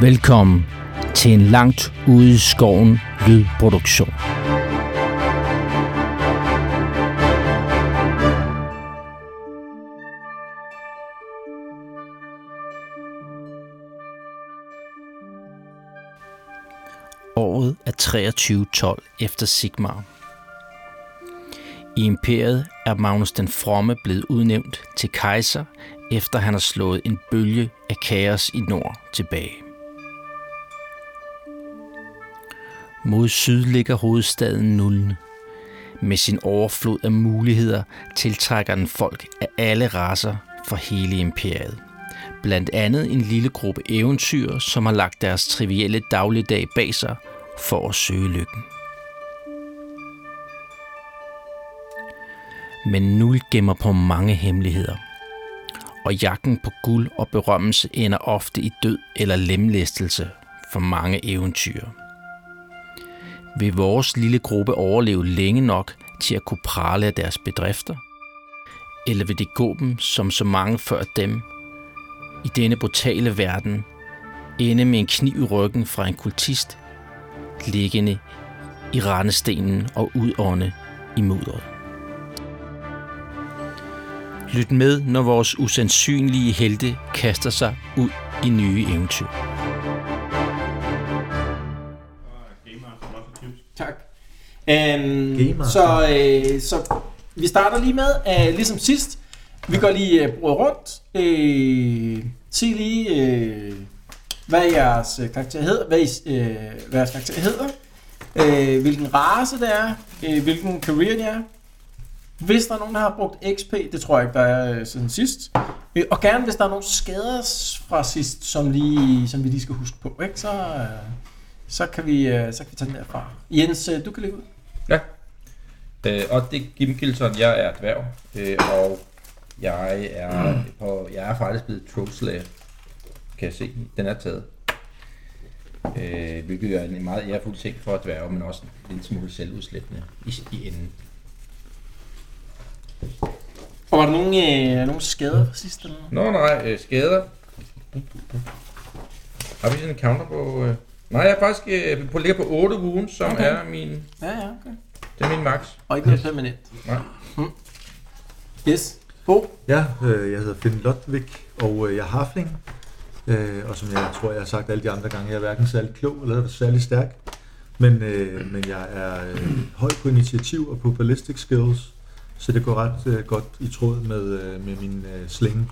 Velkommen til en langt ude i skoven lydproduktion. Året er 2312 efter Sigmar. I imperiet er Magnus den Fromme blevet udnævnt til kejser, efter han har slået en bølge af kaos i nord tilbage. Mod syd ligger hovedstaden Nuln. Med sin overflod af muligheder tiltrækker den folk af alle raser fra hele imperiet. Blandt andet en lille gruppe eventyr, som har lagt deres trivielle dagligdag bag sig for at søge lykken. Men Nul gemmer på mange hemmeligheder. Og jagten på guld og berømmelse ender ofte i død eller lemlæstelse for mange eventyr. Vil vores lille gruppe overleve længe nok til at kunne prale af deres bedrifter? Eller vil det gå dem, som så mange før dem, i denne brutale verden, ende med en kniv i ryggen fra en kultist, liggende i rendestenen og udånde i mudderet? Lyt med, når vores usandsynlige helte kaster sig ud i nye eventyr. Tak. Øhm, så, øh, så vi starter lige med, øh, ligesom sidst, vi går lige øh, bordet rundt. Øh, sig lige, øh, hvad jeres øh, karakter hedder, hvad, I, øh, hvad jeres karakter hedder, øh, hvilken race det er, øh, hvilken career det er. Hvis der er nogen, der har brugt XP, det tror jeg ikke, der er øh, siden sidst. Øh, og gerne, hvis der er nogen skader s- fra sidst, som, lige, som vi lige skal huske på, ikke? Så, øh, så, kan vi, øh, så kan vi tage den derfra. Jens, øh, du kan lægge ud. Ja. Øh, og det er Kim Gilson. Jeg er dværg, øh, og jeg er, på, jeg er faktisk blevet trollslaget. Kan jeg se. Den er taget. Øh, hvilket er en meget ærefuld ting for at dværge, men også en lille smule selvudslættende i, i enden. Og var der nogen, øh, nogen skader fra sidst? Eller? noget? Nå nej, øh, skader. Har vi sådan en counter på... Øh? Nej, jeg er faktisk øh, på, ligger på 8 ugen, som Okay. okay. er min, Ja, ja, okay. det er min max. Og ikke noget permanent. Mm. Nej. Yes. Bo? Ja, øh, jeg hedder Finn Lodvig, og øh, jeg er harfling. Øh, og som jeg tror, jeg har sagt alle de andre gange, jeg er hverken særlig klog eller særlig stærk. Men, øh, men jeg er øh, høj på initiativ og på ballistic skills, så det går ret øh, godt i tråd med, øh, med min øh, slinge.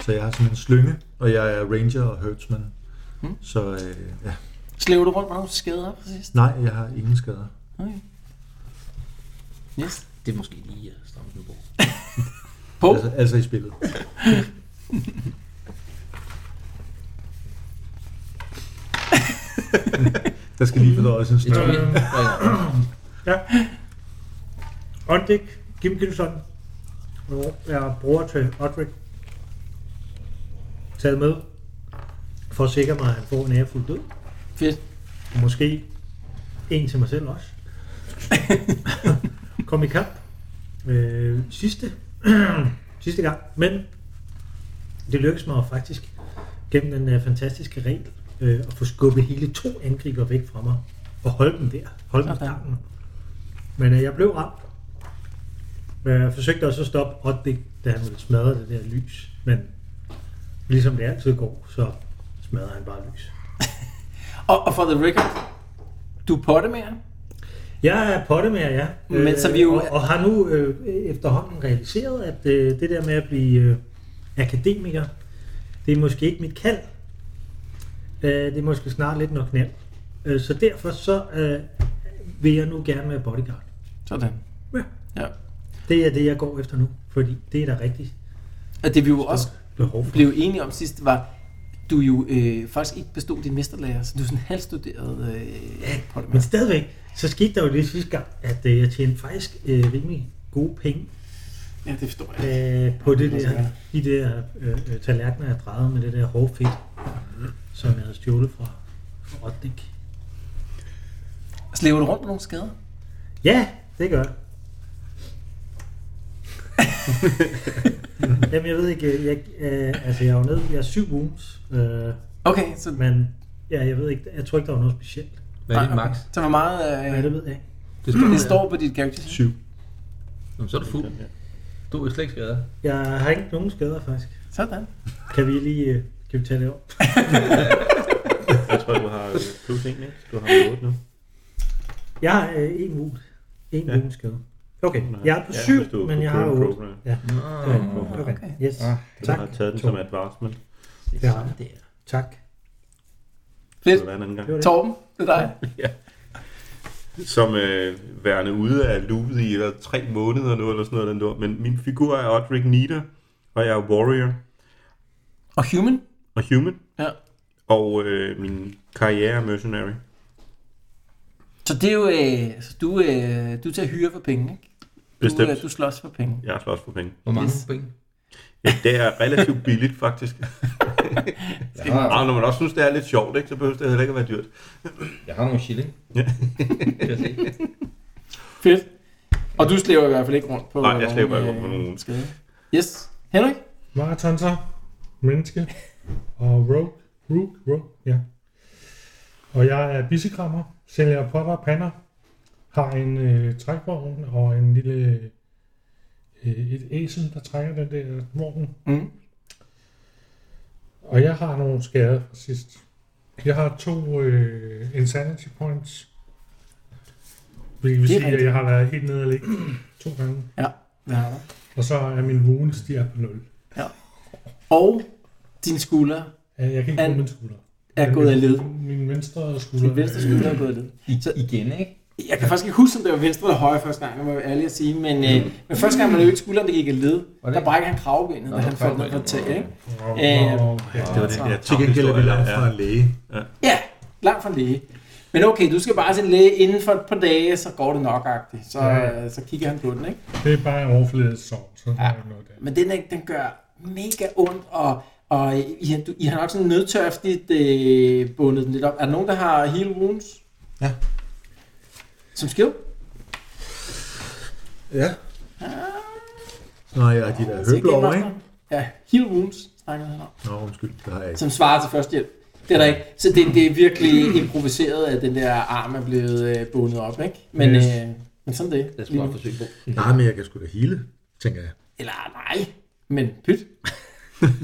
Så jeg har sådan en slynge, og jeg er ranger og herdsman. Mm. Så øh, ja. Slæver du rundt med nogle skader fra sidst? nej, jeg har ingen skader. Okay. Yes. Det er måske lige øh, at stramme den på. Bo? Altså, altså i spillet. Der skal lige bedøjes en Jeg tror, snør. vi... Ja. Ondik Gimkinson er bror til Odrik. Taget med for at sikre mig, at han får en ærefuld død. Fedt. Og måske en til mig selv også. Kom i kamp. Øh, sidste. sidste gang. Men det lykkedes mig faktisk gennem den øh, fantastiske regel øh, at få skubbet hele to angriber væk fra mig og holde dem der. Holde dem i Sådan. gangen. Men øh, jeg blev ramt. Men jeg forsøgte også at stoppe Oddik, da han ville smadre det der lys. Men ligesom det altid går, så smadrer han bare lys. Og, og for the record, du er pottemager. Jeg er pottemager, ja. Men så vi jo- og, og har nu øh, efterhånden realiseret, at øh, det der med at blive øh, akademiker, det er måske ikke mit kald. Øh, det er måske snart lidt nok knald. Øh, så derfor så øh, vil jeg nu gerne være bodyguard. Sådan. Ja. Ja. Det er det, jeg går efter nu, fordi det er der rigtig Og det vi jo også behov for. blev enige om sidst, var, du jo øh, faktisk ikke bestod din mesterlærer, så du er sådan halvstuderet øh, Men pottemager. stadigvæk, så skete der jo det sidste gang, at øh, jeg tjente faktisk øh, rimelig gode penge Ja, det forstår jeg. øh, på det der, de der øh, øh, tallerkener, jeg drejede med det der hårde fedt, som jeg havde stjålet fra, fra Rotnik. Slæver du rundt med nogle skader? Ja, det gør jeg. Jamen jeg ved ikke, øh, jeg, øh, altså jeg er jo nede, jeg er syv wounds, øh, Okay, så... Men ja, jeg ved ikke, jeg tror ikke, der var noget specielt. Hvad er dit max? Så hvor meget øh, Ja, det ved jeg ikke. Det står, det står på dit character? sheet? Syv. Nå, så er du fuld. Du er jo slet ikke skadet. Jeg har ikke nogen skader, faktisk. Sådan. Kan vi lige øh, kan vi tage det over? Jeg tror, du har øh, plus 1, ikke? Du har 8 nu. Jeg har øh, en mul. En Ja. ja. skade. Okay, Nej. jeg er på Ja, syv, hvis du er men på jeg har current otte. program. Ja, Nå, okay. Okay. Yes. Ah, Du tak. har taget den To. som advarsel. det Ja. er sådan der. Tak. Det Fedt. var en anden gang. Det var det. Torben, det er dig. som øh, værende ude af loopet i hvad, tre måneder nu, eller sådan noget, den lort. men min figur er Odrik Nita, og jeg er warrior Og human? og human, Ja. og øh, min karriere er mercenary. Så det er jo... Øh, så du, øh, du er til at hyre for penge, ikke? Du, Bestemt, øh, du slås for penge. jeg har slås for penge. Hvor mange point? Ja, det er relativt billigt, faktisk. Jeg har, Og når man også synes, det er lidt sjovt, ikke, så behøver det heller ikke at være dyrt. jeg har nogle shilling. Ja. Kan jeg se. Fedt. Og du slæver i hvert fald ikke rundt på... Nej, jeg nogen, slæber ikke øh, rundt på nogen. Skade. Yes. Henrik? Maratonser, menneske og rogue. Rogue, rogue, ja. Og jeg er bisekrammer, sælger potter og pander, har en øh, trækvogn og en lille øh, et æsel, der trækker den der vogn. Mm. Og jeg har nogle skader fra sidst. Jeg har to øh, insanity points. Hvilket vil Det er sige, at rigtigt. jeg har været helt nede og ligge to gange. Ja. Og så er min wounds, de er på 0. Og din skulder Øh, Jeg kan ikke Al- bruge min skulder. er Men gået min- af led. Min venstre skulder. Din venstre skulder er gået af led. I- Så- Igen, ikke? Jeg kan faktisk ikke huske, om det var venstre eller højre første gang, jeg må jeg ærlig at sige, men, øh, men første gang, man øvede skulderen, det gik af led, det der ikke? brækker han kravbenet, da han faldt ned på tag, ikke? Øh, ja. Det var den Så- der Til gengæld er vi langt fra en læge. Ja, langt fra læge. Men okay, du skal bare til en læge inden for et par dage, så går det nok -agtigt. Så, Ja. ja. så kigger han på den, ikke? Det er bare en overfladesår, så ja. Ja. er der noget der. Men den, er- den gør mega ondt, og, og I, har- du- I har nok sådan nødtørftigt øh, bundet den lidt op. Er der nogen, der har heal wounds? Ja. Som skill? Ja. Nej, jeg har de der høbler, ikke? Ja, heal wounds, snakkede han om. Nå, undskyld, det har jeg ikke. som svarer til førstehjælp. Det er der ikke. Så det, det er virkelig improviseret, at den der arm er blevet øh, bundet op, ikke? Men, Yes. øh, men sådan det. Lad os Lige prøve nu. at forsøge på. Nej, men jeg kan sgu da hele, tænker jeg. Eller nej, men pyt.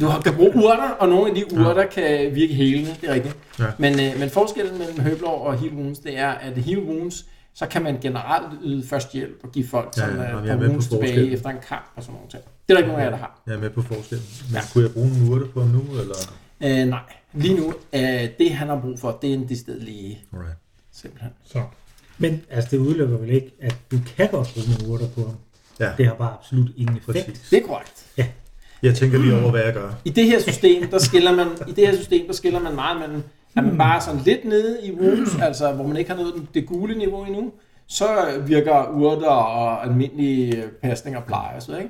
Du har- kan bruge urter, og nogle af de urter kan virke helende, det er rigtigt. Ja. Men, øh, men forskellen mellem høblov og heal wounds, det er, at heal wounds, så kan man generelt yde førstehjælp og give folk, Ja, som ja, er jeg er på med på wounds tilbage forskellen. efter en kamp og sådan nogle ting. Det er der ikke nogen af jer, der har. Jeg er med på forskellen. Men Ja. kunne jeg bruge nogle urter på ham nu, eller? Øh, nej, lige nu, øh, det han har brug for, det er en decideret læge, Alright. simpelthen. Så. Men altså, det udelukker vel ikke, at du kan godt bruge nogle urter på ham. Ja, Det har bare absolut ingen effekt. præcis. Det er korrekt. Jeg tænker lige over, hvad jeg gør. I det her system, der skiller man, i det her system, der skiller man meget mellem, at man bare er sådan lidt nede i wounds, altså hvor man ikke har nået den- det gule niveau endnu, så virker urter og almindelige øh, pasning og pleje og sådan noget,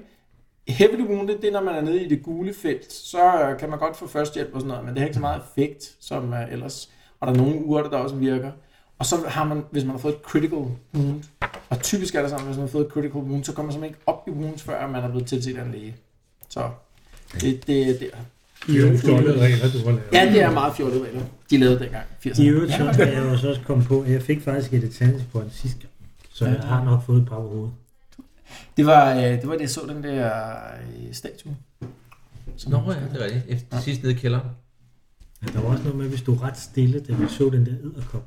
ikke? Heavily wounded, det er, når man er nede i det gule felt, så øh, kan man godt få førstehjælp og sådan noget, men det har ikke så meget effekt som øh, ellers. Og der er nogle urter, der også virker. Og så har man, hvis man har fået et critical wound, og typisk er det sådan, hvis man har fået et critical wound, så kommer man simpelthen ikke op i wounds, før man er blevet tilset af en læge. Så det, det er der. I er jo fjollede regler, du har lavet. Ja, det er meget fjollede regler, de lavede dengang. 80'erne. I øvrigt, så kan jeg jo så også komme på, at jeg fik faktisk et etanisk på en sidste gang. Så jeg har nok fået et par på hovedet. Det var, øh, det var det, jeg så den der øh, statue. Som Nå ja, det er rigtigt. Efter det sidste nede i kælderen. Men der var også noget med, at vi stod ret stille, da vi så den der edderkop.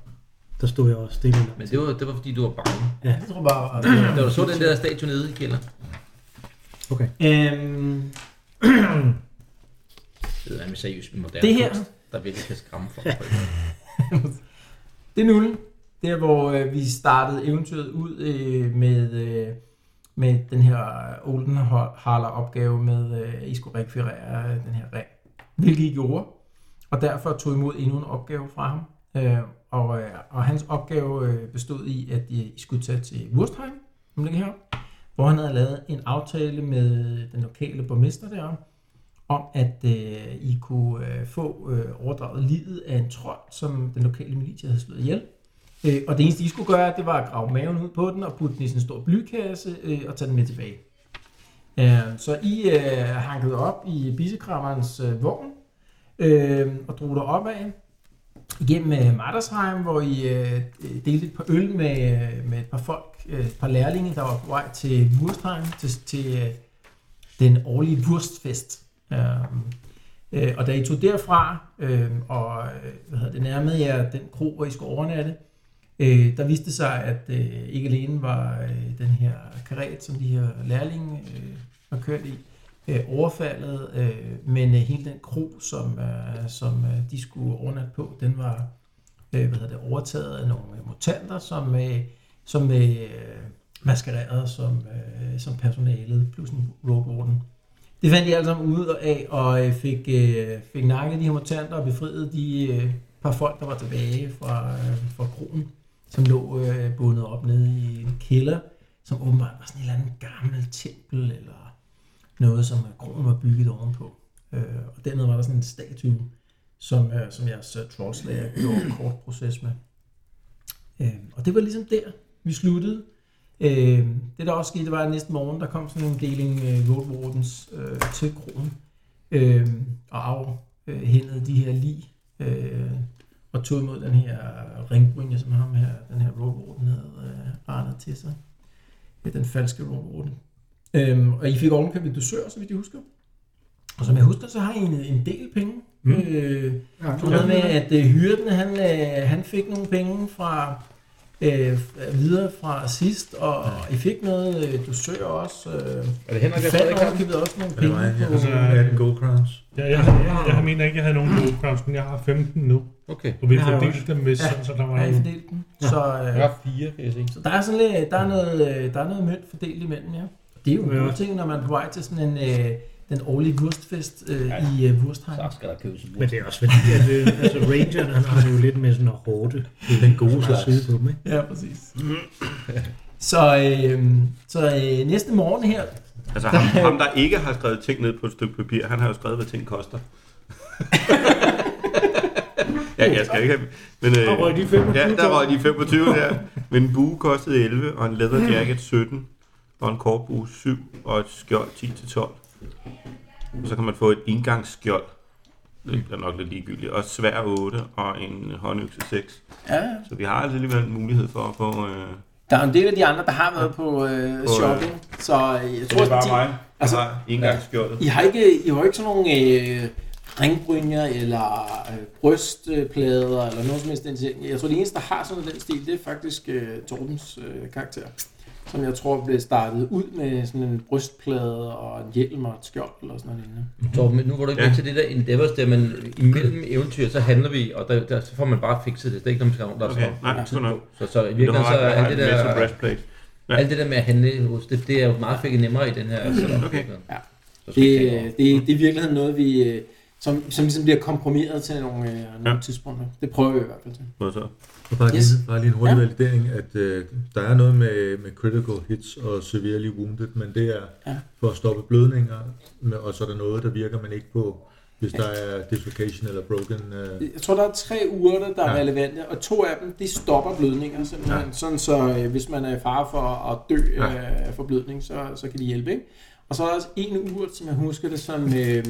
Der stod jeg også stille. Men det var, det var fordi, du var bange. Ja. Jeg tror bare... Da du så den der statue nede i kælderen. Øh, Øhm, Det er en seriøs moderne Det her. kunst, der virkelig kan skræmme folk. det er nullen. Det er, hvor øh, vi startede eventyret ud øh, med, øh, med den her Olden Harler opgave med, øh, I skulle rekvirere øh, den her ring. Hvilket I gjorde. Og derfor tog imod endnu en opgave fra ham. Øh, og, øh, og hans opgave øh, bestod i, at I, I skulle tage til Wurstheim, som ligger her, hvor han havde lavet en aftale med den lokale borgmester derom, om at øh, I kunne øh, få øh, overdraget livet af en trold, som den lokale militia havde slået ihjel. Øh, og det eneste, I skulle gøre, det var at grave maven ud på den og putte den i sådan en stor blykasse øh, og tage den med tilbage. Øh, så I øh, hankede op i bisekrammerens øh, vogn, øh, og drog dig opad igennem øh, Mattersheim, hvor I øh, delte et par øl med, øh, med et par folk, øh, et par lærlinge, der var på vej til Wurstheim, til, til øh, den årlige Wurstfest. Øh, øh, og da I tog derfra, øh, og øh, hvad hedder det, nærmede jer den kro, hvor I skulle overnatte, Øh, der viste det sig, at øh, ikke alene var øh, den her karet, som de her lærlinge øh, var kørt i, øh, overfaldet, øh, men øh, hele den kro, som, øh, som øh, de skulle overnatte på, den var øh, hvad hedder det, overtaget af nogle øh, mutanter, som, øh, som øh, maskererede som, øh, som personalet, plus en roadwarden. Det fandt de alle sammen ud af, og øh, fik, øh, fik nakket de her mutanter og befriet de øh, par folk, der var tilbage fra, øh, fra kronen, som lå øh, bundet op nede i en kælder, som åbenbart var sådan et eller andet gammelt tempel, eller noget, som kronen var bygget ovenpå. Øh, og dernede var der sådan en statue, som, øh, som jeres øh, troldslager gjorde en kort proces med. Øh, og det var ligesom der, vi sluttede. Øh, det der også skete, var at næste morgen, der kom sådan en deling øh, Roadwardens øh, til kronen, øh, og afhændede de her lig øh, og tog imod den her ringbrynje, som ham her, den her roadwarden havde øh, rettet til sig. Ja, den falske roadwarden. Øhm, og I fik ovenkøbet dusør, så vidt jeg husker. Og som jeg husker, så har I en, en del penge. Mm. Øh, ja, noget med, at øh, hyrden, han, øh, han fik nogle penge fra øh, videre fra sidst, og ja. I fik noget øh, dusør også. Øh, Er I det Henrik, der fandt stadig har den? ovenkøbet også nogle Det penge. var jeg, på, altså, øh, 18 gold crowns. Ja, jeg, jeg, jeg, jeg mener ikke, jeg havde nogen gode crowns, men jeg har 15 nu. Okay. Og vi Jeg har jo fordelte dem, hvis Ja. sådan, så der var Ja, I en... fordelt den. Så, øh, Jeg har fire, kan jeg se. Så der er sådan lidt, der er noget, øh, der er noget mønt fordelt imellem, ja. Det er jo en god ting, når man er på vej til sådan en, øh, den årlige wurstfest øh, Ja. i øh, Wurstheim. Så skal der købes en Men det er også fordi, at øh, altså, rangeren han har det jo lidt med sådan at hårde. Den gode slags. Side på dem, ikke? Ja, præcis. Så, øh, så øh, næste morgen her, Altså ham, ham, der ikke har skrevet ting ned på et stykke papir, han har jo skrevet, hvad ting koster. ja, jeg skal ikke have... Men, øh, røg de 25 Ja, der røg de 25 der. Men en bue kostede 11, og en leather jacket 17, og en korpbue 7, og et skjold 10-12. Og så kan man få et engangsskjold. Det er nok lidt ligegyldigt. Og et svær 8, og en håndøkse 6. ja, Så vi har altså alligevel en mulighed for at få... Øh, der er en del af de andre, der har været på øh, shopping, så øh, jeg tror, at de, Altså- Altså, engangsskjoldet. I har ikke, I har ikke sådan nogle øh, ringbrynjer eller øh, brystplader eller noget som helst den ting. Jeg tror, det eneste, der har sådan noget den stil, det er faktisk øh, Torbens øh, karakter, som jeg tror blev startet ud med sådan en brystplade og en hjelm og et skjold eller sådan noget lignende. Torben, men nu var du ikke Ja. ja. til det der Endeavors der, men imellem eventyr, så handler vi, og der, der så får man bare fikset det. Det er ikke noget, man skal rundt og Okay, nej, bruge tid sgu nok. på. Så, så i Det virkeligheden, har så er jeg alt det med som der, breastplate. ja. alt det der med at handle hos det, det er jo meget fik nemmere i den her setup. Okay. Mm. Ja. Så skal Det, øh, vi tænke over. det, det er i virkeligheden noget, vi, øh, som, som ligesom bliver komprimeret til nogle, øh, nogle ja. tidspunkter. Det prøver vi i hvert fald til. Hvad så? Og bare, yes. Yes. lige, bare lige en hurtig Ja. ja. validering, at øh, der er noget med, med critical hits og severely wounded, men det er Ja. ja. for at stoppe blødninger, men- og så er der noget, der virker man ikke på, hvis der er dislocation eller broken. Øh, Jeg tror, der er tre urter, der er Ja. relevante, og to af dem, de stopper blødninger simpelthen. Ja. Sådan så, øh, hvis man er i fare for at dø ja. øh, af forblødning, så, så kan de hjælpe. Ikke? Og så er der også en urt, som jeg husker det, som, øh,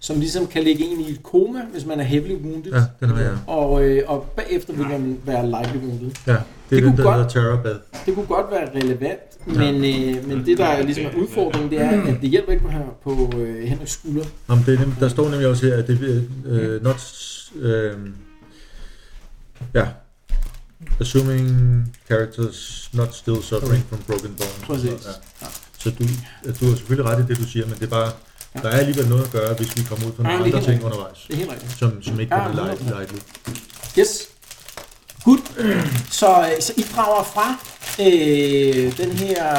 som ligesom kan lægge en i et koma, hvis man er heavily wounded. ja, den har jeg. Og, øh, og bagefter vil man være lightly wounded. Ja, det er Det det den, kunne der godt- hedder Terabath. Det kunne godt være relevant, men, øh, men det, der er ligesom er udfordringen, det er, at det hjælper ikke på, her- på øh, Henriks skulder. Om det er nem, der står nemlig også her, at det er uh, not... Uh, ja. Assuming characters not still suffering from broken bones. Præcis. Ja. Så du, du har selvfølgelig ret i det, du siger, men det er bare, Ja. der er alligevel noget at gøre, hvis vi kommer ud for nogle Ja, det andre kan ting man. undervejs, Det er helt rigtigt. som, som ikke Ja, kommer light, 100%. lightly. Yes. Good. Så, øh, så I drager fra øh, den her...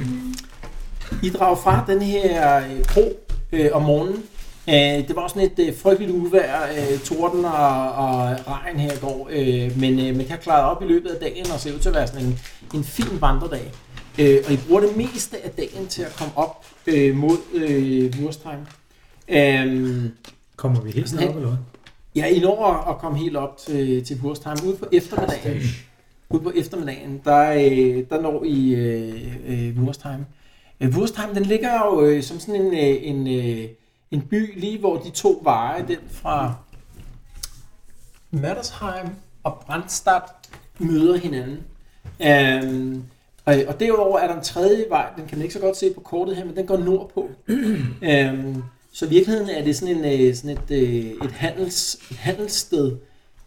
øh, I drager fra den her øh, bro øh, om morgenen. Øh, det var sådan et øh, frygteligt uvejr, øh, torden og, og regn her i går, øh, men, øh, men det har klaret op i løbet af dagen og ser ud til at være sådan en, en fin vandredag. Øh, og I bruger det meste af dagen til at komme op øh, mod øh, Wurstheim. Øh, Kommer vi helt snart op, eller hvad? Ja, I når at- at komme helt op til, til Purstheim. Ude på eftermiddagen, ude på eftermiddagen der, øh, der når I øh, øh, Purstheim. Øh, Purstheim, den ligger jo øh, som sådan en, øh, en, øh, en by, lige hvor de to veje, den fra Mattersheim og Brandstad, møder hinanden. Øhm, og, og derudover er der en tredje vej, den kan man ikke så godt se på kortet her, men den går nordpå. øhm, så i virkeligheden er det sådan, en, øh, sådan et, øh, et, handels, et handelssted.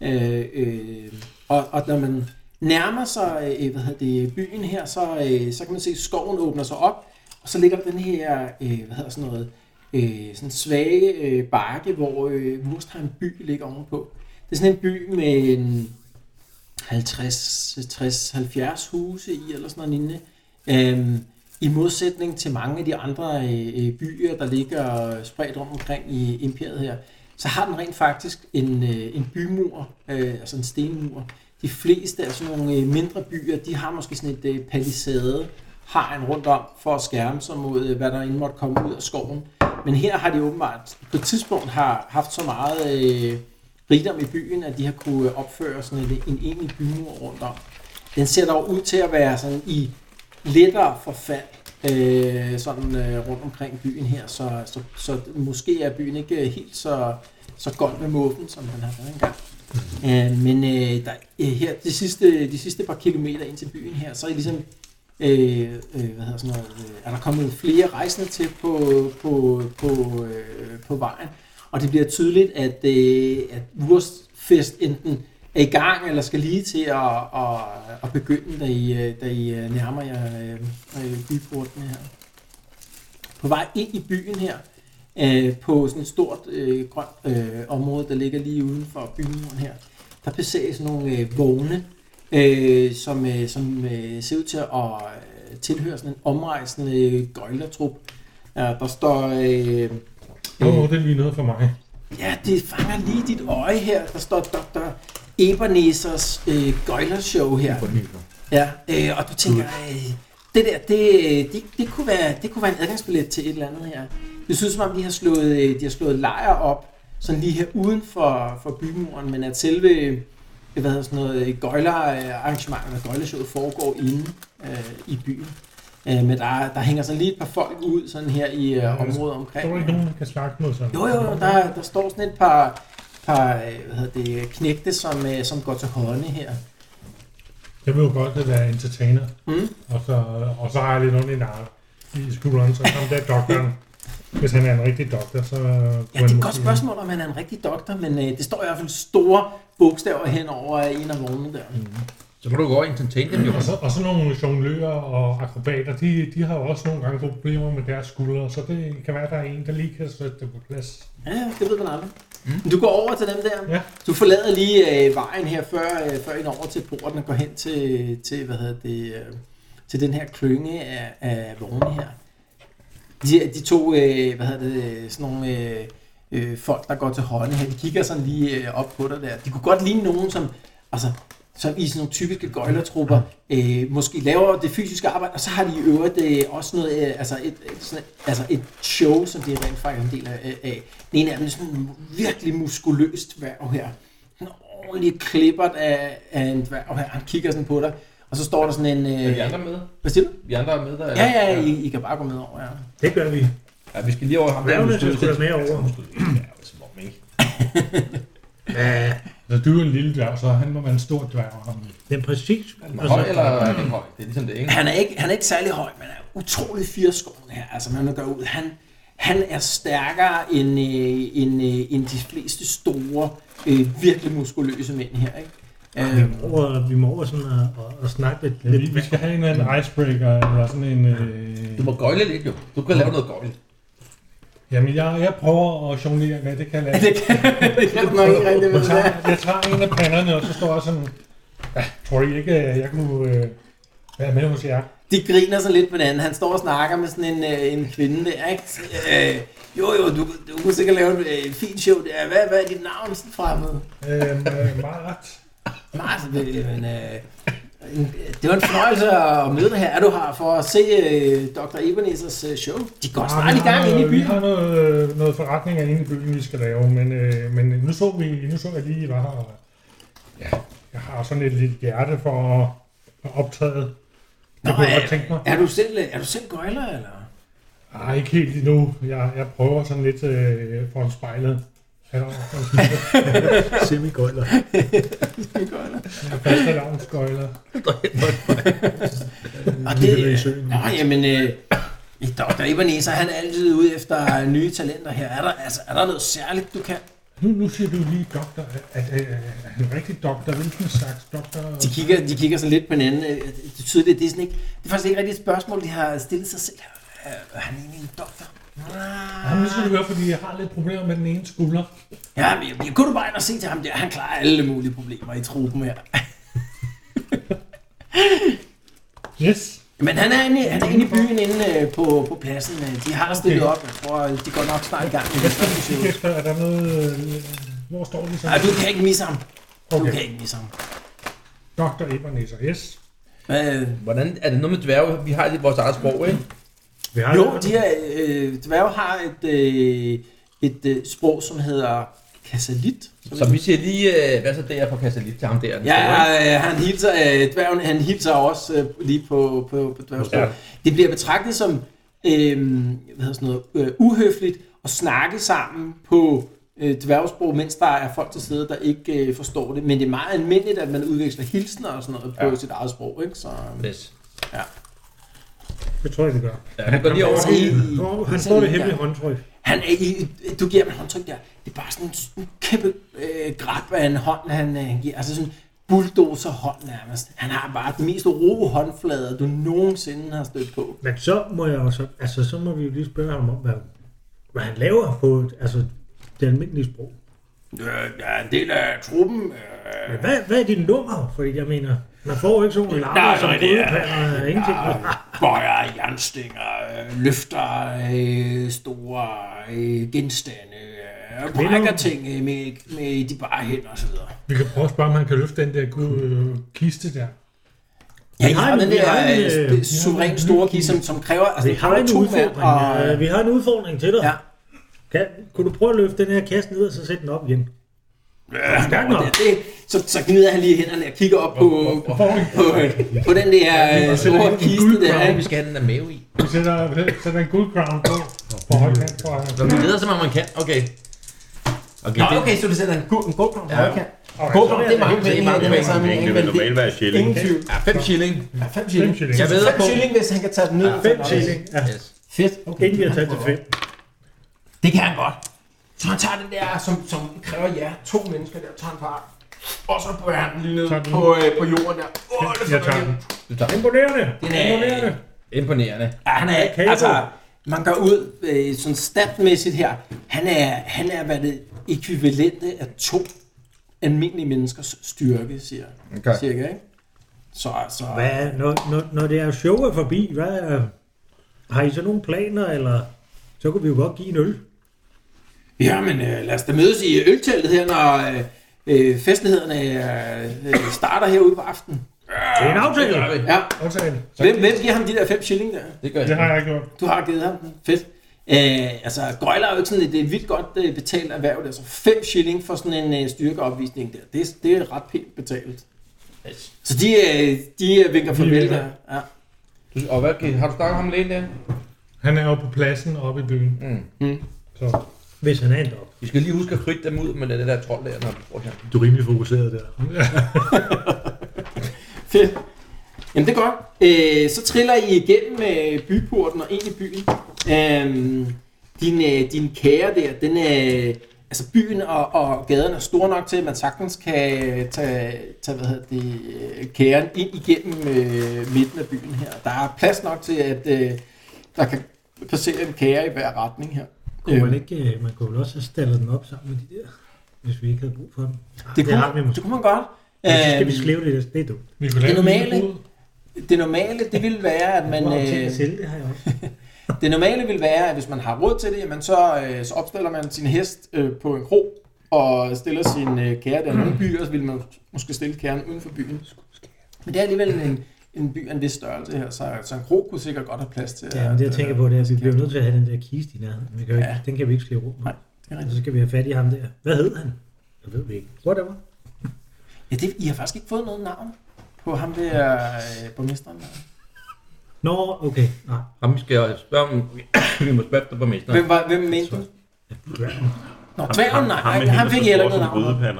Øh, øh, og, og når man nærmer sig øh, hvad hedder det, byen her, så, øh, så kan man se, at skoven åbner sig op, og så ligger der den her, øh, hvad hedder sådan noget, øh, sådan svage øh, bakke, hvor øh, Wurstheim by ligger ovenpå. Det er sådan en by med en 50, 60, 70 huse i, eller sådan noget lignende. Øhm, I modsætning til mange af de andre øh, øh, byer, der ligger spredt rundt omkring i imperiet her, så har den rent faktisk en, øh, en bymur, øh, altså en stenmur. De fleste af sådan nogle øh, mindre byer, de har måske sådan et øh, palisade, hegn rundt om for at skærme sig mod, øh, hvad der end måtte komme ud af skoven. Men her har de åbenbart på et tidspunkt har haft så meget øh, rigdom i byen, at de har kunne opføre sådan en, en egentlig bymur rundt om. Den ser dog ud til at være sådan i lettere forfald øh, sådan øh, rundt omkring byen her, så, så, så måske er byen ikke helt så, så godt med måben, som den har været engang. Øh, men øh, der, øh, her de sidste, de sidste par kilometer ind til byen her, så er I ligesom øh, øh, hvad hedder sådan noget, øh, er der kommet flere rejsende til på, på, på, øh, på vejen. Og det bliver tydeligt, at, øh, at Wurstfest enten er i gang, eller skal lige til at, at, at begynde, da I, øh, da I øh, nærmer jer øh, øh, byporten her. På vej ind i byen her, øh, på sådan et stort øh, grønt øh, område, der ligger lige uden for byen her, der passeres nogle øh, vogne, øh, som, øh, som øh, ser ud til at øh, tilhøre sådan en omrejsende øh, gøjlertrup. Ja, der står... Øh, Åh, oh, det lige noget for mig. ja, det fanger lige dit øje her. Der står Dr. Ebenezers øh, gøjlershow her. Ja, øh, og du tænker, øh, det der, det, øh, det, det, kunne være, det kunne være en adgangsbillet til et eller andet her. Det synes som om, de har slået, øh, de har slået lejr op, sådan lige her uden for, for bymuren, men at selve øh, hvad hedder sådan noget, øh, gøjlerarrangementet og gøjlershowet foregår inde øh, i byen. Øh, men der, der hænger sådan lige et par folk ud sådan her i øh, området Der omkring. er ikke nogen, der kan slagte noget sådan. Jo, jo, jo, der, der står sådan et par, par øh, hvad hedder det, knægte, som, øh, som går til hånden her. Jeg vil jo godt være entertainer, Mm. og så, og så har jeg lidt ondt i nar i skulderen, så ham der doktoren, hvis han er en rigtig doktor, så... Ja, det er et godt spørgsmål, om han er en rigtig doktor, men øh, det står i hvert fald store bogstaver hen over en af vognene der. Så må du gå og entertain dem, jo. Mm. Og så, og så nogle jonglører og akrobater, de, de har jo også nogle gange problemer med deres skuldre, så det kan være, der er en, der lige kan sætte det på plads. Ja, ja, det ved man aldrig. Mm. Du går over til dem der. Ja. Du forlader lige øh, vejen her, før, øh, før I når over til porten og går hen til, til, hvad hedder det, øh, til den her klynge af, af vogne her. De, de to, øh, hvad hedder det, øh, sådan nogle øh, øh, folk, der går til hånden her, de kigger sådan lige øh, op på dig der. De kunne godt ligne nogen, som, altså, som i sådan nogle typiske gøjlertrupper, øh, måske laver det fysiske arbejde, og så har de i øvrigt øh, også noget, øh, altså, et, et, sådan, altså et show, som de er rent faktisk en del af. af. Den ene af dem er sådan en virkelig muskuløs dværg her. Sådan ordentligt klippert af, af en dværg her. Han kigger sådan på dig, og så står der sådan en... Er vi Øh, andre med? hvad siger du? Vi andre er med der? Ja, ja, I, I kan bare gå med over, ja. Det gør vi. ja vi skal lige over ham. der. Dværgene Nu skal skal vi sgu da til- med over. Ja, som om, ikke? Så du er en lille dværg, så han må være en stor dværg. ham. Men præcis. Er Altså, den høj, eller er den høj? Det er ligesom det, ikke? Han er ikke, han er ikke særlig høj, men er utrolig firskående her. Altså, man går ud. Han, han er stærkere end, øh, end, øh, end de fleste store, øh, virkelig muskuløse mænd her, ikke? Øh, Vi må over, vi må over sådan at, at, at snakke lidt. Vi, lidt vi skal have en eller anden icebreaker, eller sådan en... Øh... Du må gøjle lidt, jo. Du kan Mm. lave noget gøjl. Jamen, jeg, jeg prøver at jonglere, hvad det kan lade. det kan, det kan du nok ikke rigtig Jeg med tager, det jeg tager en af panderne, og så står jeg sådan... Ja, tror I ikke, at jeg kunne øh, være med hos jer? De griner sådan lidt med hinanden. Han står og snakker med sådan en, øh, en kvinde der, ikke? Så, Øh, jo, jo, du, du kunne sikkert lave et øh, fint show der. Hvad, hvad er dit navn, sådan fremmede? Øhm, øh, Marat. Martin, men, øh, en- det var en fornøjelse at møde dig her. Er du her for at se øh, Dr. Ebenezers øh, show? De går Ah, snart vi i gang har inde i noget- Vi byen. har noget, øh, noget forretninger inde i byen, vi skal lave, men, øh, men nu, så vi, nu så jeg lige, hvad her. Ja, jeg har sådan et lidt hjerte for at- at optræde. Det Nå, kunne jeg øh, godt tænke mig. Mm, Er du selv, er du selv gøjler, eller? Nej, ikke helt endnu. Jeg, jeg prøver sådan lidt øh, foran spejlet. Er der Semigøjler. Jeg fast alarmskøjler. Og det, øh, nå, jamen, øh, Dr. Ibanez, han er altid ude efter nye talenter her. Er der, altså, er der noget særligt, du kan? Nu, nu siger du lige doktor, at, at, at han er en rigtig doktor. Hvilken slags doktor? De kigger, de kigger sådan lidt på hinanden. Øh, Det er tydeligt, det er sådan ikke... Det er faktisk ikke rigtigt et spørgsmål, de har stillet sig selv. Øh, Er han egentlig en doktor? Jamen, det skal du høre, fordi jeg har lidt problemer med den ene skulder. Ja, men jeg, jeg kunne du bare ind og se til ham der. Han klarer alle mulige problemer i truppen her. Yes. Men han er inde, han er inde i byen inde øh, på, på pladsen. Øh, De har stillet op. Jeg tror, øh, de går nok snart i gang med det. sådan ser det ud. Efter, er der noget... øh, Hvor står vi så? Nej, du kan ikke misse ham. Du Okay. kan ikke misse ham. Dr. Ebenezer, yes. Øh, Hvordan, er det noget med dværge? Vi har lidt vores eget sprog, ikke? Mm. Vi har Jo, de her øh, dværge har et, øh, et øh, sprog, som hedder kasalit. Så vi siger lige, øh, hvad så det er på kassalit til ham der? den Ja, store, ikke? øh, han hilser, øh, dværgen, han hilser også øh, lige på, på, på dværgsprog. Ja. Ja. Det bliver betragtet som øh, hvad hedder sådan noget, øh, uhøfligt at snakke sammen på øh, dværgsprog, mens der er folk til stede, der ikke øh, forstår det. Men det er meget almindeligt, at man udveksler hilsner og sådan noget på Ja. ja. sit eget sprog. Ikke? Så, Yes. Det tror jeg, det gør. Ja, han går lige over Altså, til... i- Hvor, i- han får det ja. hemmelige håndtryk. Han er i, du giver ham en håndtryk der. Det er bare sådan en, s- en kæmpe øh, grab af en hånd, han, øh, han giver. Altså sådan en bulldozer-hånd nærmest. Han har bare den mest ro håndflade, du nogensinde har stødt på. Men så må jeg også, altså så må vi jo lige spørge ham om, hvad, hvad han laver på et, altså, det almindelige sprog. Øh, ja, en del af truppen. Øh, Men hvad, hvad er dit nummer? Fordi jeg mener, man får jo ikke sådan nogle Nej, larmer som nej, det er- brydepander og ingenting. bøjer, jernstænger, øh, løfter øh, store øh, genstande, øh, brækker ting øh, med, med de bare hænder osv. Vi kan prøve at spørge, om han kan løfte den der gode øh, kiste der. Ja, Vi I har har en- den vi har en, der øh, øh, sp- suveræn store kiste, som, som kræver... Altså, Vi det har kræver en to mand, udfordring. og- øh, Vi har en udfordring til dig. Ja. Kan, kunne du prøve at løfte den her kasse ned og så sætte den op igen? Ja, han Stærk går nok. der. Det, så, så gnider han lige hænderne og kigger op på, på, Hvor på, på den der øh, store en kiste guldklokke. der. Vi ikke? skal have den der mave i. vi sætter, sætter en good crown på. På højkant, tror jeg. Når vi leder, så meget man kan. Okay. Okay, det, okay, så du sætter en guldkram på Ja. Og Guldkram, det er det er mange mange penge, penge. det er mange altså, Det vil normalt være Ingen sjældent. tvivl. ja, 5 shilling. Ja, fem Fem shilling. shilling. Jeg ved Fem på... shilling, hvis han kan tage den ned. Ja, Fem shilling. Ja. Yes. Fedt. Inden vi har taget til fem. Det kan han godt. Så han tager den der, som, som kræver jer, to mennesker der, tager han bare. Og så bøjer han den lige ned Tager den. på, øh, på jorden der. Åh, det Jeg er tager for den. Du tager den. Imponerende. Den er- Imponerende. Imponerende. Ja, han er, Kabo. altså, man går ud øh, sådan standmæssigt her. Han er, han er hvad det ekvivalente af to almindelige menneskers styrke, siger Okay. cirka, ikke? Så altså, Hvad, er- når, når, når det er show er forbi, hvad er, har I så nogle planer, eller så kunne vi jo godt give en øl. jamen øh, lad os da mødes i ølteltet her, når øh, øh, festlighederne øh, øh, starter herude på aftenen. Det er en aftale. Det gør vi. Ja, Aftale. hvem, hvem giver ham de der fem shilling der? Det gør jeg. Det har jeg gjort. Du har givet ham den. Fedt. Øh, altså, gøjler er jo ikke sådan et, et vildt godt øh, betalt erhverv. Altså, 5 shilling for sådan en øh, styrkeopvisning der. Det, det er ret pænt betalt. Yes. Så de, øh, de øh, vinker farvel vinker. der. Ja. Du- Og hvad, har du snakket om ham alene der? Han er jo på pladsen oppe i byen. Mm. Mm. Så Hvis han er en dog. Vi skal lige huske at kridte dem ud med det der trold der, når vi bruger den. Du er rimelig fokuseret der. Fedt. Jamen, det er godt. Øh, så triller I igennem øh, byporten og ind i byen. Øh, din, øh, din kære der, den øh, altså byen og, og gaden er store nok til, at man sagtens kan øh, tage, tage hvad hedder det, øh, kæren ind igennem øh, midten af byen her. Der er plads nok til, at øh, der kan passere en kære i hver retning her. Kunne man, Øh, ikke, øh, man kunne vel også have stallet dem op sammen med de der, hvis vi ikke havde brug for dem. Ah, det, har vi kunne, måske. det kunne man godt. Men så skal vi Øhm, skrive det, det er dumt. vi kunne lave Det en lille normale. bod. det normale, det ville være, at man... Man, øh, øh, at sælge, det har jeg også. Det normale vil være, at hvis man har råd til det, jamen så, øh, så opstiller man sin hest øh, på en kro og stiller sin øh, kære der. I Nogle byer så vil man måske stille kæren uden for byen. Men det er alligevel en, en by af en vis størrelse her, så, så en kro kunne sikkert godt have plads til. øh, Ja, men det jeg tænker på, det er, at vi bliver nødt til at have den der kiste i nærheden. Vi kan jo ikke, Ja. Den kan vi ikke skrive rum på. Nej, det er Og rigtigt. så skal vi have fat i ham der. Hvad hed han? Jeg ved vi ikke. Whatever. Ja, det, I har faktisk ikke fået noget navn på ham der øh, borgmesteren. der. Nå, okay. Nej. Ham vi skal spørge om, Vi må spørge dig på mest. Hvem, var, hvem mente du? Nå, dværgen, nej. Han, han fik heller ikke noget navn. navn.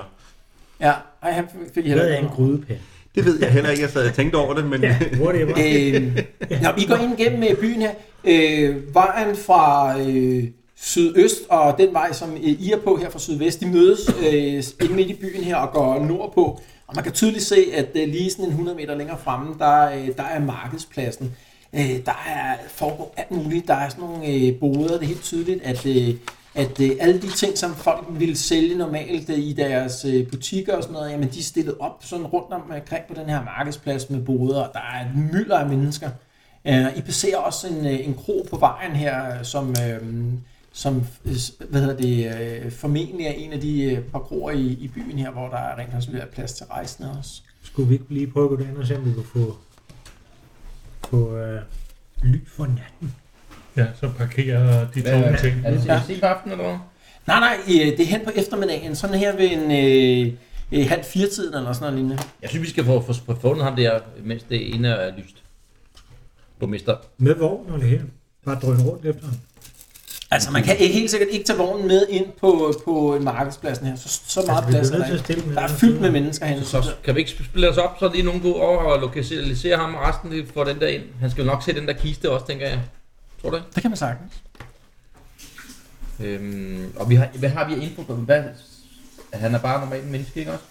Ja, nej, han fik heller Hvad ikke er en noget grydepande? Det ved jeg heller ikke. Jeg sad og tænkte over det, men Ja, whatever. navn. Øh, Nå, I går ind gennem øh, byen her. Øh, vejen fra øh, sydøst og den vej, som øh, I er på her fra sydvest, de mødes øh, inde midt i byen her og går nordpå. Og man kan tydeligt se, at øh, lige sådan en 100 meter længere fremme, der, øh, der er markedspladsen. Øh, der er foregår alt muligt. Der er sådan nogle øh, boder. Det er helt tydeligt, at, øh, at øh, alle de ting, som folk ville sælge normalt øh, i deres øh, butikker og sådan noget, jamen de er stillet op sådan rundt om øh, omkring på den her markedsplads med boder. og Der er et mylder af mennesker. Øh, I passerer også en, øh, en kro på vejen her, øh, som, øh, som øh, hvad hedder det, øh, formentlig er en af de øh, par kroer i, i byen her, hvor der rent faktisk er plads til rejsende også. Skulle vi ikke lige prøve at gå derind og se, om vi kunne få, få øh, ly for natten? Ja, så parkerer de to ting. Er det Ja. til musik aften eller hvad? Nej, nej, øh, det er hen på eftermiddagen, sådan her ved en øh, øh, halv fire-tiden eller sådan noget lignende. Jeg synes, vi skal få, få, få fundet ham der, mens det ene er lyst. Borgmester. Med vogn og det hele. Bare drøne rundt efter ham. Altså, man kan ikke, helt sikkert ikke tage vognen med ind på, på markedspladsen her. Så, så meget Altså, vi plads bliver er der nødt til at ikke. stille med Der er fyldt med mennesker herinde. Så kan vi ikke spille os op, så lige nogen går over og lokalisere ham, og resten vi får den der ind. Han skal jo nok se den der kiste også, tænker jeg. Tror du det? Det kan man sagtens. Øhm, og vi har, hvad har vi af info på? Hvad, han er bare normalt en menneske, ikke også?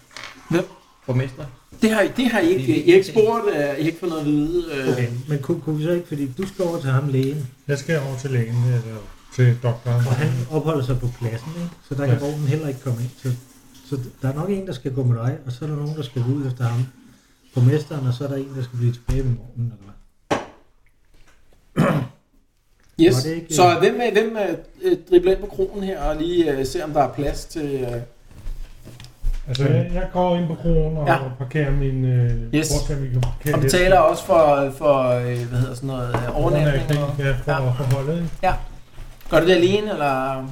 Hvem? Borgmester. Det har, I- det har I ikke, I har ikke spurgt, øh, I har ikke fået noget at vide. øh. Okay. Men kunne, kunne vi så ikke, fordi du skal over til ham lægen, Jeg skal over til lægen, eller til doktoren. og han opholder sig på pladsen, ikke? så der kan Ja. vognen heller ikke komme ind til. Så der er nok en, der skal gå med dig, og så er der nogen, der skal gå ud efter ham. Borgmesteren, og så er der en, der skal blive tilbage ved morgenen, eller hvad? Yes. Nå, det er ikke- Så hvem, øh, hvem øh, øh, dribler ind på kronen her og lige øh, ser, om der er plads til... Øh. Altså, jeg, jeg går ind på kronen og Ja. ja. parkerer min... Øh, Yes. Hvor kan vi kan parkere Og lidt. betaler også for, for øh, hvad hedder sådan noget, øh, overnatning. Overnatning, Og, Ja, for, Ja. ja. for holdet. ikke? gør du det alene, eller...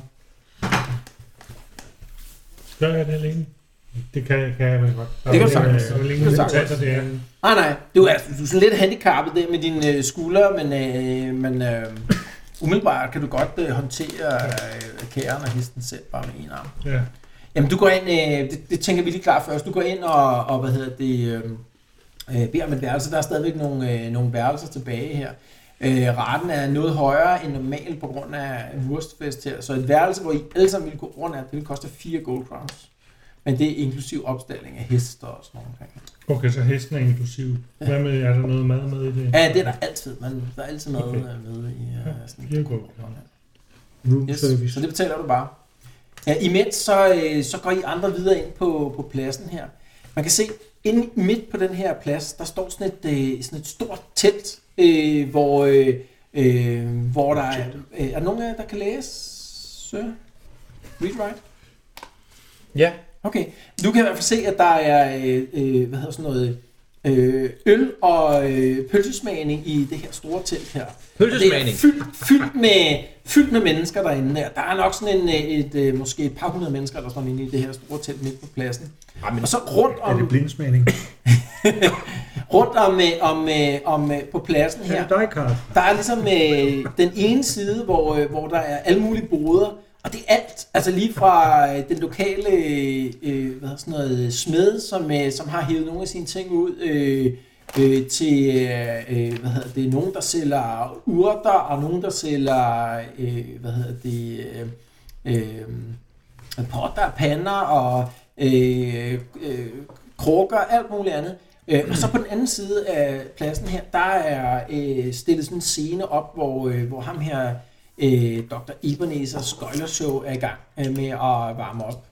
Gør jeg det alene? Det kan, jeg- kan jeg vel godt. Der Det kan er du vel, sagtens. øh, Der er vel Det ingen kan du sagtens. detaljer, det Nej, er. nej. Du er, du er sådan lidt handicappet der med dine øh, skuldre, men, øh, men øh, umiddelbart kan du godt øh, håndtere øh, kæren og hesten selv bare med en arm. Ja. Jamen, du går ind, øh, det, det tænker vi lige klart først. Du går ind og, og hvad hedder det, øh, øh, beder om et værelse. Der er stadigvæk nogle, øh, nogle værelser tilbage her. Øh, retten er noget højere end normalt på grund af Wurstfest her. Så et værelse, hvor I alle sammen ville gå rundt af, det ville koste 4 gold crowns. Men det er inklusiv opstilling af hester og sådan noget. Okay, så hesten er inklusiv. Hvad med, er der noget mad med i det? Ja, det er der altid. Man, der er altid noget okay. med i uh, sådan det er en godt. Room Yes, service. så det betaler du bare. Ja, imens så, øh, så går I andre videre ind på, på pladsen her. Man kan se, inde midt på den her plads, der står sådan et, øh, sådan et stort telt, øh, hvor, øh, øh, hvor der er... Øh, er der nogen af jer, der kan læse? Sir? Read right? Ja. Okay, du kan i hvert fald se, at der er øh, øh, hvad hedder sådan noget, øh, øl og øh, pølsesmagning i det her store telt her. Det Pølsesmagning. er fyldt, fyldt, med, fyldt med mennesker derinde. Der Der er nok sådan en, øh, et, øh, måske et par hundrede mennesker, der står inde i det her store telt midt på pladsen. Ej, men Og så rundt Er det om, blindsmagning? rundt om, øh, om, øh, om øh, på pladsen Er her, det dig, Karl? der er ligesom øh, den ene side, hvor, øh, hvor der er alle mulige boder, og det er alt, altså lige fra øh, den lokale øh, hvad er sådan noget, smed, som, øh, som har hævet nogle af sine ting ud, øh, øh, til øh, øh, hvad hedder det, nogen, der sælger urter, og nogen, der sælger øh, hvad hedder det, øh, øh, potter, pander og øh, øh, krukker og alt muligt andet. Øh, og så på den anden side af pladsen her, der er øh, stillet sådan en scene op, hvor, øh, hvor ham her, øh, Dr. Ebenezer Skøjlershow er i gang øh, med at varme op.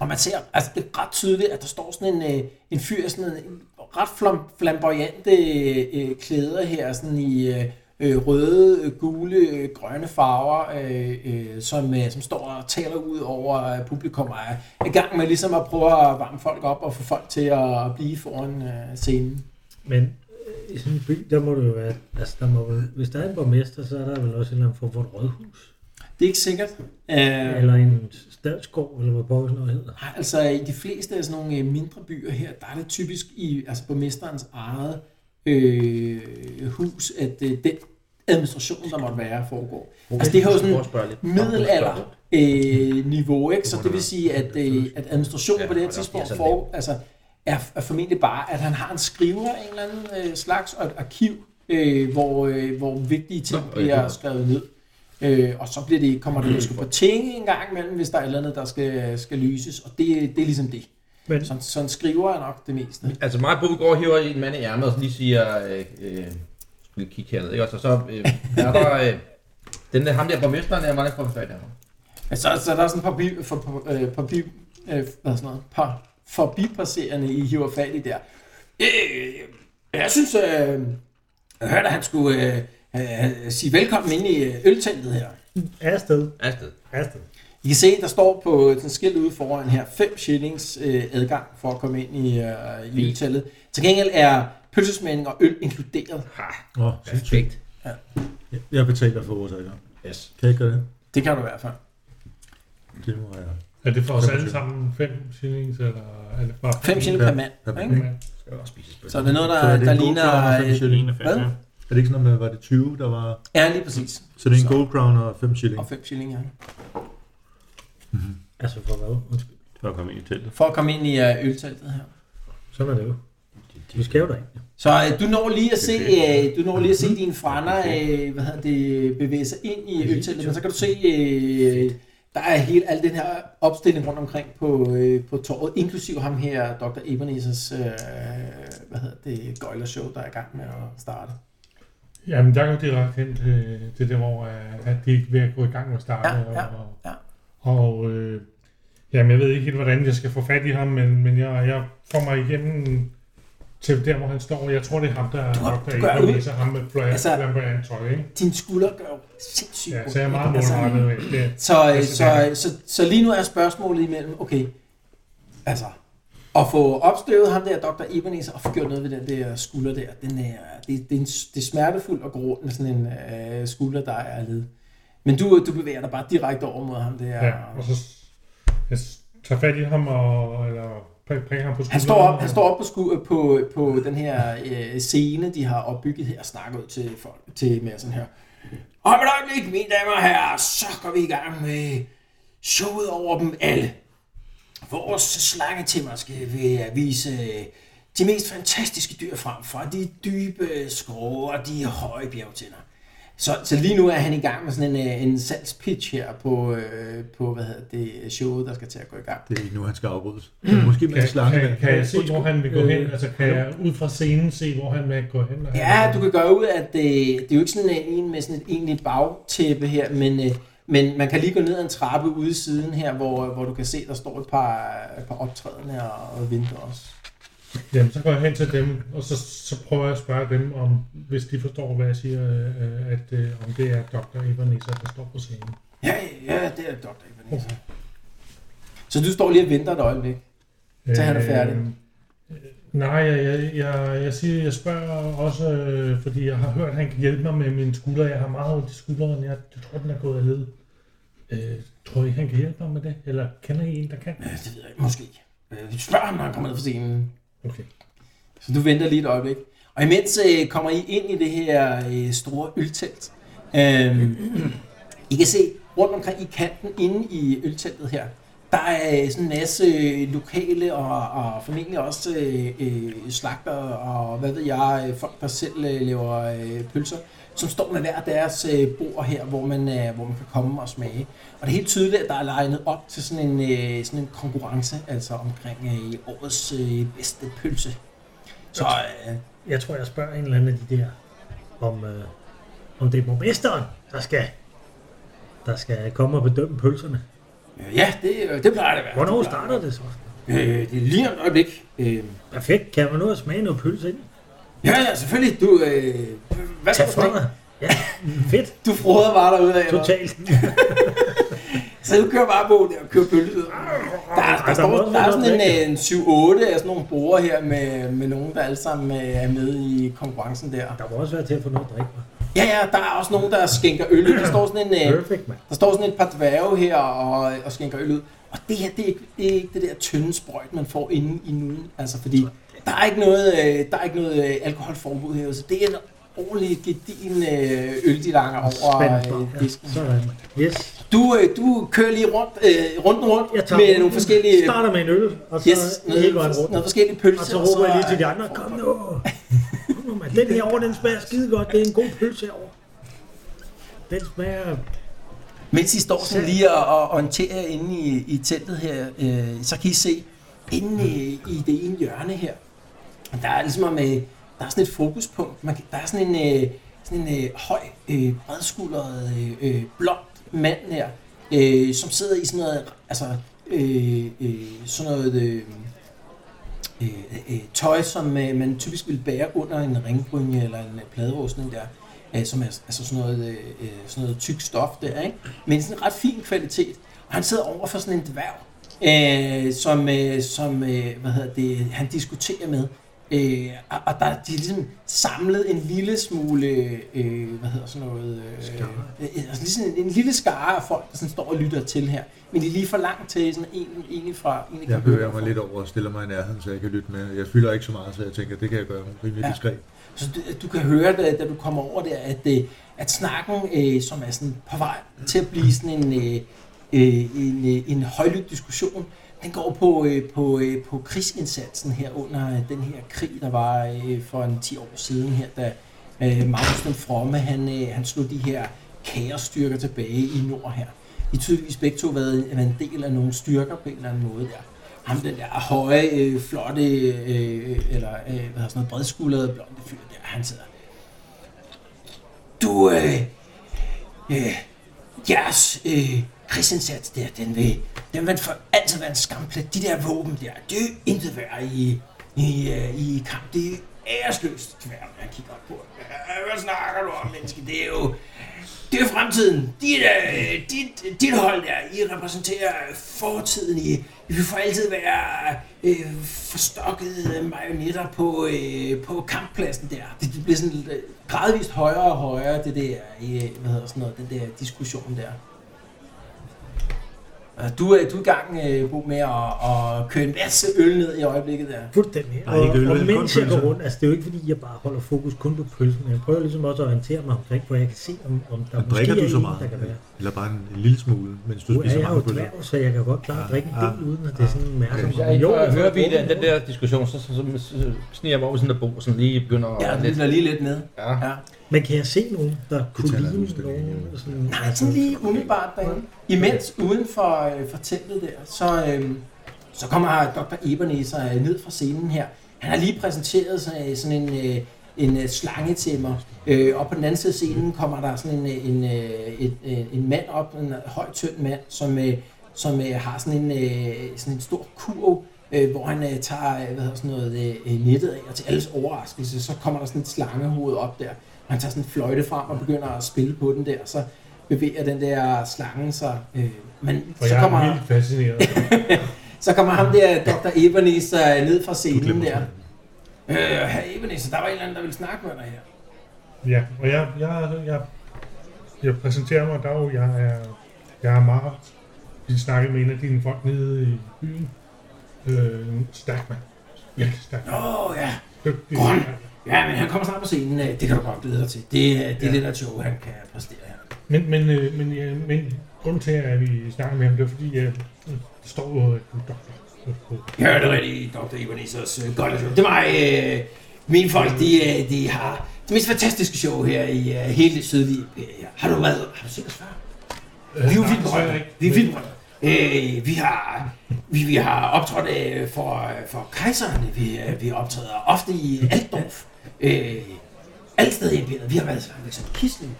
Og man ser, altså det er ret tydeligt, at der står sådan en, øh, en fyr i sådan en en ret flam, flamboyante øh, øh, klæder her, sådan i øh, øh, røde, øh, gule, øh, grønne farver, øh, øh, som, øh, som står og taler ud over øh, publikum og er i gang med ligesom at prøve at varme folk op og få folk til at blive foran øh, scenen. Men øh, i sådan en by, der må det jo være, altså der må, vel- hvis der er en borgmester, så er der vel også en eller anden form for et rådhus. Det er ikke sikkert. Øh, Eller en statsgård, eller hvad pokker sådan noget hedder. Nej, altså i de fleste af sådan nogle øh, mindre byer her, der er det typisk i altså borgmesterens eget øh, hus, at øh, den administrationen, der måtte være, foregår. Altså det har jo sådan middelalder øh, niveau, ikke? Så det vil sige, at, øh, at administrationen på det her tidspunkt for, altså, er, er formentlig bare, at han har en skriver af en eller anden øh, slags, og et arkiv, øh, hvor, øh, hvor vigtige ting Nå, og bliver ja. skrevet ned. Øh, og så bliver det, kommer det måske på tinge en gang imellem, hvis der er et eller andet, der skal, skal lyses, og det, det er ligesom det. Men- Sådan, sådan skriver er nok det meste. Altså mig og Bo går og hiver en mand i ærmet og lige siger, øh, øh, skal vi kigge herned, ikke? Og så, så øh, er der øh, den der, ham der borgmesteren der, hvordan får vi fat i ham? Ja, så, så der er sådan et par, bi, for, for, øh, par, bi, øh, hvad er sådan noget, par forbipasserende, I hiver fat i der. Øh, jeg synes, øh, jeg hørte, at han skulle øh, øh, sige velkommen ind i øh, ølteltet her. Afsted. Afsted. Afsted. I kan se, der står på sådan et skilt ude foran her, 5 shillings øh, adgang for at komme ind i, øh, i ølteltet. Til gengæld er pølsesmænding og øl inkluderet. Åh, Perfekt. jeg- jeg betaler for vores adgang. Yes. Kan jeg ikke gøre det? Det kan du i hvert fald. Det må jeg. Er det for os alle 25. sammen 5 shillings, eller er det bare 5 shilling per mand. Per mand, Ikke? Ja. Skal også spise bøl. Så er det noget, der, Så er det der en god ligner... crown og fem Øh, shilling. Hvad? Er det ikke sådan noget med, var det 20, der var... ja, lige præcis. Så det er en Så- gold crown og 5 shilling. Og 5 shilling, ja. Altså for hvad? Undskyld. For at komme ind i teltet. For at komme ind i øh, ølteltet her. Sådan er det jo. Vi skal jo derind. Så øh, du når lige at se, øh, du når lige at se Mm-hmm. dine frænder øh, hvad hedder det, bevæge sig ind i ølteltet, men så kan du se, øh, der er hele al den her opstilling rundt omkring på, øh, på torvet, inklusiv ham her, Dr. Ebenezers, øh, hvad hedder det, gøjlershow, der er i gang med at starte. Jamen, der går direkte hen til, til det, hvor øh, at de er ved at gå i gang med at starte. Ja, ja, og, ja. og øh, jamen, jeg ved ikke helt, hvordan jeg skal få fat i ham, men, men jeg, jeg får mig igennem til der, hvor han står. Jeg tror, det er ham, der Du har- er du gør ud. der læser ham med flam- Altså- flamboyant tøj, ikke? Din skulder gør jo sindssygt Ja, ondt, så jeg er meget ikke? Altså, målrettet. med det. Så, øh, Altså, så, så, så lige nu er spørgsmålet imellem, okay, altså, at få opstøvet ham der, Dr. Ebenezer, og få gjort noget ved den der skulder der, den er, det, det, er, en, det er smertefuldt og grå, med sådan en øh, skulder, der er led. Men du, du bevæger dig bare direkte over mod ham der. Ja, og så s- jeg s- tager fat i ham og eller pr- prikker ham på skulderen. Han står op, og- han står op på, sku, på, på den her øh, scene, de har opbygget her, og snakker ud til, folk, til massen her. Om et øjeblik, mine damer og herrer, så går vi i gang med showet over dem alle. Vores slangetimmer skal vi vise øh, de mest fantastiske dyr frem fra de dybe skrå og de høje bjergtænder. Så, så lige nu er han i gang med sådan en, øh, en salgspitch her på, øh, på hvad hedder det, showet, der skal til at gå i gang. Det er ikke nu, han skal afbrydes. Men måske med Kan, en slange. kan, men- kan jeg se, Undskyld. hvor han vil gå hen? Øh, Altså, kan jeg ud fra scenen se, hvor han vil gå hen? og Ja, han- du kan gøre ud, at det, det er jo ikke sådan en- en med sådan et egentligt bagtæppe her, men, øh, men man kan lige gå ned ad en trappe ude i siden her, hvor, hvor du kan se, der står et par, et par optrædende og, og vinter også. Jamen, så går jeg hen til dem, og så, så prøver jeg at spørge dem, om hvis de forstår, hvad jeg siger, øh, at øh, om det er Dr. Ebenezer, der står på scenen. Ja, ja, det er Dr. Ebenezer. Så du står lige og venter et øjeblik. Så han er færdig. øh, Nej, jeg, jeg, jeg, jeg, siger, jeg spørger også, øh, fordi jeg har hørt, at han kan hjælpe mig med min skulder. Jeg har meget ondt i skulderen. Jeg, jeg tror, den er gået af led. Øh, tror I, han kan hjælpe mig med det? Eller kender I en, der kan? Øh, Det ved jeg ikke, måske. Øh, Spørg ham, når han kommer ned fra scenen. Okay. Så du venter lige et øjeblik. Og imens øh, kommer I ind i det her øh, store øltelt. Øhm, I kan se rundt omkring i kanten inde i ølteltet her, der er øh, sådan en masse øh, lokale og, og formentlig også øh, øh, slagter og hvad ved jeg, øh, folk der selv øh, laver øh, pølser, som står med hver deres øh, bord her, hvor man, øh, hvor man kan komme og smage. Og det er helt tydeligt, at der er legnet op til sådan en, øh, sådan en konkurrence, altså omkring øh, årets øh, bedste pølse. Så øh, Jeg tror, jeg spørger en eller anden af de der, om, øh, om det er borgmesteren, der skal, der skal komme og bedømme pølserne. øh, ja, det, øh, det plejer det at være. Hvornår Det plejer starter det så? Øh, det er lige om et øjeblik. Øh, Perfekt. Kan man nå at smage noget pølse ind? ja, ja, selvfølgelig. Du, øh, hvad skal Tag du for snakke? mig. Ja, fedt. Du froder bare derude af. eller? Totalt. Så du kører bare på der og kører pølse. Der, der, der, der må står, være der er noget sådan at en, en 7-8 af sådan nogle borer her med, med nogen, der alle sammen øh, er med i konkurrencen der. Der må også være til at få noget at drikke. hva'? Ja, ja, der er også nogen, der skænker øl. ud. Der står sådan en, øh, Perfekt, mand. Der står sådan et par dværge her og, og skænker øl ud. Og det her, det er, ikke, det er ikke det der tynde sprøjt, man får inde i nuden. Altså, fordi der er ikke noget, øh, der er ikke noget øh, alkoholforbud her. Så det er en ordentlig gedin øh, øldelanger over Spændende. øh, disken. Sådan. Yes. Du, øh, du kører lige rundt, øh, rundt og rundt Jeg tager med runden, nogle forskellige, Starter med en øl, og så yes, hele noget, vejen rundt. noget forskellige Og pølser. så råber jeg lige til de andre, kom nu. Kom nu, mand. Den her over, den smager skide godt. Det er en god pølse herovre. Den smager... Mens I står sådan lige og, og orienterer inde i, i teltet her, øh, så kan I se, inde i, i det ene hjørne her, der er ligesom om, øh, der er sådan et fokuspunkt. Man kan, der er sådan en, øh, sådan en øh, høj, øh, bredskuldret, øh, øh, blond mand her, øh, som sidder i sådan noget, altså, øh, øh, sådan noget øh, øh, øh, tøj, som øh, man typisk vil bære under en ringbrynje eller en øh, pladerustning der øh, som er altså sådan noget, øh, øh, sådan noget tyk stof der, ikke? men sådan en ret fin kvalitet. Og han sidder over for sådan en dværg, øh, som, øh, som øh, hvad hedder det, han diskuterer med. Øh, og, og der er de er ligesom samlet en lille smule, øh, hvad hedder sådan noget, øh, øh, altså ligesom en, en lille skare af folk, der sådan står og lytter til her. Men de er lige for langt til sådan en, en fra en Jeg bevæger mig lidt over og stiller mig i nærheden, så jeg kan lytte med. Jeg fylder ikke så meget, så jeg tænker, det kan jeg gøre rimelig Ja. diskret. Så du, du kan høre, da, da du kommer over der, at, øh, at snakken, øh, som er sådan på vej til at blive sådan en, øh, øh, en, øh, en højlydt diskussion, den går på, øh, på, øh, på krigsindsatsen her under øh, den her krig, der var øh, for en 10 år siden her, da øh, Magnus den Fromme, han, øh, han slog de her kaosstyrker tilbage i nord her. I har tydeligvis begge to været, været en del af nogle styrker på en eller anden måde der ham den der høje, øh, flotte, øh, eller øh, hvad hedder sådan noget, bredskuldrede, blonde fyr der, han sidder. Du, øh, øh, jeres øh, krigsindsats der, den vil, den vil for altid være en skamplet. De der våben der, det er intet værd i, i, øh, i kamp. Det er æresløst, tværm, jeg kigger op på. Øh, Hvad snakker du om, menneske? Det er jo, det er fremtiden. Dit, øh, dit, dit hold der, I repræsenterer fortiden. I, I vil for altid være øh, forstokkede marionetter på, øh, på kamppladsen der. Det, det bliver sådan øh, gradvist højere og højere, det der, øh, hvad hedder sådan noget, den der diskussion der. Og Du, er, du er i gang øh, Bo, med at, at køre en masse øl ned i øjeblikket der. Fuldt den her. Nej, ikke øl, og, vel, og kun mens jeg går pølser. rundt, altså det er jo ikke fordi, jeg bare holder fokus kun på pølsen, men jeg prøver ligesom også at orientere mig omkring, hvor jeg kan se, om, om der Men måske drikker er du så en, meget? der kan være. Eller bare en, en lille smule, mens du Nu er spiser jeg jo mange pølser? Ah. dværg, så jeg kan godt klare at drikke en del, uden at det er sådan mærker Hvis mig. Jeg Jo, jeg får hører et vi rum den, den der diskussion, så, så, så, så sniger jeg mig over sådan der bo, sådan lige begynder at... Ja, den lytter lige lidt med. Ja. Ja. Men kan jeg se nogen, der kunne tager jeg ligne udstillingen nogen? hjemme. Sådan, Nej, sådan lige umiddelbart derinde. Imens uden for, øh, for teltet der, så, øh, så kommer Dr. Ebenezer øh, ned fra scenen her. Han har lige præsenteret sig øh, sådan en, øh, en øh, slange til mig. Øh, og på den anden side af scenen kommer der sådan en, øh, en, øh, en, øh, en mand op, en høj, tynd mand, som, øh, som øh, har sådan en, øh, sådan en stor kurv, øh, hvor han øh, tager øh, hvad hedder sådan noget, øh, nettet af, og til alles overraskelse, så kommer der sådan et slangehoved op der. Og han tager sådan en fløjte frem og begynder at spille på den der, så bevæger den der slange sig. Øh, men For så jeg kommer, er helt fascineret. så kommer ham der, Dr. Ebenezer, øh, ned fra Du scenen glemmer der. sådan. Øh, herr Ebenezer, der var en eller anden, der ville snakke med dig her. ja, og jeg, jeg, jeg, jeg præsenterer mig dog. Jeg er, jeg er Marat. Vi snakkede med en af dine folk nede i byen. Øh, en stærk mand. Virkelig stærk mand. Åh, oh, ja. Dygtig. Grøn. Ja, men han kommer snart på scenen. øh, Det kan du godt glæde dig til. Det, er- det er Ja. det der show, han kan præstere her. Men, men, øh, men, ja, men grunden til, at vi snakker med ham, det er fordi, jeg står jo øh, du er doktor. Ja, det er rigtigt, Dr. Ebenezers øh, godt show. Det var øh, mine folk, de, øh, de har det mest fantastiske show her i øh, hele det sydlige imperium. her. Har du været? Har du set os før? Vi er jo vildt berømte. Vi er vildt berømte. Øh, vi har, vi, vi har optrådt øh, for, øh, for kejserne. Vi, øh, vi optræder ofte i Altdorf. Øh, alle steder i imperiet. Vi har været sammen med sådan Kisling.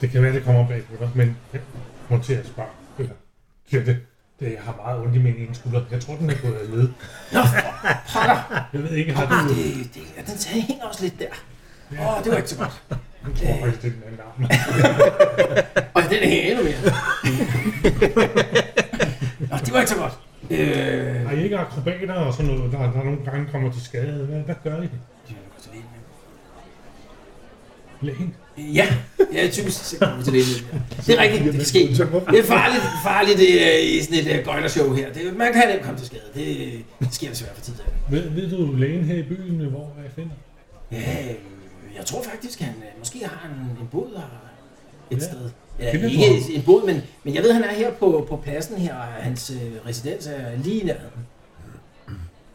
Det kan være, det kommer bag på dig, men jeg monterer et spar. Eller, siger det. Det jeg har meget ondt i min ene skulder. Jeg tror, den er gået af led. Nå, pokker. Jeg ved ikke, har Ah, du... det, det, ja, den tager- hænger også lidt der. Åh, oh, det var ikke så godt. Jeg tror faktisk, det er den anden arm. Og den hænger endnu mere. Nå, det var ikke så godt. Øh, Har I ikke akrobater og sådan noget? Der, der er nogle gange, der kommer til skade. Hvad, hvad gør I? Lægen? Ja, ja, typisk så kommer vi til det. indimellem. Det er rigtigt, det kan ske. Det er farligt, farligt det er i sådan et øh, gøjlershow her. Det, man kan nemt komme til skade. Det, det sker desværre for tid. Ved, ved du lægen her i byen, hvor jeg finder? Ja, øh, jeg tror faktisk, han øh, måske har en, en båd her et Ja. sted. Ja, Det kan ikke du en båd, men, men jeg ved, han er her på, på pladsen her, og hans øh, residens er lige nær.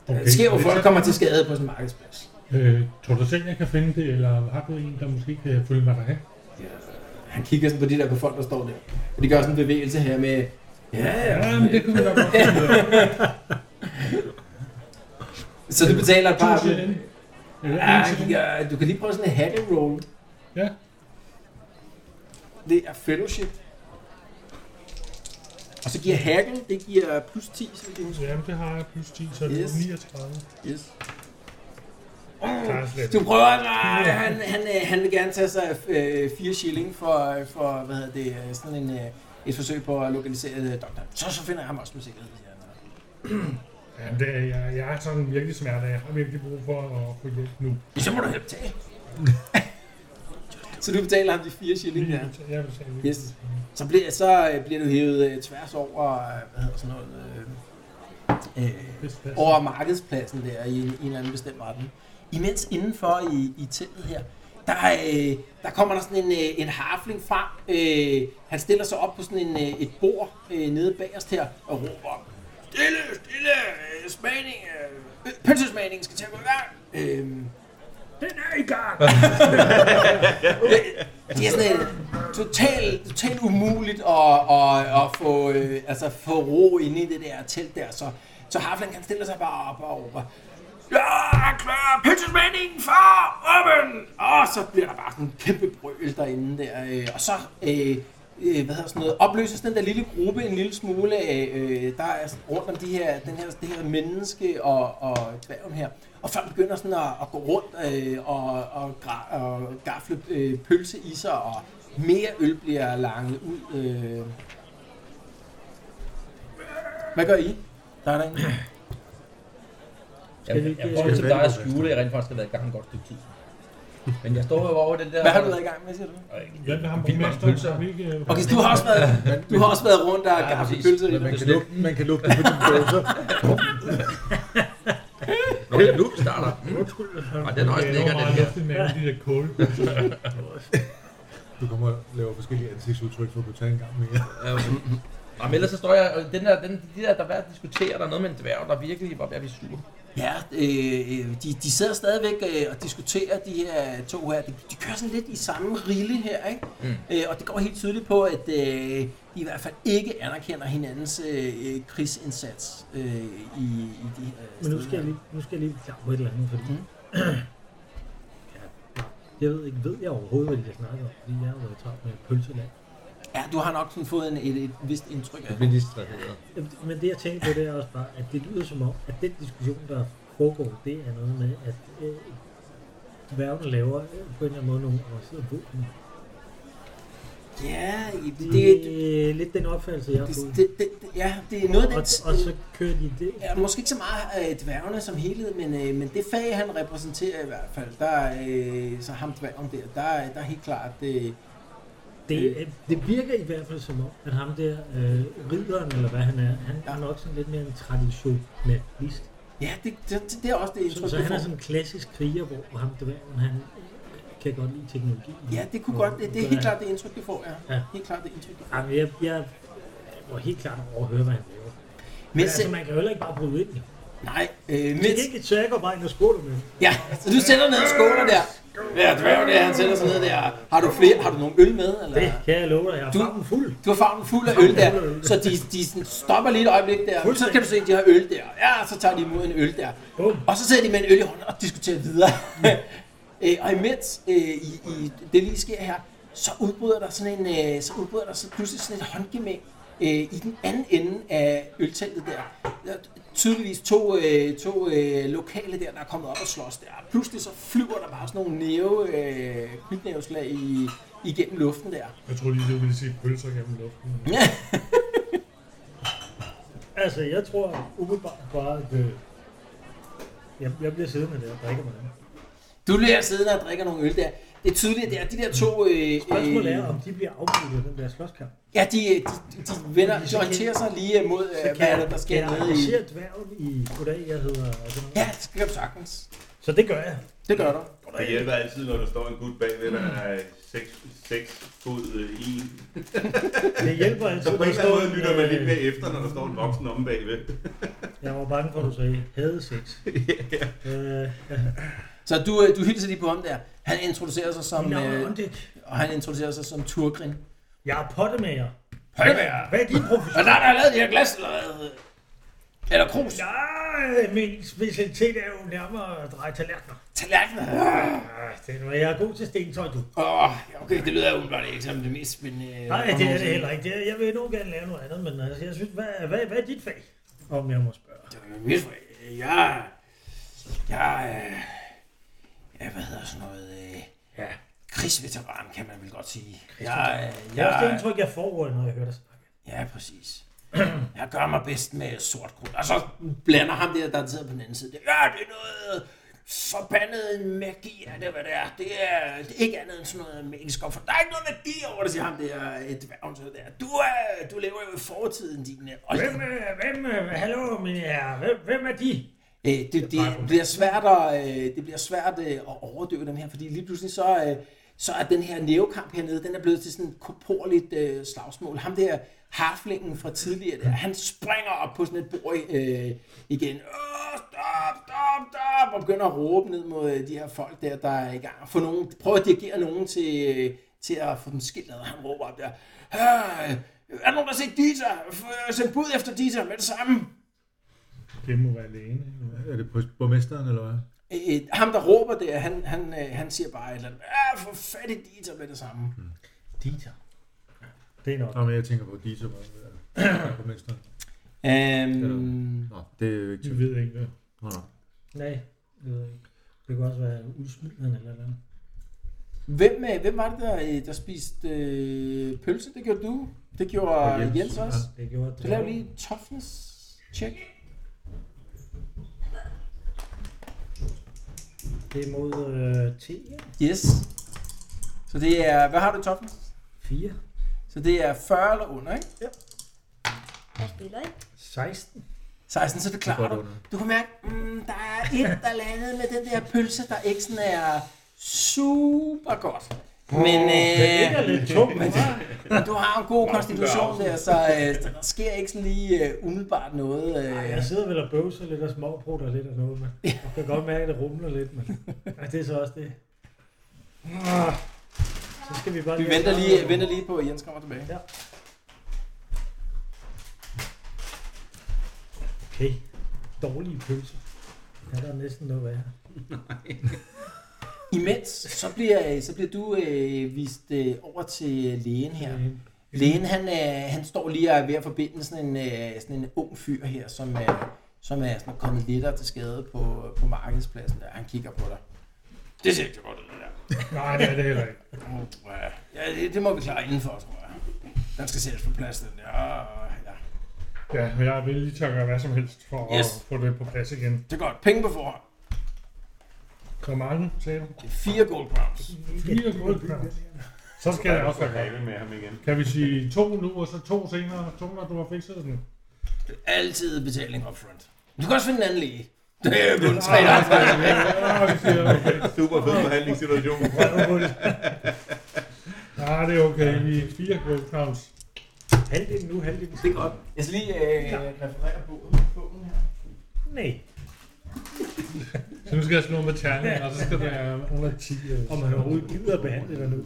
Okay, det sker jo, men at folk så- kommer til skade på sådan en markedsplads. Øh, tror du selv, jeg kan finde det, eller har du en, der måske kan følge mig derhen? Ja, han kigger sådan på de der på folk, der står der. Og de gør sådan en bevægelse her med... Ja, ja. Ja, men det kunne vi nok godt finde ud af. Så du betaler et par... Tusind yen. Eller Ja, en han til den. kigger, du kan lige prøve sådan en hack and roll. Ja. Det er fellowship. Og så giver hacken, det giver plus 10, så det er Jamen, det har jeg plus 10, så det Yes. er 39. yes. Klarer slet. Du prøver, nej, han, han, øh, han vil gerne tage sig øh, fire shilling for, øh, for hvad hedder det, øh, sådan en, øh, et forsøg på at lokalisere øh, doktoren. Så, så finder jeg ham også med sikkerhed. siger han. Ja, det er, jeg, jeg er sådan virkelig smerte. Jeg har virkelig brug for at få hjælp nu. Ja, Så må du have betalt. så du betaler ham de fire shilling der. Jeg vil sige, Yes. Så bliver, så øh, bliver du hævet øh, tværs over, øh, hvad hedder sådan noget, øh, øh, over markedspladsen der i en, i en eller anden bestemt retning. Imens indenfor i, i teltet her, der, øh, der kommer der sådan en, øh, en harfling frem. Øh, han stiller sig op på sådan en, øh, et bord øh, nede bagerst her og råber. Stille, stille, øh, smagning, øh, pølsesmagningen skal til at gå i gang. Øh, den er i gang! det, det er sådan øh, totalt total umuligt at, at, at få, øh, altså få ro inde i det der telt der. Så, så Harfland kan stille sig bare op og råber. Ja, klar, pølsesmagningen for åben! Og så bliver der bare sådan en kæmpe brøl derinde der. øh, Og så øh, øh, hvad hedder sådan noget, opløses den der lille gruppe en lille smule. af, Øh, der er sådan rundt om de her, den her, det her menneske og, og dværgen her. Og folk begynder sådan at, at gå rundt øh, og, og, gra- og gafle øh, pølse i sig, og mere øl bliver langet ud. Øh. Hvad gør I? Der er der en. vi Jeg, ikke- jeg prøver Skal til vi dig at vælge, skjule, jeg rent faktisk har været i gang en godt stykke tid. Men jeg står jo over den der... Hvad har du været i gang med, siger du? Hjælp med ham på Vildt mange mesteren, pølser. så vi ikke... øh, Okay, så du har også været, du har også været rundt og Ja, gafle præcis. pølse i dig. Men Man kan, det- lugte, man kan lugte på dine pølser. Nå, ja, nu starter. Og den er også jeg lækker, laver den meget her. luftigt med alle de der kålpølser. Du kommer og laver forskellige ansigtsudtryk for at kunne tage en gang mere. Og men Øhm, ellers så står jeg... og Den der, den, de der, der hver diskuterer, der er noget med en dværg, der virkelig var ved at blive sur. Ja, øh, øh, de, de sidder stadigvæk øh, og diskuterer de her to her. De, de kører sådan lidt i samme rille her, ikke? Mm. Øh, og det går helt tydeligt på, at øh, de i hvert fald ikke anerkender hinandens øh, øh, krigsindsats øh, i, i de her Men nu steder. skal jeg lige, nu skal jeg lige klare på et eller andet, fordi... Mhm. Ja, jeg ved ikke, ved jeg overhovedet, hvad de der snakker om, fordi jeg har været travlt med pølseland. Ja, du har nok sådan fået en, et, et vist indtryk af Jeg det. bliver distraheret. Jamen, Men det jeg tænker på, det er også bare, at det lyder som om, at den diskussion, der foregår, det er noget med, at øh, dværgene laver øh, på en eller anden måde nogle avancerede våben. Ja, i- det, Det det, er øh, lidt den opfattelse, jeg har det, fået. det, det, det, ja, det er noget af Og, den... og så kører de det. Ja, måske ikke så meget øh, dværgene som helhed, men, øh, men det fag, han repræsenterer i hvert fald, der øh, så ham dværgen der, der, er- der er helt klart... Øh, Det, øh, det virker i hvert fald som om, at ham der, øh, ridderen eller hvad han er, han Ja. er nok sådan lidt mere en traditionalist. ja, det, det, det er også det Så, indtryk, så du han får. er sådan en klassisk kriger, hvor hvor ham dværgen, han øh, kan godt lide teknologi. Ja, det kunne Og- godt. Det, og det er gør helt han- klart det indtryk, du får, ja. Ja. Helt klart det indtryk, du får. Jamen, jeg, jeg var helt klart overhøre, hvad han laver. Men, Men Men altså, se- man kan jo heller ikke bare bryde ind. jo. Nej, øh, Det men... er ikke et tørk og bare ind og skåle med. Ja, så du sætter ned skåler der. Ja, dværgen der, han sætter sig ned der. Har du flere? Har du nogle øl med? Eller? Det kan jeg love dig, jeg har Du- farven fuld. Du har farven fuld af øl der, så de, de sådan stopper lige et øjeblik der. Så kan du se, at de har øl der. Ja, så tager de imod en øl der. Bum. Og så sidder de med en øl i hånden og diskuterer videre. Øh, og imens øh, i, i det lige sker her, så udbryder der sådan en, øh, så udbryder der så pludselig sådan et håndgemæng øh, i den anden ende af ølteltet der. Der er tydeligvis to, øh, to øh, lokale der, der er kommet op og slås der. Pludselig så flyver der bare sådan nogle næve, øh, knytnæveslag i, igennem luften der. Jeg tror lige, du ville sige pølser gennem luften. Altså, jeg tror umiddelbart bare, at øh, jeg, jeg bliver siddende der og drikker mig. Du bliver siddende og drikker nogle øl der. Det er tydeligt, at det er de der to... Øh, Spørgsmålet er, øh, om de bliver afbrudt af den der slåskamp. ja, de, øh, de, de, vender, de orienterer sig lige mod, øh, hvad er det, der sker jeg nede i... arrangere dværgen i goddag, jeg hedder... og sådan noget? Ja, det gør du sagtens. Så det gør jeg. Det gør du. Det hjælper altid, når der står en gut bagved, der er 6, 6 fod 1. Det hjælper altså. Så på en eller anden måde lytter man lidt mere efter, når der står en voksen om bagved. Jeg var bange for, at du sagde, havde sex. yeah. øh, Så du, øh, du hilser lige på ham der. Han introducerer sig som, min navn er øh, Ondik. og han introducerer sig som Turgrin. Jeg er pottemager. Højvær! Hvad er din profession? Hvad er der, der har lavet de her glas, eller hvad? Eller krus? Nej, min specialitet er jo nærmere at dreje tallerkener. Tallerkener? Ah, det er, jeg er god til stentøj, du. Åh, oh, okay, det lyder jo bare ikke som det mest øh, spændende. Nej, det er det heller ikke. Det er, jeg vil nogen gerne lave noget andet, men altså, jeg synes, hvad, hvad, hvad er dit fag? Om jeg må spørge. Det var jo mit fag. Jeg... Jeg... øh, Ja, hvad hedder sådan noget... øh, Ja, krigsveteran, kan man vel godt sige. Jeg, øh, Det er også det jeg, indtryk, jeg får, når jeg hører dig snakke. ja, præcis. Jeg gør mig bedst med sort krudt. Og så blander ham der, der sidder på den anden side. Ja, det er noget forbandet magi, er det, hvad det er. Det er, det er ikke andet end sådan noget magisk opfund. Der er ikke noget magi over det, siger ham der øh, dværgen. så Der. Du, er, du lever jo i fortiden, din... øh, Og Hvem, øh, hvem, øh, hallo, min herre, hvem, hvem er de? Øh, det, det, bliver svært at, øh, det bliver svært øh, at overdøve den her, fordi lige pludselig så, øh, så er den her nævekamp hernede, den er blevet til sådan et korporligt øh, slagsmål. Ham der harflingen fra tidligere der, han springer op på sådan et bord øh, igen. Åh, stop, stop, stop! Og begynder at råbe ned mod øh, de her folk der, der er i gang. Få nogen, prøver at dirigere nogen til, øh, til at få dem skilt ad. Han råber op der. "Øh, Er der nogen, der har set Dieter? F- øh, Send bud efter Dieter med det samme. Det må være lægen. ikke? Er det på borgmesteren, eller hvad? Øh, ham, der råber det, han, han, øh, han siger bare et eller andet, "Ah, få fat i Dieter med det samme. Dieter. Det er nok. Nå, men jeg tænker på Dieter. hvor- ja, Borgmesteren. Øhm, Nå, det er jo ikke Vi til. ved ikke, hvad. Nå, nå. Nej, det ved jeg ikke. Det kan også være udsmidende eller noget. hvem, øh, hvem var det, der, øh, der spiste øh, pølse? Det gjorde du. Det Og gjorde Jens, Jens, Jens også. Det gjorde Du laver lige toughness check. Det er mod øh, T, ja. Yes. Så det er, hvad har du i toughness? 4. Så det er 40 eller under, ikke? Jeg spiller ikke. 16. 16, så det klarer godt du. under. Du kan mærke, mm, der er et eller andet med den der pølse, der ikke sådan er super godt. Men, øh, Det er lidt tungt, men Men du har en god konstitution Clausen. der, så øh, der sker ikke sådan lige øh, umiddelbart noget. Øh. jeg sidder vel og bøvser lidt og småprutter lidt og noget, men jeg kan godt mærke, at det rumler lidt, men ja, det er så også det. Ah, Så skal vi bare Vi venter lige, venter lige på, at Jens kommer tilbage. Ja. Okay, dårlige pølser. Ja, der er næsten noget værre. Imens, så bliver, øh, så bliver du øh, vist øh, over til lægen her. Lægen, han, øh, han står lige og er ved at forbinde sådan en, øh, sådan en ung fyr her, som, øh, som er sådan kommet lettere til skade på, på markedspladsen. Der. Han kigger på dig. Det ser ikke så godt ud, det der. Nej, det er det heller ikke. Uh, ja, det, det må vi klare indenfor, tror jeg. Den skal sættes på plads, den der. Og, ja. Ja, og jeg er villig til at gøre hvad som helst for yes. Yes. at få det på plads igen. Det er godt. Penge på forhånd. Hvor mange, sagde du? Det er fire gold crowns. Fire guldkram. Så skal jeg også have have med ham igen. Kan vi sige to nu, og så to senere, to når du har fikset den? Altid betaling upfront. Du kan også finde en anden læge. Det er kun tre der. Ja, vi siger, okay. Super fed forhandlingssituation. Nej, det er okay. Vi er fire guldkrams. Halvdelen nu, halvdelen Det er godt. Jeg skal lige øh, referere på bogen her. Nej. Så nu skal jeg slå med terning, og så skal det være under øh, 10. eller Om sådan han noget. overhovedet gider at behandle dig nu.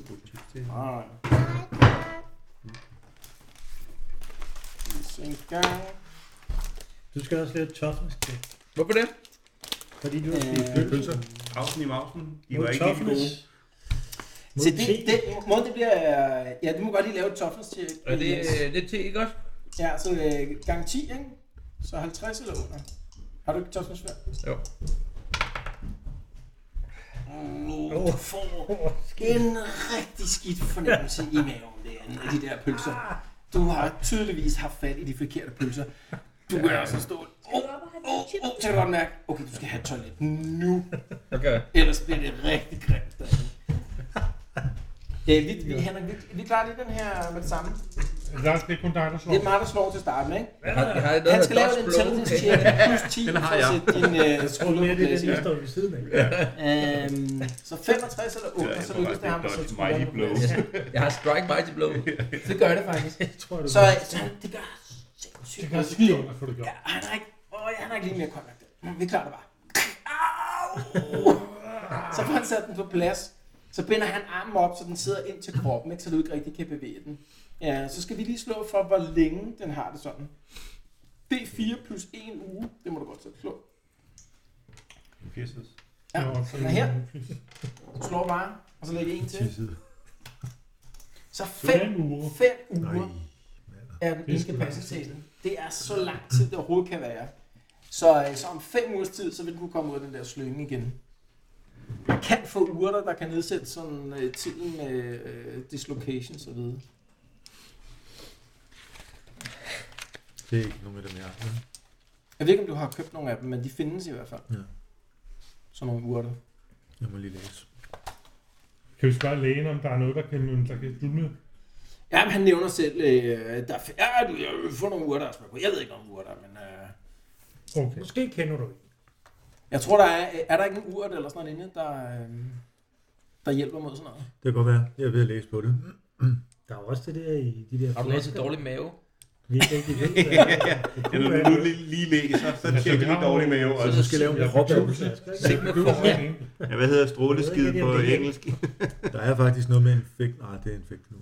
Nej. En gang. Du skal også lave et toughness check, Hvorfor det? fordi du har spist Øh, pølser. Pølser. Aften i mausen. De Mod var ikke helt toughness. gode. Så det, det, måde det bliver... Ja, du må godt lige lave et toughness check. Er det, øh, det er te, ikke også? Ja, så øh, gang 10, ikke? Så 50 eller under. Har du ikke toughness før? Jo. Oh, du får en rigtig skidt fornemmelse i maven derinde af de der pølser. Du har tydeligvis haft fat i de forkerte pølser. Du kan også stå... Åh, op og have åh, nogle chips. åh, kan du godt mærke? Okay, du skal have et toilet nu. Okay. Ellers bliver det rigtig grimt derinde. Øh, vi, vi, Henrik, vi, vi klarer lige den her med det samme. Lars, det er kun dig, der slår. Det er mig, der slår til starten, ikke? Jeg har, jeg har noget, Han skal der lave dodge en blow. intelligence check plus 10 Den har for at jeg. sætte din uh, Og skulder mere på det, det, plads. der står ved siden af. Ja. Øhm, så 65 eller 8, Ja, så jeg må lykkes bare det ham at dodge sætte mighty skulderen på plads. blow. Jeg har strike mighty blow. Det gør det faktisk. Jeg tror, det Så, var. så det gør sindssygt. Det kan jeg ondt. skide ondt at få det gjort. Ja, han har ikke, åh, han har ikke lige mere kontak. Men vi klarer det bare. Au! så får han sat den på plads. Så binder han armen op, så den sidder ind til kroppen, ikke? så du ikke rigtig kan bevæge den. Ja, så skal vi lige slå for, hvor længe den har det sådan. Det er 4 plus 1 uge. Det må du godt selv slå. Pierces. Ja, Jeg var også den er her. Du slår bare, og så lægger en til. Tissede. Så Så det er 5 en uge. fem Nej. uger er den Det er ikke sgu kapaciteten. Det er så lang tid, det overhovedet kan være. Så, øh, så om fem ugers tid, så vil den kunne komme ud af den der slynge igen. Man kan få urter, der kan nedsætte sådan øh, tiden med øh, dislocation så videre. Det er ikke nogen af dem, jeg har. Ja. Jeg ved ikke, om du har købt nogle af dem, men de findes i hvert fald. Ja. Sådan nogle urter. Jeg må lige læse. Kan vi spørge lægen, om der er noget, der kan, der kan dulme? Ja, men han nævner selv, øh, der er, ja, du, jeg vil få nogle urter at smage på. Jeg ved ikke om urter, men øh, Okay. Måske kender du en. jeg tror, der er, er der ikke en urt eller sådan noget inde, der, øh, der hjælper mod sådan noget. Det kan godt være. Jeg er ved at læse på det. Der er jo også det der i de der altså, Har du også flasker, dårlig mave? vi ikke rigtig ved. hvad- Ja, når du nu lige, lige læser, så Ja, så tjekker vi du lige har- dårlig mave. Og Du skal lave en kropsøvelse. Sig med for Ja. ja, hvad hedder stråleskid Jeg på ved ikke, engelsk? Der er faktisk noget med en fik. Nej, det er en fik nu.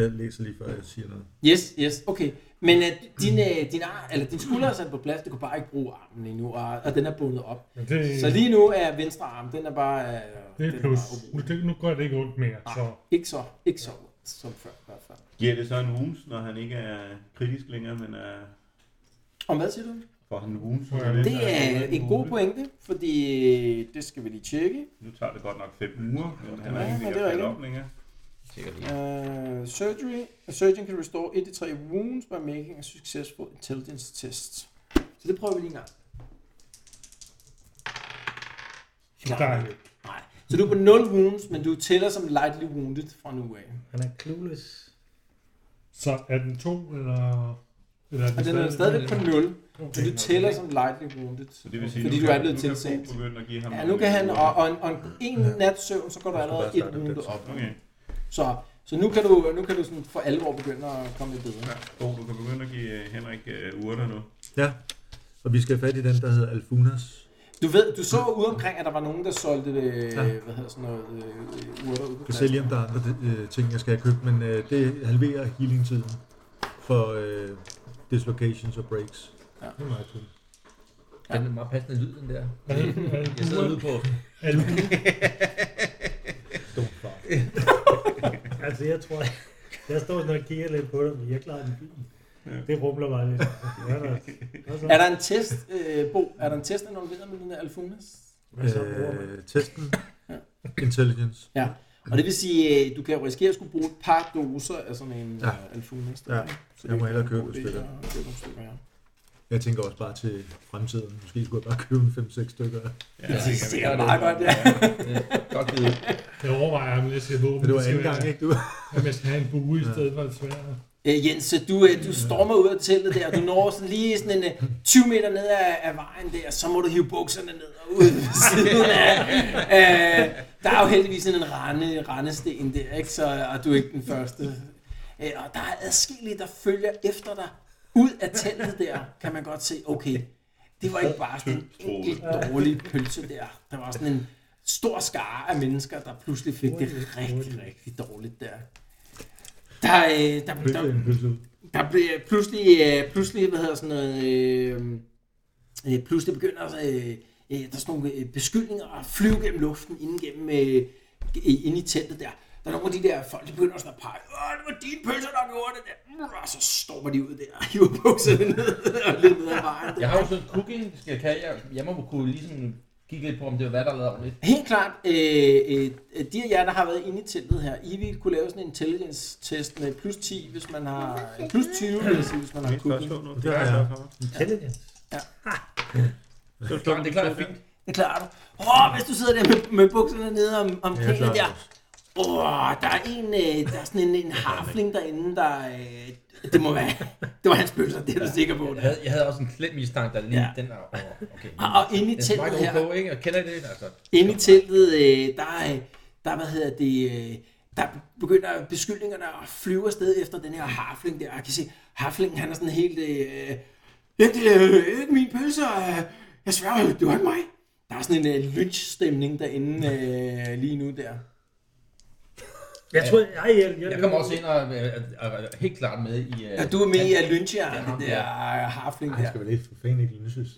Jeg læser lige før, jeg siger noget. Yes, yes, okay. Men uh, din, uh, din, arm, eller din skulder er sat på plads, du kan bare ikke bruge armen endnu, og, og den er bundet op. Men det, Så lige nu er venstre arm, den er bare... Uh, Øh. det er den plus. bare Nu, ubrugelig. det, nu gør det ikke ondt mere. Så ikke så, ikke så som før i hvert fald. Giver det så en wounds, når han ikke er kritisk længere, men er... Og hvad siger du? For han wounds, Ja. så den Det er ikke en god mulig. pointe, fordi øh, det skal vi lige tjekke. Nu tager det godt nok 5 uger, men han er Ja, ikke men ved det er at falde rigtigt. op længere. Sikkert lige. Uh, surgery. A surgeon can restore 1-3 wounds by making a successful intelligence test. Så det prøver vi lige en gang. så der er det. Nej. Så du er på 0 wounds, men du tæller som lightly wounded fra nu af. Han er clueless. Så er den to, eller... eller Og den er stadigvæk på 0, så Okay. du tæller som lightly wounded. Så det vil sige, Fordi nu du kan- er blevet nu kan Bo tilsendt. begynde at give ham Ja, nogle nu kan han, uger. og, og en, og en- en øh, Ja. nat søvn, så går der Jeg skal allerede bare et starte runde den. op. Okay, Så, så nu kan du, nu kan du sådan for alvor begynde at komme lidt bedre. ja. Bo, du kan begynde at give øh, Henrik øh, urter nu. Ja, og vi skal have fat i den, der hedder Alfunas. Du ved, du så ude omkring, at der var nogen, der solgte, øh, Ja. hvad hedder sådan noget, øh, urter ude på Jeg kan pladsen. selv lige, om der er andre øh, ting, jeg skal have købt, men øh, det halverer healing-tiden for øh, dislocations og breaks. Det er meget tydeligt. Den er meget passende lyd, den der. Hvad hedder den? Er det Jeg sidder uret? ude på... Er det uret? Altså, jeg tror, jeg står sådan og kigger lidt på det, men jeg klarer den fint. Det rumler bare lidt. Hvad er der? Hvad så? Er der en test, øh, Bo? Er der en test involveret med den der Alfunas? Hvad så, bruger man? Øh, testen. Intelligence. Ja. Og det vil sige, øh, du kan jo risikere at skulle bruge et par doser af sådan en Ja. ja. Alfunas. Ja. Så det Jeg må hellere er en købe god et idé stykke. at købe nogle stykker, ja. Jeg tænker også bare til fremtiden. Måske skulle jeg bare købe 5-6 stykker. Ja, det kan ser vi jeg gøre meget det. godt, ja. Ja, Godt givet. Jeg overvejer, om jeg skal våben. Men det var skal anden gang, være- ikke du? Om jeg skal have en bue i stedet for et svær. Øh, Jens, så du, øh, du stormer ud af teltet der, og du når sådan lige sådan en øh, 20 meter ned af, af vejen der, så må du hive bukserne ned og ud ved siden af. Øh, der er jo heldigvis en rande, randesten der, ikke? Så, og du er ikke den første. Øh, og der er adskillige, der følger efter dig ud af teltet der, kan man godt se, okay, det var ikke bare sådan en enkelt dårlig pølse der. Der var sådan en stor skare af mennesker, der pludselig fik det rigtig, rigtig dårligt der. Der, øh, der, der, En pølse ud. der blev pludselig, øh, pludselig hvad hedder sådan noget, øh, øh, pludselig begynder øh, øh, der er sådan nogle øh, beskyldninger at flyve gennem luften inden gennem, øh, øh, inde i teltet der. Der er nogle af de der folk, der begynder sådan at pege, Åh, det var dine pølser, der gjorde det der. Mm, Og så stormer de ud der og hiver bukserne ned og lidt ned ad vejen. Jeg har jo sådan en cookie, skal jeg, kan jeg, jeg må kunne ligesom kigge lidt på, om det var hvad, der lavede ordentligt. Helt klart, øh, øh, de af jer, der har været inde i teltet her, I vil kunne lave sådan en intelligence-test med plus 10, hvis man har... Plus 20, vil jeg sige, hvis man har Mit cooking. spørgsmål nu. Det er jeg. jeg. Intelligence. Så er du Det er klart, det er fint. Det klarer du. Åh, hvis du sidder der med, med bukserne nede om, om Ja, jeg knæet klarer der. det. Åh, der er en, øh, der er sådan en, en harfling derinde, der... Øh, det må være... Det var hans pølser, det er du sikker på. Jeg havde, jeg havde også en klem i stang, der lige Ja. ja. den er over. Okay. Og, og inde i Den smagte teltet her, okay, ikke? Og kender I det? Altså, inde i teltet, øh, der er, der, hvad hedder det, øh, der begynder beskyldningerne at flyve afsted efter den her harfling der. Jeg kan se, harflingen han er sådan helt, øh, ja, det er øh, ikke min pølse, øh, jeg sværger, det var ikke mig. Der er sådan en øh, lynchstemning derinde øh, lige nu der. Jeg tror, jeg, jeg, jeg, jeg kommer også ind og er helt klart med i... øh, Ja, du er med i at lynche jer, Det er ham det der øh, harfling Han der. skal vel ikke for fanden ikke lynses.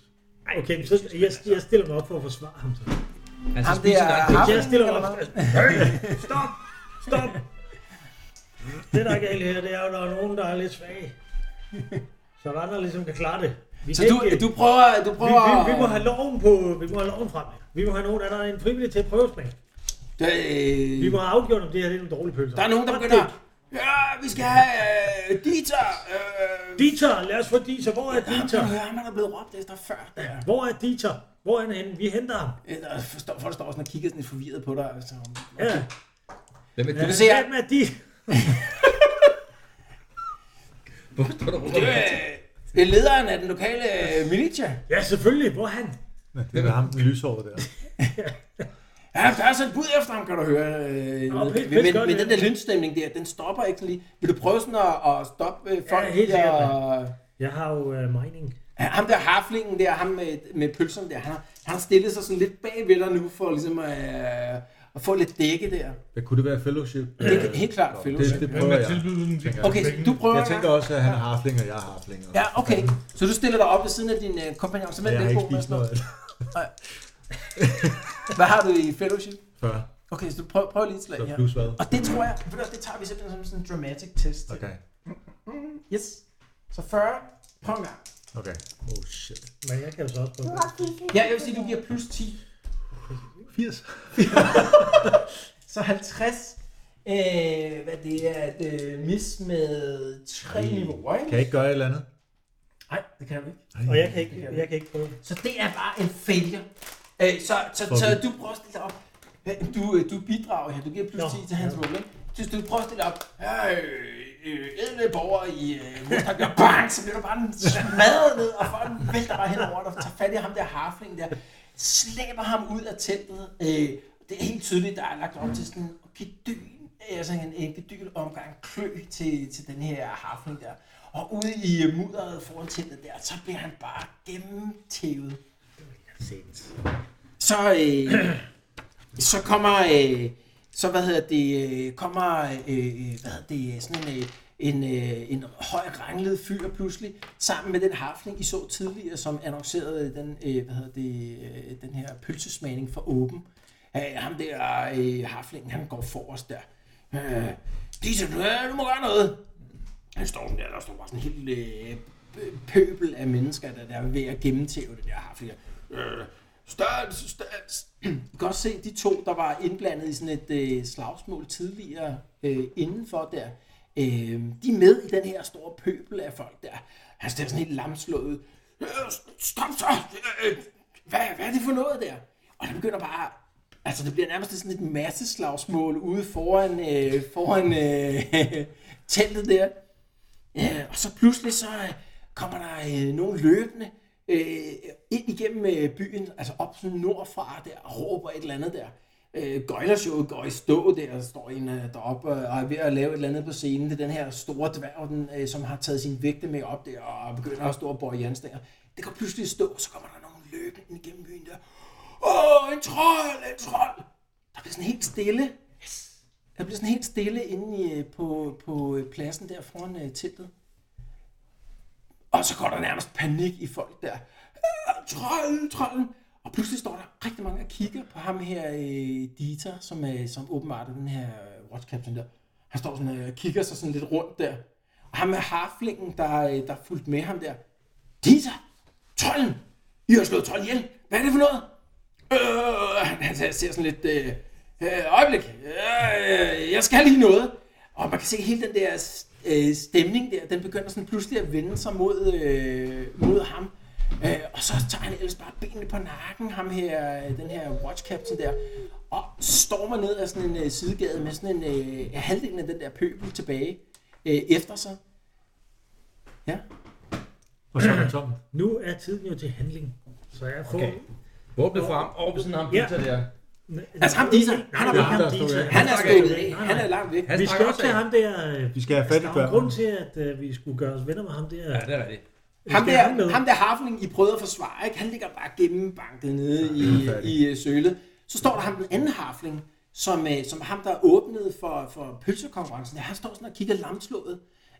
Okay, så jeg, jeg stiller mig op for at forsvare ham så. Altså, Ham der spiser nok- Jeg harfling, stiller mig eller op. Altså, hvad? Hey, stop! Stop! Det, der er galt her, det er jo, der er nogen, der er lidt svage. Så der andre ligesom kan klare det. Vi Så kan du, ikke- du prøver, du vi, prøver... vi, vi, må have loven på, vi må have loven frem. her. Vi må have nogen, der er en frivillig til at prøvespringe. Øh, Vi må have afgjort, om det her det er nogle dårlige pølser. Der er nogen, der Fuck begynder... det. Ja, vi skal have øh, Dieter! Øh, Dieter, lad os få Dieter. Hvor er Dieter? Kan du høre, ham, han er blevet råbt efter før. Der. Hvor er Dieter? Hvor er han henne? Vi henter ham. Øh, der står- Folk står sådan og kigger sådan lidt forvirret på dig. altså. Så... Ja. Hvem er Du det? kan se, at Hvem er Dieter? Hvorfor står der rundt? det er, øh, det er lederen af den lokale øh, militia. Ja, selvfølgelig. Hvor er han? Nej, det er ham den lyshårede der. Ja, der er sådan et bud efter ham, kan du høre. Øh, Nå, men, pis- pis men, godt, men ja. den der lynstemning der, den stopper ikke sådan lige. Vil du prøve sådan at, at stoppe øh, folk? helt sikkert, og, Jeg har jo uh, mining. Ja, ham der harflingen der, ham med, med pølserne der, han har, han har stillet sig sådan lidt bagved dig nu, for ligesom øh, at få lidt dække der. Hvad kunne det være fellowship? Det er helt klart fællesskab. Det, det Hvem prøver er jeg. tilbydet den? tænker Okay, så du prøver Jeg tænker også, at han er harfling, og jeg er harfling. og- Ja, okay. Så du stiller dig op ved siden af din øh, kompagnon, så Og med Jeg den har ikke god med spist at slå. noget af det. Hvad har du i fellowship? Før. Okay, så du prøv, prøv lige et slag Så her. plus hvad? Og det tror jeg, ved du, hvad, det tager vi simpelthen som sådan en dramatic test. Okay, Yes. Så 40, prøv en gang. okay. Oh shit. Men jeg kan jo så også prøve. Ja, jeg vil sige, du giver plus 10. 80. Så 50. Øh, hvad det er, et øh, mis med 3 niveauer, Kan ikke? jeg ikke gøre et eller andet? Nej, det kan du ikke. Og jeg kan ikke, jeg kan ikke prøve. Så det er bare en failure. Øh, så, så, Fuck så it. du prøver at stille dig op. Øh, Du, øh, du bidrager her. Du giver plus Nå, 10 til hans ja. rulle. ikke? Så du prøver at stille dig op. Øh, øh, edle borgere i øh, Woodstock. Ja, bang! Så bliver du bare smadret ned, og folk vælter dig hen over dig. Tager fat i ham der harfling der. Slæber ham ud af teltet. Øh, det er helt tydeligt, der er lagt op til sådan en gedyn. Altså en, en gedyn omgang klø til, til den her harfling der. Og ude i øh, mudderet foran teltet der, så bliver han bare gennemtævet. Så, øh, så kommer, øh, så hvad hedder det, øh, kommer, øh, øh, hvad hedder det, sådan en, øh, en, øh, en høj ranglet fyr pludselig, sammen med den harfling, I så tidligere, som annoncerede den, øh, hvad hedder det, øh, den her pølsesmagning for åben. Øh, ham der øh, harflingen, han går forrest der. Øh, Dieter, du, øh, du må gøre noget. Han står sådan der, der står bare sådan en hel øh, pøbel af mennesker, der, der er ved at gennemtæve det der harfling. Øh, Stans, stans. Du kan også se de to, der var indblandet i sådan et øh, slagsmål tidligere øh, indenfor der. Øh, de er med i den her store pøbel af folk der. Han stiller sådan helt lamslået. ud. Øh, stop så! Øh, hvad, hvad er det for noget der? Og det begynder bare... Altså, det bliver nærmest sådan et masseslagsmål ude foran, øh, foran øh, teltet der. Ja, og så pludselig så øh, kommer der øh, nogen løbende øh, ind igennem øh, byen, altså op sådan nordfra der, og råber et eller andet der. Øh, Gøjlershowet går i stå der, og står en øh, deroppe øh, og er ved at lave et eller andet på scenen. Det er den her store dværg, den, øh, som har taget sin vægte med op der, og begynder at stå og bøje jernstænger. Det går pludselig i stå, og så kommer der nogen løbende ind igennem byen der. Åh, en trold, en trold! Der bliver sådan helt stille. Der bliver sådan helt stille inde i, øh, på, på øh, pladsen der foran øh, teltet. Og så går der nærmest panik i folk der. Øh, Trolden, trolden! Og pludselig står der rigtig mange og kigger på ham her, øh, Dieter, som, øh, som åbenbart er den her øh, watch captain der. Han står sådan øh, og kigger sig sådan lidt rundt der. Og ham med harflingen, der, øh, der er fulgt med ham der. Dieter! Trolden! I har slået trolden ihjel! Hvad er det for noget? Øh, han, han ser ser sådan lidt... Øh, øh, øjeblik! Øh, øh, jeg skal lige noget! Og man kan se hele den der øh, stemning der, den begynder sådan pludselig at vende sig mod, øh, mod ham. Øh, og så tager han ellers bare benene på nakken, ham her, øh, den her watch captain der. og stormer ned ad sådan en øh, sidegade med sådan en øh, halvdelen af den der pøbel tilbage øh, efter sig. Ja. Og så er man tom. Nu er tiden jo til handling. Så jeg får... Okay. Åbne frem, over ved siden af ham, Ja. Peter der. Altså, ham Dieter, Nej, han er det bare- ham der stod Dieter. af. Han er stået væk. Nej, nej. Han er langt væk. Han Vi skal snakker også også til af- ham der... øh, Vi skal have fat i Der er jo en grund børnene. til, at øh, vi skulle gøre os venner med ham der. Ja, det er rigtigt. Ham Skal han der, med? ham der harfling, I prøvede at forsvare, ikke? han ligger bare gennembanket nede i, færdig. i øh, sølet. Så står der ham den anden harfling, som, øh, som ham der åbnede for, for pølsekonkurrencen. Han står sådan og kigger lamslået.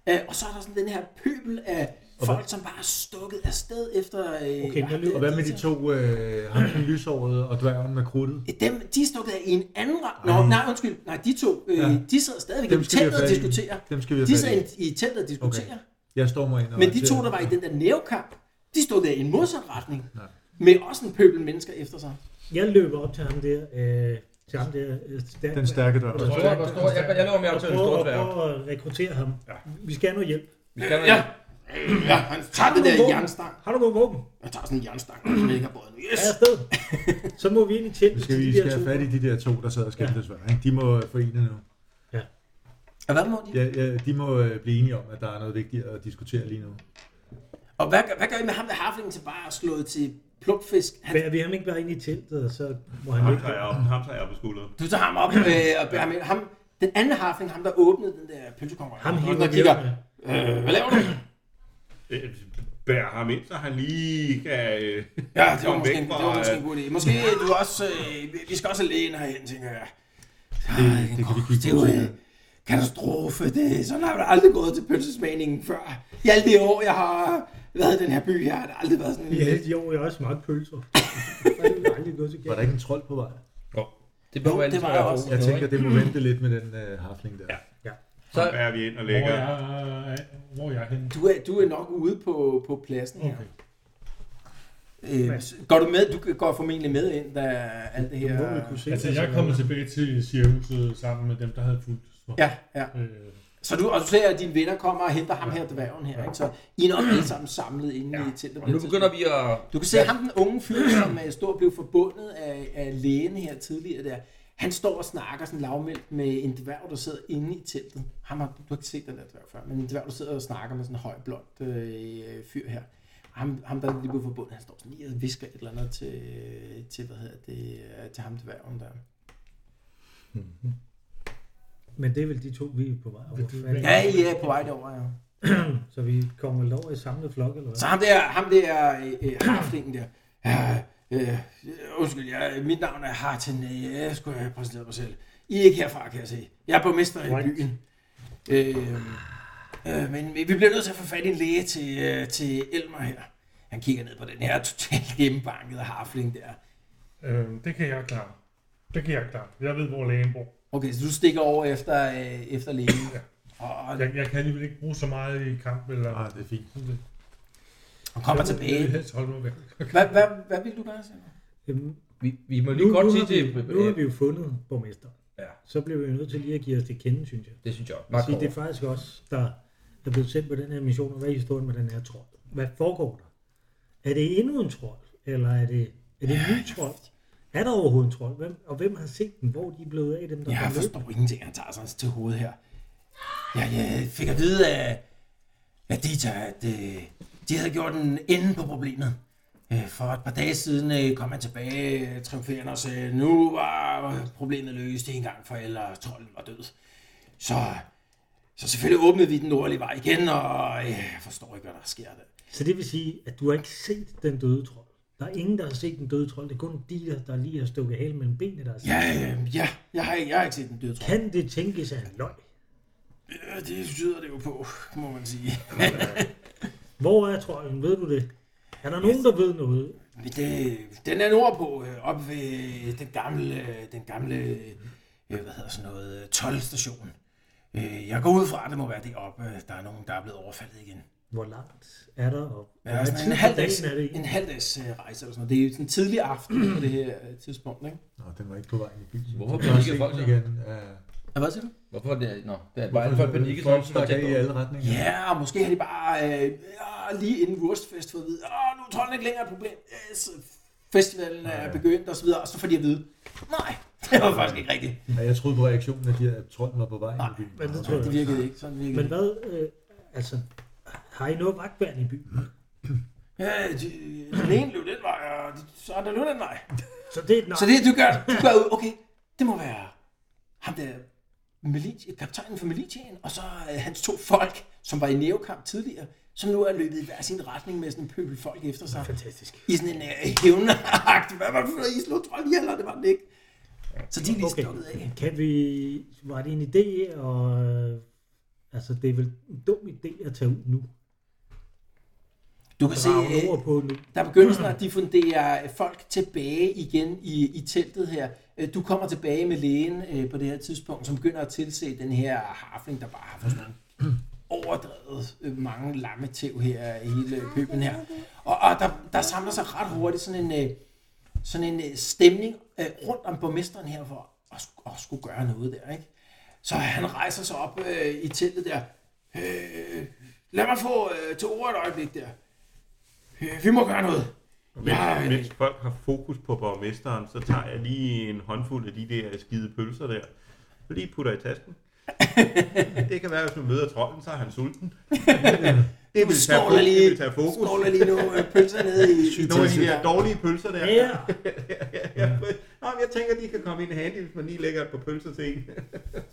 Øh, og så er der sådan den her pøbel af folk, som bare er stukket afsted efter... Øh, Okay, men ham nu- der Og hvad med de Dieter. to, øh, ham den lyshårede og dværgen med krudtet? Dem, de er stukket af i en anden... ra- Nå, nej, undskyld. Nej, de to, øh, Ja. de sidder stadigvæk Dem i skal vi have teltet og fat i. diskuterer. Dem skal vi have De fat i. sidder i, i teltet og diskuterer. Okay. Jeg står mig ind og Men de to, orienterer. der var i den der nævekamp, de stod der i en modsat retning. Med også en pøbel mennesker efter sig. Jeg løber op til ham der. Øh, til ham der øh, stærk, Den stærke dør. Hvor stor, hvor stor, jeg, jeg laver mere op og til en prøver, stor og dværg. prøver at rekruttere ham. Vi skal have noget hjælp. Vi skal Ja. Ja, han tager den der jernstang. Har du nogle våben? Han tager sådan en jernstang, og så ikke båden. Yes! Er jeg afsted? Så må vi ind i tjenten Vi skal, til vi de skal der have to. fat i de der to, der sad og skændtes hver. ikke? De må øh, forene nu. Og hvad må de? Ja, ja, de må øh, blive enige om, at der er noget vigtigt at diskutere lige nu. Og hvad, gør- hvad gør I med ham der harflingen til bare at slå til plukfisk? Han, Bærer vi ham ikke bare ind i teltet, og så må han Ham ikke... tager jeg op, ham tager jeg op på skulderen. du tager ham op øh, og bærer ham ind. Ham, den anden harfling, ham der åbnede den der pølsekonkurrence. Ham han hiver der vi kigger, op med. øh, hvad laver du? Øh, Bær ham ind, så han lige kan... øh, Ja, det var komme måske, væk en, det fra, var måske en øh, god idé. Måske du også, øh, vi- vi skal også alene herhen, tænker jeg. Det, det kan vi kigge på. Det er jo en katastrofe. Det, sådan har jeg aldrig gået til pølsesmagningen før. I alle de år, jeg har været i den her by her, har der aldrig været sådan en... I alle de år, jeg også smagt pølser. Det er aldrig gået til Var der gæld. ikke en trold på vej? Det behøver Jo, alle det var tre at jeg få. også. Jeg tænker, det må vente lidt med den øh, harfling der. Ja. Så, Bærer vi ind og Hvor lægger... er, øh, hvor er jeg henne? Altså, Du er, du er nok ude på, på pladsen her. Okay. Øh, s- går du med? Du går formentlig med ind, da alt det Du må vel her... kunne se. Altså, jeg er kommet tilbage til cirkuset sammen med dem, der havde fulgt mig. Ja, ja. Øh, Så du, og du ser, at dine venner kommer og henter ham her, dværgen her, ikke? Så I er nok alle sammen samlet inde ja. i teltet. og nu begynder vi at... Du kan se ham, den unge fyr, som øh, stod og blev forbundet af, af lægen her tidligere der. Han står og snakker sådan lavmældt med en dværg, der sidder inde i teltet. Ham har, du har ikke set den der dværg før, men en dværg, der sidder og snakker med sådan en høj blond øh, fyr her. Ham, ham der lige blev forbundet, han står sådan lige og visker et eller andet til, til, hvad hedder det, øh, til ham dværgen der. Men det er vel de to, vi er på vej over. Ja, I er på vej derover, ja. Så vi kommer vel over i samlet flok, eller hvad? Så ham der, ham der, øh, øh, harflingen der. Ja, øh, undskyld, jeg, mit navn er Hartin. Øh, Jeg skulle have præsenteret mig selv. I er ikke herfra, kan jeg se. Jeg er borgmester i byen. Øh, øh, men vi bliver nødt til at få fat i en læge til, øh, til Elmer her. Han kigger ned på den her totalt gennembankede harfling der. øh, det kan jeg klare. Det kan jeg klare. Jeg ved, hvor lægen bor. Okay, så du stikker over efter, øh, efter lægen. Og, Jeg, jeg kan alligevel ikke bruge så meget i kamp, eller... Ah, det er fint. og kommer Jeg vil tilbage. helst holde mig væk. Hvad, hvad, hvad vil du gøre, siger du? Øhm, Vi, vi må Nu, lige godt nu, sige har til... vi, nu har vi jo fundet borgmester. Ja. Så bliver vi jo nødt til lige at give os det kende, synes jeg. Det synes jeg også. Sige, det er faktisk os, der er blevet sendt på den her mission, og hvad er historien med den her trold? Hvad foregår der? Er det endnu en trold? Eller er det, er det en ny trold? Er der overhovedet en trold? Hvem, og hvem har set den? Hvor er de er blevet af dem, der Jeg kom løbende? forstår ingenting, han tager sig til hovedet her. Jeg, jeg fik at vide af, af Dita, at øh, de havde gjort en ende på problemet. Øh, For et par dage siden øh, kom han tilbage øh, triumferende og sagde, nu var problemet løst en gang for alle, og trolden var død. Så, så selvfølgelig åbnede vi den nordlige vej igen, og øh, jeg forstår ikke, hvad der sker der. Så det vil sige, at du har ikke set den døde trold. Der er ingen, der har set den døde trold. Det er kun de, der- der lige har stukket halen mellem benene, der har set. Ja, øh, ja, jeg har, ikke- jeg har ikke set den døde trold. Kan det tænkes af en løg? Øh, Det tyder det jo på, må man sige. Hvor er trolden? Ved du det? Er der nogen, der ved noget? Men Det, den er nordpå, øh, op ved den gamle, øh, den gamle øh, hvad hedder sådan noget, øh, toldstation. Øh, Jeg går ud fra, at det må være deroppe. øh, Der er nogen, der er blevet overfaldet igen. Hvor langt er der? Og hvor Ja, meget sådan tid en på halvdags, dagen er det? en halvdags øh, rejse eller sådan noget. Det er jo sådan tidlig aften på det her øh, tidspunkt, ikke? Nå, den var ikke på vej i bilen. Hvorfor Jeg har panikker set folk den så? igen. Ja. Ja, hvad siger du? Hvorfor er det... Nå, det er bare alt for at panikke, så Folk så stak tæt af på. i alle retninger. Ja, og måske har de bare øh, ja, lige inden Wurstfest fået at vide, åh, nu er trolden ikke længere et problem. Yes, festivalen er begyndt og så videre, og så får de at vide, nej, Det var faktisk ikke rigtigt. Og jeg troede på reaktionen, at, de, at trolden var på vej. Nej, men det tror Det virkede ikke. Sådan virkede Men det. hvad, øh, altså, har I noget vagtværn i byen? Mm. Ja, de, den ene løb den vej, og de, så er der løb den vej. Så det er et nej. Så det, du gør, du gør ud, okay, det må være ham der, Militia, kaptajnen for Militiaen, og så øh, hans to folk, som var i neokamp tidligere, som nu er løbet i hver sin retning med sådan en pøbel folk efter sig. Fantastisk. I sådan en øh, hævneragt. Hvad var det for noget? I slog trold ihjel, og det var den ikke. Så de er lige okay. Okay. stukket af. Kan vi... Var det en idé, og... øh, Altså, det er vel en dum idé at tage ud nu. Du kan se, Drage øh, nord på nu. Der begynder snart at diffundere øh, folk tilbage igen i, i teltet her. Øh, Du kommer tilbage med lægen øh, på det her tidspunkt, som begynder at tilse den her harfling, der bare har fået sådan nogle overdrevet øh, mange lamme tæv her i hele øh, pøben her. Og, og der, der samler sig ret hurtigt sådan en, øh, sådan en øh, stemning øh, rundt om borgmesteren her for at, sk- at skulle gøre noget der, ikke? Så han rejser sig op øh, i teltet der. Øh, lad mig få øh, til ord et øjeblik der. Øh, vi må gøre noget. øh, Mens, mens folk har fokus på borgmesteren, så tager jeg lige en håndfuld af de der skide pølser der. og Lige putter i tasken. Det kan være, hvis man møder trolden, så er han sulten. Det vil tage Skåler fokus. Det lige, vil tage fokus. skåler lige nu øh, pølser nede i, i Nogle af de teltet der der. dårlige pølser der. Ja, Ja, men- Nå, men jeg tænker, de kan komme ind handy, hvis man lige lægger et par pølser til en.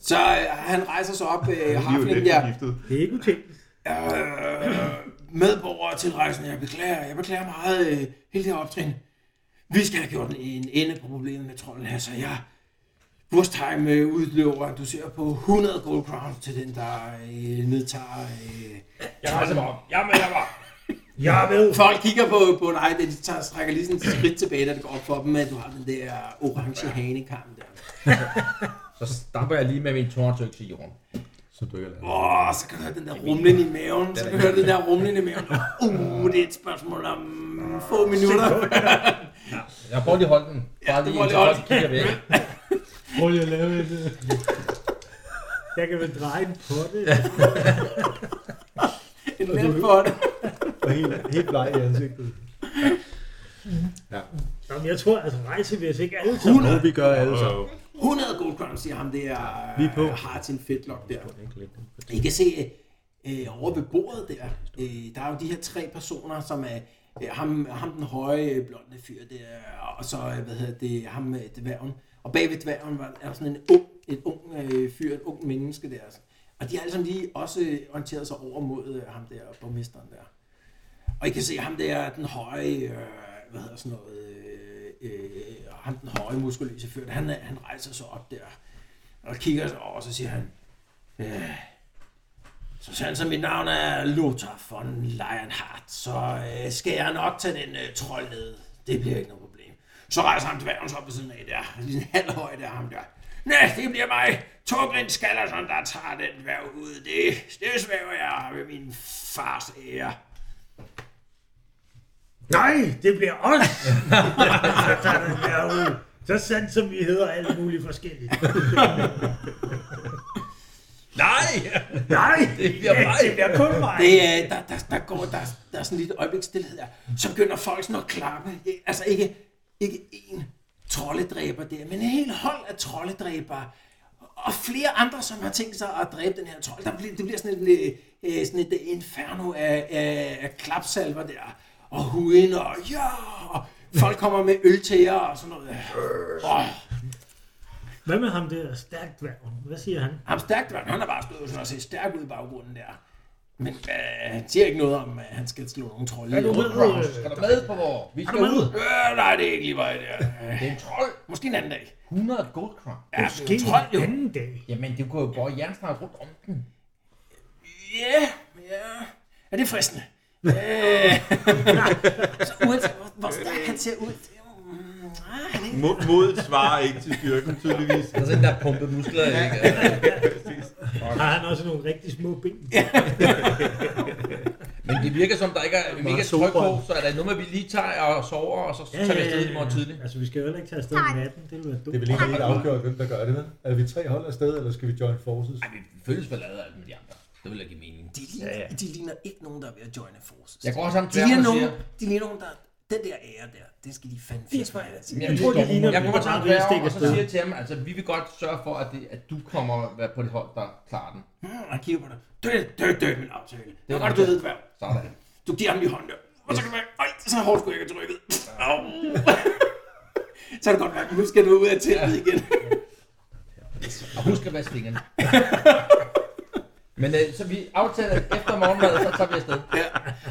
Så øh, han rejser sig op, øh, De er jo harflingen lidt der. forgiftet. det er ikke utænkeligt. Øh, medborgere til rejsen, jeg beklager, jeg beklager meget øh, hele det her optrin. Vi skal have gjort en, en ende på problemet med trolden her, så jeg... Wurstheim øh, udløber, at du ser på 100 gold crowns til den, der øh, nedtager... Øh, Jeg rejser mig op. Jeg med, jeg var. Jeg er med. Folk kigger på, på dig, da de tager, strækker lige sådan et skridt tilbage, da det går op for dem, at du har den der orange hanekamp der. Så stamper jeg lige med min tårntøks i jorden. Som du ikke har lært. Åh, så kan du høre den der rumlen i maven. Så kan du høre den der rumlen i maven. Uh, det er et spørgsmål om få minutter. Jeg prøver lige at holde den. Bare lige prøver indtil lige at folk kigger væk. Prøv lige at lave et... øh, Jeg kan vel dreje en potte. En nem for det. Og helt, helt bleg i ansigtet. Jamen, jeg tror, altså rejse, hvis ikke alle sammen. 100, Og vi gør alle sammen. 100 gold crowns, siger ham der. Vi er på. Har sin fedtlok der. I kan se øh, over ved bordet der, øh, der er jo de her tre personer, som er øh, ham, ham den høje øh, blonde fyr der, og så, øh, hvad hedder det, ham øh, dværgen. Og bag ved dværgen var, er der sådan en ung, et ung øh, fyr, et ung menneske der. Og de har alle sammen lige også øh, orienteret sig over mod øh, ham der, borgmesteren der. Og I kan se ham der, den høje, øh, hvad hedder sådan noget, øh, øh, ham den høje muskuløse fyr, han, er- han rejser sig op der og kigger sig over, og så siger han, øh, så sandt som mit navn er Lothar von Lionheart, så øh, skal jeg nok tage den øh, trold ned. Det bliver ikke noget problem. Så rejser ham dværgen sig op ved siden af der. Lige en halv højde af ham der. Nej, det bliver mig. Torgrind Skallersson, der tager den dværg ud. Det, det svæver jeg ved min fars ære. Nej, det bliver os! Så tager den derude. Så sandt som vi hedder alt muligt forskelligt. Nej! Nej, Det bliver mig. det bliver kun mig. Det, øh, der, der, der, går, der, der er sådan lidt øjeblik stillhed her. Så begynder folk sådan at klappe. I- Altså ikke, ikke én trolledræber der, men en hel hold af trolledræbere. Og flere andre, som har tænkt sig at dræbe den her trold. Der bliver, det bliver sådan et, øh, sådan et øh, inferno af, af, af klapsalver der. Og huden og ja, og folk kommer med øltæger og sådan noget. Og Hvad med ham der stærkt dværgen? Hvad siger han? ham stærkt, mand. han har bare stået sådan og set stærk ud i baggrunden der. Men øh, han siger ikke noget om, at han skal slå nogle trolde. Er du ihjel. med? øh, Skal du med på vores? Vi skal ud. Øh, nej, det er ikke lige mig, det er. Øh, Det er en trold. Måske en anden dag. 100 gold crown. Ja, Måske Måske trold, jo. en anden dag. Jamen, det kunne jo bare jernsnart rundt om den. Ja, ja. Er det fristende? Øh, så uanset hvor, hvor stærk han ser ud, det er jo... mm, nej, han er ikke- Mod, modet svarer ikke til styrken, tydeligvis. Der er sådan der pumpet muskler, ikke? Altså, Har han også nogle rigtig små ben? Men det virker som, der ikke er mega tryk på, så er der noget med, at vi lige tager og sover, og så tager vi afsted i morgen tidlig. Altså, vi skal jo heller ikke tage afsted om natten. Det vil være dumt. Det er vel ikke helt afgjort, hvem der gør det, vel? Er vi tre hold afsted, eller skal vi join forces? Ej, vi føles vel ad alt med de andre. Det vil da give mening. De ligner, de ligner ikke nogen, der er ved at joine forces. Jeg går også sammen de til ham ligner og nogen, siger, de ligner nogen, der Den der ære der, det skal de fandme fiske med. altså. Jeg tror, det ligner, jeg at kommer vi til en bare dværg, stikker og så afsted. siger jeg til ham, altså vi vil godt sørge for, at, det, at du kommer at være på det hold, der klarer den. Mm, han kigger på dig. Det det, det er min aftale. Det var godt, du ved, hvad. Sådan. Du giver ham lige hånden der. Og så kan du mærke, ej, så hårdt skulle jeg ikke have trykket. Au. så kan du godt mærke, nu skal du ud af teltet igen. Og husk at vaske fingrene. Men øh, så vi aftaler at efter morgenmaden, så tager vi afsted. ja,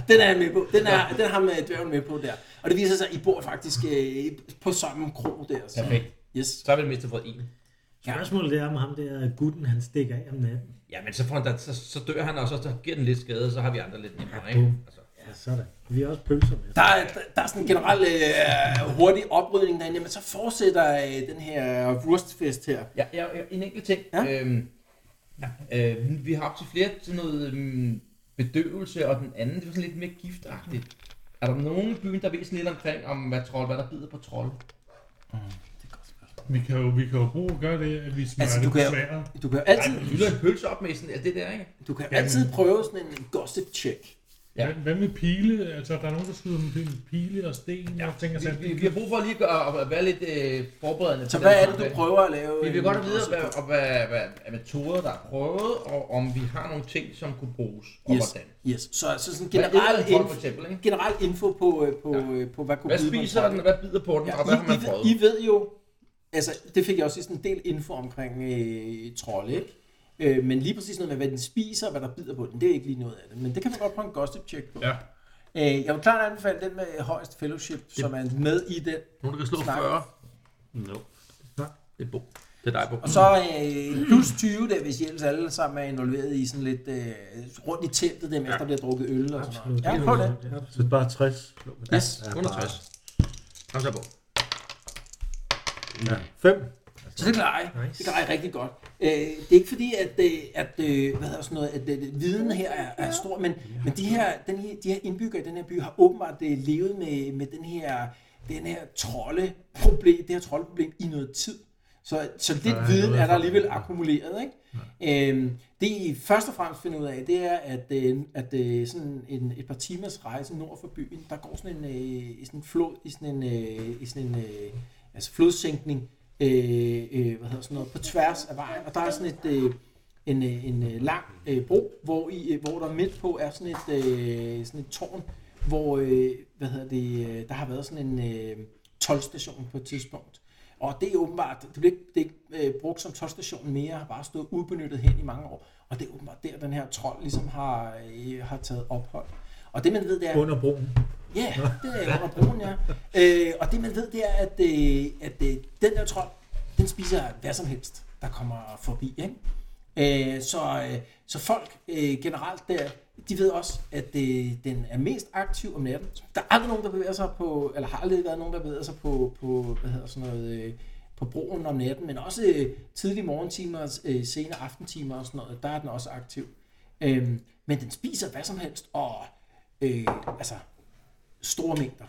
den er jeg med på. Den, er, den har med dværgen med på der. Og det viser sig, at I bor faktisk øh, på samme krog der. Så. Perfekt. Yes. Så har vi det mindste fået en. Spørgsmålet det er, om ham der gutten, han stikker af om natten. Ja, men så, får han, da- så, så dør han, og så, så giver den lidt skade, så har vi andre lidt nemmere, ikke? Altså, Ja, sådan. Vi har også pølser med. Der er, der, der er sådan en generel øh, hurtig oprydning derinde, men så fortsætter øh, den her wurstfest her. ja, ja, ja, en enkelt ting. Ja. Ja. Øhm, øh, vi- vi har haft til flere til noget øhm, bedøvelse, og den anden, det var sådan lidt mere giftagtigt. Er der nogen i byen, der ved sådan lidt omkring, om hvad, trold, hvad der bider på trold? Vi kan jo, vi kan jo bruge at gøre det, at vi Altså, smører altså, du det på kan- sværet. Du kan jo Ej, altid, du fylder en pølse op med sådan, er det der, ikke? du kan jo altid prøve sådan en gossip check. Ja. Hvad- Hvad med pile? Altså, der er nogen, der skyder med pile- pile og sten ja, og ting og Vi, sager. Altså, vi, vi har brug for lige at, gøre, at være lidt øh, forberedende. Så på hvad den er det, du samtale. prøver at lave? Vi vil en godt vide, gossip hvad, og hvad, hvad er metoder, der er prøvet, og om vi har nogle ting, som kunne bruges, og Yes, hvordan. yes. Så, så sådan Hvad er generel det, folk info, for eksempel, ikke? generel info på, øh, på, ja. på hvad kunne Hvad byde på en spiser trold. den, og hvad bider på den, og hvad har I, man I, prøvet? ved- I ved jo, altså det fik jeg også sådan en del info omkring øh, trolde, ikke? Øh, men lige præcis noget med, hvad den spiser og hvad der bider på den, det er ikke lige noget af det. Men det kan man godt prøve en gossip check på. Ja. Øh, jeg vil klart anbefale den med højst fellowship, det. som er med i den. Nogen, der kan slå Snak. 40. No. Nå. Det er Bo. Det er dig, Bo. Og så øh, plus 20 der, hvis I ellers alle sammen er involveret i sådan lidt øh, rundt i teltet, dem efter der bliver drukket øl og sådan noget. Ja, prøv det. Så det er bare 60. Yes. Ja, 160. Kom så, Bo. Ja. 5. Så det klarer jeg. Nice. Det klarer jeg rigtig godt. Øh, det er ikke fordi, at, øh, at, øh, hvad hedder sådan noget, at øh, viden her er, er stor, men, men de, her, den her, de her indbyggere i den her by har åbenbart øh, levet med, med den her, den her troldeproblem, det her troldeproblem i noget tid. Så, så lidt er viden noget er der erfaring. alligevel akkumuleret. Ikke? Øhm, det I først og fremmest finder ud af, det er, at, øh, at øh, sådan en, et par timers rejse nord for byen, der går sådan en, øh, sådan en flod i sådan en, øh, i sådan en øh, altså flodsænkning, øh, øh, hvad hedder sådan noget, på tværs af vejen, og der er sådan et, øh, en, øh, en øh, lang øh, bro, hvor, i, øh, hvor der midt på er sådan et, øh, sådan et tårn, hvor øh, hvad hedder det, øh, der har været sådan en øh, toldstation på et tidspunkt. Og det er åbenbart, det bliver ikke, det er ikke øh, brugt som toldstation mere, har bare stået ubenyttet hen i mange år. Og det er åbenbart der, den her trold ligesom har, øh, har taget ophold. Og det man ved, det er... Under broen. Ja, det er under broen, ja. Øh, og det man ved, det er, at, øh, at øh, den der trold, den spiser hvad som helst, der kommer forbi. Ikke? Øh, så, øh, så folk øh, generelt der, de ved også, at øh, den er mest aktiv om natten. Der er aldrig nogen, der bevæger sig på, eller har aldrig været nogen, der bevæger sig på, på hvad hedder sådan noget, øh, på broen om natten, men også øh, tidlige morgentimer, øh, sene aftentimer og sådan noget, der er den også aktiv. Øhm, men den spiser hvad som helst, og øh, altså, store mængder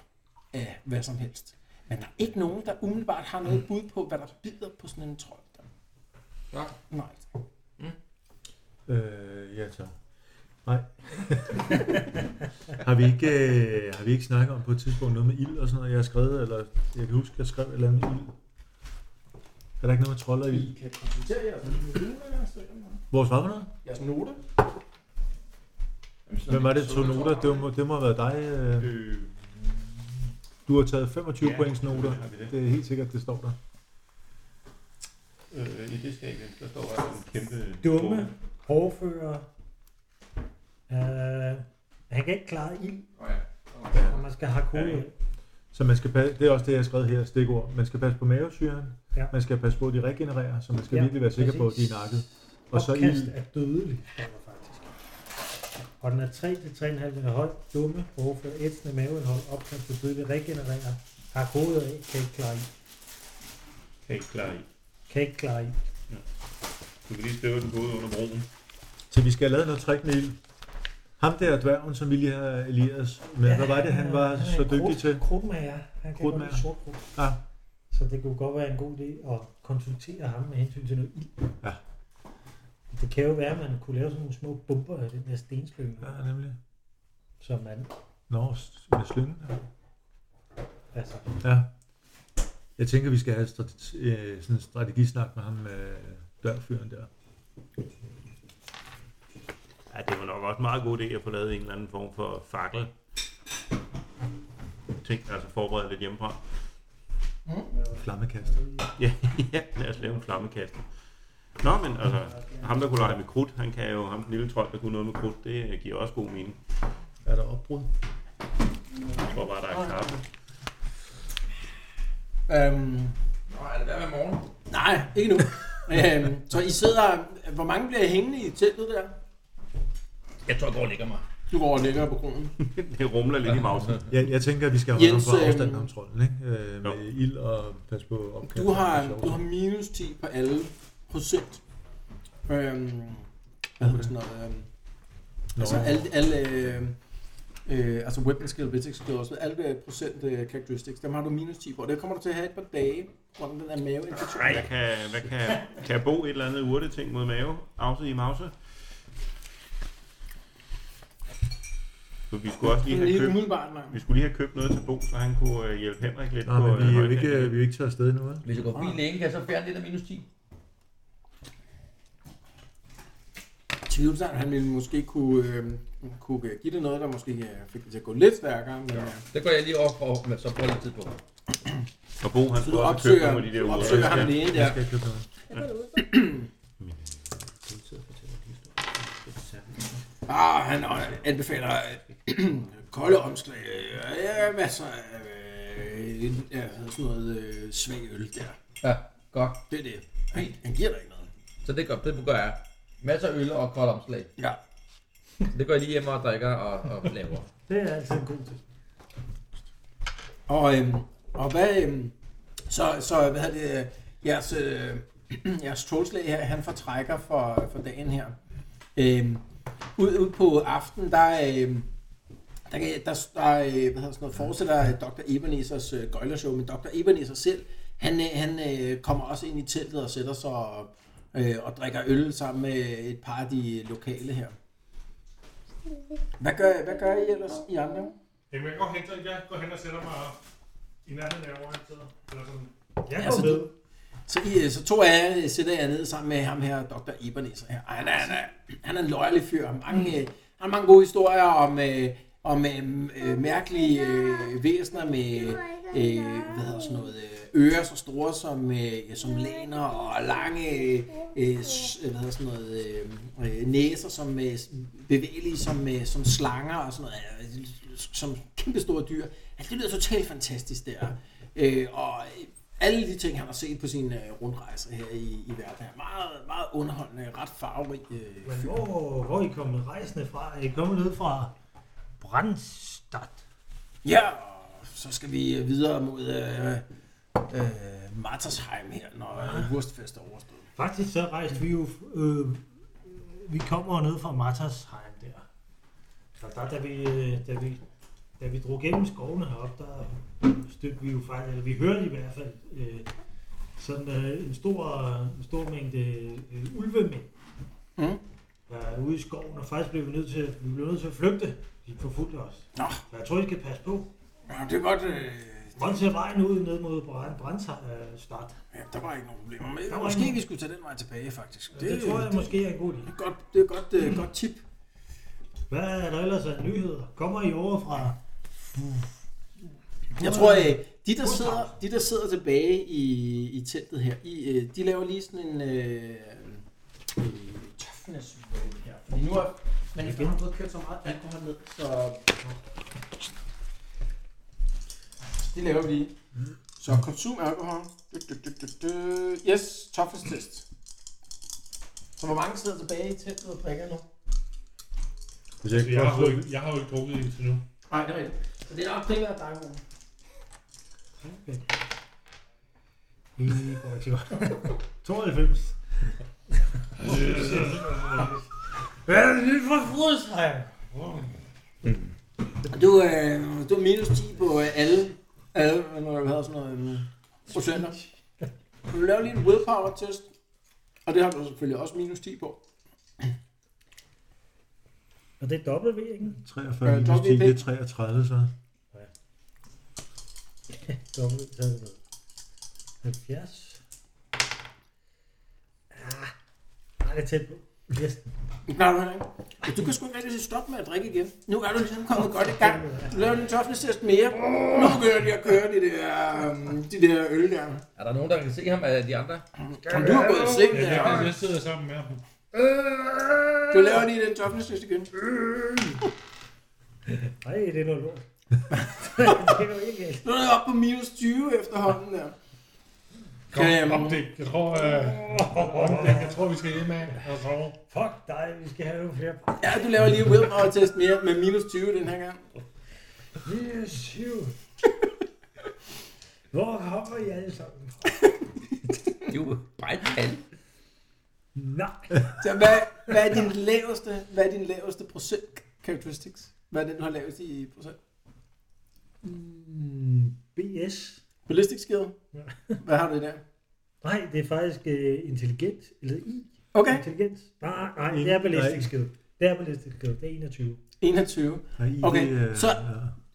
af hvad som helst. Men der er ikke nogen, der umiddelbart har noget bud på, hvad der bider på sådan en trold. Der. Ja. Nej. Øh, ja, så. Nej. har, vi ikke, øh, har vi ikke snakket om på et tidspunkt noget med ild og sådan noget, jeg har skrevet, eller jeg kan huske, jeg skrev et eller andet med ild. Er der ikke noget med trolder i ild? kan konsultere jer. Vores hvad for noget? altså Jeres note. Hvem var det, der tog noter? Det må, det må have været dig. øh. Øh, Du har taget 25 Ja, points noter. selvfølgelig har vi det. Det er helt sikkert, det står der. øh, I det skal jeg ikke vente. Der står også en kæmpe... Dumme, hårdfører. Øh, han kan ikke klare ild, Åh, ja. og man skal have kode. Så man skal passe, det er også det, jeg har skrevet her, stikord. Man skal passe på mavesyren. Ja. Man skal passe på, at de regenererer, så man skal Ja, virkelig være sikker på, at de præcis. er nakket. Og Og så så Opkast ild. er dødelig, står der faktisk. Og den er 3-3,5 meter høj, dumme, overfører ætsende maveindhold, opkast er dødelig, regenererer, har hovedet af, kan ikke klare ild. Kan ikke klare i. Kan ikke klare ild. Du kan lige skrive den både under broen. Så vi skal have lavet noget trick med ild. Ham der dværgen, som vi lige har allieret os med, hvad var det, han var så dygtig til? Krudmager. Han kan godt Krudtmager. lide sort krudt. Ja. Så det kunne godt være en god idé at konsultere ham med hensyn til noget ild. Ja. Det kan jo være, at man kunne lave sådan nogle små bomber af den der stenslynge, ja. Ja, nemlig. som man... Nå, s- med slyngen. Altså, Ja. Jeg tænker, vi skal have strate- øh, sådan en strategisnak med ham, øh, dørfyren der. Ja, det var nok også en meget god idé at få lavet en eller anden form for fakkel. Tænk, altså forberede lidt hjemmefra. Flammekaster. Ja, ja, lad os lave en flammekaster. Nå, men altså, ham der kunne lege med krudt, han kan jo, ham den lille trold, der kunne noget med krudt, det øh, giver også god mening. Er der opbrud? Jeg tror bare, der er kaffe. Øhm, Nå, er det værd med morgen? nej, ikke nu. øhm, så I sidder... Hvor mange bliver hængende i teltet der? Jeg tror, jeg går og lægger mig. Du går længere på grunden. Det rumler lidt i mausen. Jeg, jeg tænker, at vi skal holde ham Jens, på afstand øhm, med ham trolden, ikke? Øh, med Jo. ild og pas på opkast. Du har, du har minus 10 på alle procent. Øhm, hvad hedder sådan noget? Øhm, altså alle, alle øh, øh, altså weapon skill, basic skill og sådan noget, alle øh, procent øh, characteristics, dem har du minus 10 på. Det kommer du til at have et par dage, hvor den er mave Ej, jeg kan, hvad kan, kan jeg bo et eller andet urteting mod mave? Afse i mause? For vi skulle også lige Det er have helt købt, umiddelbart, nej. vi skulle lige have købt noget til Bo, så han kunne øh, hjælpe Henrik lidt Nej, på men vi er jo øh, ikke, vi er jo ikke taget afsted nu, vel? Hvis jeg går forbi lægen, kan jeg så fjerne lidt af minus 10? Tvivlsang, han ville måske kunne, øh, kunne give det noget, der måske øh, fik det til at gå lidt stærkere, men øh, Det går jeg lige over for, men så bruger jeg lidt tid på. Og Bo, så du han skulle også købe opsøger, nogle af de der du urter. opsøger ham Ja. lægen Vi der. skal købe noget. Jeg går derude. Ah, han øh, anbefaler øh, kolde omslag. øh, Ja, masser af øh, en- ja, sådan noget øh, svag øl der. Ja, godt. Det er det. Han, han giver dig ikke noget. Så det gør, det gør jeg. Masser af øl og koldt omslag. Ja. Det går jeg lige hjemme og drikker og, og laver. det er altid en god ting. Og, øhm, og hvad, øhm, så, så hvad hedder det, øh, jeres, øh, jeres trollslag her, han fortrækker for, for dagen her. Øhm, ud, ud på aftenen, der, øhm, der, kan- der, der øh, hvad hedder sådan noget, fortsætter Dr. Ebenezers øh, gøjlershow, men Dr. Ebenezer selv, han, øh, han øh, kommer også ind i teltet og sætter sig og, øh, og drikker øl sammen med et par af de lokale her. Hvad gør, hvad gør I ellers, I andre? Jamen, jeg går hen, til- jeg går hen og sætter mig i nærheden af, hvor han sidder. Eller sådan. Jeg Ja, går så med. du- Så, I, så to af jer øh, sætter jeg ned sammen med ham her, Dr. Ebenezer her. Og han er, han er, han er en løjelig fyr. Han har Mm. mange, øh, han har mange gode historier om, øh, om øh, øh, mærkelige øh, væsener med øh, hvad hedder sådan noget, øh, ører så store som, øh, som læner og lange øh, s- hvad hedder sådan noget, øh, øh, næser som øh, bevægelige som, øh, som slanger og sådan noget, øh, som kæmpe store dyr. Altså, det lyder totalt fantastisk der. Øh, og øh, alle de ting, han har set på sine øh, rundrejser her i, i verden, er meget, meget underholdende, ret farverig. Øh, Men hvor, hvor er I kommet rejsende fra? Er I kommet ned fra Brandstadt? ja, og så skal vi øh, videre mod øh, øh, Mattersheim her, når øh, Wurstfest er overstået. Faktisk så rejste vi jo... Øh, vi kommer ned fra Mattersheim der. Så der, da vi, øh, da vi, da vi drog gennem skovene heroppe, der stødte vi jo faktisk, eller vi hørte i hvert fald, øh, sådan øh, en, stor, en stor mængde øh, ulvemænd. Mm. Der ude i skoven, og faktisk blev vi nødt til, vi blev nødt til at flygte. De forfulgte os. Nå, Så jeg tror, I skal passe på. ja, det er godt. Øh, Hvordan ser vejen ud ned mod Brand- øh, Brandstad? ja, der var ikke nogen problemer med. Der var Måske ingen- vi skulle tage den vej tilbage, faktisk. Det, det tror jeg det, måske er en god idé. det er godt, det er godt, øh, godt tip. Hvad er der ellers af nyheder? Kommer I over fra... Jeg tror, øh, de, der sidder, de der sidder tilbage i, i teltet her, i, øh, de laver lige sådan en øh, øh, toughness roll her. Fordi nu har man igen har fået kørt så meget alkohol ned, så... Det laver vi lige. Så konsum alkohol. Du, du, du, du, du. Yes, toughness test. Så hvor mange sidder tilbage i teltet og drikker nu? Hvis jeg Altså, ikke jeg, har jo får ikke, jeg har jo ikke drukket indtil nu. Nej, det er rigtigt. Så det er nok primært dig, Rune. I går til 92. Hvad er det nyt fra Frøsheim? Du, øh, du er minus 10 på øh, alle, alle når du har sådan noget, øh, procenter. Du laver lige en willpower test, og det har du selvfølgelig også minus 10 på. Og det er W, ikke? 43 Øh, minus drop 10, i det er 33, så. Dobbelt så er det noget. 70. Ah, nej, det er tæt på. Næsten. Nej, nej, nej. Du kan sgu ikke rigtig stoppe med at drikke igen. Nu er du ligesom kommet godt i gang. Du laver din toughness-test mere. Nu begynder de at køre de der, øhm, de der øl der. Er der nogen, der kan se ham af de andre? Om du har gået i seng Jeg, der. jeg, jeg sidder sammen med ham. Du laver lige den toughness-test igen. Nej, det er noget lort. det er jo ikke galt. Nu er du oppe på minus 20 efterhånden der. Kom, Øhm. omdæk. Jeg tror, øh, omdæk. Jeg tror, vi skal hjem af og sove. Fuck dig, vi skal have nogle flere. Ja, du laver lige willpower-test mere med minus 20 den her gang. Yes, you. Hvor kommer I alle sammen fra? Jo, bare et tal. Nej. Så hvad, hvad er din laveste, hvad er din laveste procent characteristics? Hvad er den, du har lavest i procent? Mm, BS. Ballistic skill? Ja. Hvad har du i dag? Nej, det er faktisk uh, intelligent. Eller I. Okay, Intelligens. Nej, nej, det er ballistisk skill. Det er ballistisk skill. Det er 21. 21. Nej, I, Okay, det, øh, så-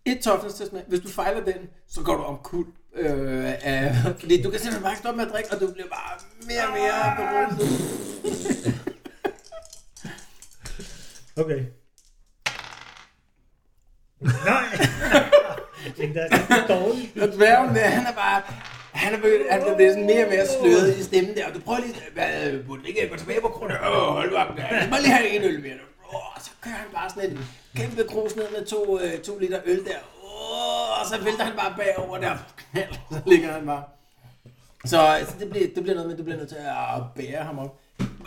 Et toughness test med. Hvis du fejler den, så går du omkuld. Øh, af, fordi du kan simpelthen bare ikke stoppe med at drikke, og du bliver bare mere og mere Ah. beruset. Okay. Nej! Endda er det dårligt. Og dværgen der, han er bare... Han er begyndt, han bliver sådan mere og mere sløret i stemmen der, og du prøver lige, hvad, burde vi ikke øh, gå tilbage på grunden? Åh, hold nu op, der. Jeg må lige have en øl mere. Åh, og så kører han bare sådan en kæmpe krus ned med to, øh, to liter øl der. Åh, og så vælter han bare bagover der. så ligger han bare. Så altså, det, bliver, det bliver noget med, du bliver nødt til at bære ham op.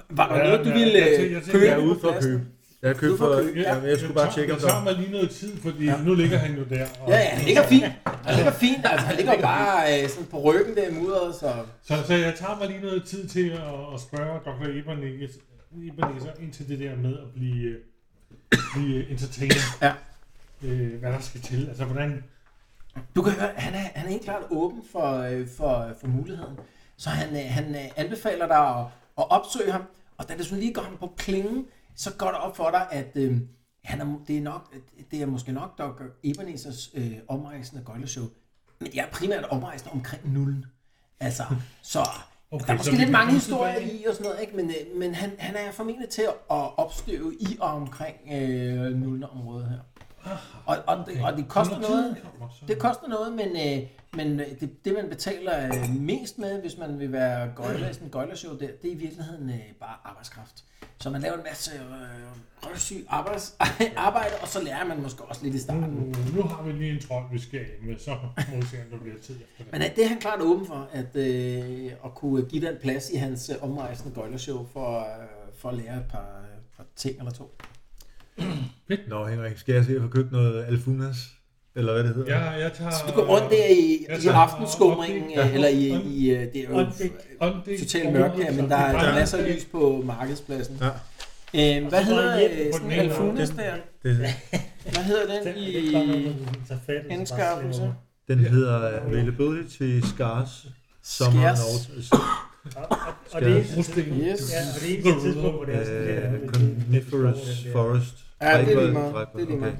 Var der Ja, noget, du ja, ville jeg øh, tænker- jeg tænker, købe? Jeg er ude for på at købe. Jeg er købt Ude for for... at købe, ja. Jamen, jeg skulle bare tjekke, om Jeg der... tager mig lige noget tid, fordi ja. nu ligger han jo der. Og, Ja, ja, han ligger fint. Han ligger fint, altså han ligger bare øh, sådan på ryggen der i mudderet, så... Så, så jeg tager mig lige noget tid til at, at spørge Dr. Ebernes, Eberneser ind til det der med at blive, øh, blive entertainer. Ja. Øh, hvad der skal til. Altså, hvordan... Du kan høre, han er, han er helt klart åben for, øh, for, for muligheden. Så han, øh, han øh, anbefaler dig at, at opsøge ham, og da det sådan lige går ham på klingen, så går det op for dig, at øh, han er, det, er nok, det er måske nok Dr. Ebenezers øh, omrejsende gøjleshow, men jeg er primært omrejsende omkring nullen. Altså, så okay, der er så måske vi lidt kan mange komme historier tilbage. i og sådan noget, ikke? men, øh, men han, han er formentlig til at opstøve i og omkring øh, nullen området her. Og, og, okay. det, og det koster Når tiden noget, kommer, så- det koster noget, men, øh, men øh, det, det, man betaler øh, mest med, hvis man vil være gøjler i sådan en gøjlershow der, det er i virkeligheden øh, bare arbejdskraft. Så man laver en masse øh, røvsyg arbejds, arbejde, og så lærer man måske også lidt i starten. Nu, nu har vi lige en trold, vi skal af med, så må vi se, om der bliver tid efter det. Men øh, det er han klart åben for, at, øh, at kunne give den plads i hans øh, omrejsende gøjlershow for, øh, for at lære et par, øh, par ting eller to. Nå, Henrik, skal jeg se at få købt noget alfunas? Eller hvad det hedder? Ja, jeg tager... Så du går rundt der i, Jeg i tager- aftenskumringen, Altså, og- og- øh, eller i, og- i øh, det er jo Ånddæk. Ånddæk totalt mørkt her, men der er, der er masser af lys på markedspladsen. Ja. Øhm, hvad Og så går hedder jeg hjem øh, på sådan den ene Alfunes vej. der? Det, Hvad hedder den i... anskaffelse. den hedder Availability til Scars. Summer øh, Skærs? North. Og, og, og det er Rustingen. Yes. ja, og det er ikke et tidspunkt, hvor det er sådan lidt... Øh, andet. Coniferous Forest. Ja, det er lige Dræber- meget. dræber, Det er lige okay. meget.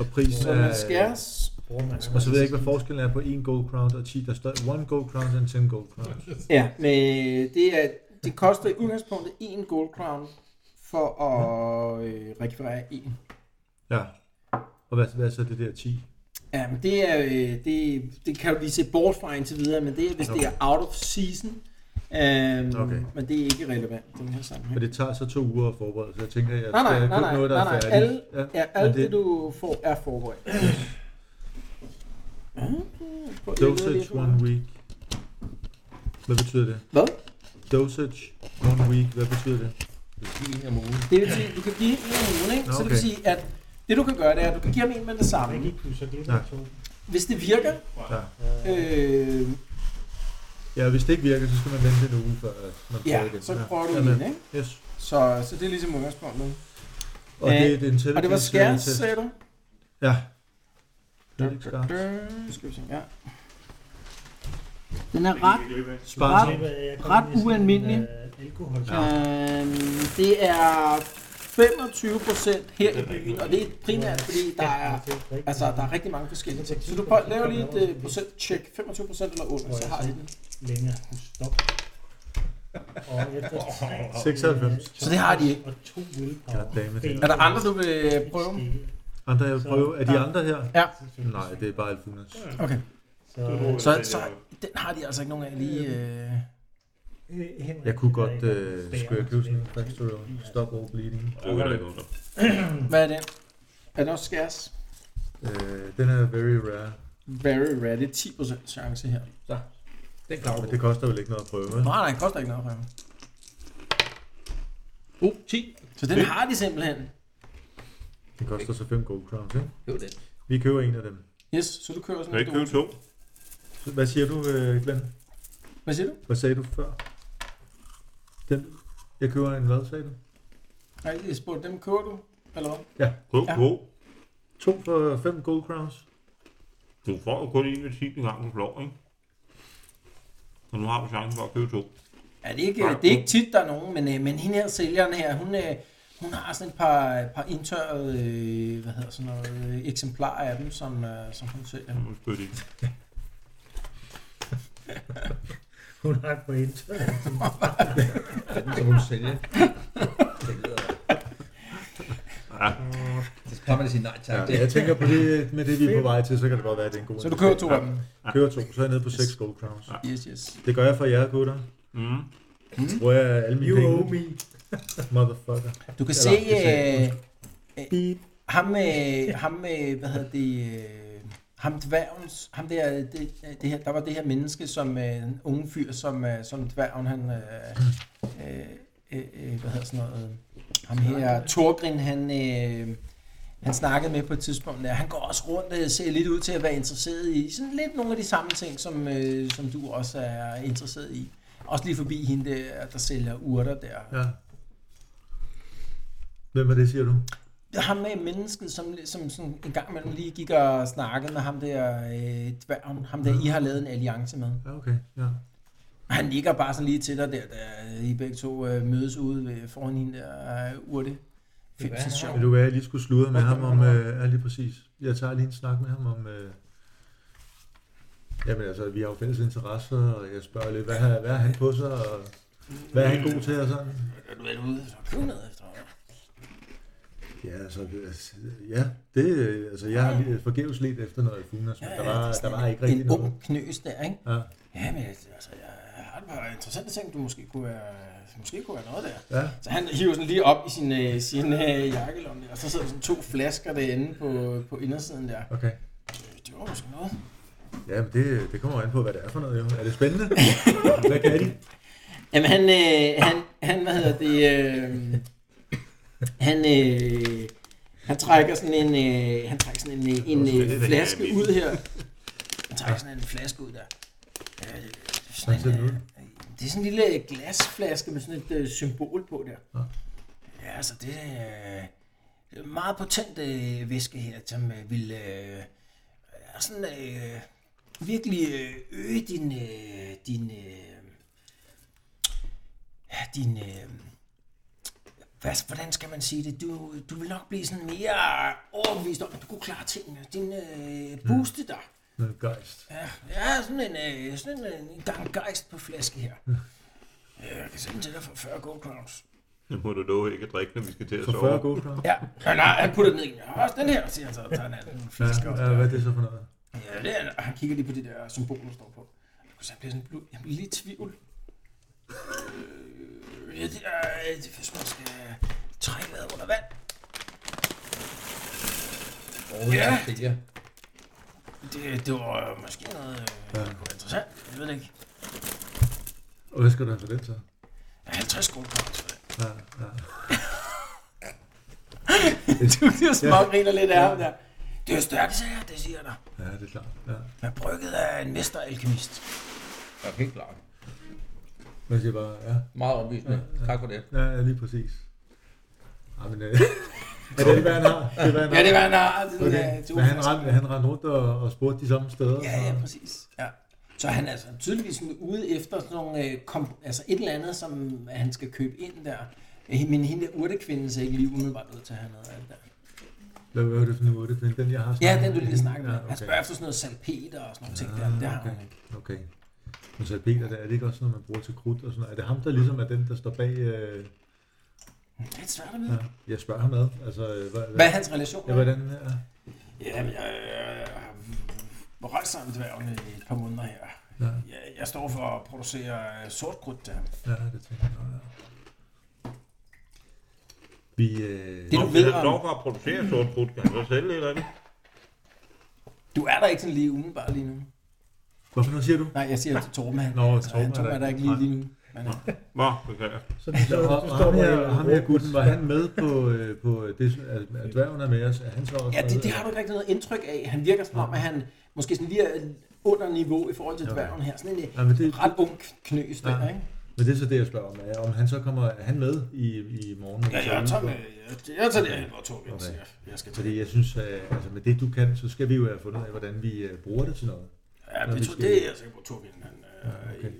Og prisen Så er... den skæres. Bruger man. Og så ved jeg ikke, hvad forskellen er på 1 gold crown og 10. Der står 1 gold crown og 10 gold crown. Ja, men øh, det, er, det koster i udgangspunktet en gold crown for at øh, rekvirere en. Ja. Og hvad, hvad er så det der 10? Ja, men det er øh, det, det kan jo lige se bort fra indtil videre, men det er, hvis okay. det er out of season. Øhm, Okay. Men det er ikke relevant i den her Men sammenhæng. det tager så to uger at forberede, så jeg tænker, at jeg Nej, nej, skal nej, nej, købe noget, nej, der nej. er færdigt. Alle- ja. Ja, men alt det- det, du får, er forberedt. Okay, prøv at lige at Dosage få- one week. Hvad betyder det? Hvad? Dosage one week. Hvad betyder det? En om ugen. Det vil sige, at du kan give en om ugen, ikke? Nå, Så det okay. vil sige, at det du kan gøre, det er, at du kan give ham en med det Jeg samme. gik jo så glemt Ja. to. Hvis det virker, Ja. øh, ja, hvis det ikke virker, så skal man vente en uge, før at man prøver ja, igen. så prøver du Jamen, igen, ikke? Yes. Så, så det er ligesom udgangspunktet. Og det er Øh, et intelligence Og det var skærs, test. sagde du? Ja. Dø, Det er dø, skærs. dø. Skal vi se, ja. Den er ret, Ret. Spars. Jeg ved, jeg kom Ret i sådan en, ualmindelig. øh, Alkohol. øh, det Øhm, er 25 procent her i byen, og det er primært, fordi der er, altså, der er rigtig mange forskellige ting. Så du prøver, laver lige et øh, procent-check, 25 procent eller under, så har I den. længere. Nu Stop. Og efter tre 96. Så det har de ikke. Og to willpower. Goddammit. Er der andre, du vil øh, prøve? Andre, jeg vil prøve. Er de andre her? Ja. Nej, det er bare Alfunas. Okay. Så, Så, så den har de altså ikke nogen af lige... Øh... øh, Henrik, Jeg kunne godt... der er Øh, ikke- skulle jeg købe sådan en backstory on Stop All Bleeding? Det kan da godt. Hvad er den? Er den også skæres? Øh, den er very rare. Very rare. Det er 10% chance her. Den klarer Men du. det koster vel ikke noget at prøve, vel? Nej, nej, den koster ikke noget for ham. Uh, 10. Så den har de simpelthen. Den koster så 5 gold crowns, ikke? Det var den. Vi køber en af dem. Yes, så du kører Kan sådan jeg en ikke købe stor- to? Hvad siger du, øh, Glenn? Hvad siger du? Hvad sagde du før? Den, jeg køber en hvad, sagde du? Nej, jeg spurgte dem, kører du? Eller hvad? Go, Ja. go. To for 5 gold crowns. Du får jo kun en af 10 en gang, du slår, ikke? Og nu har du chancen for at købe to. Ja, det er ikke, det er ikke tit, der er nogen, men, øh, men hende her, sælgeren her, hun, øh, hun har sådan et par, par indtørrede øh, hvad hedder sådan noget, øh, eksemplarer af dem, som, øh, som hun sælger. Nu skal det ikke. Hun har på en tør. Den skal hun sælge. Det lyder... Det skal man sige nej tak. Ja, Det jeg tænker på det, med det, vi er på vej til, så kan det godt være, at det er en god Så du kører to af investering. dem? Ja, køber to, så er jeg nede på 6 gold crowns. Yes, yes. Det gør jeg for jer, gutter. Mm. Tror jeg er alle mine You penge. owe me. Motherfucker. Du kan Eller, se det sagde øh, øh, ham, øh, ham øh, hvad hedder det, øh, ham dværgens, ham der, øh, det, øh, det her, der var det her menneske, som øh, en unge fyr, som, øh, som dværgen, han, øh, øh, øh, øh, hvad hedder sådan noget, øh, ham her, Torgrin, han, øh, han snakkede med på et tidspunkt, der. han går også rundt og ser lidt ud til at være interesseret i sådan lidt nogle af de samme ting, som, øh, som du også er interesseret i. Også lige forbi hende der, der sælger urter der. Ja. Hvem er det, siger du? ham med mennesket, som, som sådan en gang imellem lige gik og snakkede med ham der øh, dværgen, ham der I har lavet en alliance med. Ja, okay. Ja. Han ligger bare sådan lige til dig der, da I begge to øh, mødes ude ved, foran hende der øh, urte. Film, så sjov. Vil du være, jeg lige skulle sludre med ham om... Øh, ja, lige præcis. Jeg tager lige en snak med ham om... Øh, jamen altså, vi har jo fælles interesser, og jeg spørger lidt, hvad, har- hvad har han på sig, og hvad er han god til, og sådan. Vil du være ude og købe noget efter? Ja, altså, øh, ja, det, øh, altså, jeg har lige forgæves lidt efter noget Funas, men der var, der var ikke rigtig en noget. ung knøs der, ikke? Ja, Ja, men altså, jeg har et par interessante ting, du måske kunne være, måske kunne være noget der. ja. Så han hiver sådan lige op i sin, øh, sin øh, jakkelomme der, og så sidder der sådan to flasker derinde på, på indersiden der. Okay. Øh, Det var måske noget. Ja, men det, det kommer jo an på, hvad det er for noget, jo. Er det spændende? hvad kan de? Jamen han, øh, han, han hvad hedder det, øh, han, øh, han trækker sådan en, øh, han trækker sådan en, øh, en øh, flaske ud her. Han trækker sådan en flaske ud der. Øh, sådan Hvad ser en, den ud? øh, det er sådan en lille glasflaske med sådan et øh, symbol på der. Ja, altså det er øh, det er en meget potent øh, væske her, som øh, vil øh, er sådan, øh, virkelig øh, øge din, øh, din øh, Ja, din... Øh, hvad, hvordan skal man sige det? Du, du vil nok blive sådan mere overbevist om, at du kunne klare tingene. Din øh, booste dig. Noget gejst. Ja, ja sådan, en, øh, sådan en, en gang gejst på flaske her. Mm. Ja, Jeg kan sende til dig for 40 gold crowns. Nu må du love ikke at drikke, når vi skal til at For sove. 40 gode kroner. Ja, ja nej, han putter den ned i. Jeg har også den her, siger han så. og Tager han af den Ja, flaske op. ja, hvad er det så for noget? Ja, det er, og han kigger lige på det der symbol, der står på. Så han bliver sådan blød. Jeg bliver lidt i tvivl. Øh, ja, det er, det er, hvis man skal trække vejret under vand. er Ja. ja. sikker. Det, det var måske noget øh, ja. interessant. Jeg ved det ikke. Og hvad skal du have for den så? Ja, 50 kroner for det. Ja, ja. Du bliver smågriner lidt af ham der. Det er jo stærkt, sager, det siger jeg dig. ja det er klart. Ja. Men brygget af en mesteralkemist. Jeg er helt klar. Man siger bare, ja, Meget opvisende. Tak for det. ja, ja lige præcis. Ja, men, øh, er det, hvad han har? Det er, hvad han Ja, det har. var en art. Okay. Men han rendte, han rendte rundt og, og spurgte de samme steder. Ja, ja, og- præcis. Ja. Så han er altså tydeligvis sådan ude efter sådan nogle, øh, kom, altså et eller andet, som han skal købe ind der. Øh, Men hende der urtekvinde ser ikke lige umiddelbart ud til at have noget af det der. Hvad var det for en urte? Den, den jeg har Ja, den du lige snakkede med. Altså, Ja, Okay. Han spørger efter sådan noget salpeter og sådan nogle ting der. men Det har hun ikke. Okay. Men så Peter, der, er det ikke også noget, man bruger til krudt og sådan noget? Er det ham, der ligesom er den, der står bag... Øh, Mm. Det er lidt svært at vide. ja, jeg spørger ham ad. Altså, øh, hvad, Hvad er hans relation? Ja, hvordan er... Ja, men jeg, jeg, jeg rejst sammen med dværgene i et par måneder her. Ja. Jeg, jeg står for at producere øh, sort krudt der. Ja, det tænker jeg. Ja. Vi, øh, Det Nå, du hvis ved han om, står for at producere sort krudt, kan han så sælge et eller andet? du er der ikke sådan lige umiddelbart lige nu. hvorfor nu siger du? Nej, jeg siger til Torben. Han, Nå, altså, Torben er Torben der er der ikke. ikke lige, lige nu. Men, øh, Nå, beklager. Så du, så, Og, du og står ham på her, en- ham her gutten, var han med på, øh, på øh, det, at, at dværgen er med os? Er han så også ja, det, med? det har du ikke rigtig noget indtryk af. Han virker som om, at han måske sådan lige er under niveau i forhold til dværgen her. Sådan en øh, Ja, men, det, ret ung knøs der, Ja. ikke? men det er så det, jeg spørger om. Er, om han så kommer, er han med i, i morgen? Ja, jeg tager, med, jeg, jeg tager derhen, hvor Torben Okay. okay. siger, jeg skal til. Fordi jeg synes, øh, altså med det du kan, så skal vi jo have fundet ud af, hvordan vi øh, bruger det til noget. Ja, Nå, vi vi tog, skal- det er jeg sikker på, Torben, han øh, okay.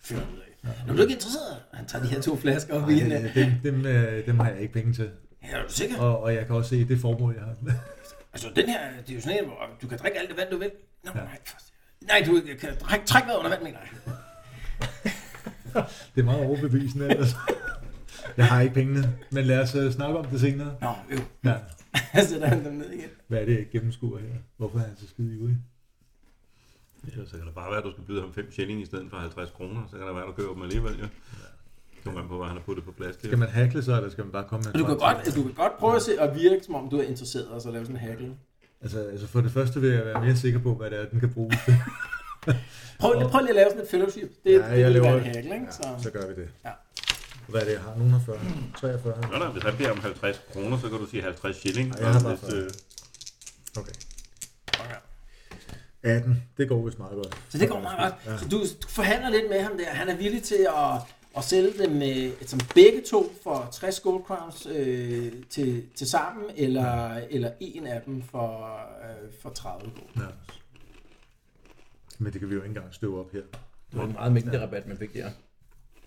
finder ud af. Nå, men du er ikke interesseret? Han tager de her to flasker op i Ej, hende. øh, dem, dem, øh, dem har jeg ikke penge til. Ja, er du sikker? Og, og jeg kan også se det formål, jeg har. Altså, den her, det er jo sådan en, hvor du kan drikke alt det vand, du vil. Nå, nej, for- nej, du kan drikke, træk vejret under vand, mener jeg. Det er meget overbevisende ellers. Jeg har ikke pengene, men lad os øh, snakke om det senere. Nå, øv. Ja, Så sætter han dem ned igen. hvad er det, jeg gennemskuer her? Hvorfor er han så skide ude? Ellers så kan det bare være, at du skal byde ham 5 shilling i stedet for 50 kroner. Så kan det være, at du køber dem alligevel, jo. Det kommer an på, hvad han har puttet på plads til. Skal man hakle så, eller skal man bare komme med Og en du kan, fejl? godt, du kan godt prøve at, se, at virke, som om du er interesseret, og så lave sådan en hackling. Altså, altså for det første vil jeg være mere sikker på, hvad det er, den kan bruges til. Prøv, lige- prøv lige at lave sådan et fellowship. Det, Ja, ja, det, jeg vil være laver- en hackling, så... Så gør vi det. Ja. Hvad er det, jeg har? Nogen har 40? 43? Nå, nej, hvis han beder om 50 kroner, så kan du sige 50 shilling. Ej, jeg har Og bare hvis, fået- øh, Okay. Okay. 18. Det går vist meget godt. Så det går meget godt. Så du forhandler lidt med ham der. Han er villig til at, at sælge dem øh, som begge to for 60 gold crowns øh, til, til sammen, eller, eller en af dem for, øh, for 30 gold. Ja. Men det kan vi jo ikke engang støve op her. Det var en meget mængde rabat, man fik der.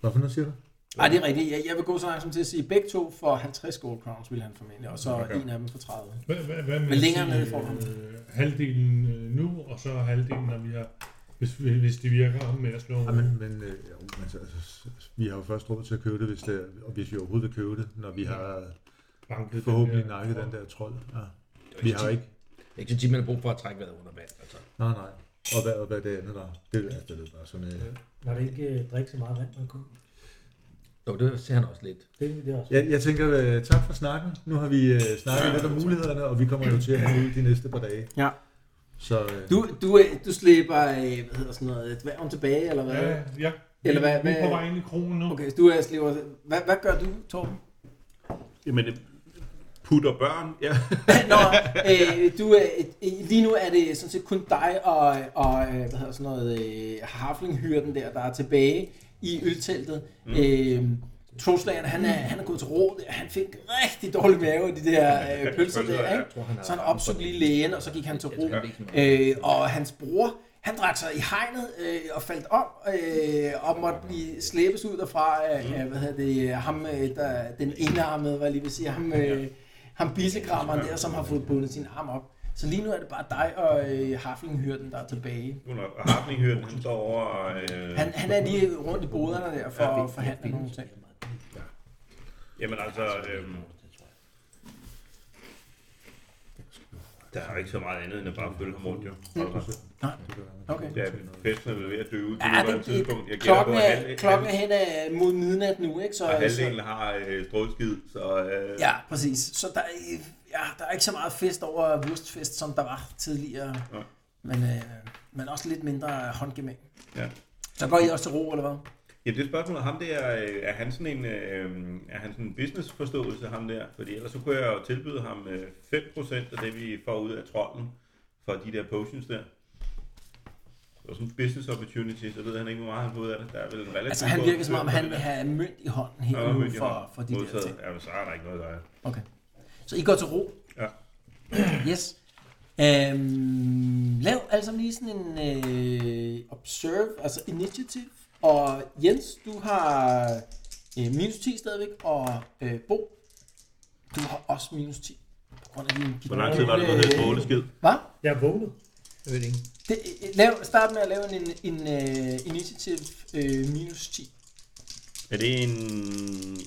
Hvorfor nu siger du? Nej, det er rigtigt. Jeg, jeg vil gå så langt som til at sige, at begge to for 50 gold crowns vil han formentlig, og så okay. en af dem for 30. Hvad, hvad, hvad med Men at længere sige, nede får man. øh, halvdelen øh, nu, og så halvdelen, når vi har, hvis, hvis det virker med at slå. Ja, men, men øh, jo, men altså, altså, vi har jo først råd til at købe det, hvis det, er- og hvis vi overhovedet vil købe det, når vi har banket forhåbentlig den der- nakket den der trold. Ja. Vi har ikke... Jeg kan sige, man har brug for at trække vejret under vand. Altså. Nej, nej. Og hvad, og hvad det andet der? Det, altså, det er bare sådan... Øh, Var det ikke øh, drikke så meget vand, man kunne? Jo, det ser han også lidt. Det, det er også. Jeg, jeg tænker, øh, tak for snakken. Nu har vi øh, snakket lidt om mulighederne, og vi kommer jo til at have ud de næste par dage. Ja. Så øh, Du, du, øh, du slipper, øh, hvad hedder sådan noget, dværgen tilbage, eller hvad? Ja, ja. Eller hvad- Vi er på hvad- vej ind i kronen nu. Okay, så du er slipper. Hvad, hvad gør du, Torben? Jamen, øh, putter børn. Ja. Nå, øh, du, øh, øh, lige nu er det sådan set kun dig og, og øh, hvad hedder sådan noget, øh, harflinghyrden der, der er tilbage i ølteltet. Mm. Øh, Troslageren, han er, han er gået til råd. Han fik rigtig dårlig mave af de der øh, pølser Pølser, der, ikke? ja. Jeg tror, han har- Så han opsøgte lige lægen, og så gik han til Jeg ro. tror, han ikke sådan- Øh, og hans bror, han drak sig i hegnet øh, og faldt om, øh, og måtte blive slæbes ud derfra Mm. af, af hvad hedder det, ham, øh, der, den enarmede, hvad jeg lige vil sige, ham, øh, ham bisekrammeren der, som har fået bundet sin arm op. Så lige nu er det bare dig og øh, Haflinghyrden, der er tilbage. Nu er Hartlinghøren, han står over... Øh, Han, han er lige rundt i boderne der for at forhandle nogle ting. Jamen altså... Øh, der er jo ikke så meget andet, end at bare følge ham rundt, jo. Altså, Okay. Ja, festen er vel ved at dø ud på Ja, nuværende det, det, tidspunkt. Jeg gætter på, klokken, at er, halv- klokken er hen ad- mod midnat nu, ikke? Så, og så, halvdelen har øh, strålskid, så... Øh, Ja, præcis. Så der, er- ja, der er ikke så meget fest over Wurstfest, som der var tidligere. Nej. Men, øh, men også lidt mindre håndgemæng. Ja. Så går I også til ro, eller hvad? Ja, det er spørgsmålet. Ham der, øh, er han sådan en, øh, er han sådan en businessforståelse, ham der? Fordi ellers så kunne jeg jo tilbyde ham øh, 5% af det, vi får ud af trolden for de der potions der. Og sådan en business opportunity, så ved han ikke, hvor meget han får ud af det. Der er vel en relativt Altså, han god virker som om, procent han på vil det der. have mønt i hånden her Ja, nu mønt i for, hånden. for de der Modtaget. ting. Ja, men så er der ikke noget, der er. Okay. Så I går til ro? Ja. Yes. Øhm, lav altså lige sådan en øh, observe, altså initiative. Og Jens, du har Øh, minus 10 stadigvæk, og øh, Bo, du har også minus 10. På grund af din Hvor lang tid var det, du havde stråleskid? Hvad? Jeg er vågnet. Jeg ved det ikke. Det, øh, lav, start med at lave en, en uh, initiativ uh, minus 10 Er det en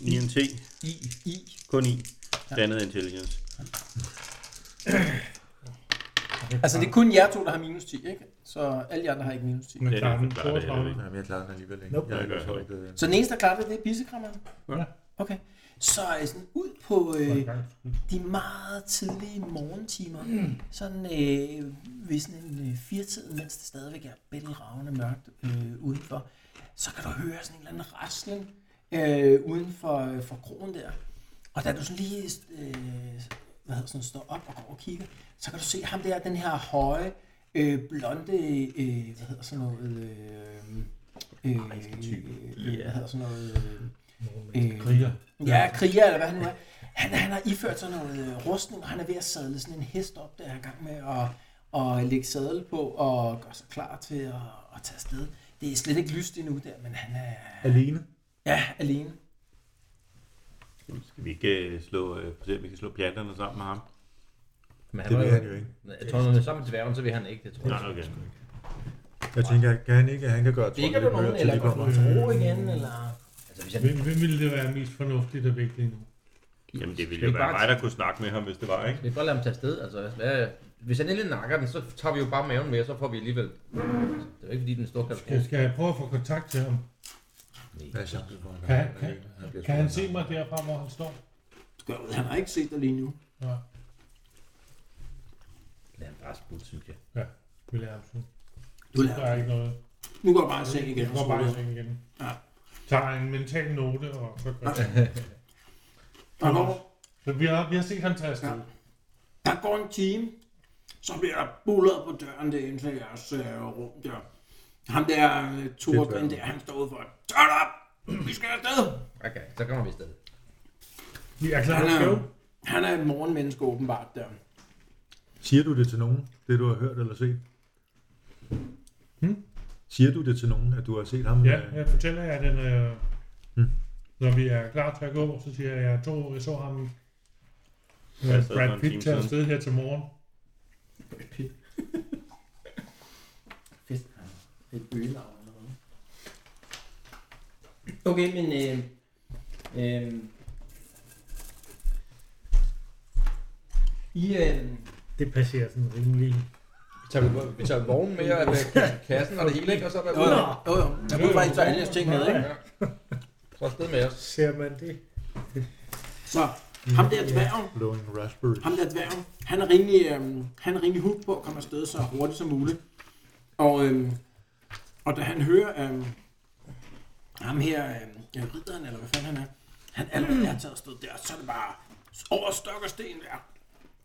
INT? i, i Kun I. Blandet intelligence. Altså det er kun jer to, der har minus 10, ikke? Så alle jer andre har ikke minus 10. Men Ja, det klarer den klarer det heller 32. ikke. Jamen, jeg klarer den alligevel ikke. Nope. Jeg er øh, Det gør ikke så jeg ikke. Så den eneste, der klarer det, det er bissekrammeren? Ja. Okay. Så øh, sådan ud på øh, de meget tidlige morgentimer, sådan øh, ved sådan en øh, firtid, mens det stadigvæk er bælgeragende mørkt øh, udenfor, så kan du høre sådan en eller anden raslen øh, uden for, øh, for krogen der. Og da du sådan lige øh, hvad hedder, sådan, står op og går og kigger, så kan du se ham der, den her høje, øh, blonde, øh, hvad hedder sådan noget, øh, øh, øh, hvad hedder sådan noget, øh, øh, Kriger. Ja, kriger, eller hvad han nu er. Han, han har iført sådan noget øh, rustning, og han er ved at sadle sådan en hest op, der er i gang med at, at lægge sadel på og gøre sig klar til at, at tage afsted. Det er slet ikke lyst endnu der, men han er Alene? ja, alene. Skal vi ikke øh, slå, øh, se, om vi kan slå pjatterne sammen med ham? Men han Det var vil jo- han jo ikke. Jeg tror, når han er sammen med dværgen, så vil han ikke det, tror jeg. Nej, okay. Jeg tænker, kan han ikke, at han kan gøre tråden Ligger du nogen, eller går du tro igen, eller... Altså, hvis han Hvem, hvem ville det være mest fornuftigt at vække lige nu? Jamen, det ville Skal jo vi være bare- mig, der kunne snakke med ham, hvis det var, ikke? Vi kan godt lade ham tage afsted. Altså, hvad, hvis han endelig nakker den, så tager vi jo bare maven med, og så får vi alligevel... Det er jo ikke fordi, den store Jeg katastrofe. skal jeg prøve at få kontakt til ham? Hvad er chancen for, at han gør Kan, det? kan, Han bliver sgu kan han da- se mig derfra, hvor han står? Han har ikke set dig lige nu. Ja, Lad ham bare sputte, synes jeg. ja. Vil jeg absolut. Du Der er ikke noget. nu går jeg bare i seng igen. Jeg går bare i seng igen. Ja. Tager en mental note og så gør jeg. Der går, Så vi har, vi har set ham tage afsted. der går en time, så bliver der bullet på døren det ind til jeres øh, rum der. Ham der, øh, Torben der, han står ude for, tør op, vi skal afsted. Okay, så kommer vi afsted. Vi er klar Han til show. er, han er et morgenmenneske åbenbart der. Siger du det til nogen, det du har hørt eller set? Hmm? Siger du det til nogen, at du har set ham? Ja, øh, jeg fortæller jer det, når jeg... Mm. Når vi er klar til at gå, så siger jeg, at jeg, tog, jeg så ham... Ja, Ja, så er der Brad en Pitt time tage siden. afsted her til morgen. Fedt. Et øgelag eller noget. Okay, men... Øh, øh, I, øh, Det passerer sådan rimelig. Vi tager, vi tager vognen med, og kassen og det hele, ikke? Og så er der jo, jo, jo, jo. Jeg kunne faktisk tage alle jeres ting med, ikke? Så afsted med os. Ser man det? Så ham der dværgen, Blowing raspberry. ham der dværgen, han er rimelig, øh, han er rimelig hooked på at komme afsted så hurtigt som muligt. Og, øh, og da han hører øh, ham her, øh, ja, ridderen, eller hvad fanden han er, han allerede er taget afsted der, så er det bare over stok og sten der.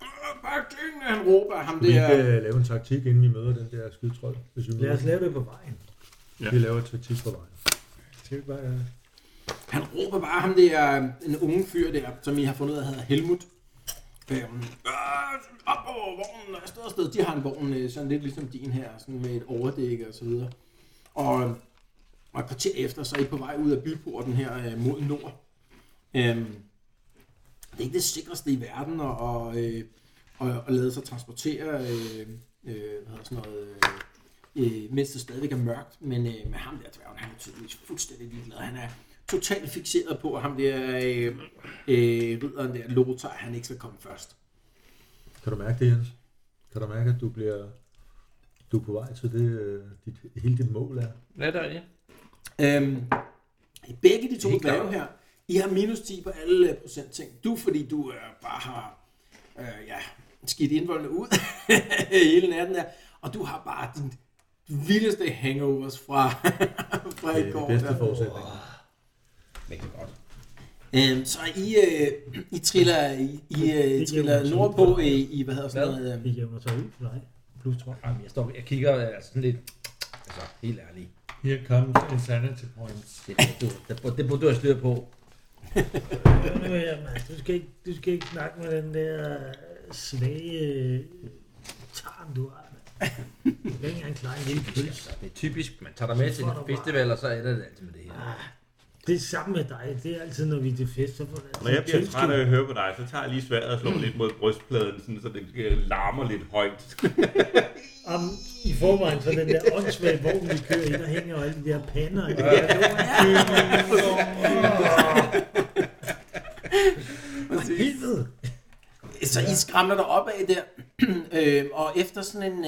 Øh, Bare klingende, han råber ham Vi der. kan øh, lave en taktik, inden vi møder den der skydetrøl. Hvis vi Lad møder os lave det på vejen. den. Vi laver en taktik på vejen. Skal vi bare... Han råber bare ham der, øh, en unge fyr der, som I har fundet ud af, hedder Helmut. Øhm, "Øh, op over vognen, og afsted, afsted. De har en vogn øh, sådan lidt ligesom din her, sådan med et overdæk og så videre. Og, og et kvarter efter, så er I på vej ud af byporten her øh, mod nord. Øhm, det er ikke det sikreste i verden at, og, øh, og, og lade sig transportere, øh, øh, hvad hedder sådan noget, øh, øh, mens det stadigvæk er mørkt, men øh, med ham der dværgen, han er tydeligvis fuldstændig ligeglad. Han er totalt fixeret på, at ham der øh, øh, ridderen der, Lothar, han ikke skal komme først. Kan du mærke det, Jens? Kan du mærke, at du bliver... Du er på vej til det, øh, dit, hele dit mål er. Hvad er der i det? Øhm, begge de to Helt dværge her, I har minus 10 på alle øh, procentting. Du, fordi du øh, bare har øh, ja, skidt indvoldene ud hele natten der, og du har bare din vildeste hangovers fra, fra Det i er de går. øh, bedste der. forudsætninger. Det er godt. Øhm, så I, øh, I triller, I, I øh, Det triller giver nordpå i, i, hvad hedder sådan noget, Vi øh, jævner sig ud for dig. Plus tror jeg. Jamen, jeg, står, jeg kigger øh, sådan lidt... Altså, helt ærligt. Here comes insanity points. Det, burde du, det, burde- det burde du have styr på. Kom nu her, mand. Du skal ikke, du skal ikke snakke med den der øh, svage øh, tarm, du har. mand. Du kan Altså, ikke engang klare en lille pølse. Ah. Det er typisk, man tager dig med til en festival, og så er det altid med det her. Det er sammen med dig. Det er altid, når vi er til fest. Så får det Når jeg bliver træt af at høre på dig, så tager jeg lige sværet og slår lidt mod brystpladen, sådan, så det øh, larmer lidt højt. Om, I forvejen, så den der åndssvage vogn, vi kører ind og hænger, og alle de der pander. Ja. Helvede. øhm, Øh, Så I skramler dig op af der, øhm, og efter sådan en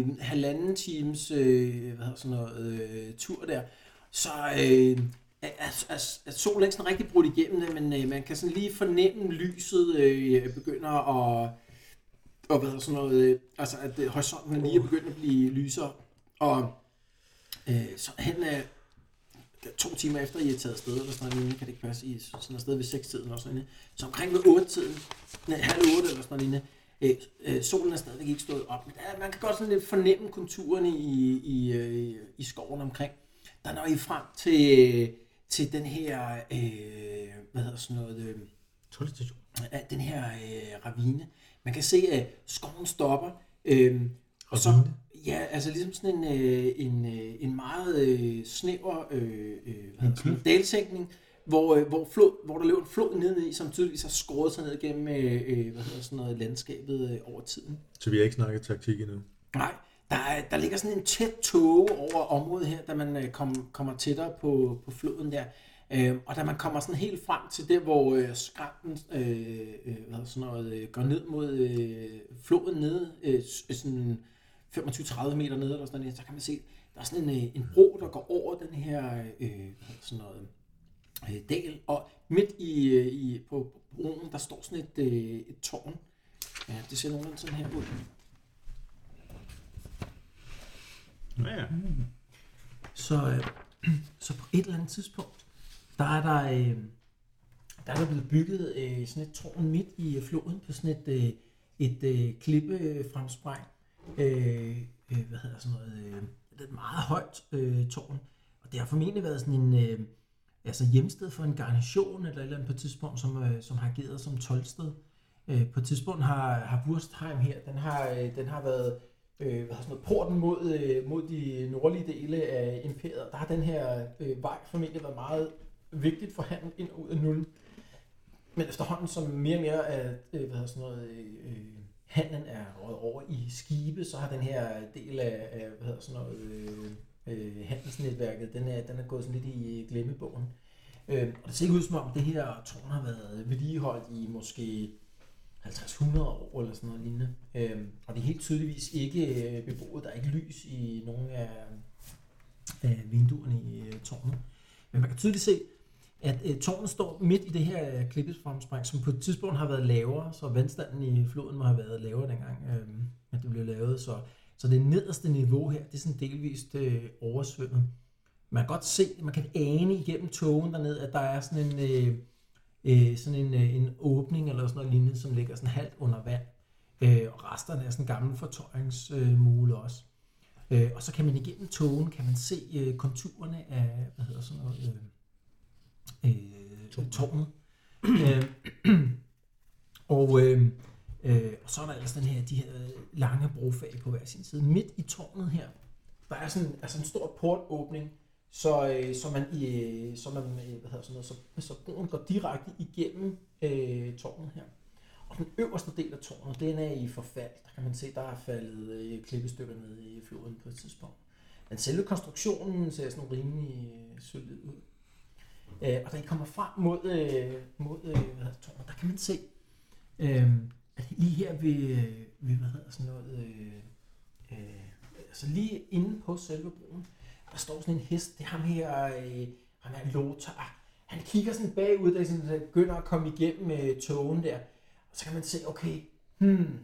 øh, halvanden times øh, hvad hedder sådan noget, øh, tur der, så øh, er, er, er, er solen ikke sådan rigtig brudt igennem det, men øh, man kan sådan lige fornemme lyset øh, begynder at, og hvad hedder sådan noget, øh, altså at øh, horisonten lige er begyndt at blive lysere, og øh, så hen øh, to timer efter I er taget afsted, eller sådan noget lignende, kan det ikke passe, I er sådan afsted ved 6-tiden eller sådan noget, så omkring ved 8-tiden, nej, halv 8 eller sådan noget lignende, øh, øh, solen er stadigvæk ikke stået op, men der, man kan godt sådan lidt fornemme konturerne i, i, øh, i skoven omkring. Der når I frem til, til den her, øh, hvad hedder sådan noget, øh, Togstation. af den her øh, ravine. Man kan se, at skoven stopper. Øh, og så, ja, altså ligesom sådan en, øh, en, øh, en meget øh, snæver øh, øh, hvad okay. dalsænkning, hvor, øh, hvor, flod, hvor der løb en flod nedeni, som tydeligvis har skåret sig ned gennem øh, øh, hvad hedder sådan noget, landskabet øh, over tiden. Så vi har ikke snakket taktik endnu. Nej, der, er- der ligger sådan en tæt tåge over området her, da man øh, kom, kommer tættere på, på floden der. Øh, og da man kommer sådan helt frem til der, hvor øh, skrænten øh, øh, hvad hedder sådan noget, øh, går ned mod øh, floden nede, øh, s- sådan 25-30 meter nede, eller sådan noget, så kan man se, der er sådan en, øh, en bro, der går over den her øh, hvad hedder sådan noget, øh, dal, og midt i, øh, i på broen, der står sådan et, øh, et tårn. Ja, det ser nogenlunde sådan her ud. Ja, Så, øh, så på et eller andet tidspunkt, der er der, øh, der, er der blevet bygget øh, sådan et tårn midt i øh, floden på sådan et, øh, et øh, klippefremspring. Øh, øh, hvad hedder sådan noget? Øh, det er et meget højt øh, tårn. Og det har formentlig været sådan en øh, altså hjemsted for en garnison eller et eller andet på et tidspunkt, som, øh, som har ageret som toldsted. Øh, på et tidspunkt har, har Wurstheim her, den har, øh, den har været øh, hvad hedder sådan noget, porten mod, øh, mod de nordlige dele af imperiet. Der har den her øh, vej formentlig været meget vigtigt for handel ind og ud af nullen. Men efterhånden som mere og mere at, øh, hvad hedder sådan noget, øh, øh, handlen er røget over i skibe, så har den her del af, af hvad hedder sådan noget, øh, øh, handelsnetværket, den er, den er gået sådan lidt i glemmebogen. Øh, og det ser ikke ud som om, det her tårn har været vedligeholdt i måske 50-100 år eller sådan noget lignende. Øhm, og det er helt tydeligvis ikke øh, beboet. Der er ikke lys i nogen af, af vinduerne i øh, tårnet. Men man kan tydeligt se, at øh, tårnet står midt i det her øh, klippesfremspring, som på et tidspunkt har været lavere, så vandstanden i floden må have været lavere dengang, øh, at det blev lavet. Så, så det nederste niveau her, det er sådan delvist øh, oversvømmet. Man kan godt se, man kan ane igennem togen dernede, at der er sådan en... Øh, øh, sådan en, øh, en åbning eller sådan noget lignende, som ligger sådan halvt under vand. Øh, og resterne er sådan gamle fortøjningsmule også. Øh, og så kan man igennem togen, kan man se øh, konturerne af, hvad hedder sådan noget, øh, øh, tårnet. øh, og, øh, øh, og så er der ellers den her, de her lange brofag på hver sin side. Midt i tårnet her, der er sådan altså en stor portåbning, så, øh, så man, i, øh, så man øh, hvad hedder sådan noget, så, så broen går direkte igennem øh, tårnet her. Og den øverste del af tårnet, den er i forfald. Der kan man se, der er faldet øh, klippestykker ned i floden på et tidspunkt. Men selve konstruktionen ser sådan rimelig øh, solid ud. Øh, og da I kommer frem mod, øh, mod øh, hvad hedder, det, tårnet, der kan man se, øh, at lige her ved, øh, ved hvad hedder sådan noget, øh, øh, altså lige inde på selve broen, der står sådan en hest, det er ham her, øh, han er Lothar. Ah, Han kigger sådan bagud, der sådan, der begynder at komme igennem øh, togen der. Og så kan man se, okay, hmm,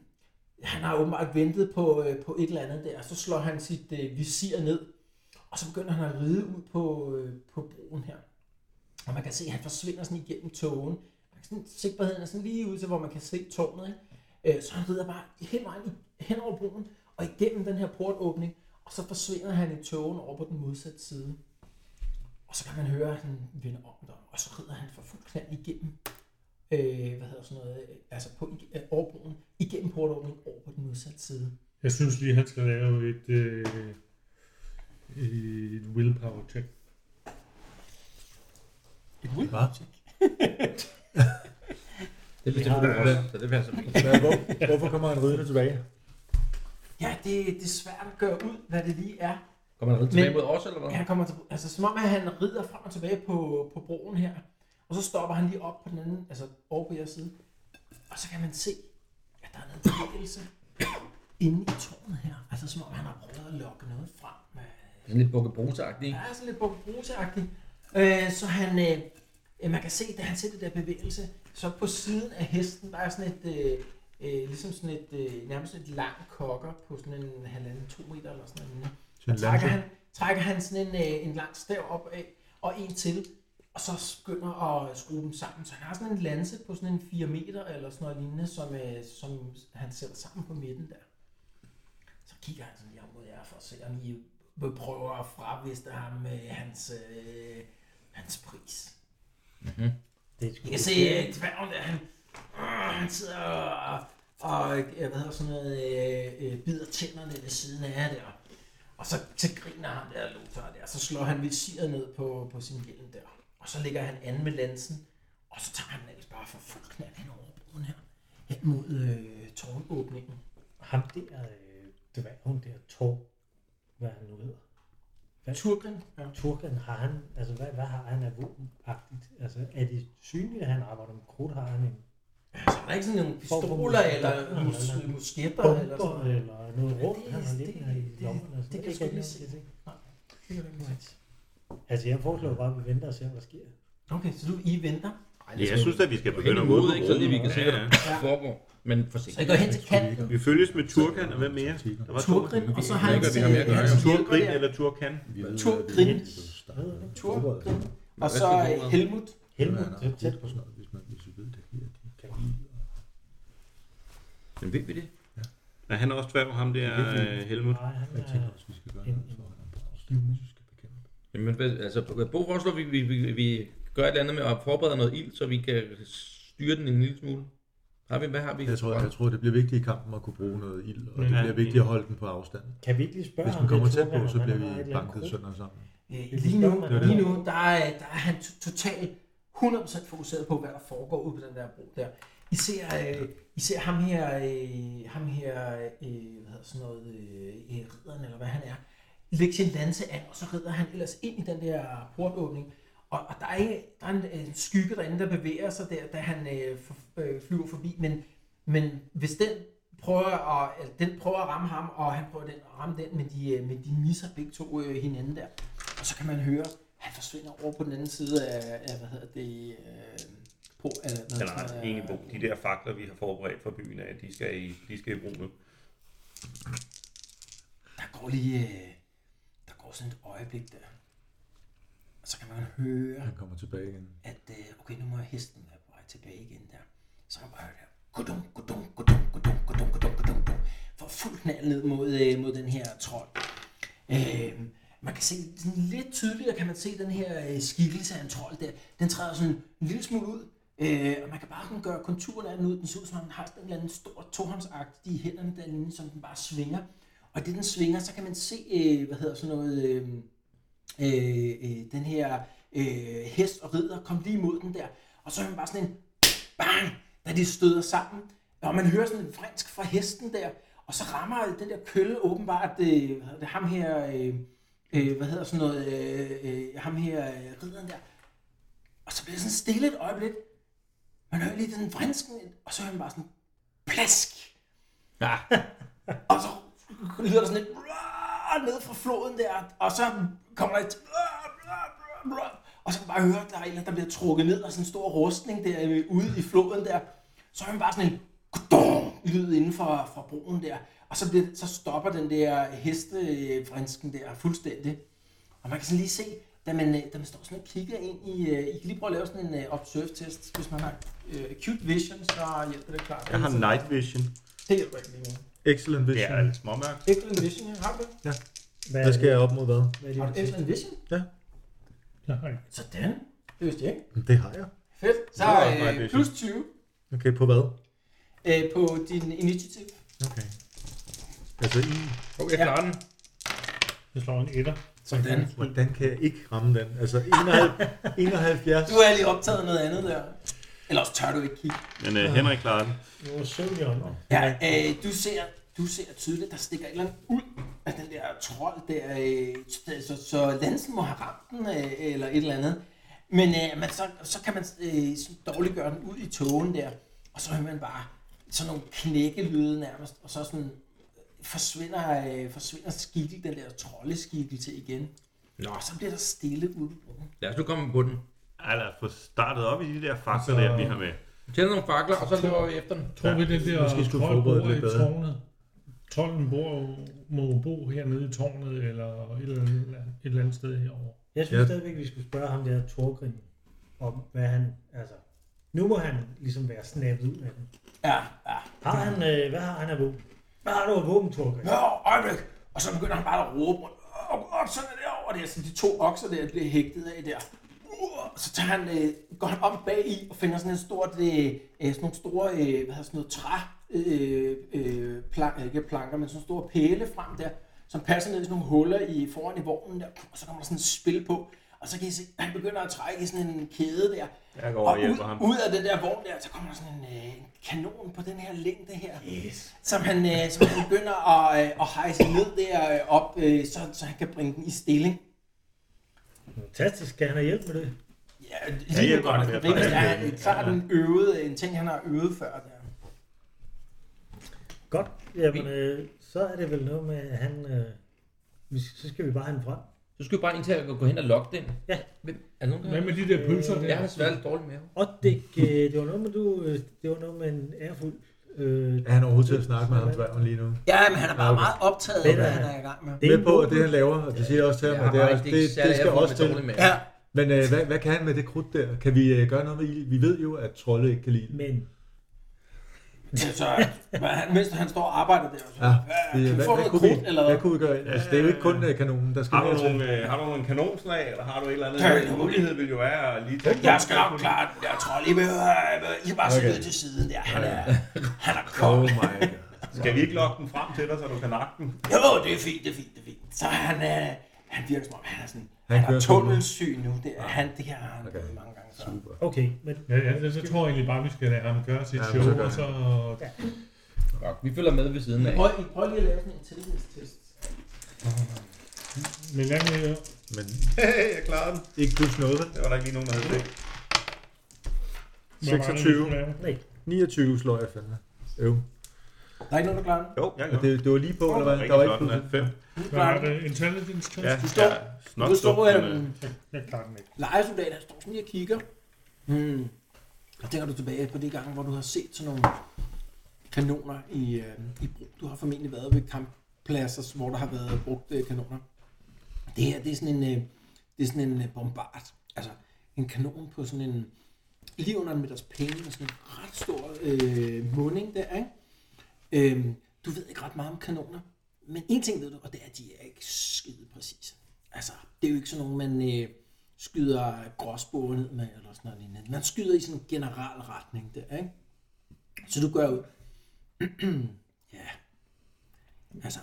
han har åbenbart ventet på, øh, på et eller andet der. Og så slår han sit øh, visir ned, og så begynder han at ride ud på, øh, på broen her. Og man kan se, at han forsvinder sådan igennem togen. Man kan sådan, sigtbarheden er sådan lige ud til, hvor man kan se tårnet. Ikke? Øh, så han rider bare hen, vejen, hen over broen og igennem den her portåbning. Og så forsvinder han i togen over på den modsatte side. Og så kan man høre, at han vender om der, og så rider han for fuld knald igennem. Øh, hvad hedder sådan noget, øh, altså på, øh, over broen, igennem portåbningen over på den modsatte side. Jeg synes lige, han skal lave et, øh, et willpower check. Hva? Det Det har bestemmer du du også, så det passer fint. Hvad, hvor, hvorfor kommer han ridende tilbage? Ja, det, det er svært at gøre ud, hvad det lige er. Kommer han tilbage Men- mod os, eller hvad? Ja, Han kommer til, altså som om, at han rider frem og tilbage på, på broen her. Og så stopper han lige op på den anden, altså over på jeres side. Og så kan man se, at der er noget bevægelse inde i tårnet her. Altså som om, han har prøvet at lokke noget frem. Sådan lidt bukke brugsagtigt, ikke? Ja, sådan lidt bukkebrusagtigt. Øh, så han, øh, øh, man kan se, da han ser det der bevægelse, så på siden af hesten, der er sådan et, øh, øh, ligesom sådan et, øh, nærmest et langt kokker på sådan en halvanden, to meter eller sådan noget. Til en Der trækker lanse. han, trækker han sådan en, øh, en lang stav op af, og en til, og så skynder at skrue dem sammen. Så han har sådan en lanse på sådan en 4 meter eller sådan noget lignende, som, øh, som han sætter sammen på midten der. Så kigger han sådan lige op mod jer for at se, om I prøver at fraviste ham øh, hans, øh, hans pris. Det er sgu I kan se øh, dværgen der, han, øh, han sidder og, og øh, hvad hedder sådan noget, øh, øh, bider tænderne ved siden af jer der. Og så, så griner han der, Lothar der, så slår han visiret ned på, på sin hjelm der. Og så ligger han an med lansen, og så tager han den ellers bare for fuld knald hen over broen her. Hen mod øh, tårnåbningen. Ham der, øh, det var hun der Tor, hvad han nu hedder. Turgren, ja. Turkan har han, altså hvad, hvad har han af våbenagtigt? Altså er det synligt, at han arbejder med krudt? Har han en altså, der er ikke sådan nogle pistoler eller mus, musketter eller sådan bomber noget. eller noget rum, det- han har det- liggende i det- lommen? og sådan det kan noget? jeg sgu er ikke noget, se. det er ikke. Det kan du ikke sige. Altså jeg foreslår bare, at vi venter og ser, hvad der sker. Okay, så du, I venter. Ej, det Ja, er jeg sgu- synes at vi skal begynde Begynde at mod, gå på ikke? Så lige vi kan broen. se, Ja, hvad ja. der foregår. Men Så I forsigtigt. går hen til kanten, Vi følges med Turkan, og hvad mere? Der var Turkan. Turgrin, og så har Jeg han ved ikke, om jeg gør, hans Turgrin hjælper der. eller Turkan. To grin. Turgrin, og så øh, Hvad skal du- Helmut. Helmut, tæt, tæt på sådan noget, hvis man hvis vi ved det her. Men ved vi det? Er han også dværg, ham der øh, Helmut? Nej, han Jeg tænker er... også, vi skal gøre en- noget for at han Mm. skal bekæmpe. Jamen, hvad- altså, Bo foreslår, vi, vi, vi, vi gør et eller andet med at forberede noget ild, så vi kan styre den en lille smule. Har vi, hvad har vi? Jeg tror, jeg tror, det bliver vigtigt i kampen at kunne bruge noget ild, og det Ja. bliver vigtigt at holde den på afstand. Kan vi ikke lige spørge Hvis ham, den kommer det tæt på, Turkan, så om han bliver har et vi eller andet banket krudt? sønder sammen. Øh, Det Lige nu, forstår man. lige nu der, er, der er han to- totalt 100% fokuseret på, hvad der foregår ude på den der bro der. I ser, øh, I ser ham her, øh, ham her øh, hvad hedder sådan noget, øh, øh, ridderen eller hvad han er, lægge sin lanse an, og så rider han ellers ind i den der portåbning. Og, og der er, ikke- der er en, øh, skygge derinde, der bevæger sig der, da han øh, for, øh, flyver forbi, men, men hvis den prøver at, eller den prøver at ramme ham, og han prøver den at ramme den, men de, øh, men de misser begge to øh, hinanden der. Og så kan man høre, at han forsvinder over på den anden side af, af hvad hedder det, øh, på, eller, hvad Eller nej, egentlig brug. De der fakler, vi har forberedt fra byen af, de skal i, de skal i brug nu. Der går lige, øh, der går sådan et øjeblik der. Og så kan man høre, Han kommer tilbage igen. at øh, okay, nu må hesten være på vej tilbage igen der. Så kan man bare høre der. Gudum, gudum, gudum, gudum, gudum, gudum, gudum, gudum. For fuld knald ned mod, øh, mod den her trold. Øh, man kan se sådan lidt tydeligere, kan man se den her øh, skikkelse af en trold der. Den træder sådan en lille smule ud, øh, og man kan bare sådan gøre konturen af den ud. Den ser ud som om den har sådan en eller anden stor tohåndsagt i hænderne derinde, som den bare svinger. Og det den svinger, så kan man se, øh, hvad hedder sådan noget, øh, øh, øh, den her øh, hest og ridder kom lige imod den der. Og så er man bare sådan en bang, da de støder sammen. Og man hører sådan en fransk fra hesten der. Og så rammer den der kølle åbenbart øh, hvad hedder det, ham her, øh, øh, hvad hedder sådan noget, øh, øh, ham her øh, ridderen der. Og så bliver det sådan stille et øjeblik. Man hører lige den vrinsken, og så hører man bare sådan plask. Ja. og så lyder der sådan et "Ruah!" ned fra floden der, og så kommer der et "Ruah, ruah, ruah, ruah!" og så kan man bare høre, at der er en, eller anden, der bliver trukket ned og sådan en stor rustning der øh, ude i floden der. Så hører man bare sådan en "Kudum!" lyd inden for, for broen der, og så, bliver, så stopper den der hestefrinsken der fuldstændig. Og man kan sådan lige se, da man, øh, da man står sådan og kigger ind i... øh, I kan lige prøve at lave sådan en øh, observe-test. Hvis man har øh, acute vision, så hjælper det klart. Jeg har night vision. Det hjælper ikke lige nu. Excellent Det vision. er et småmærk. Excellent vision, ja. har du det? Hvad, Hvad skal jeg op mod hvad? Hvad er det, Har du excellent vision? Nej, Sådan. Det vidste jeg ikke. Det har jeg. Fedt. Så Det var også night øh, vision. plus 20 Okay, på hvad? øh, på din initiativ. Okay. Altså i... Oh, jeg klarer den. jeg slår en etter. Sådan. Hvordan kan jeg ikke ramme den? Altså 71, 71 Du er lige optaget af noget andet der. Eller også tør du ikke kigge. Men øh, Henrik klarer den. Nu er søvnjørner. Ja, øh, du ser, du ser tydeligt, der stikker et eller andet ud af den der trold der, øh, så- så, så Lansen må have ramt den, øh, eller et eller andet. Men øh, man, så, så kan man øh, sådan dårligt gøre den ud i togen der, og så hører man bare sådan nogle knækkelyde nærmest, og så sådan øh, forsvinder, øh, forsvinder skikkel, den der troldeskikkelse igen. Nå. Og så bliver der stille ude på broen. Lad os nu komme på den. Ej, lad os få startet op i de der fakta, der vi har med. Tænd nogle fakler, og så løber vi efter den. Tror vi, det der Måske skulle trold forberede bor det i lidt bedre. tårnet? Trolden bor, jo- må bo hernede i tårnet, eller et eller andet, et eller andet sted herovre. Jeg synes Ja. stadigvæk, vi skulle spørge ham der Torgrim, om hvad han, altså, nu må han ligesom være snappet ud af den. Ja, ja. Har han, øh, hvad har han af våben? Hvad har du af våben, Torgrim? Nå, øjeblik! Og så begynder han bare at råbe rundt. Og okserne derovre, det er sådan de to okser der, bliver hægtet af der. Uh, Så tager han, øh, går han om bag i og finder sådan en stort, øh, øh, sådan nogle store, øh, hvad hedder sådan noget, træ, øh, øh, plank, ikke planker, men sådan store pæle frem der, som passer ned i sådan nogle huller i foran i vognen der, og så kommer der sådan et spil på, og så kan I se, han begynder at trække i sådan en kæde der, Jeg går over og og hjælper ham. ud, ud af den der vogn der, så kommer der sådan en øh, en kanon på den her længde her, yes. som, han, øh, som han begynder at, øh, at hejse ned der øh, op, øh, så, så han kan bringe den i stilling. Fantastisk, skal han have hjælp med det? Ja, Jeg lige nu hjælper godt. ham med Det at er, bringe er, den. er klart en øvet, øh, en ting, han har øvet før. Der. Godt, jamen, øh, så er det vel noget med, at han, øh, vi- så skal vi bare have den frem. Så skal vi bare ind til at gå hen og logge den. Ja. Hvem, er der nogen, der Hvad med de der pølser der? Øh, Jeg har svært lidt dårligt med. Og det, øh, det var noget med, du, øh, det var noget med en ærefuld. Øh, Er han overhovedet til at snakke med ham dværgen lige nu? Ja, men han er bare Ja, okay. meget optaget af, Det er- hvad han er i gang med. det er Med en på, at våben. det han laver, og det siger jeg også til Jeg ham, har at det, er, faktisk også- ikke det, særlig det skal erfaring også med til. dårligt med. Ja, Men øh, hvad, hvad kan han med det krudt der? Kan vi øh, gøre noget ved ild? Vi ved jo, at trolde ikke kan lide ild. Ah, Men så, så men han, mens han står og arbejder der. Så, Ja, kan det, vi hvad, få hvad, noget kunne krudt, vi, eller hvad? hvad kunne vi gøre? Altså, det er jo ikke kun øh, kanonen, der skal Har du, mere til. nogle, øh, har du nogle kanonslag, eller har du et eller andet? Ja, Ja, en mulighed vil jo være at lige tænke... Jeg skal nok klare den der trold. I behøver, I kan bare sidde Okay. okay. til siden der. Han er, han er Oh kongen. my god. Skal vi ikke lokke den frem til dig, så du kan nakke den? Jo, det er fint, det er fint, det er fint. Så han, øh, han virker som om, han er sådan, Han han, han er kører sådan nu. tunnelsyg nu. Det, er, han, det her har han Okay. okay. mange gange før. Super. okay, men Ja, ja, det, så tror jeg egentlig bare, vi skal lade ham gøre sit Ja, ja, men show, så gør og så... Godt, vi følger med ved siden af. Prøv, I- prøv lige at lave sådan en tillidstest. Men lad mig høre. Men Hey, jeg klarede den. ikke plus noget, vel? Det var der ikke lige nogen, der havde set. Hvad var det, vi 26. skulle lave? nej, 29 slår jeg fandme. Øv. Der er ikke nogen, der klarer den. Jo, jeg Og kan det, det var lige på, eller hvad? Rigtig Der var ikke flot, den plus er fem. Du Hvad var klarer den. det? Intelligence test? Ja, Du står- ja, snot Nu står men, øh, en Jeg klarer den ikke. lejesoldat, han står sådan lige og kigger. Hmm. Og tænker du tilbage på de gange, hvor du har set sådan nogle kanoner i, øh, i brug. Du har formentlig været ved kamppladser, hvor der har været brugt øh, kanoner. Det her, det er sådan en, øh, det er sådan en øh, bombard. Altså en kanon på sådan en, lige under en meters penge, med sådan en ret stor øh, munding der, ikke? Øhm, du ved ikke ret meget om kanoner, men en ting ved du, og det er, at de er ikke skide præcise. Altså, det er jo ikke sådan nogen, man øh, skyder gråsboer ned med, eller sådan noget lignende. Man skyder i sådan en generel retning der, ikke? Så du gør ud. ja. Altså,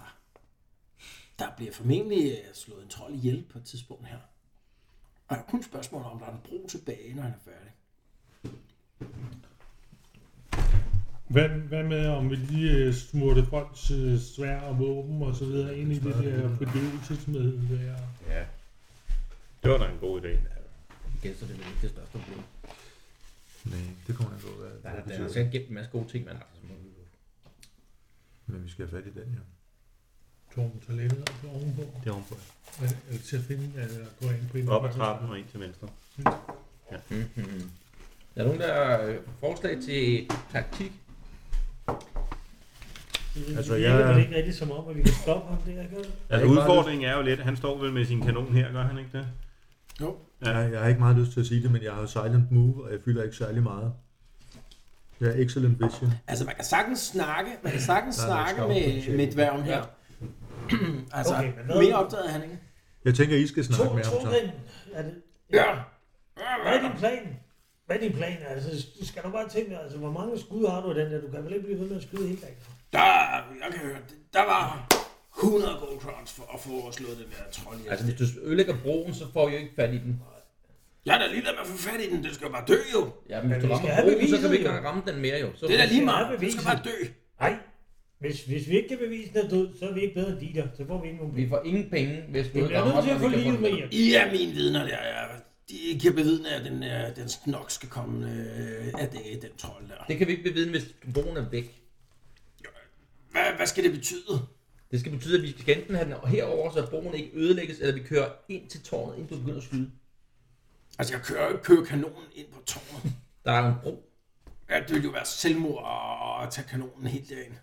der bliver formentlig øh, slået en trold ihjel på et tidspunkt her. Og der er kun spørgsmål om, der er en bro tilbage, når han er færdig. Hvad, hvad med, om vi lige øh, smurte folks øh, svær og våben og så videre ind i det der bedøvelsesmiddel der? Ja. Det var da en god idé. Igen, så er det vel ikke det største problem. Nej, det kommer jeg på, hvad Der hvad er, det der er altså betyder. sikkert gemt en masse gode ting, man har. så må vi jo- Men vi skal have fat i den, jo. Torben toilettet og så ovenpå. Det er ovenpå. Eller- Eller til at finde, eller gå ind på en Op ad trappen og ind til venstre. Mhm. Er der nogen, der har øh, forslag til taktik? det altså, Altså, virker jeg- vel ikke rigtigt som om, at vi kan stoppe ham der, gør det? Altså ikke bare udfordringen er jo lidt, han står vel med sin kanon her, gør han ikke det? Ja, jeg har ikke meget lyst til at sige det, men jeg har jo silent move, og jeg fylder ikke særlig meget. Jeg er excellent vision. Altså, man kan sagtens snakke, man kan sagtens Der er snakke noget skov på med, tjekken. med dværgen her. altså, Okay, okay, men hvad- mere optaget er han ikke. Jeg tænker, I skal To, snakke med ham så. Torgrim, er det... Ja. Hvad er din plan? Hvad er din plan? Altså, du skal du bare tænke dig, altså, hvor mange skud har du af den der? Du kan vel ikke blive ved med at skyde hele dagen? Der, jeg kan høre, der var 100 gold crowns for at få slået den der trold ihjel. Altså, hvis du ødelægger broen, så får jeg jo ikke fat i den. Jeg er da lige der med at få fat i den. Den skal jo bare dø jo. Ja, men hvis du vi rammer skal have broen, så kan vi beviset, ikke jo. engang ramme den mere, jo. Så Det er da lige skal meget. have Den skal beviset. bare dø. Nej, hvis, hvis vi ikke kan bevise, at den er død, så er vi ikke bedre end de der. Så får vi ikke nogen Vi penge. får ingen penge, hvis du Vi ikke bliver rammer nødt til den. at få og vi kan livet få med den. hjem. I er mine vidner, der er. De kan bevidne, at den, øh, den nok skal komme, øh, at det er den trold der. Det kan vi ikke bevidne, hvis broen er væk. Hvad, hvad skal det betyde? Det skal betyde, at vi skal enten have den herover, så broen ikke ødelægges, eller vi kører ind til tårnet, inden du begynder at skyde. Altså, jeg kører, jo ikke- kører kanonen ind på tårnet. Der er jo en bro. Ja, det ville jo være selvmord at tage kanonen helt derind.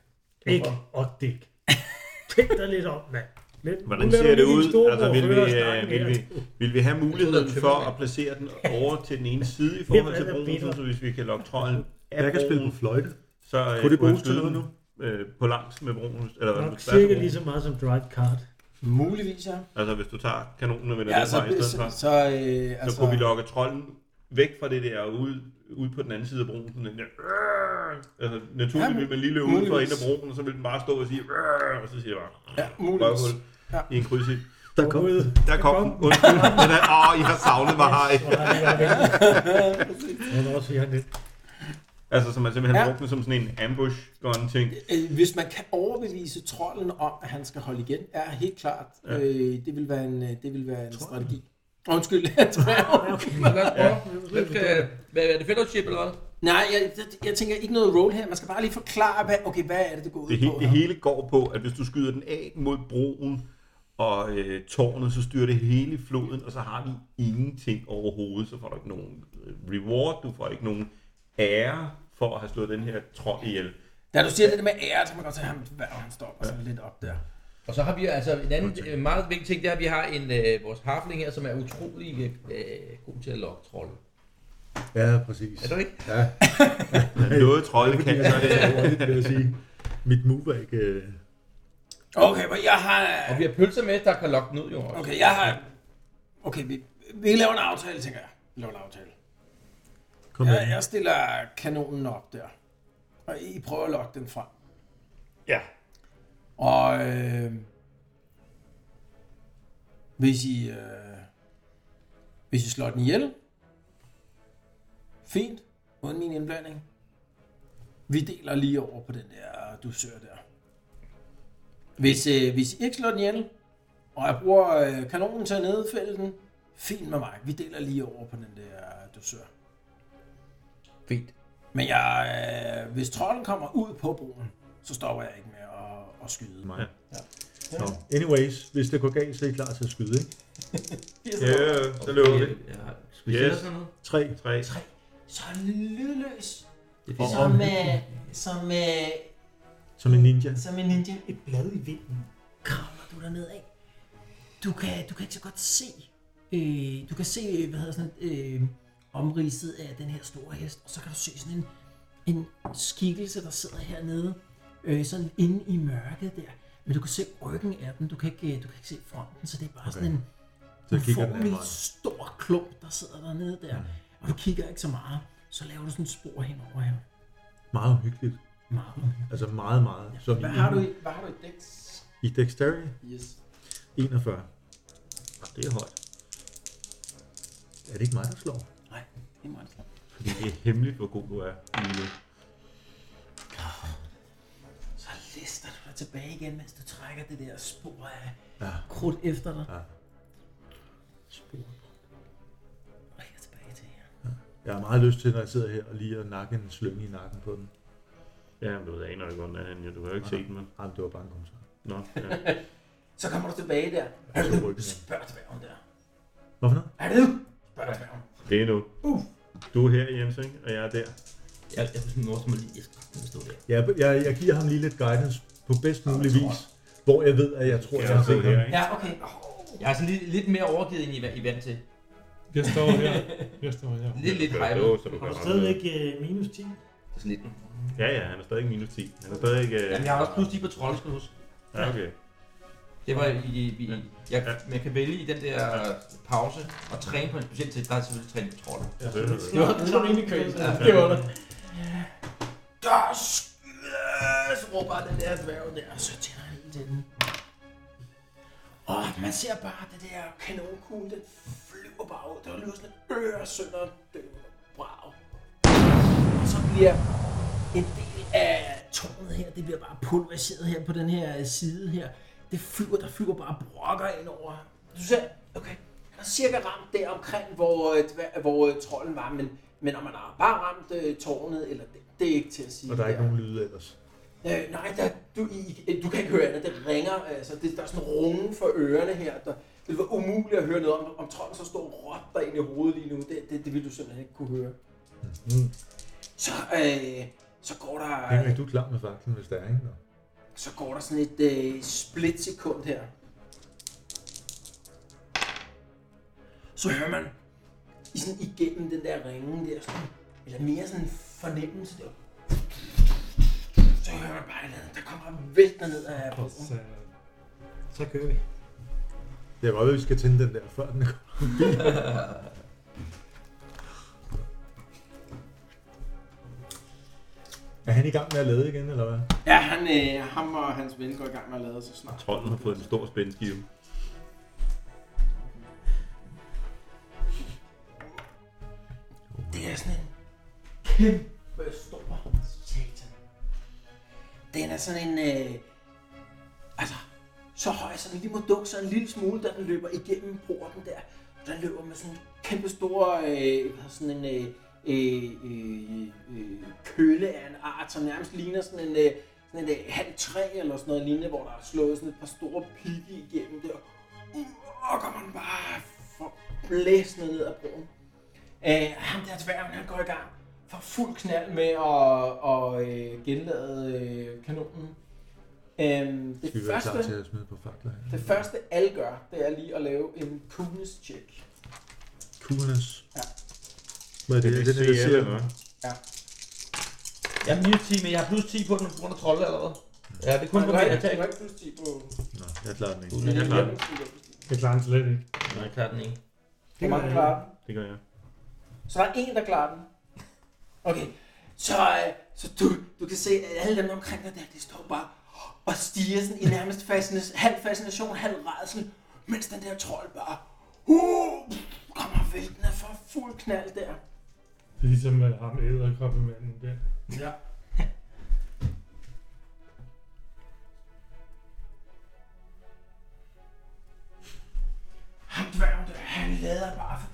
Ikke og dæk. Tænk dig lidt om, mand. Lidt. Hvordan Nu lader ser du det lige din ud? store Altså, bror vil vi, føre os snakke øh, vil, her. vi, vil vi have muligheden for at placere den over til den ene side i forhold til Hvem er der broen, bitter? sådan så hvis vi kan lokke trolden af Jeg kan spille broen, på fløjte. så øh, Kunne det kunne han bruges til skyde noget den, øh, på langs med broen, eller hvad, på Nok tværs af cirka broen. lige så meget som drive card. Muligvis, ja. Altså hvis du tager kanonen og vender Ja, ja, den så, vej i stedet så, for, så, øh, så altså, kunne vi lokke trolden væk fra det der, ude, ude på den anden side af broen. Sådan den der, "Rrrr!" altså, naturligt Ja, ja, vil man lige løbe ud for ind muligvis. af broen, og så vil den bare stå og sige, "Rrrr!" og så siger jeg bare, ja, muligvis. røvhul Ja. i en krydsild. Der kom den. Der kom den, undskyld, den er, åh, I har savnet mig, hej. Jeg vil også sige, at han lidt. Altså, så man simpelthen Ja. ja. brugte den som sådan en ambush gun ting. Øh, Hvis man kan overbevise trolden om, at han skal holde igen, er helt klart, ja. øh, det vil være en, øh, det vil være en strategi. Undskyld, dværgen. Men lad os prøve. Hvem skal... Hvad er det fellowship, eller hvad? Nej, jeg, jeg, jeg tænker ikke noget roll her. Man skal bare lige forklare, hvad, okay, hvad er det, det går ud Det, på he- det her? hele går på, at hvis du skyder den af mod broen og øh, tårnet, så styrer det hele floden, og så har vi ingenting overhovedet. Så får du ikke nogen øh, reward, du får ikke nogen ære for at have slået den her trold ihjel. Da du siger det der med ære, så kan man godt se, at ham, dværgen, han stopper sådan lidt op der. Og så har vi altså en anden øh, meget vigtig ting, det er, at vi har en, øh, vores harfling her, som er utrolig øh, god til at lokke trolde. Ja, præcis. Er det ikke? Ja, Noget trolde fordi kan, jeg så er er det så hurtigt, vil jeg sige. Mit move er ikke... øh, Okay, men jeg har... Og vi har pølser med, der kan lokke den ud, jo også. Okay, jeg har... Okay, vi, vi laver en aftale, tænker jeg. Vi laver en aftale. Kom Jeg, med. jeg stiller kanonen op der. Og I prøver at lokke den frem. Ja. Og øh, hvis I øh, hvis I slår den ihjel, fint, uden min indblanding. Vi deler lige over på den der dusør der. Hvis, øh, hvis I ikke slår den ihjel, og jeg bruger øh, kanonen til at nedfælde den, fint med mig. Vi deler lige over på den der dusør. Fint. Men jeg, øh, hvis trolden kommer ud på broen, så stopper jeg ikke med at, at skyde. Mig. Nå, anyways, hvis det går galt, så er I klar til at skyde, ikke? ja, så løber det. Ja, skal vi yes. Yes. sådan noget? 3. Tre. Så lydløs. Det er Og fint. om, som, øh, som en ninja. som en ninja. Et blad i vinden. Kravler du derned af. Du kan, du kan ikke så godt se. Øh, du kan se, øh, hvad hedder sådan et, øh, omridset af den her store hest. Og så kan du se sådan en, en skikkelse, der sidder hernede. Øh, sådan inde i mørket der. Men du kan se ryggen af den. Du kan ikke, øh, du kan ikke se fronten, så det er bare okay. sådan en Så jeg kigger den anden uformelig vej. stor klump, der sidder dernede der. Og du kigger ikke så meget. Så laver du sådan et spor henover her. Meget hyggeligt. Meget. Altså meget, meget. Som Hvad har du, i- hvad har du i dæk? I dexterity Ah, Yes. 41. Det er højt. Er det ikke mig, der slår? Nej, det altså. er meget klart. Fordi det er hemmeligt, hvor god du er. lige nu. Så lister du dig tilbage igen, mens du trækker det der spor af Ja. krudt efter dig. Ja. Spor. Og her tilbage til her. Jeg har meget lyst til, når jeg sidder her, og lige at nakke en slynge i nakken på den. Ja, men du aner jo godt, at han, ja, du kan jo ikke se den, men... Jamen, det var bare en kommentar. Nå, ja. Så kommer du tilbage der. Jeg slog ryggen af. Spørg dværgen der. Hvorfor noget? Er det du? Spørg dværgen. Det er nu. Du er her, Jens, ikke? Og jeg er der. Jeg, jeg, jeg, jeg, jeg, jeg skal ikke stå der. Jeg, jeg, jeg giver ham lige lidt guidance på bedst mulig vis, hvor jeg ved, at jeg tror, jeg har set ham. her, ikke? Ja, okay. Oh, Jeg er sådan lidt, lidt mere overgivet, end I er I er vant til. Jeg står her. Jeg står her. Lidt, lidt Ja, hypet. det var, så Har du kan du ramme stadigvæk noget. øh, minus 10? Det er sådan lidt. Ja, ja, han er stadig minus 10. Han er stadig... Øh... Jamen, jeg har også plus 10 på trolde, skal du huske. Ja, okay. Det var i, i, i jeg, man kan vælge i den der pause og træne på en speciel ting. Der er selvfølgelig træning på trolde. Ja, det er det. det var den ene køs. Det var det. Der skydes, råber den der dværg der, og så tænder han ild til den. Og man ser bare den der kanonkugle, den flyver bare ud. Der lyder sådan en øre sønder. Wow. Og så bliver en del af tårnet her, det bliver bare pulveriseret her på den her side her. Det flyver, der flyver bare brokker ind over. Du ser, okay, den er cirka ramt der omkring, hvor, øh, dvær- hvor øh, trolden var, men, men om man har bare ramt øh, tårnet, eller det, det er ikke til at sige. Og der er ikke nogen lyde ellers. Øh, nej, der, du, I, øh, du kan ikke høre andet. Det ringer. Altså, det, der er sådan en runge for ørerne her. Der, det var umuligt at høre noget om, om trolden så står råt derinde i hovedet lige nu. Det, det, det ville du simpelthen ikke kunne høre. Mm. Så, øh, så går der... Henrik, du er klar med fakten, hvis der er en. Så går der sådan et øh, splitsekund her. Så hører man i sådan igennem den der ringe der, sådan, eller mere sådan en fornemmelse der. Så hører man bare et eller andet, der kommer og vælter ned af broen. Så, så kører vi. Jeg kan godt ved, at vi skal tænde den der, før den er Er han i gang med at lade igen, eller hvad? Ja, han, øh, ham og hans ven går i gang med at lade så snart. Trolden har fået en stor spændskive. Det er sådan en kæmpe stor satan. Den er sådan en... Øh, altså, så høj, så den lige må dukke sig en lille smule, da den løber igennem porten der. Den løber med sådan en kæmpe stor... Øh, hvad hedder sådan en... Øh, øh, øh, øh, kølle af en art, som nærmest ligner sådan en... Øh, sådan en øh, halv træ eller sådan noget lignende, hvor der er slået sådan et par store pigge igennem der. Uh, og kommer den bare for blæsende ned ad broen. Øh, ham der dværgen, han går i gang for fuld knald med at, at øh, genlade øh, kanonen. Øhm, Skal det, vi være klar til første, at smide på fakler? her? det første alle gør, det er lige at lave en coolness check. Coolness. Ja. Hvad er det, Det det, er det, det, CR, det, eller hvad? Jeg er minus 10, men jeg har plus 10 på den på grund af trolde allerede. Ja, det er Du kun på har det, ikke, jeg du har tager. ikke plus 10 på... Nå, jeg klarer den ikke. Men jeg klarer den. Det klarer han slet ikke. Nej, jeg klarer den ikke. Hvor mange klarer den? Det gør jeg. Så der er en, der klarer den. Okay, så, øh, så du, du kan se, at alle dem omkring dig der, de står bare og stiger sådan i nærmest fascina- halv fascination, halv redsel, mens den der trold bare uh, kommer væltende for fuld knald der. Det er ligesom med ham æderkoppemanden der. Ja. Ham dværgen der, han lader bare for...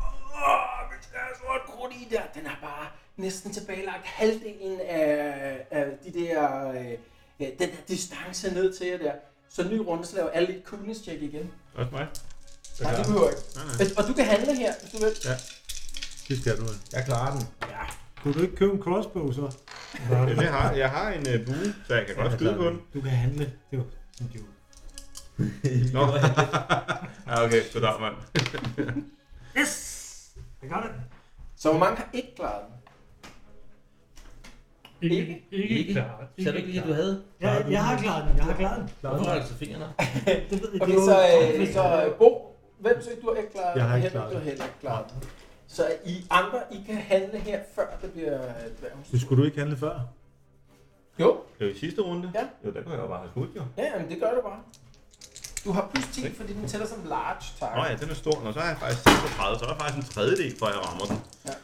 Åh, mit der sort krudt i der. Den har bare næsten tilbagelagt halvdelen af, af de der... Øh, øh, den der distance ned til jer der. Så ny runde, så laver alle et coolness check igen. Også mig. Nej, det behøver ikke. Nej, nej. Men- Og du kan handle her, hvis du vil. Det skal du. Jeg klarer den. Kunne du ikke købe en crossbow så? Jamen, jeg, har, jeg har en uh, bue, så jeg kan godt jeg skyde klarer på den. den. Du kan handle. Det var en idiot. Nå. ja, okay. Goddag, mand. Yes! Jeg gør det. Så hvor mange har ikke klaret den? Ikke, ikke, Ikke? ikke klar. Så er det ikke lige, du havde? Jeg, jeg har klaret den. Jeg har klaret den. Hvorfor har du så fingrene? Det ved jeg. Okay, det var- så, øh, så øh, Bo, hvem synes du er ikke klar? Jeg har ikke Henrik, klaret Du er det. heller ikke klar. Så I andre, I kan handle her, før det bliver øh, dværgens Det tur. skulle du ikke handle før. Jo, Det var i sidste runde. Ja. Jo, der kunne jeg jo bare have skudt, jo. ja, jamen, det gør du bare. Du har plus 10, fordi den tæller som large Nå target. ja, den er stor. Nå, så er jeg faktisk 36, så er jeg faktisk en tredjedel, før jeg rammer den. Ja.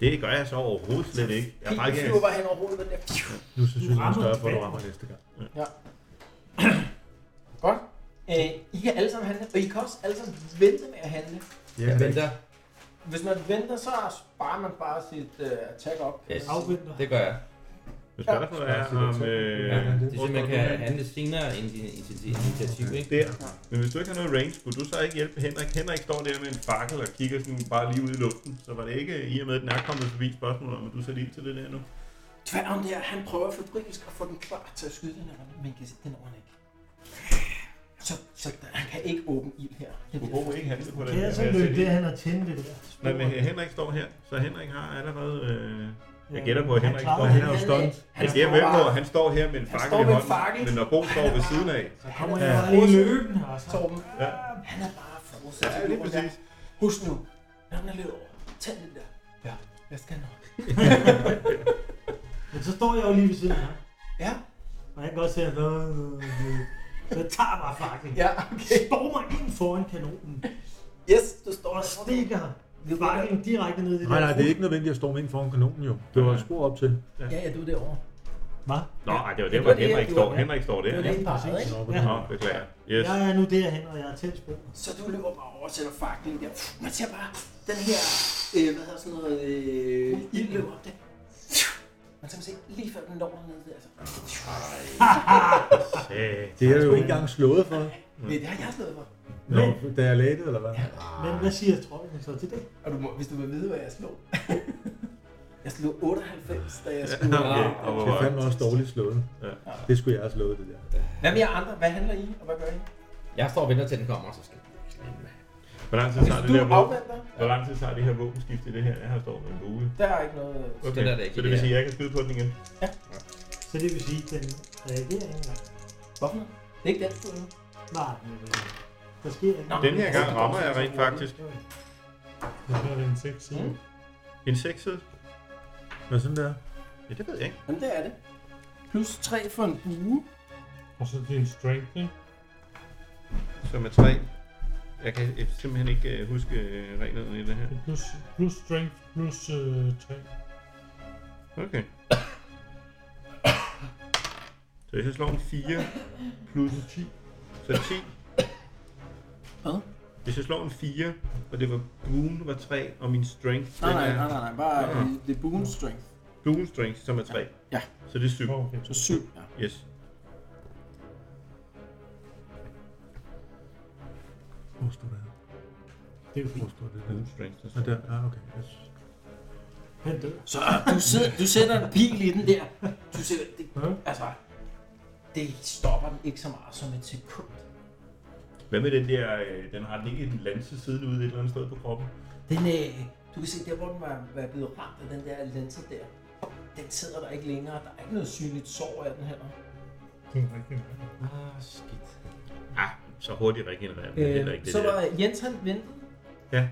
Det gør jeg så overhovedet slet ikke. Jeg er Pilen faktisk... flyver bare hen over hovedet med den der. Nu synes jeg, rammer du større for, at du den. rammer næste gang. Godt. Øh, I kan alle sammen handle, og I kan også alle sammen vente med at handle. Jeg venter. Hvis man venter, så sparer man bare sit øh, attack op. Yes. Afventer. Det gør jeg. Hvis spørgsmålet er om... Øh, Ja, det er hvor simpelthen, man står du kan henne? handle senere end din initiativ, initiativ ikke? der. Men hvis du ikke har noget range, skulle du så ikke hjælpe Henrik? Henrik står der med en fakkel og kigger sådan bare lige ud i luften. Så var det ikke i og med, at den er kommet forbi spørgsmålet, om at du sætter ild til det der nu? Tværgen der, han prøver febrilsk at få den klar til at skyde den her, men kan se, den når han ikke. Så, så der, han kan ikke åbne ild her. Du bruger ikke handle på det. Kan jeg så her. løbe det, han har tændt det der? Nej, men Henrik står her, så Henrik har allerede... Øh, jeg Ja, gætter på, at han Henrik klarer står det. her. Han er jo stunt. Jeg er med på, at han står her med en Han fakkel står i med en hånden, fakkel. men når Bo står ved siden af... Så kommer Ja. jeg bare lige løbende. og så- Torben, Ja, altså. han er bare frosset. ja til lige jorden præcis. der. Husk nu, når den er løbet over, tag den der. Ja, jeg skal nok. Men så står jeg jo lige ved siden af ham. Ja, Og jeg kan godt se, at øh, øh, øh, Jeg tager bare frakken. Ja, okay. Stormer ind foran kanonen Yes, du står og og stikker frakken direkte ned i det Nej, der nej, det er ikke nødvendigt at storme ind foran kanonen jo. Det var et spor op til. Ja, ja, du er derovre. Hvad? Nå, ej, det var det, var hvor det, Henrik du- står. Henrik står Det der. er det ikke? ene parret, ikke? Ja. Nå, beklager. Yes. Jeg er nu derhen, og jeg er tæt på. Så du løber bare over og sætter faklen der. Man ser bare den her, øh, hvad hedder sådan noget, øh, ild løber op der. Man skal se lige før den når dernede der. Altså. Det er jeg jo ikke engang slået for, Det er det, har jeg slået for. når, da jeg lagde det, eller hvad? Men hvad siger trolden så til det? Og du må, hvis du vil vide, hvad jeg slog. jeg slog 98, da jeg skulle. Okay, og Det er fandme også dårligt slået. Det skulle jeg have slået, det der. Hvad med jer andre? Hvad handler I, og hvad gør I? Jeg står og venter til, den kommer, så skal Hvor lang tid tager det Du her våben? afventer. Hvor lang tid tager det her våbenskift i det her? Jeg har stået med en bue. Der er ikke noget... Okay, er det ikke så det i vil det sige, at jeg kan skyde på den igen. Så det vil sige, at den reagerer ikke engang. Hvorfor? Det er ikke den, du er nu. Nej, øh, der sker ikke Den her gang rammer jeg rent faktisk Jeg tror, det er en 6 mm. en sekset. Hvad sådan der? Ja, det ved jeg ikke. Jamen, det er det. Plus 3 for en bue. Og så din strength, ikke? Som er tre. Jeg kan øh, simpelthen ikke øh, huske øh, reglerne i det her. Det er Plus, plus strength, plus øh, 3. Okay. Så hvis jeg slår en 4 plus 10, så 10. Hvad? Hvis jeg slår en 4, og det var buen var 3, og min strength, Nej, den nej, er nej, nej, nej. Bare Ja. øh, det er buen strength. buen strength, som er 3. Ja. Så det er 7. Okay. Så 7. Ja. Yes. Hvor står det her? Det er jo Hvor fint. står det Buen der? strength. Ah, der. Ah, okay. Yes. Han dør. Så øh, du, sidder, du sætter en pil i den der. Du sætter, det, altså, det stopper den ikke så meget som et sekund. Hvad med den der, øh, den har den ikke en lanse siden ude et eller andet sted på kroppen? Den, øh, du kan se der, hvor den var, var blevet ramt af den der lense der. Den sidder der ikke længere. Der er ikke noget synligt sår af den heller. Det er rigtig nok. Ah, skidt. Ah, så hurtigt regenererer den heller Øh, ikke det så der. var Jens han ventet. Ja.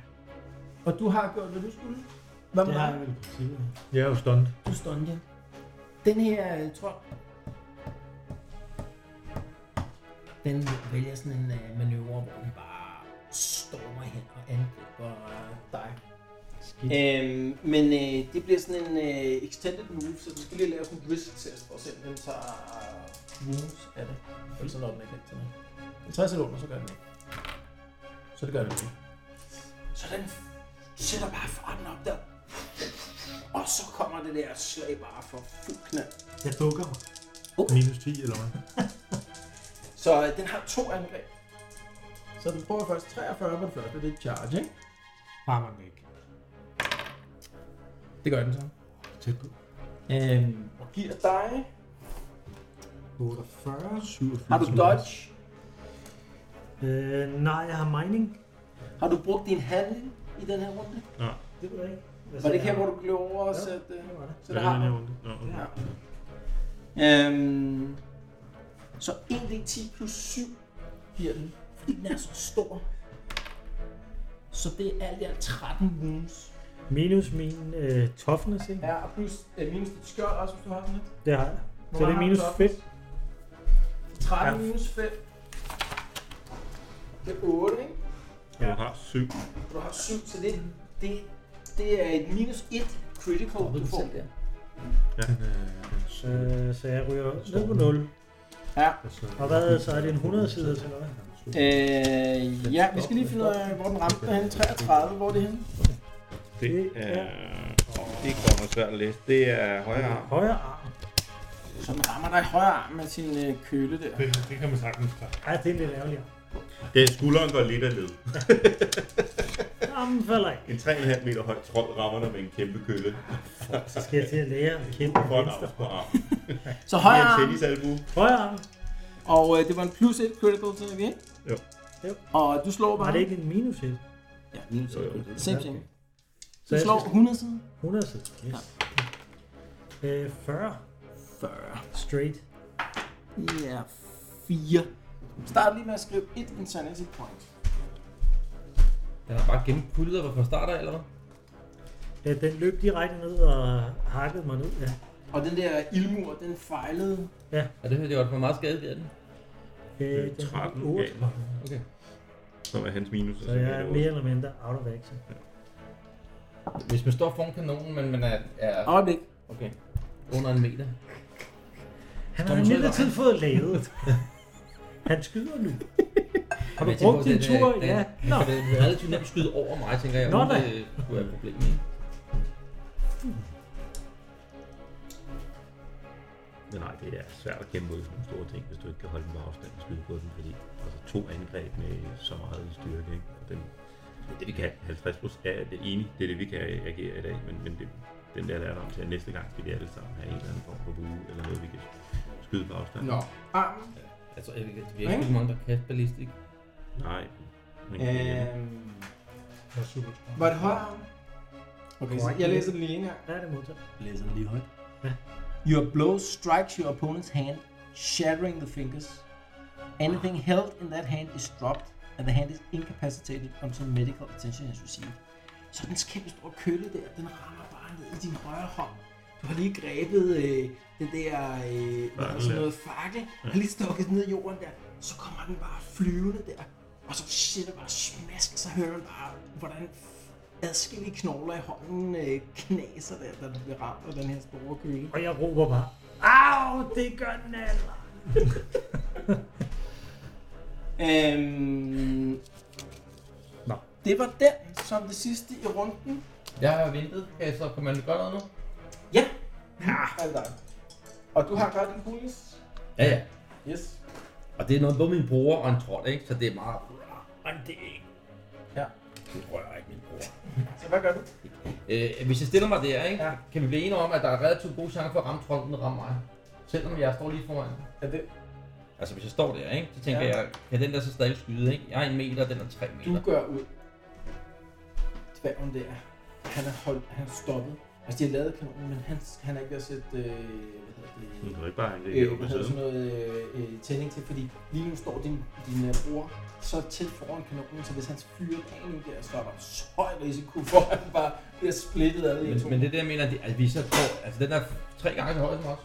Og du har gjort, hvad du skulle. Hvad med Det har jeg dig? vel på tide. Jeg er jo stunt. Du stunde. Den her øh, trold. Den vælger sådan en øh, manøvre, hvor den bare stormer hen og angriber øh, dig. Skidt. Øhm, men øh, det bliver sådan en øh, extended move, så du skal lige lave sådan en risk test for at se, om den tager wounds af det. Ellers så når den ikke rigtig til noget. Den tager sekunder, så gør den ikke. Så det gør den ikke. Så den sætter bare farten op der. Og så kommer det der slag bare for fuld knald. Jeg dukker mig. Minus 10, eller hvad? Så øh, den har to angreb. Så den prøver først 43 på den første, det er charge, ikke? Rammer den ikke. Det gør den så. Tæt på. Øhm, og giver dig 48. 87. Har du dodge? Øh, nej, jeg har mining. Har du brugt din handling i den her runde? Det ved jeg ikke. Altså, Var det jeg- her, hvor du blev over og Ja. sætte... øh, Det var det. Så det har du. Nå, okay. Ja. Øhm, så 1d10 plus 7 giver den, fordi den er så stor. Så det er alt i alt 13 wounds. Minus min øh, toughness, ikke? Ja, og plus øh, minus dit skjold også, hvis du har sådan lidt. Det har jeg. Hvor Så meget det er har minus du op? 5. 13 minus 5. Det er 8, ikke? Du har syv. Og Du har 7, så det, det, det er et minus 1 critical, du får. Den, øh, den syv, Øh, så jeg ryger ned på 0. altså, Og hvad, så er det en 100 side til noget? Øh, ja, vi skal lige finde ud af, hvor den ramte derhen. 33, hvor er det henne? Det er... Åh, Det kommer svært at læse. Det er højre arm. Højre arm. Så den rammer dig i højre arm med sin øh, køle der. Det, det kan man sagtens klare. Ej, det er lidt ærgerligt. Det er skulderen går lidt af led. Jamen, falder ikke. En 3,5 meter høj trold rammer dig med en kæmpe kølle. Så skal jeg til at lære at kende For en venstre. arm på arm. Så Det højre er en arm, tennisalbu. Højre arm. og øh, det var en plus 1 critical, så er vi ikke? Jo. Jo. Og du slår bare... Var det ikke en minus 1? Ja, minus Jo, jo. 1. Same thing. Så Du jeg slår skal- 100 siden. 100 side. Yes. Øh, 40 40. straight. Ja, 4. Start lige med at skrive et insanity point. Den har bare gennempullet dig fra starter, eller hvad? Øh, den løb direkte ned og hakkede mig ned. Ja. Og den der ildmur, den fejlede. Ja, det hørte jeg godt. Hvor meget skade giver den? Øh, den 13 8. gav den, Okay. som er hans minus. og Så så jeg er er det mere otte. eller mindre out of action. Hvis man står foran kanonen, men man er, er Øjeblik. okay, under en meter. Han Står har man så i imidlertid vejen? fået lavet. Han skyder nu. Har du Jeg tænker brugt på, din det- tur? det- Ja. det- Nå. Det er relativt nemt at skyde over mig, tænker jeg. Nå uden da. Det kunne være et problem, ikke? Men nej, det er svært at kæmpe mod sådan nogle store ting, hvis du ikke kan holde dem på afstand og skyde på dem, fordi altså, to angreb med så meget styrke, ikke? Og den, det er det, vi kan. 50 procent er det enige, det er det, vi kan agere i dag, men, men det, den der, der er der om til, at næste gang skal vi alle sammen have en eller anden form for bue, eller noget, vi kan skyde på afstand. Nå. Armen. Jeg tror, Altså, jeg ved ikke, vi er ikke så mange, der kan ballistik. Nej. Men, øh... Øhm, Det er super smart. var det højre arm? Okay, så jeg læser det lige ind her. Hvad er det modsat? Læser den lige højt. Your blow strikes your opponent's hand, shattering the fingers. Anything held in that hand is dropped, and the hand is incapacitated until medical attention is received. Så den kæmpe store kølle der, den rammer bare ned i din højre hånd. Du har lige grebet øh, det der, øh, hvad hedder sådan noget fakkel, har lige stukket den ned i jorden der. Så kommer den bare flyvende der, og så shit, det bare smask, så hører man bare, hvordan adskillige knogler i hånden øh, knaser der, da den bliver ramt af den her store kølle. Og jeg råber bare, Au, det gør den altså. Øhm, Nå. Det var den som det sidste i runden. Jeg har ventet. Kan jeg så kan man gøre noget nu? Ja. ja. Og du har godt din pulis. Ja, ja. Yes. Og det er noget både min bror og en trold, ikke? Så det er meget... Og det er ikke... Ja. Det rører ikke min bror. Så hvad gør du? Øh, hvis jeg stiller mig der, ikke? Ja. Ja. Kan vi blive enige om, at der er relativt gode chancer for at ramme trolden og ramme mig? Selvom jeg står lige foran. Er det, Altså hvis jeg står der, ikke? Så tænker Ja. ja. jeg, kan den der så stadig skyde, ikke? Jeg er en meter, og den er tre meter. du gør ud. Dværgen der. Han er holdt, han er stoppet. Altså de har lavet kanonen, men han, han er ikke ved at sætte, øh, hvad hedder det, Du kan ikke bare angribe øh, øh, på hvad hedder sådan altså- siden. noget øh, øh, tænding til, fordi lige nu står din, din øh, bror så tæt foran kanonen, så hvis han fyrer af nu der, så er der så høj risiko for, at han bare bliver splittet af det i to. Men, men det er det, jeg mener, det, at vi så får, altså den er tre gange så høj som os.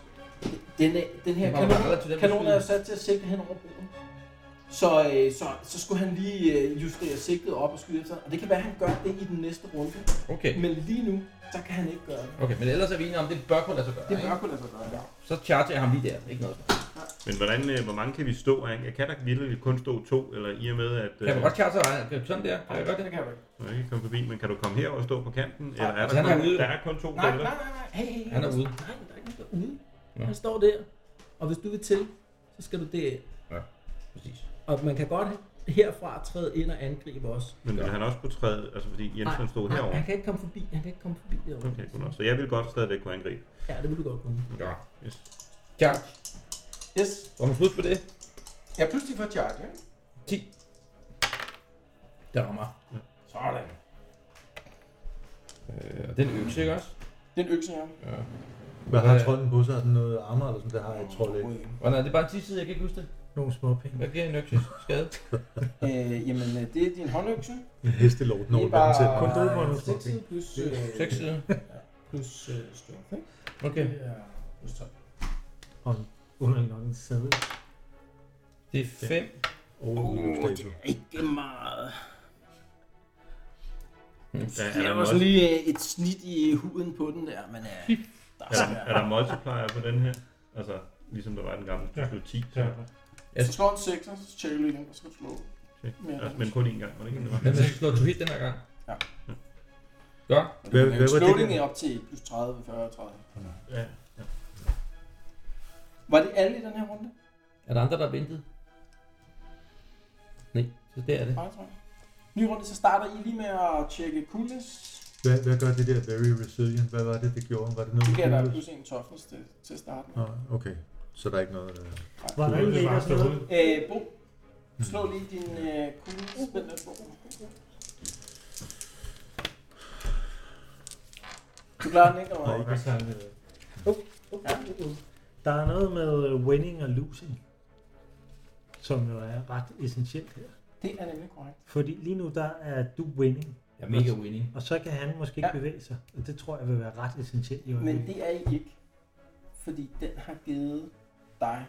Den, øh, den her Det var meget til kanon, den kanon er jo beskyde. sat til at sigte hen over broen. Så, øh, så, så skulle han lige øh, justere sigtet op og skyde efter, og det kan være, at han gør det i den næste runde. Okay. Men lige nu, så kan han ikke gøre det. Okay, men ellers er vi enige om, det bør kunne lade sig gøre, Det ikke? bør kunne lade sig gøre. Ja. Så charger jeg ham lige der, ikke noget. Men hvordan, øh, hvor mange kan vi stå af? Jeg kan da virkelig kun stå to, eller i og med, at øh, Kan man godt charge sig Kan- sådan der? Kan jeg godt det? det kan jeg ikke. man ikke kan komme forbi, men kan du komme her og stå på kanten? Eller er altså, der, han er kun, ude. der er kun to Nej, felter? nej, nej, nej. Hey, hey, hey. Han er ude. Nej, der er ikke nogen, der er ude. Han står der, og hvis du vil til, så skal du det. Præcis. Og man kan godt herfra træde ind og angribe os. Men vil han også kunne træde, altså fordi Jensen stod nej, herovre? han kan ikke komme forbi. Han kan ikke komme forbi derovre. Okay, godt nok. Så jeg vil godt stadigvæk kunne angribe. Ja, det vil du godt kunne. Ja. Yes. Charge. Yes. Var man slut på det? Jeg er pludselig for charge, ikke? 10. Der rammer. Sådan. Øh, og den økse, ikke også? Den økse her. Hvad har trolden på sig? Er den noget armor eller sådan? Det har jeg trold ikke. Hvordan er det bare en 10 side? Jeg kan ikke huske det. Nogle små penge. Hvad giver en økse skade? Øh, jamen, øh, det er din håndøkse. En hestelort når Det den er bare til. Kun døde på en 6 side plus, øh, 6 sider. plus øh, strength, ikke? Okay. Det er plus 12. Og under nok en sæde. Det er 5. Åh, oh, det er Ikke meget. Hmm. Er, er, Det der, var mul- sådan lige øh, et snit i huden på den der, men øh, der er er, der, svært. er der multiplier på den her? Altså, ligesom der var i den gamle, du Ja. slog 10. Ja. Så. Hvis du slår en 6, så tjekker du lige den, og så skal du slå. Okay. Ja. Altså, men kun én gang, var det ikke det? Den var? er slået to hit den her gang. Ja. Godt. Hvad- hvad var det Slutningen der? er op til plus 30, 40, 30. Ja. Var det alle i den her runde? Er der andre, der har ventet? Nej, så der er det. Bare, tror jeg. Ny runde, så starter I lige med at tjekke coolness. Hvad, hvad gør det der very resilient? Hvad var det, det gjorde? Var det noget Det giver dig coolness? plus en toughness til, til starten. Nå, okay. Så der er ikke noget... øh, Der... Var der ikke Det er lidt bare og at stå sådan noget? ude. Øh, Bo, slå lige din øh, coolness. Spil lidt, Bo. Du klarer den ikke over. Hvad kan han, øh, Der er noget med øh, winning og losing, som jo er ret essentielt her. Det er nemlig korrekt. Fordi lige nu der er du winning, Jeg er mega winning. og så kan han måske ikke Ja. bevæge sig. Og det tror jeg vil være ret essentielt i Men øjeblikket. det er I ikke. Fordi den har givet dig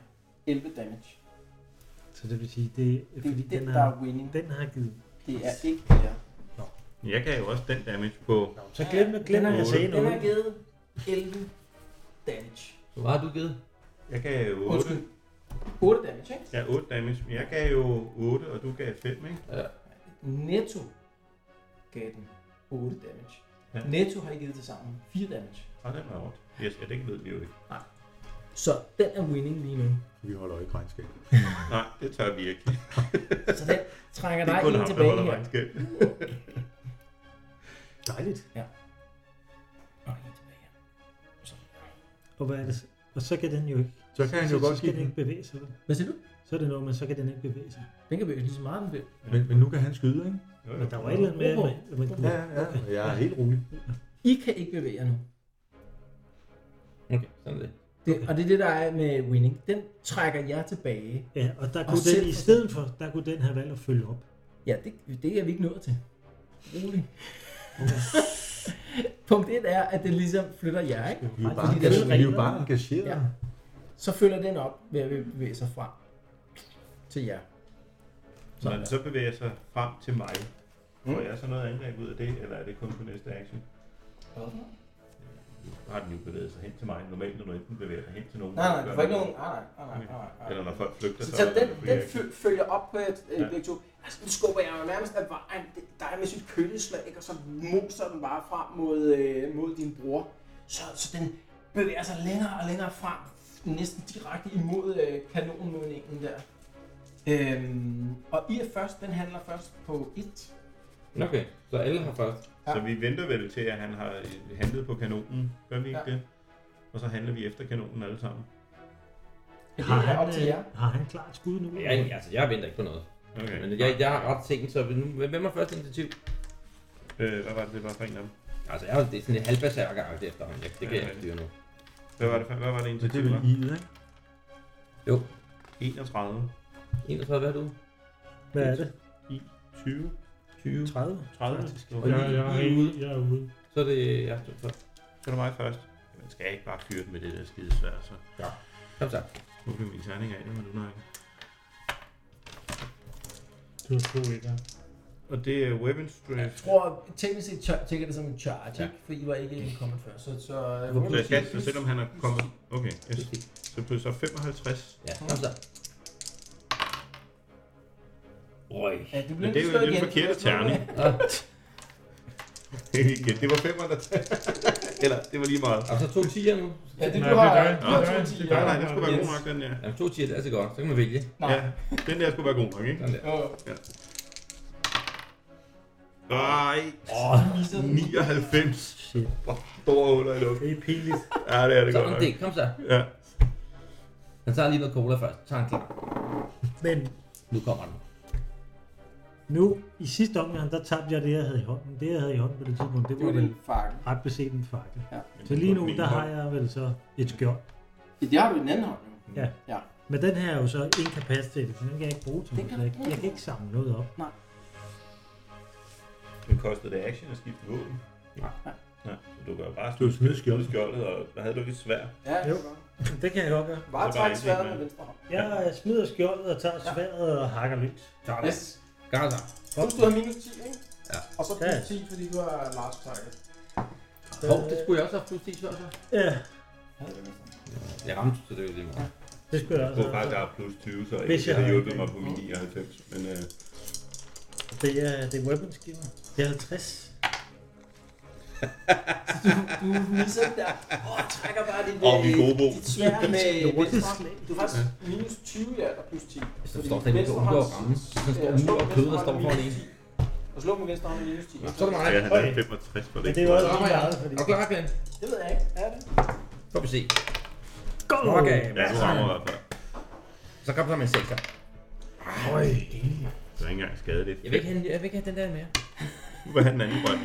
11 damage. Så det vil sige, det er Det fordi, er den, den, der har, er winning. den har givet. Det er ikke det her. Jeg gav jo også den damage på... Så glem, glemmer jeg at sige Den har noget. givet 11 damage. Så hvad har du givet? Jeg gav jo 8. Undskyld. 8 damage, ikke? Ja, 8 damage. Men jeg gav jo 8, og du gav 5, ikke? Netto gav den 8 damage. Ja. Netto har I givet til sammen 4 damage. Og den var 8. Yes, ja, det ved vi jo ikke. Så den er winning lige nu. Vi holder jo ikke regnskab. Nej, det tør vi ikke. Det Så den trækker dig er kun ind ham, der tilbage holder her. regnskab. Dejligt. Og en tilbage her. Og, hvad er det? så? og så kan den jo ikke, Så kan han jo så, godt så give skal den den. ikke bevæge sig. vel? Hvad siger du? Så er det noget, men så kan den ikke bevæge sig. Den kan bevæge lige så meget, den vil. Men, men nu kan han skyde, ikke? Jo, Men der jo. var et eller andet med, at man- at man Ja, kunne... ja, ja. og Jeg er helt rolig. I kan ikke bevæge jer nu. Okay, sådan er det. Det, og det er det, der er med winning. Den trækker jer tilbage. Ja, og der kunne Og selv- den, i stedet for, der kunne den have valgt at følge op. Ja, det, det er vi ikke nået til. Rolig. Punkt 1 er, at den ligesom flytter jer, ikke? Vi er jo bare, Fordi det er engageret- vi er jo bare engageret. Ja. Så følger den op ved at bevæge sig frem til jer. Så når den så bevæger sig frem til mig, får Mm. jeg så noget angreb ud af det, eller er det kun på næste action? Nu har den jo bevæget sig hen til mig. Normalt, når du enten bevæger dig hen til nogen, Nej, nej, så du gør får ikke det. nogen... Nej, nej, nej, nej, nej, nej. Eller når folk flygter, Så, så, så er den, det free den action. fø- følger op på et Ja. ja. begge to. Altså, nu skubber jeg jo nærmest af vejen. Det- Der er med sit køleslag, ikke? og så moser den bare frem mod, øh, mod din bror. Så, så den bevæger sig længere og længere frem, næsten direkte imod øh, kanonmodningen der. Øhm, og I er først, den handler først på et. Okay, så alle har først. Så vi venter vel til, at han har øh, handlet på kanonen. Gør vi ikke Ja. det? Og så handler vi efter kanonen alle sammen. Det Har er han, op til øh, jer. har han klart skud nu? Jeg, altså, jeg venter ikke på noget. Okay. Men jeg, jeg har ret sent, så nu, hvem har først initiativ? Øh, hvad var det, det var for en af dem? Altså, jeg, det er sådan en halvbasærker-agtig efterhånden. Jeg, det kan jeg ikke styre nu. Hvad var det, for- hvad var det Så det er initiativ? vel var? I, ikke? Jo, 31, 31, hvad er du? Hvad er det? 20, 20. 30? 30. Og Jeg, Okay. jeg, I er er ude. ude. Jeg er ude. Så er det jeg står først. Så er det mig først. Jamen, skal jeg ikke bare fyre den med det der skide svær, så Kom så. nu bliver min terning af, men du når ikke. Du har to etter. Og det er weapon Jeg strength. tror, teknisk set tør- tænker det som en charge, ikke? For I var ikke kommet før. Så, så øh, Så jeg skal, så selvom han er kommet... Okay, yes. Så blev så 55. Ja, kom så. Røg. Ja, du Men bliver det er nødt jo til at den slå igen. forkerte terning. Ah, Igen, det var 500. Eller, det var lige meget. Altså, to 10'er nu. Ja, det Nej, du det er har. dig. Du har Det er to dig. tier. Det er Nej, dig. nej, den skulle være god nok, den der. Jamen, to 10'er, det er så godt. Så kan man vælge. Ja, den der skulle være god nok, ikke? Sådan der. Åh, Nej, Åh, 99. Shit. Hvor store huller i luften. Det er pinligt. Ja, det er det så godt en nok. del. Kom så. Ja. Han tager lige noget cola først. Tager en klar. Men Nu kommer den. nu, i sidste omgang, der tabte jeg det, jeg havde i hånden. Det, jeg havde i hånden på det tidspunkt, det Det var var vel din fakkel. ret beset en fakkel. Ja. Så lige nu, der har jeg vel så et skjold. Det har du i den anden hånd, jo. Ja. Ja. Men den her er jo så incapacitated, for den kan jeg ikke bruge til Den kan noget. så Jeg, du ikke jeg kan ikke samle noget op. Men kostede det action at skifte våben? Nej. Nej, så du kan jo bare Du har smidt skjoldet. skjoldet, skjoldet og der havde du ikke et svær. Ja, det Jo. er godt. Det kan jeg godt gøre. Bare Så er der træk en ting sværet med. med venstre hånd. Jeg smider skjoldet og tager sværet og hakker løs. Sådan Yes. der. Kom så. Husk, du har minus 10, ikke? Ja. Og så Ja. plus 10, fordi du har large target. Hov, det skulle jeg også have plus 10 før, så. Ja, Jeg ramte, så det er jo lige meget. det skulle jeg altså. også. Jeg tror faktisk, der have. er plus 20, så Hvis ikke jeg jeg har har- hjulpet mig på min 99. Men øh, Det er, det er weapons giver. Det er 50. Du misser den der, og trækker bare dit, Åh, min øh, godbo. dit svær med venstre. slag. Du har faktisk minus 20 i alt og plus 10. Hvis du Fordi står stadig med venstre at undgå hånd- at ramme. Det er sådan en stor øh, slå mur med og venstre kød, der hånd står er foran en. minus 10. Og slå med venstre hånd med minus 10. Så er det mig. ja, han havde Okay. 65 for det. Men det er ikke? jo Så også rammer lige jeg. meget, fordi... Er du klar, Glenn? Det ved jeg ikke. Er det? Får vi se. Go! Okay. Ja, du rammer i hvert fald. Så kom så med en 6'er. Så er ikke engang skadet det. Jeg vil ikke have, jeg vil ikke have den der mere. Nu vil han den anden grøn.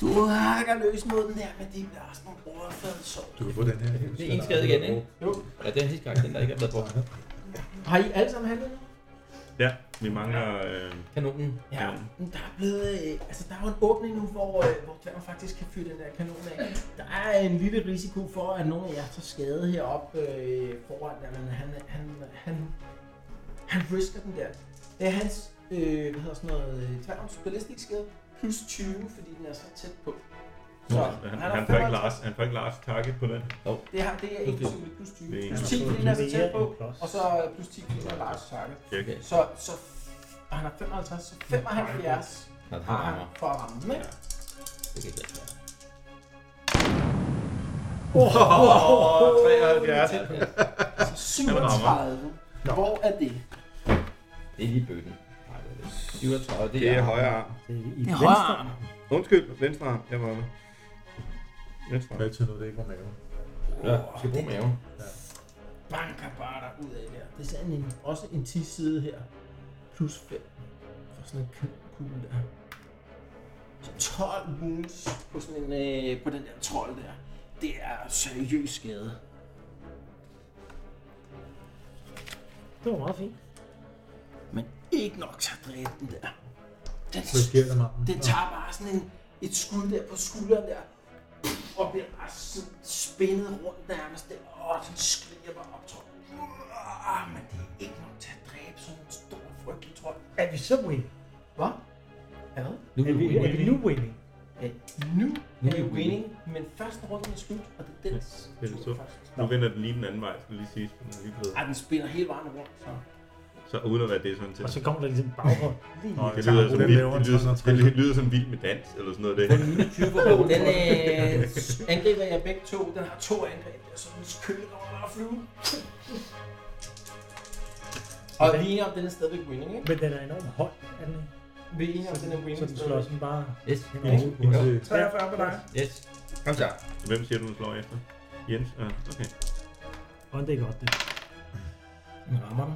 Du hakker løs mod den der, men det bliver også nogle overflade sår. Du kan få den her. Det er en skade igen, ikke? Jo. Ja, det er sidste gang, den der ikke er blevet brugt. Har I alle sammen handlet nu? Ja, vi mangler... Øh, Kanonen. Ja, men der er blevet, øh, altså der er jo en åbning nu, hvor, øh, hvor Klammer faktisk kan fyre den der kanon af. Der er en lille risiko for, at nogle af jer tager skade heroppe øh, foran, der, men han, han, han, Han risker den der. Det er hans, øh, hvad hedder sådan noget, øh, tværns ballistisk skade, plus 20, fordi den er så tæt på. Så Han, han, han, får ikke Lars, han får ikke Lars target på den. Det, har, det er ikke personligt plus 20. Det er Plus en. 10, fordi den er så tæt på, Plus. og så plus 10, fordi den er Lars target. Okay. Så, så og han har 55, så 75 Han har har rammer. han for at ramme den, ikke? Det kan ikke lade sig gøre. Åh, 73. Så 37. Hvor er det? Det er lige bøtten. Nej, det er det. 37, det Det er, er højre arm. Det er i Det er venstre. højre. Undskyld, venstre arm. Jeg var med. Venstre arm. Hvad til noget, det ikke var maven? Ja, skal bruge maven. banker bare der ud af der. Det er sådan en, også en 10 side her. Plus 5. For sådan en kø- kugle der. Så 12 wounds på, sådan en, øh, på den der trold der. Det er seriøs skade. Det var meget fint. Men ikke nok til at dræbe den der. Den, Så sker der meget. den tager bare sådan en, et skud der på skulderen der. Og bliver bare sådan spændet rundt nærmest der. Og den skriger bare op, tror jeg. Ah, men det er ikke nok til at dræbe sådan en stor frygtelig trold. Er vi så winning? Hvad? Er hvad? Nu Er vi, er vi nu winning? Øh, nu, Nu er er jo vi winning, men første runde er slut, og det er den det er tur så. først. Nu vender den lige den anden vej, skal lige sige. Den er lige blevet. Ej, den spinner hele vejen rundt. Så. Så uden at være det sådan til. Og så kommer der ligesom en baggrund. Lige. Nå, Det lyder, som den vild, laver det, lyder, som- 260. det lyder som vild med dans, eller sådan noget. Det. Den øh, angriber jeg begge to. Den har to angreb, og så den køler over der og flyve. Og vi er enige om, den er stadigvæk winning, ikke? Men den er enormt høj, er den ikke? Vi er enige om, den er Så winning den slår stadigvæk. sådan bare Yes, hen Ja. over hovedet på os. Ja. 43 på dig. yes. Kom så. Hvem siger du, du slår efter? Jens? Ja, okay. Og det er godt, det. Den rammer dig.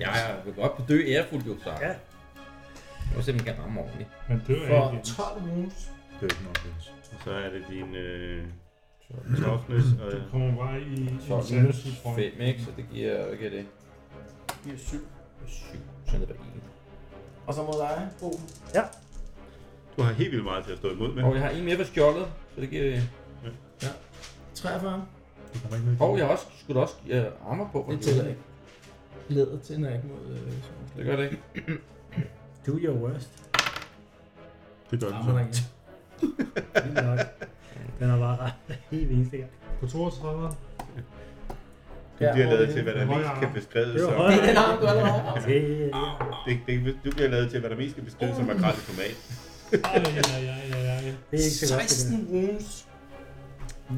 Ja, jeg vil godt dø ærefuldt, jo, så. Ja. Jeg må se, om jeg kan ramme ordentligt. Han dør For ikke. 12 wounds. Det er ikke nok, Jens. Og så er det din øh, toughness. Og, Du kommer bare i Så er en det særlig tror jeg. 5, ikke? Så det giver, hvad giver det? Vi er 7. 7. Så er det bare 1. Og så mod dig, Bo. du har helt vildt meget til at stå imod med. Og jeg har en mere på skjoldet, så det giver... 43. Du kommer ikke med. Og jeg har også, skulle også uh, armer på. for Det tæller ikke. Læder tænder ikke mod øh, sådan. Det gør det ikke. Do your worst. Det gør den så. Rammer ikke. Fint nok. Den er bare helt eneste gang. På 32, Du bliver lavet til, hvad der mest kan beskrives Det var som. højt. Det er den arm, du allerede har. Det er Det, det, du bliver lavet til, hvad der mest kan beskrives som makrel i tomat. Ej, ja, ja, ja, ja, ja. det er ikke så godt, det 16 der. wounds.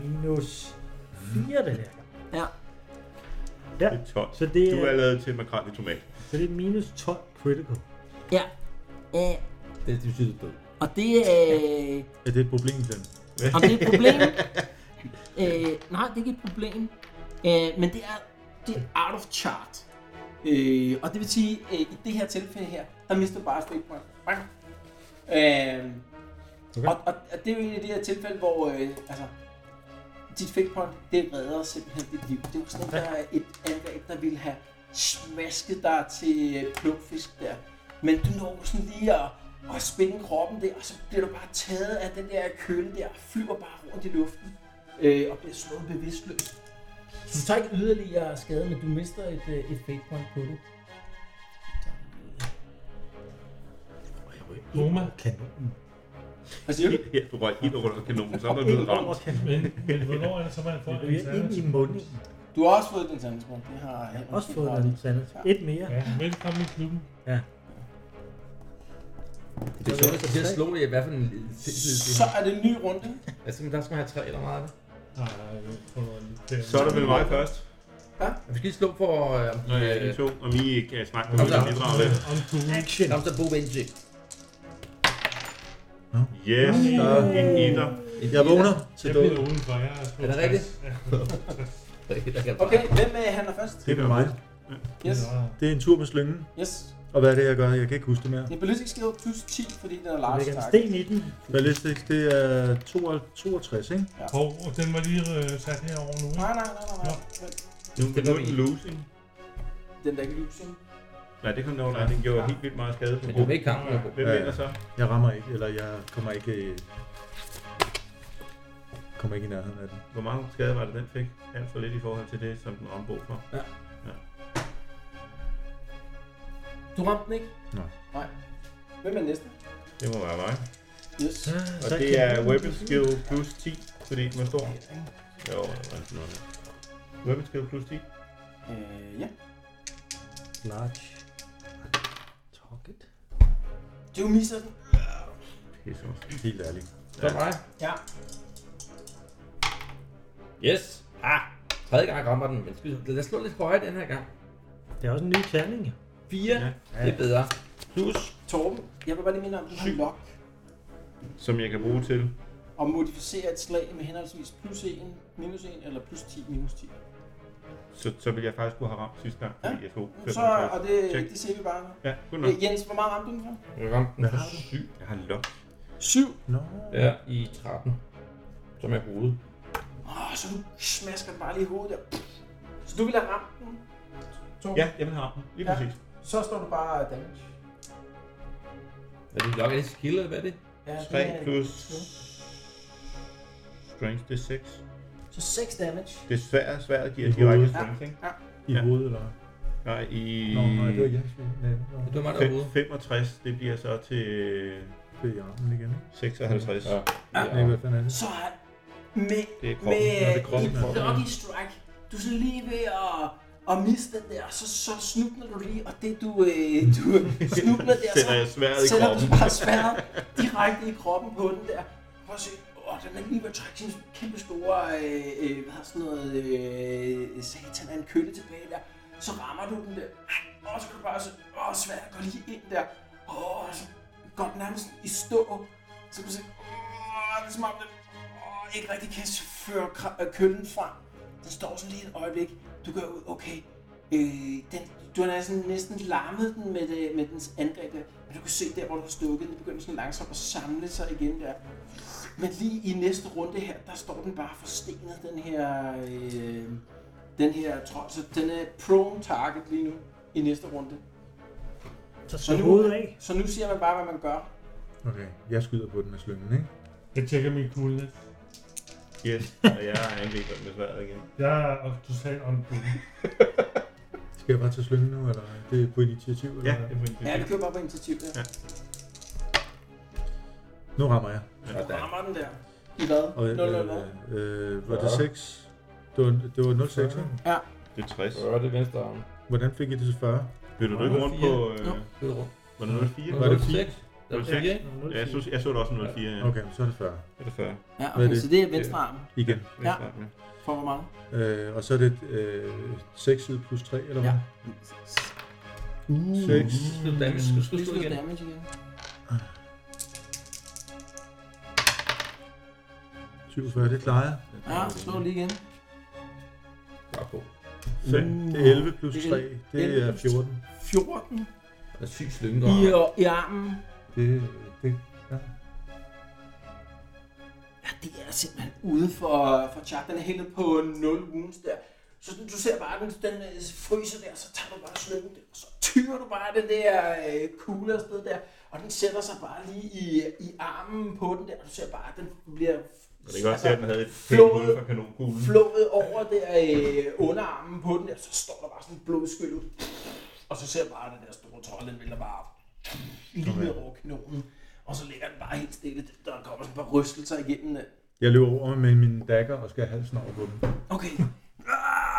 Minus 4 den her gang. Ja. Ja, Det er 12. så det Du er, er lavet til makrel i tomat. så det er minus 12 critical. Ja. Øh, Det, det betyder, du er død. og det er... Øh, Er det et problem, den? om det er et problem? øh, nej, det er ikke et problem. Øh, men det er, det er out of chart. Øh, og det vil sige, øh, i det her tilfælde her, der mister du bare et point. Bang. Øh, okay. og, og, og, det er jo en af de her tilfælde, hvor øh, altså, dit fake point, det redder simpelthen dit liv. Det er jo sådan, der er et angreb, der ville have smasket dig til øh, plukfisk der. Men du når sådan lige at, at spænde kroppen der, og så bliver du bare taget af den der køle der, og flyver bare rundt i luften, øh, og bliver slået bevidstløs. Så du tager ikke yderligere skade, men du mister et, øh, et fake point på det. Roma. Kanonen. Hvad siger du? Ja, du røg ind under kanonen, så er du blevet ramt. Men, men hvornår er det så, man får Vi er ind i alternativ? munden. Du har også fået den sandhedsmål. Det har jeg Også fået den sandet. Et mere. Ja, velkommen i klubben. Det er sjovt, at jeg slå det i hvert fald en lille Så er det en ny runde. Altså, men der skal man have tre eller meget af det. Nej, jeg tror, det var en lille- Så er der vel mig først. Jeg skal lige slå for... Øh, Når jeg er de to, og Mie kan snakke med Kom mig så. og bidrage lidt. Om du Action. Kom så, Bo Benji. Yes, der er en etter. Jeg vågner til jeg døden. bliver udenfor, jeg er på Er det rigtigt? 60. Ja, Okay, hvem øh, handler først? Det er mig. Yes, det var- Det er en tur med slyngen. yes. Og hvad er det, jeg gør? Jeg kan ikke huske det mere. Det er ballistisk skill plus 10, fordi den er Der large ligger en attack. sten i den. Ballistics, det er 62, ikke? Hov, og den var lige øh, sat herover nu. ikke? Nej, nej, nej, nej, nej. Nu Det det var var en min. losing. Den der ikke losing. Nej, det kom derovre. Nej, den gjorde helt vildt meget skade på Men du Bo. er med i kampen, Bo. Hvem Ja. vinder så? Jeg rammer ikke, eller jeg kommer ikke... øh, Kommer ikke i nærheden af den. Hvor meget skade var det, den fik? Alt for lidt i forhold til det, som den ombog for. Du ramte den ikke? Nej. Nej. Hvem er den næste? Det må være mig. Yes. Og det er weapon skill plus 10, fordi den er stor. Jo, det var sådan noget. Weapon skill plus 10. Øh, ja. Large. Target. Du misser den. Pisse også. Helt ærligt. Det var mig. Ja. Yes. Ah, tredje gang rammer den, men skal vi- lad os slå lidt højere den her gang. Det er også en ny terning. 4, ja. det er bedre. Plus, Torben, jeg vil bare lige minde om, at du har lock som jeg kan bruge til. og modificere et slag med henholdsvis plus 1, minus 1 eller plus 10, minus 10. Så, så ville jeg faktisk kunne have ramt sidste gang, fordi jeg tog Så, 55. og det, Check. det ser vi bare. nu. Ja, kun nok. Øh, Jens, hvor meget ramte du den for? Jeg ramte den Hvad for har du? 7 Jeg har lok. 7. Nå. ja, i 13, som jeg brugte. Åh, så du smasker den bare lige i hovedet der. Så du vil have ramt den. Torben. Ja, jeg vil have ramt den. Lige Ja. præcis. Så står du bare damage. Er det nok, er det skill, eller hvad er det? Ja, 3 plus... Strength, det er 6. Så 6 damage. Det er svært, svært giver I direkte hovedet. strength, ikke? I Ja. hovedet, eller? Nej, i... Nå, nej, det var jeres. Nej, nå. Det var mig, der var ude. Fem- 65, det bliver så til Det er i armen igen, ikke? 56. Ja. Nej, hvad fanden er det? Så er med, Det er med kroppen. Nå, det er kroppen. et lucky strike. Du er så lige ved at, at miste den der, og så, så snubler du lige, og det du, øh, du snubler der, Sætter jeg så sværet i sætter du kroppen. bare sværet direkte i kroppen på den der. Prøv at se, åh, den er lige ved at trække sin kæmpe store, øh, øh, hvad hedder sådan noget, øh, satan af en kølle tilbage der. Så rammer du den der, og så kan du bare så, åh, sværet går lige ind der. Åh, så går den nærmest i stå. Så kan du se, åh, det er som om den åh, ikke rigtig kan føre kra- øh, køllen frem. Den står sådan lige et øjeblik. Du går ud, okay. Øh, den, du har næsten, næsten larmet den med, det, med dens angreb der. Men du kan se der, hvor du har stukket den, begynder sådan langsomt at samle sig igen der. Men lige i næste runde her, der står den bare forstenet, den her, øh, den her trold. Så den er prone target lige nu i næste runde. Så Så slå nu, hovedet af. så nu siger man bare, hvad man gør. Okay, jeg skyder på den med slyngen, ikke? Jeg tjekker min kugle. lidt. Yes, og jeg angriber den med sværet igen. Jeg er og du sagde on kugle. Skal jeg bare tage slyngen nu, eller det er på initiativ? Eller? Ja, hvad? det er fint. Ja, vi kører bare på initiativ der. Nu rammer jeg. Du rammer den der. I hvad? Og, 0 eller hvad? øh, øh, var det 6? Det var, det var 06, ikke? Det er 60. Rør det venstre arm. Hvordan fik I det til 40? Vil du ikke rundt på... Øh, Kød rundt. var det 04? Var det 6? Det var 06? 4, ikke? Ja, jeg så, jeg så det også som 04. Ja. Okay, så er det 40. Det er 40. Ja, Hvad er okay, det? så det er venstre arm. Igen. Ja. For hvor meget? Øh, og så er det øh, 6 ud plus 3, eller hvad? Ja. Uh. 6. Skal du damage? Skal du Skal skyde du slå igen? damage igen? 47, det klarer jeg. Ja, slå lige igen. Bare på. 5, det er 11 plus 3, det er 14. 14 Der er syg slynge, du i, øh, har. i armen. Det, det, ja. Ja, det er simpelthen ude for, for Chuck. Den er helt nede på 0 wounds der. Så den- du ser bare, den, den øh, fryser der, så tager du bare slyngen der, og så tyrer du bare den der øh, kugle afsted der, og den sætter sig bare lige i, i armen på den der, og du ser bare, at den bliver Og det kan Altså, også se, at den havde et flået- pænt hul fra kanonkuglen. flået over der øh, underarmen på den der, så står der bare sådan en blodskyld ud. Og så ser jeg bare, at den der store trold, den vælter bare lige ned over kanonen. Og så ligger den bare helt stille. Der kommer sådan et par rystelser igennem. den. Jeg løber over med min dagger og skal have halsen over på den. Okay.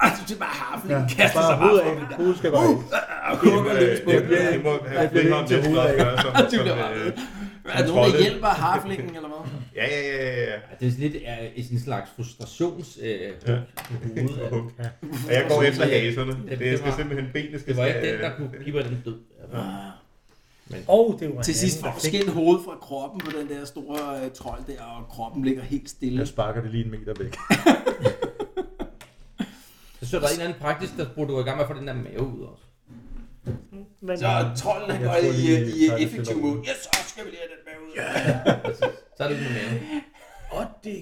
Ah, du ser bare harfen, den Uh! Jeg kaster bare sig hovedet bare af, frem. min kugle skal bare af. Okay, men, øh, det, det, det, det må have det fik er om ikke det til skal også hovedet gøre. som- Og du som, bliver øh, Er der nogen, der hjælper harflingen, eller hvad? Ja, ja, ja, ja, ja. Ja, Det er sådan lidt er sådan en slags frustrations... Øh, Ja. hovedet. Okay. Og jeg går efter haserne. det Det skal var- simpelthen benene skal... Det var ikke den, øh, der kunne give mig den død. Og det var en Til sidst anden, får der du fik skilt hovedet fra kroppen på den der store øh, trold der, og kroppen ligger helt stille. Jeg sparker det lige en meter væk. Jeg synes, der er en eller anden praktisk, der burde du i gang med at få den der mave ud også. Men Så trolden han Jeg går tror i, lige, i, i Tyler effektiv stiller mode. ud. Yes, så skal vi lige have den med ud. Så er det med maven.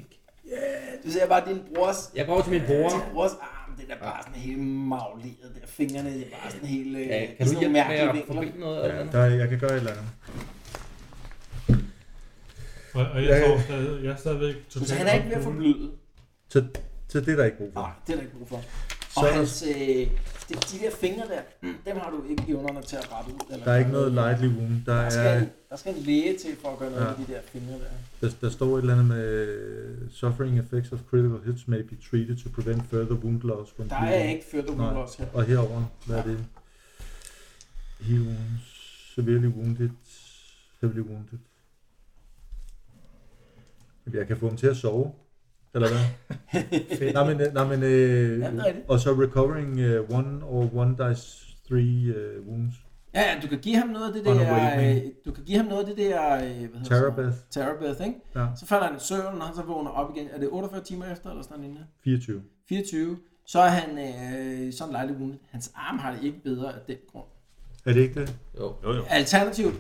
Du ser bare din brors Jeg går over til min bror. Vores arm, den er bare sådan helt magleret der. Fingrene er bare sådan helt... Øh, Ja, ja, kan du sådan nogle hjælpe med at mærkelige vinkler. forbinde noget? Eller andet? Der, jeg kan gøre et eller andet. Og, og jeg, Ja, ja. sover stadig, jeg er stadigvæk Så totalt han er ikke ved at on kugle. forbløde. Ah. Så, så det er der ikke brug for. Nej, det er der ikke brug for. Og hans, øh, de, de der fingre der, dem har du ikke evnerne til at rette ud. Eller Der er ikke noget lightly wound. Der, Der er, skal, en, der skal en læge til for at gøre noget Ja. ja. med de der fingre der. der, der står et eller andet med øh, suffering effects of critical hits may be treated to prevent further wound loss from Der er bleeding." ikke ført Nej. nogen her. Og herover, hvad er det? Heal wounds, severely wounded, heavily wounded. Jeg kan få dem til at sove, eller hvad? nej, men, øh, nej, men øh, Ja, det er rigtigt. og så recovering uh, one or one dice three uh, wounds. Ja, ja, du kan give ham noget af det On der, awakening. øh, du kan give ham noget af det der, øh, hvad hedder det? Terabath, Terabath, ikke? Ja. Så falder han i søvn, og han så vågner op igen. Er det 48 timer efter, eller sådan noget? 24. 24. Så er han øh, sådan lejlig wounded. Hans arm har det ikke bedre af den grund. Er det ikke det? Jo. Jo, jo. Alternativt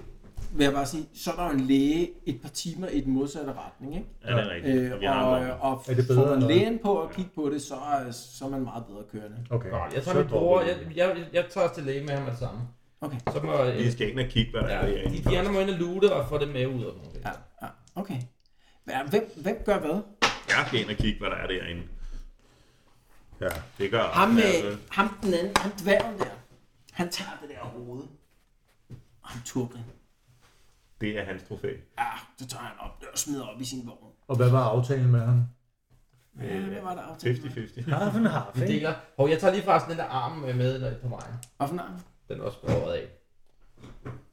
vil jeg bare sige, så er der jo en læge et par timer i den modsatte retning, ikke? Ja, det er rigtigt. Øh, Og vi har og, en vogn. og Er det bedre får man eller hvad? lægen på at kigge på det, så, er- så er man meget bedre kørende. Okay. Nå, jeg Så tager min dropper bror, vi jeg, det. jeg, jeg, jeg tager også til læge med ham med det samme. Okay. Så må øh, jeg... Vi skal ind og kigge, hvad der Ja, er de, herinde. de andre må ind og lute og få det med ud af nogen. Ja, ja, okay. Hva- Hvem, hvem gør hvad? Jeg skal ind og kigge, hvad der er derinde. Ja, altså- det gør Ham, Arne, øh, ham den anden, ham dværgen der, han tager det der hoved. Og ham turken. Det er hans trofæ. Ja, det tager han op og smider op i sin vogn. Og hvad var aftalen med ham? Ja, Øh, det var der aftalt. 50-50. Half and half, Vi ikke? deler. Og jeg tager lige forresten den der arm med, med der på vejen. Hvad for en arm? Den er også skåret af.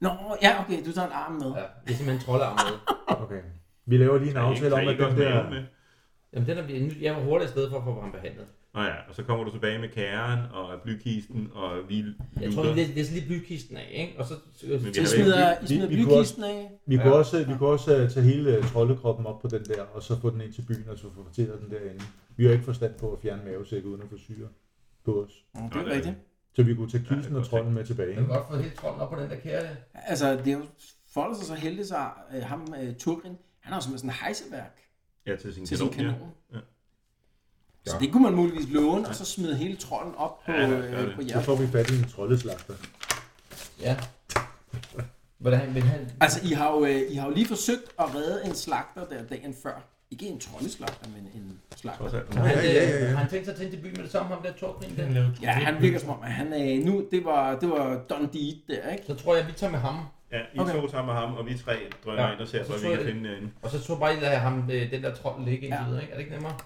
Nå, ja, okay, du tager en arm med. Ja, det er simpelthen en troldarm med. Okay. Vi laver lige en aftale om, at den der... Med. Jamen den er blevet... nu- Jeg var hurtigt afsted for at få ham behandlet. Nå ja, og så kommer du tilbage med kæren og blykisten og vi luder. Jeg tror, det er, det er så lige blykisten af, ikke? Og så... Men vi I har ikke- smider, I vi- smider vi kunne blykisten af. Vi kunne også, vi kunne også øh, tage hele øh, troldekroppen op på den der, og så få den ind til byen, og så få fortæret den derinde. Vi har ikke forstand på at fjerne mavesæk uden at få syre på os. Mm, Det er rigtigt. Så vi kunne tage Ja, det er kilsen og godt trolden med tilbage. Jeg kan godt få helt trolden op på den der kære. Altså, det er jo folder sig så heldig, så øh, ham, øh, Turgrin, han har jo simpelthen sådan en hejseværk Ja, til sin til sin kanon. Ja. kanon. Ja. Så det kunne man muligvis låne, og så smide hele trolden op på, Ja, lad os gøre øh, det. på Så jer. får vi fat i en troldeslagter. Ja. Hvordan vil han... Altså, I har, jo, øh, I har jo lige forsøgt at redde en slagter der dagen før. Ikke en troldeslagter, men en Trods slagter. alt. Han, Ja, ja, ja, ja, ja. han tænkte sig til til byen med det samme, ham der Torkning der. Ja, han virker som om, at han øh, nu, det var, det var Don Deed der, ikke? Så tror jeg, vi tager med ham. Ja, I Okay. to tager med ham, og vi tre drømmer Ja, ind og ser, og så hvad vi tror kan jeg- finde derinde. Og så tror jeg bare, I lader ham øh, den der trold ligge indtil Ja. videre, ikke? Er det ikke nemmere?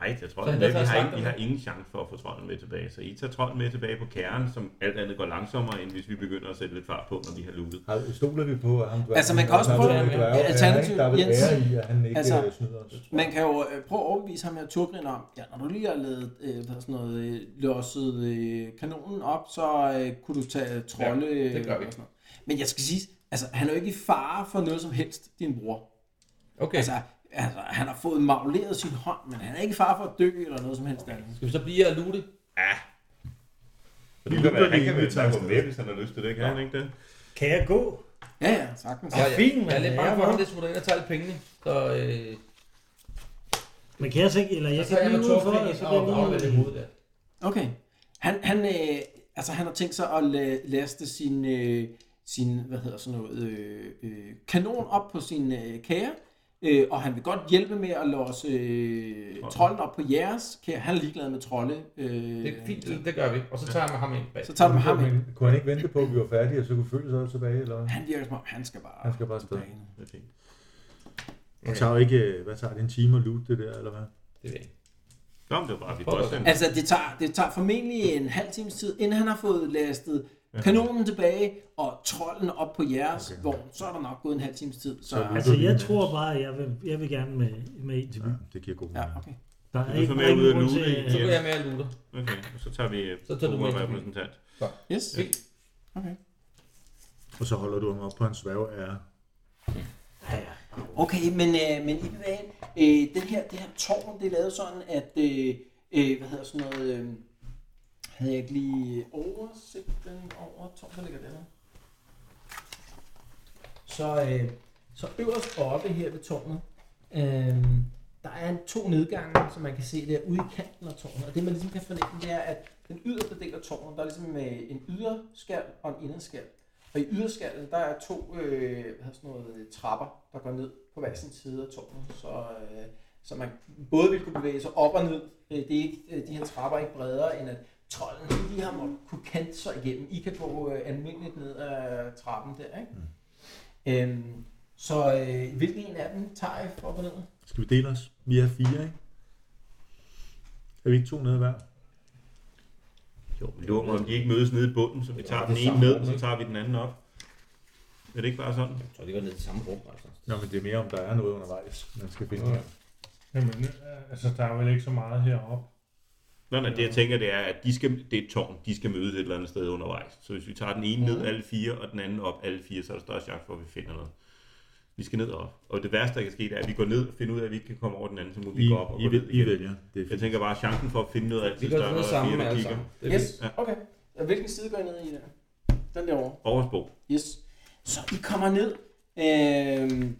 Nej, jeg tror Så ikke, han vi tager har, slagteren ikke, vi med? har ingen chance for at få trolden med tilbage. Så I tager trolden med tilbage på kernen, som alt andet går langsommere, end hvis vi begynder at sætte lidt fart på, når vi har lootet. Har, stoler vi på, at ham dværgen- Altså, man kan også ham prøve- dværgen- Ja, dværgen- alternativt, Der vil Jens. være i, at han ikke Altså, altså, snyder os. Man kan jo øh, prøve at overbevise ham her Turgrin om, ja, når du lige har lavet øh, hvad hedder sådan noget, øh, losset øh, kanonen op, så øh, kunne du tage trolde. Ja, det gør øh, vi. og sådan noget. Men jeg skal sige, altså, han er jo ikke i fare for noget som helst, din bror. Okay. Altså, altså han har fået magleret sin hånd, men han er ikke i fare for at dø eller noget som helst andet. Skal vi så blive og lute? Så du looter kan være, han lige, kan vi vel tager tage afsted. med, hvis han har lyst til det, kan han ikke det? Kan jeg gå? Ja, ja, sagtens. Ja, ja. Fint, Jeg er mand. lidt Ja, bange for, at nå. ham der smutter ind og tager alle pengene. Så, øh, Men kan jeg så ikke, eller jeg Altså, så kan tager blive jeg med udenfor, og Torkning så og går jeg afleverer det lige ud. hovedet der. Okay. Han, han, øh, altså, han har tænkt sig at la- laste sin, øh, sin hvad hedder sådan noget, øh, øh, kanon op på sin øh, kære, øh, og han vil godt hjælpe med at låse øh, trolden op på jeres kære. Han er ligeglad med trolde. Øh, Det er fint, det gør vi. Og så tager jeg med ham ind bag. Så tager du med ham ind. Men kunne han ikke vente på, at vi var færdige, og så kunne følge sig tilbage, eller hvad? Han virker som om, han skal bare... Han skal bare afsted. tilbage nu. Det er fint. Det tager jo ikke, øh, hvad tager det, en time at loot det der, eller hvad? Det ved jeg ikke. Nå, men det var bare, vi Prøv at også den. Altså, det tager, det tager formentlig en halv times tid, inden han har fået lastet kanonen tilbage og trolden op på jeres okay. vogn. Så er der nok gået en halv times tid. Så, Så- Altså, jeg tror bare, at jeg vil, jeg vil gerne med, med ind til Ja, byen. det giver god mening. ja, okay. Der er Du ikke tager der med er ud ingen og grund til... lude i- Så går jeg med og luter. Okay, og så tager vi Så tager du med Bora til byen. repræsentant. Yes. Fint. Og så holder du ham op på hans sværge ære. Okay, men, øh, men I bevæger ind. øh, den her, det her tårn, det er lavet sådan, at, øh, øh, hvad hedder sådan noget, øh, havde jeg ikke lige oversigten over tårnet, der ligger dernede? Så, øh, så øverst oppe her ved tårnet, øh, der er en to nedgange, som man kan se der ude i kanten af tårnet. Og det man ligesom kan fornemme, det er, at den yderste del af tårnet, der er ligesom øh, en yderskal og en inderskal. Og i yderskallen, der er to øh, hvad hedder sådan noget, trapper, der går ned på hver sin side af tårnet. Så øh, Så man både vil kunne bevæge sig op og ned. Øh, Det er ikke, øh, de her trapper er ikke bredere, end at trolden lige har måttet kunne kante sig igennem. I kan gå øh, almindeligt ned ad trappen der, ikke? Mm. Øhm, så øh, hvilken en af dem tager I for op og ned? Skal vi dele os? Vi er fire, ikke? Er vi ikke to nede hver? Jo, men det var, om de ikke mødes nede i bunden, så vi tager den det er ene samme ned, rum, så ikke? tager vi den anden op. Er det ikke bare sådan? Jeg tror, det går ned i samme rum, altså. Nå, men det er mere, om der er noget undervejs, man skal finde. Ja. Ja. Jamen, øh, altså, der er vel ikke så meget heroppe. Nå, nej, det jeg tænker, det er, at de skal, det er et tårn, de skal mødes et eller andet sted undervejs. Så hvis vi tager den ene ned alle fire, og den anden op alle fire, så er der større chance for, at vi finder noget. Vi skal ned og op. Og det værste, der kan ske, det er, at vi går ned og finder ud af, at vi ikke kan komme over den anden, så må vi I, gå op og I, gå ned vil, I igen. vælger. Det er Jeg fint. tænker bare, at chancen for at finde noget er Vi altid går større, når ned der er sammen fire, der alle kigger. sammen. altså. Det er Yes, Ja. okay. Og Hvilken side går I ned i der? Den derovre. Oversbo. Yes. Så I kommer ned, øh,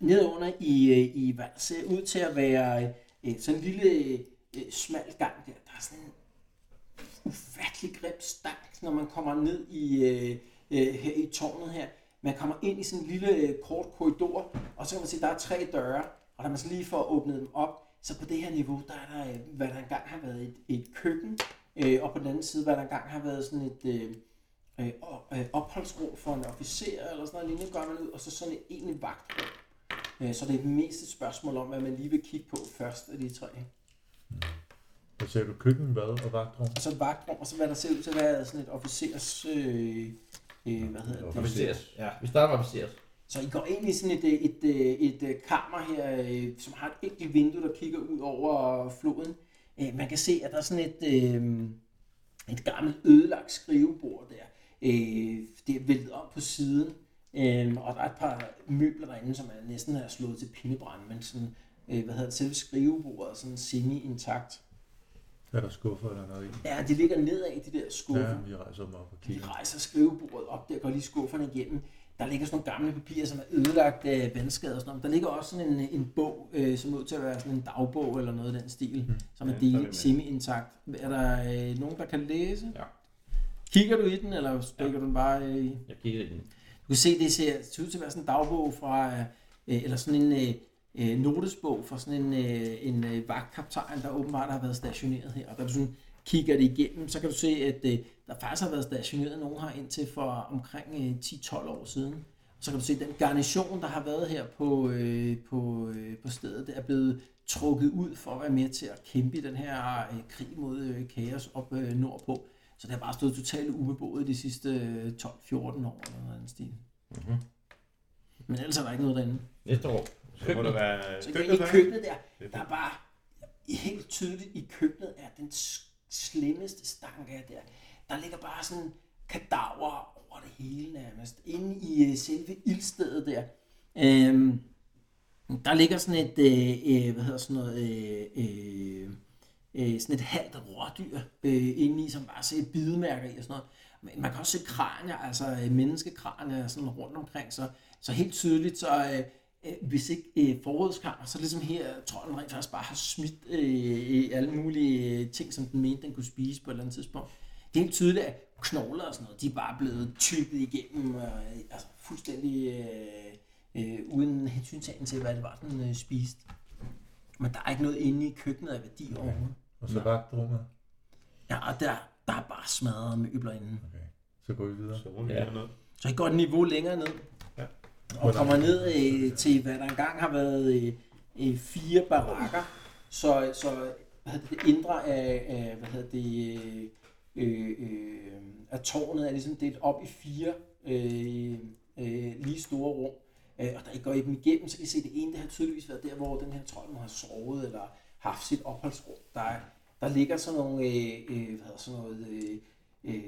ned under i, øh, i, hvad der ser ud til at være øh, sådan en lille øh, smal gang der. Der er sådan en ufattelig grim stank, når man kommer ned i, øh, øh, her i tårnet her. Man kommer ind i sådan en lille øh, kort korridor, og så kan man se, at der er tre døre, og da man så lige får åbnet dem op, så på det her niveau, der er der, øh, hvad der engang har været et, et køkken, øh, og på den anden side, hvad der engang har været sådan et... Øh, øh, og- øh, opholdsrum for en officer eller sådan noget lignende, gør man ud, og så sådan et egentlig vagtrum. Øh, så det er det mest et spørgsmål om, hvad man lige vil kigge på først af de tre. ikke? Og ser du køkken, hvad og vagtrum? Og så vagtrum, og så hvad der ser ud til at være sådan et officers... Øh, øh, hvad hedder det? Officeres. Ja, vi starter med officeres. Så I går ind i sådan et, øh, et, øh, et, øh, kammer her, øh, som har et enkelt vindue, der kigger ud over floden. Øh, Man kan se, at der er sådan et, øh, et gammelt ødelagt skrivebord der. Øh, Det er væltet om på siden, øh, og der er et par møbler derinde, som er næsten er slået til pindebrand, men sådan, øh, hvad hedder det, selve skrivebordet er sådan semi-intakt. Er der skuffer eller noget i? Ja, de ligger nedad i de der skuffer. Ja, vi rejser dem op og De kigger. rejser skrivebordet op, der går lige skufferne igennem. Der ligger sådan nogle gamle papirer, som er ødelagt af vandskader og sådan noget. Der ligger også sådan en, en bog, øh, som er ud til at være sådan en dagbog eller noget i den stil, mm. som er Ja, så er vi ja, med. semi-intakt. Er der øh, nogen, der kan læse? Ja. Kigger du i den, eller stikker ja. du den bare øh, i? Jeg kigger i den. Du kan se, det ser ser ud til at være sådan en dagbog fra, øh, eller sådan en øh, øh, notesbog fra sådan en, øh, en øh, vagtkaptajn, der åbenbart har været stationeret her. Og da du sådan kigger det igennem, så kan du se, at øh, der faktisk har været stationeret nogen her indtil for omkring øh, 10-12 år siden. Og så kan du se, at den garnison, der har været her på, øh, på, øh, på stedet, det er blevet trukket ud for at være med til at kæmpe i den her øh, krig mod øh, kaos op øh, nordpå. Så det har bare stået totalt ubeboet de sidste øh, 12-14 år eller noget i den stil. Men ellers er der ikke noget derinde. Næste rum. Så må der være Så køkkenet, i der, ikke? køkkenet der, der er bare helt tydeligt i køkkenet er den s- slemmeste stank af der. Der ligger bare sådan kadaver over det hele nærmest. Inde i øh, selve ildstedet der. Øhm, der ligger sådan et, øh, øh, hvad hedder sådan noget, øh, øh, øh, sådan et halvt rådyr øh, indeni, som bare ser bidemærker i og sådan noget. Men man kan også se kranier, altså øh, menneskekranier sådan rundt omkring, så, så helt tydeligt, så øh, øh, hvis ikke øh, forrådskammer, så ligesom her, trolden rent faktisk bare har smidt øh, øh, alle mulige øh, ting, som den mente, den kunne spise på et eller andet tidspunkt. Det er helt tydeligt, at knogler og sådan noget, de er bare blevet tykket igennem, øh, altså fuldstændig øh, øh, uden hensyntagen til, hvad det var, den øh, spiste. Men der er ikke noget inde i køkkenet af værdi overhovedet. Og så vagtrummet. Ja, og der, der er bare smadret møbler inde. Så går vi videre. Så ruller vi herned. Så I går et niveau længere ned. Ja. Og kommer ned øh, til, hvad der engang har været øh, øh, fire barakker. Så, så hvad hedder det, det indre af, af hvad hedder det, øh, øh, af tårnet er ligesom delt op i fire øh, øh, lige store rum. Øh, og da I går i dem igennem, så kan I se, at det ene det har tydeligvis været der, hvor den her trold må have sovet eller haft sit opholdsrum. Der, er- der ligger sådan nogle, øh, øh, hvad hedder sådan noget, øh, øh,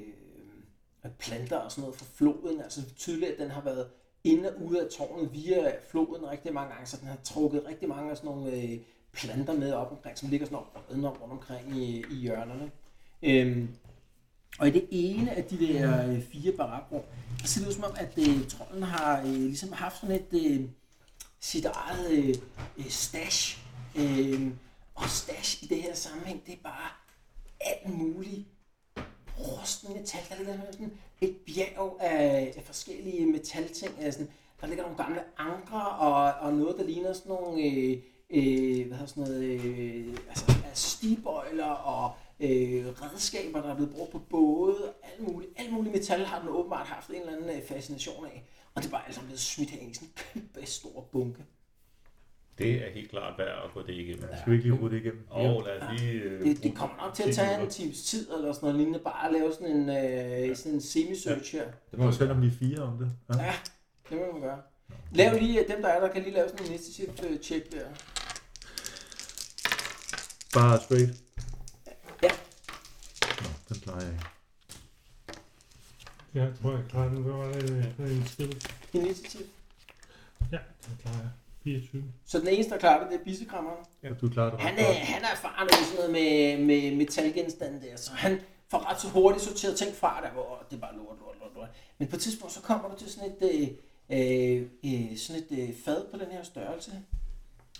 af planter og sådan noget fra floden. Altså det er tydeligt, at den har været inde og ude af tårnet via floden rigtig mange gange, så den har trukket rigtig mange af sådan nogle øh, planter med op omkring, som ligger sådan op og rundt omkring i, i hjørnerne. Øhm, og i det ene af de der øh, fire barakrum, der ser det ud som om, at øh, trolden har øh, ligesom haft sådan et øh, sit eget øh, øh, stash. Øh, og stash i det her sammenhæng, det er bare alt muligt rustne metal. Der ligger sådan et bjerg af, af forskellige metalting. Altså, der ligger nogle gamle ankre og, og noget, der ligner sådan nogle øh, øh, hvad hedder sådan noget, øh, altså, altså stigbøjler og øh, redskaber, der er blevet brugt på både, og alt muligt, alt muligt metal har den åbenbart haft en eller anden øh, fascination af. Og det er bare alt sammen blevet smidt her i sådan en kæmpe stor bunke. Det er helt klart værd at gå det igennem. Skal vi ikke lige bruge det igennem? Og lad os lige... øh, Det, bruge det kommer nok til at tage en times tid eller sådan noget lignende, bare at lave sådan en, øh, sådan en semi-search her. Det var selv om vi er fire om det. Ja. Ja, det må man gøre. Lav lige, øh, dem der er der, kan lige lave sådan en initiativ øh, check der. Bare straight. Ja. Nå, den plejer jeg ikke. Jeg tror, jeg klarer den. Hvad var det? Det var en skid. Initiativ. Ja, den klarer jeg. 24. Så den eneste, der klarer det, det er bissekrammeren. Ja. Du klarer det Han, ret er, godt. han er erfaren med sådan noget med, med metalgenstande der, så han får ret så hurtigt sorteret ting fra der, hvor "Åh, det er bare lort, lort, lort, lort. Men på et tidspunkt, så kommer du til sådan et, øh, øh, øh, sådan et øh, fad på den her størrelse.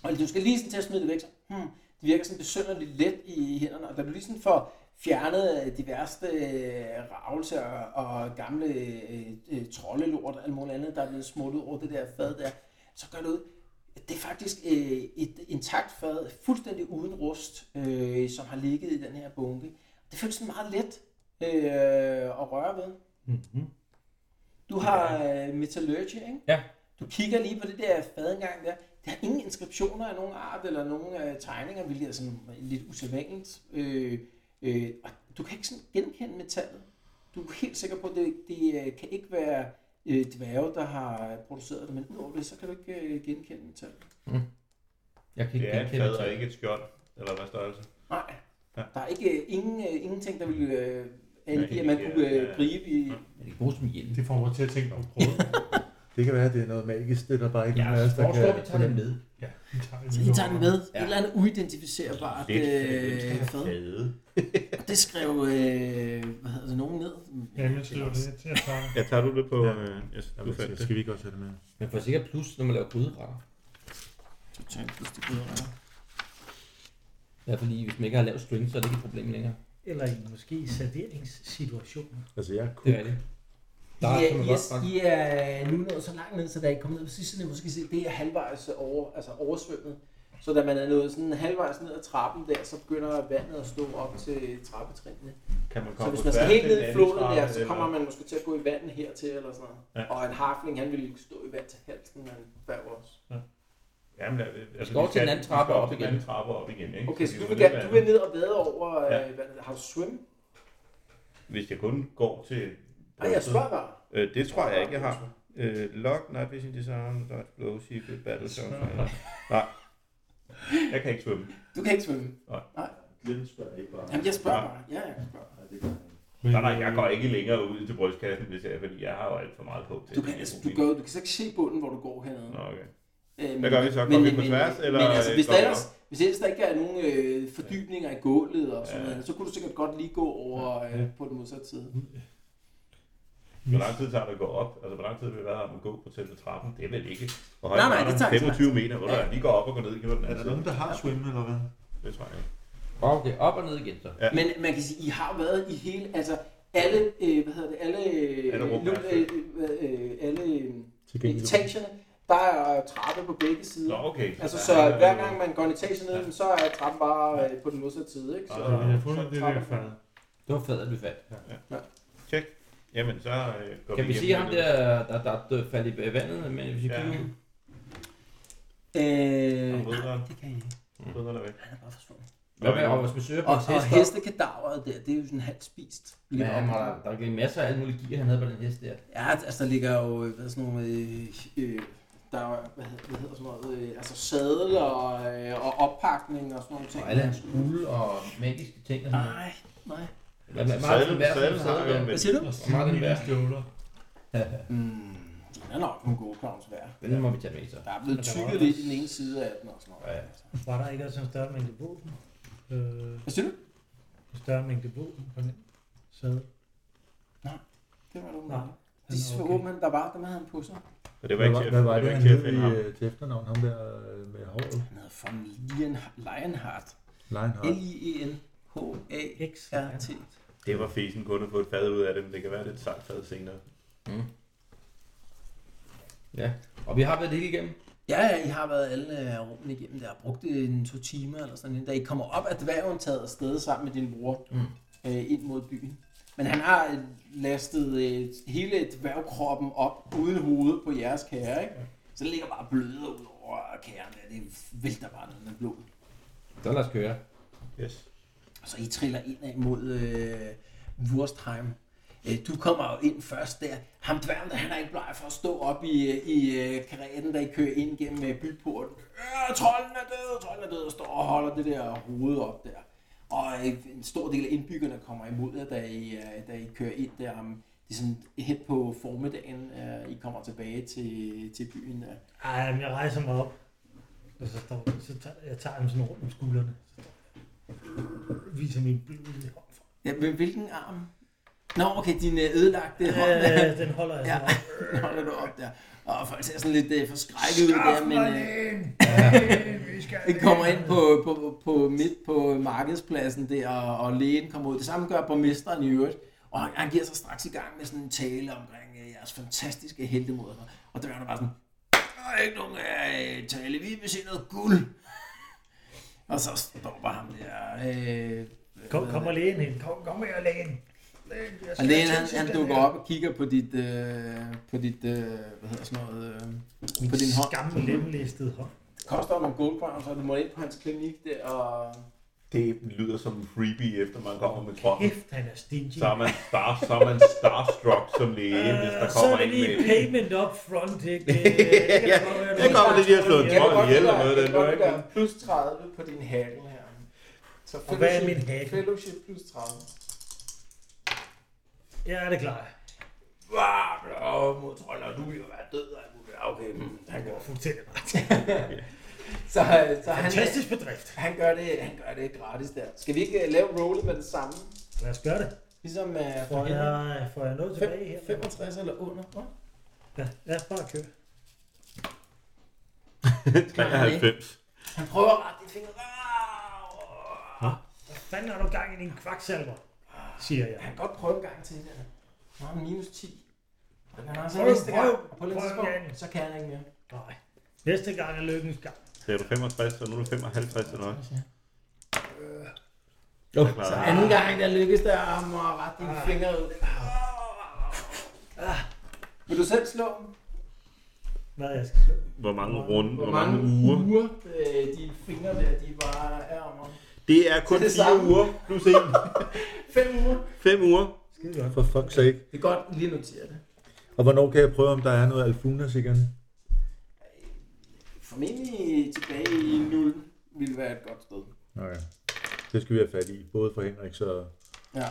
Og du skal lige sådan til at smide det væk, så hmm, det virker sådan besynderligt let i hænderne, og da du lige sådan får fjernet øh, de værste øh, ravelser og, og gamle øh, øh, troldelort og alt muligt andet, der er blevet smuttet over det der fad der, så gør du ud, det er faktisk øh, et intakt fad, fuldstændig uden rust, øh, som har ligget i den her bunke. Det føles sådan meget let øh, at røre ved. Mm-hmm. Du har øh, metallurgy, ikke? Ja. Du kigger lige på det der fad engang der. Det har ingen inskriptioner af nogen art eller nogen øh, tegninger, hvilket er sådan lidt usædvanligt. Øh, øh, og du kan ikke sådan genkende metallet. Du er helt sikker på, at det, det øh, kan ikke være øh, dværge, der har produceret det, men udover det, så kan du ikke øh, genkende metallet. Jeg kan Det ikke er et genkende fad og det. ikke et skjold. Eller hvad størrelse? Nej. Ja. Der er ikke, øh, ingen, øh, ingenting, der ville øh, ikke, indikere, at man øh, kunne ja. øh, gribe i. Men det kan bruges som hjelm. Det får mig til at tænke på prøve. Det kan være, at det er noget magisk, det er der bare ikke Jeg nogen af os, der kan... foreslår, vi tager den med. ja, vi tager Så I tager den med. Et eller andet uidentificerbart øh, fad. fade. Og det skrev øh, hvad hedder det, nogen ned. Ja, men jeg skriver det her til at tage. Ja, tager du det på... Ja. Øh, yes, du Jamen, fandt så det. skal vi ikke også have det med? Man får sikkert plus, når man laver gryderetter. Du tager en plus, det bedre. I hvert fald lige, hvis man ikke har lavet string, så er det ikke et problem længere. Eller i måske serveringssituationer. Altså, jeg Det kunne... er det. Der I, kan man er, I, godt er, fange. I er nu nået så langt ned, så da I kommer ned på sidste side, måske se, det er halvvejs over, altså oversvømmet. Så da man er nået sådan halvvejs ned ad trappen der, så begynder vandet at stå op til trappetrinene. Kan man Så komme hvis på man skal tværs helt til ned den i anden floden strand, der, så eller- kommer man måske til at gå i vandet hertil eller sådan noget. Ja. Ja. Og en harfling, han ville stå i vand til halsen, men der også. Jamen, der, altså, skal over til den anden trappe vi skal op til den igen. anden trappe op igen, ikke? Okay, så vi du må vil, ned gerne, du ad- vil ned og bade over øh, Ja. ja. vandet. Har du swim? Hvis jeg kun går til... Nej, jeg spørger bare. Øh, det tror jeg ikke, jeg har. Øh, lock, night vision disarm, dodge blow, secret, battle, sound. Nej, jeg kan ikke svømme. Du kan ikke svømme. Den spørger ikke bare. Jamen, jeg spørger bare. Ja, jeg spørger. Nej, det gør jeg ikke. Men, Nej, nej, jeg går ikke længere ud til brystkassen, hvis jeg, fordi jeg har jo alt for meget på til. Du at kan, det er altså, du, et problem. gør, du kan så ikke se bunden, hvor du går hernede. Nå, okay. Øh, Hvad gør vi så? Går vi på tværs, eller, Men altså, øh, hvis, går der vi ellers, hvis ellers der ikke er nogen øh, fordybninger i gulvet og sådan Ja. ja. noget, så kunne du sikkert godt lige gå over øh, på den modsatte side. Hvor lang tid tager det at gå op? Altså, hvor lang tid vil det være, at man går på selve trappen? Det er vel ikke. Hvor Nej, nej, det tager ikke så lang 25 meter, hvor Ja. der vi går op og går ned i den Er der nogen, anden side. der har swim, eller hvad? Det tror jeg ikke. Okay, op og ned igen så. Ja. Men man kan sige, I har været i hele, altså alle, øh, hvad hedder det, alle, øh, Alle rum, lu- altså. øh, øh, øh, alle øh, Tilgængeligt. etagerne, der er trappe på begge sider. Nå, okay. Altså, der så er- hver gang man går en etage ned, Ja. så er trappen bare øh, på den modsatte side, ikke? Så, Ja, Ja, vi har fundet så det der trappen- fad. Det var fadet, vi fandt. Tjek. Jamen, så øh, går Kan vi hjem se ham med det. der, der, der, der faldt i vandet, men hvis vi Ja. kigger ud? Øh, Ham ridderen. det kan I ikke. Ridderen er væk. Han er bare forsvundet. Hvad med, og hvis vi søger på Og, hans og hest? op? hestekadaveret der, det er jo sådan halvt spist. Ja, Lige han op. har- der er masser af alle mulige gear, han havde på den hest der. Ja, altså der ligger jo, øh, hvad er sådan nogle, øh, øh, der er, jo- hvad hedder, hvad hedder sådan noget, øh, altså sadel og, øh, og oppakning og sådan nogle ting. Og alle hans guld og magiske ting og sådan noget. Nej, nej. Hvad med Sadlen- Martin Værsen? sadlen har jo en Hvad siger du? Og meget siden den i værd? støvler. Mm, den er nok nogle gode crowns værd. Den må vi tage med så. Der er blevet Men der var tykket også- lidt i den ene side af den og sådan noget. Ja. Var der ikke også en større mængde våben? Øh, Hvad siger du? en større mængde våben på den sæde. Det var du Nej. meget. De svåge mænd, der var, dem havde han på sig. Og det var Hvad ikke var, til, hvad det var var det, ikke han til hed at finde ham. i, øh, til efternavn, ham der øh, med håret? Han hedder von Lien- Lionheart. E Lionheart. L-I-E-N-H-A-R-T. X. Det var fesen kun at få et fad ud af det, men det kan være, det er et sejt fad senere. Ja. Og vi har været det hele igennem. Ja, ja, I har været alle øh, rummene igennem der, og brugt en to timer eller sådan noget. Da I kommer op af dværgen taget afsted sammen med din bror mm. øh, ind mod byen. Men han har øh, lastet øh, hele dværgkroppen op uden hovedet på jeres kære, ikke? Så det ligger bare bløder ud over kæren, der. det vælter bare ned med blod. Så lad os køre. Yes. Og så I triller indad mod øh, Wurstheim. Øh, du kommer jo ind først der. Ham dværgen, der, han er ikke bleg for at stå op i, øh, i øh, karaten, der I kører ind gennem øh, byporten. Øh, trolden er død, trolden er død, og står og holder det der hoved op der. Og øh, en stor del af indbyggerne kommer imod jer, da I, øh, da I kører ind der. Om, det er sådan hen på formiddagen, øh, I kommer tilbage til, til byen. Øh. Ej, men jeg rejser mig op. Og så, står, så tager, jeg tager ham sådan rundt om skuldrene. Så står- viser min bløde hånd frem. Ja, men hvilken arm? Nå, okay, din øh, ødelagte hånd. Øh, den holder jeg Ja, sådan op. den holder du op der. Og folk ser sådan lidt øh, forskrækket ud der, men øh, vi kommer ind på, på, på midt på markedspladsen der, og, og lægen kommer ud. Det samme gør borgmesteren i øvrigt. Og han, han giver sig straks i gang med sådan en tale omkring øh, jeres fantastiske heltemoder. Og der er der bare sådan, der er ikke nogen øh, tale, vi vil se noget guld. Og så står bare ham der. Øh, Kom, kommer lægen hen. Kom, kom her, lægen. Lægen, jeg og skal lægen, til han, at se han den dukker her. op og kigger på dit, øh, på dit øh, hvad hedder sådan noget, øh, på din hånd. Gammel lemlæstet hånd. koster nogle goldbrown, så du må ind på hans klinik der, og... Det lyder som en freebie, efter man kommer med kroppen. Kæft, han er stingy. Så er man, star, så er man starstruck som læge, hvis der Øh, så kommer er det ind lige med... payment up front, ikke? Det, det kan der godt være Der kommer noget. det lige at slå en kan trold godt ihjel gøre- eller noget. jeg Den kan gør godt ikke. gøre Plus 30 på din hacken her. Så Og hvad er min hack? Fellowship plus 30. Ja, det er klart. Wow, mod trolden, og du vil jo være død af Okay, mm, han går. Fuldstændig ret. Så, øh, så han, Fantastisk bedrift. han, gør det, han gør det gratis der. Skal vi ikke øh, lave rollet med det samme? Lad os gøre det. Ligesom uh, for Får jeg, får jeg noget tilbage her? 65 eller under? Hva? Ja, lad os bare køre. 93. Han prøver at rette dine fingre. Ah, ah. Hvad fanden har du gang i din kvaksalver? Siger jeg. Han kan godt prøve en gang til. Der. Nu har han minus 10. Og han har så Prøv, næste gang, prøv, og på det prøv tidspunkt, igen. så kan han ikke mere. Nej. Næste gang er lykkens gang. Så er du 65, så nu er du 55 eller Øh. noget. Jo, Jeg klarer det. Anden gang, der lykkes der om at rette dine fingre ud. Ah. Vil du selv slå dem? Hvad jeg skal slå? Hvor mange runde, hvor mange uger. uger øh, dine fingre der, de bare er om? om? Det er kun Det er det 4 samme. uger plus 1. Fem uger. 5 uger. For fuck's sake. Det er godt, I lige notere det. Og hvornår kan jeg prøve, om der er noget alfunas igen? Formentlig tilbage i 0 ville være et godt sted. Okay. Det skal vi have fat i, både for Henrik og... Ja.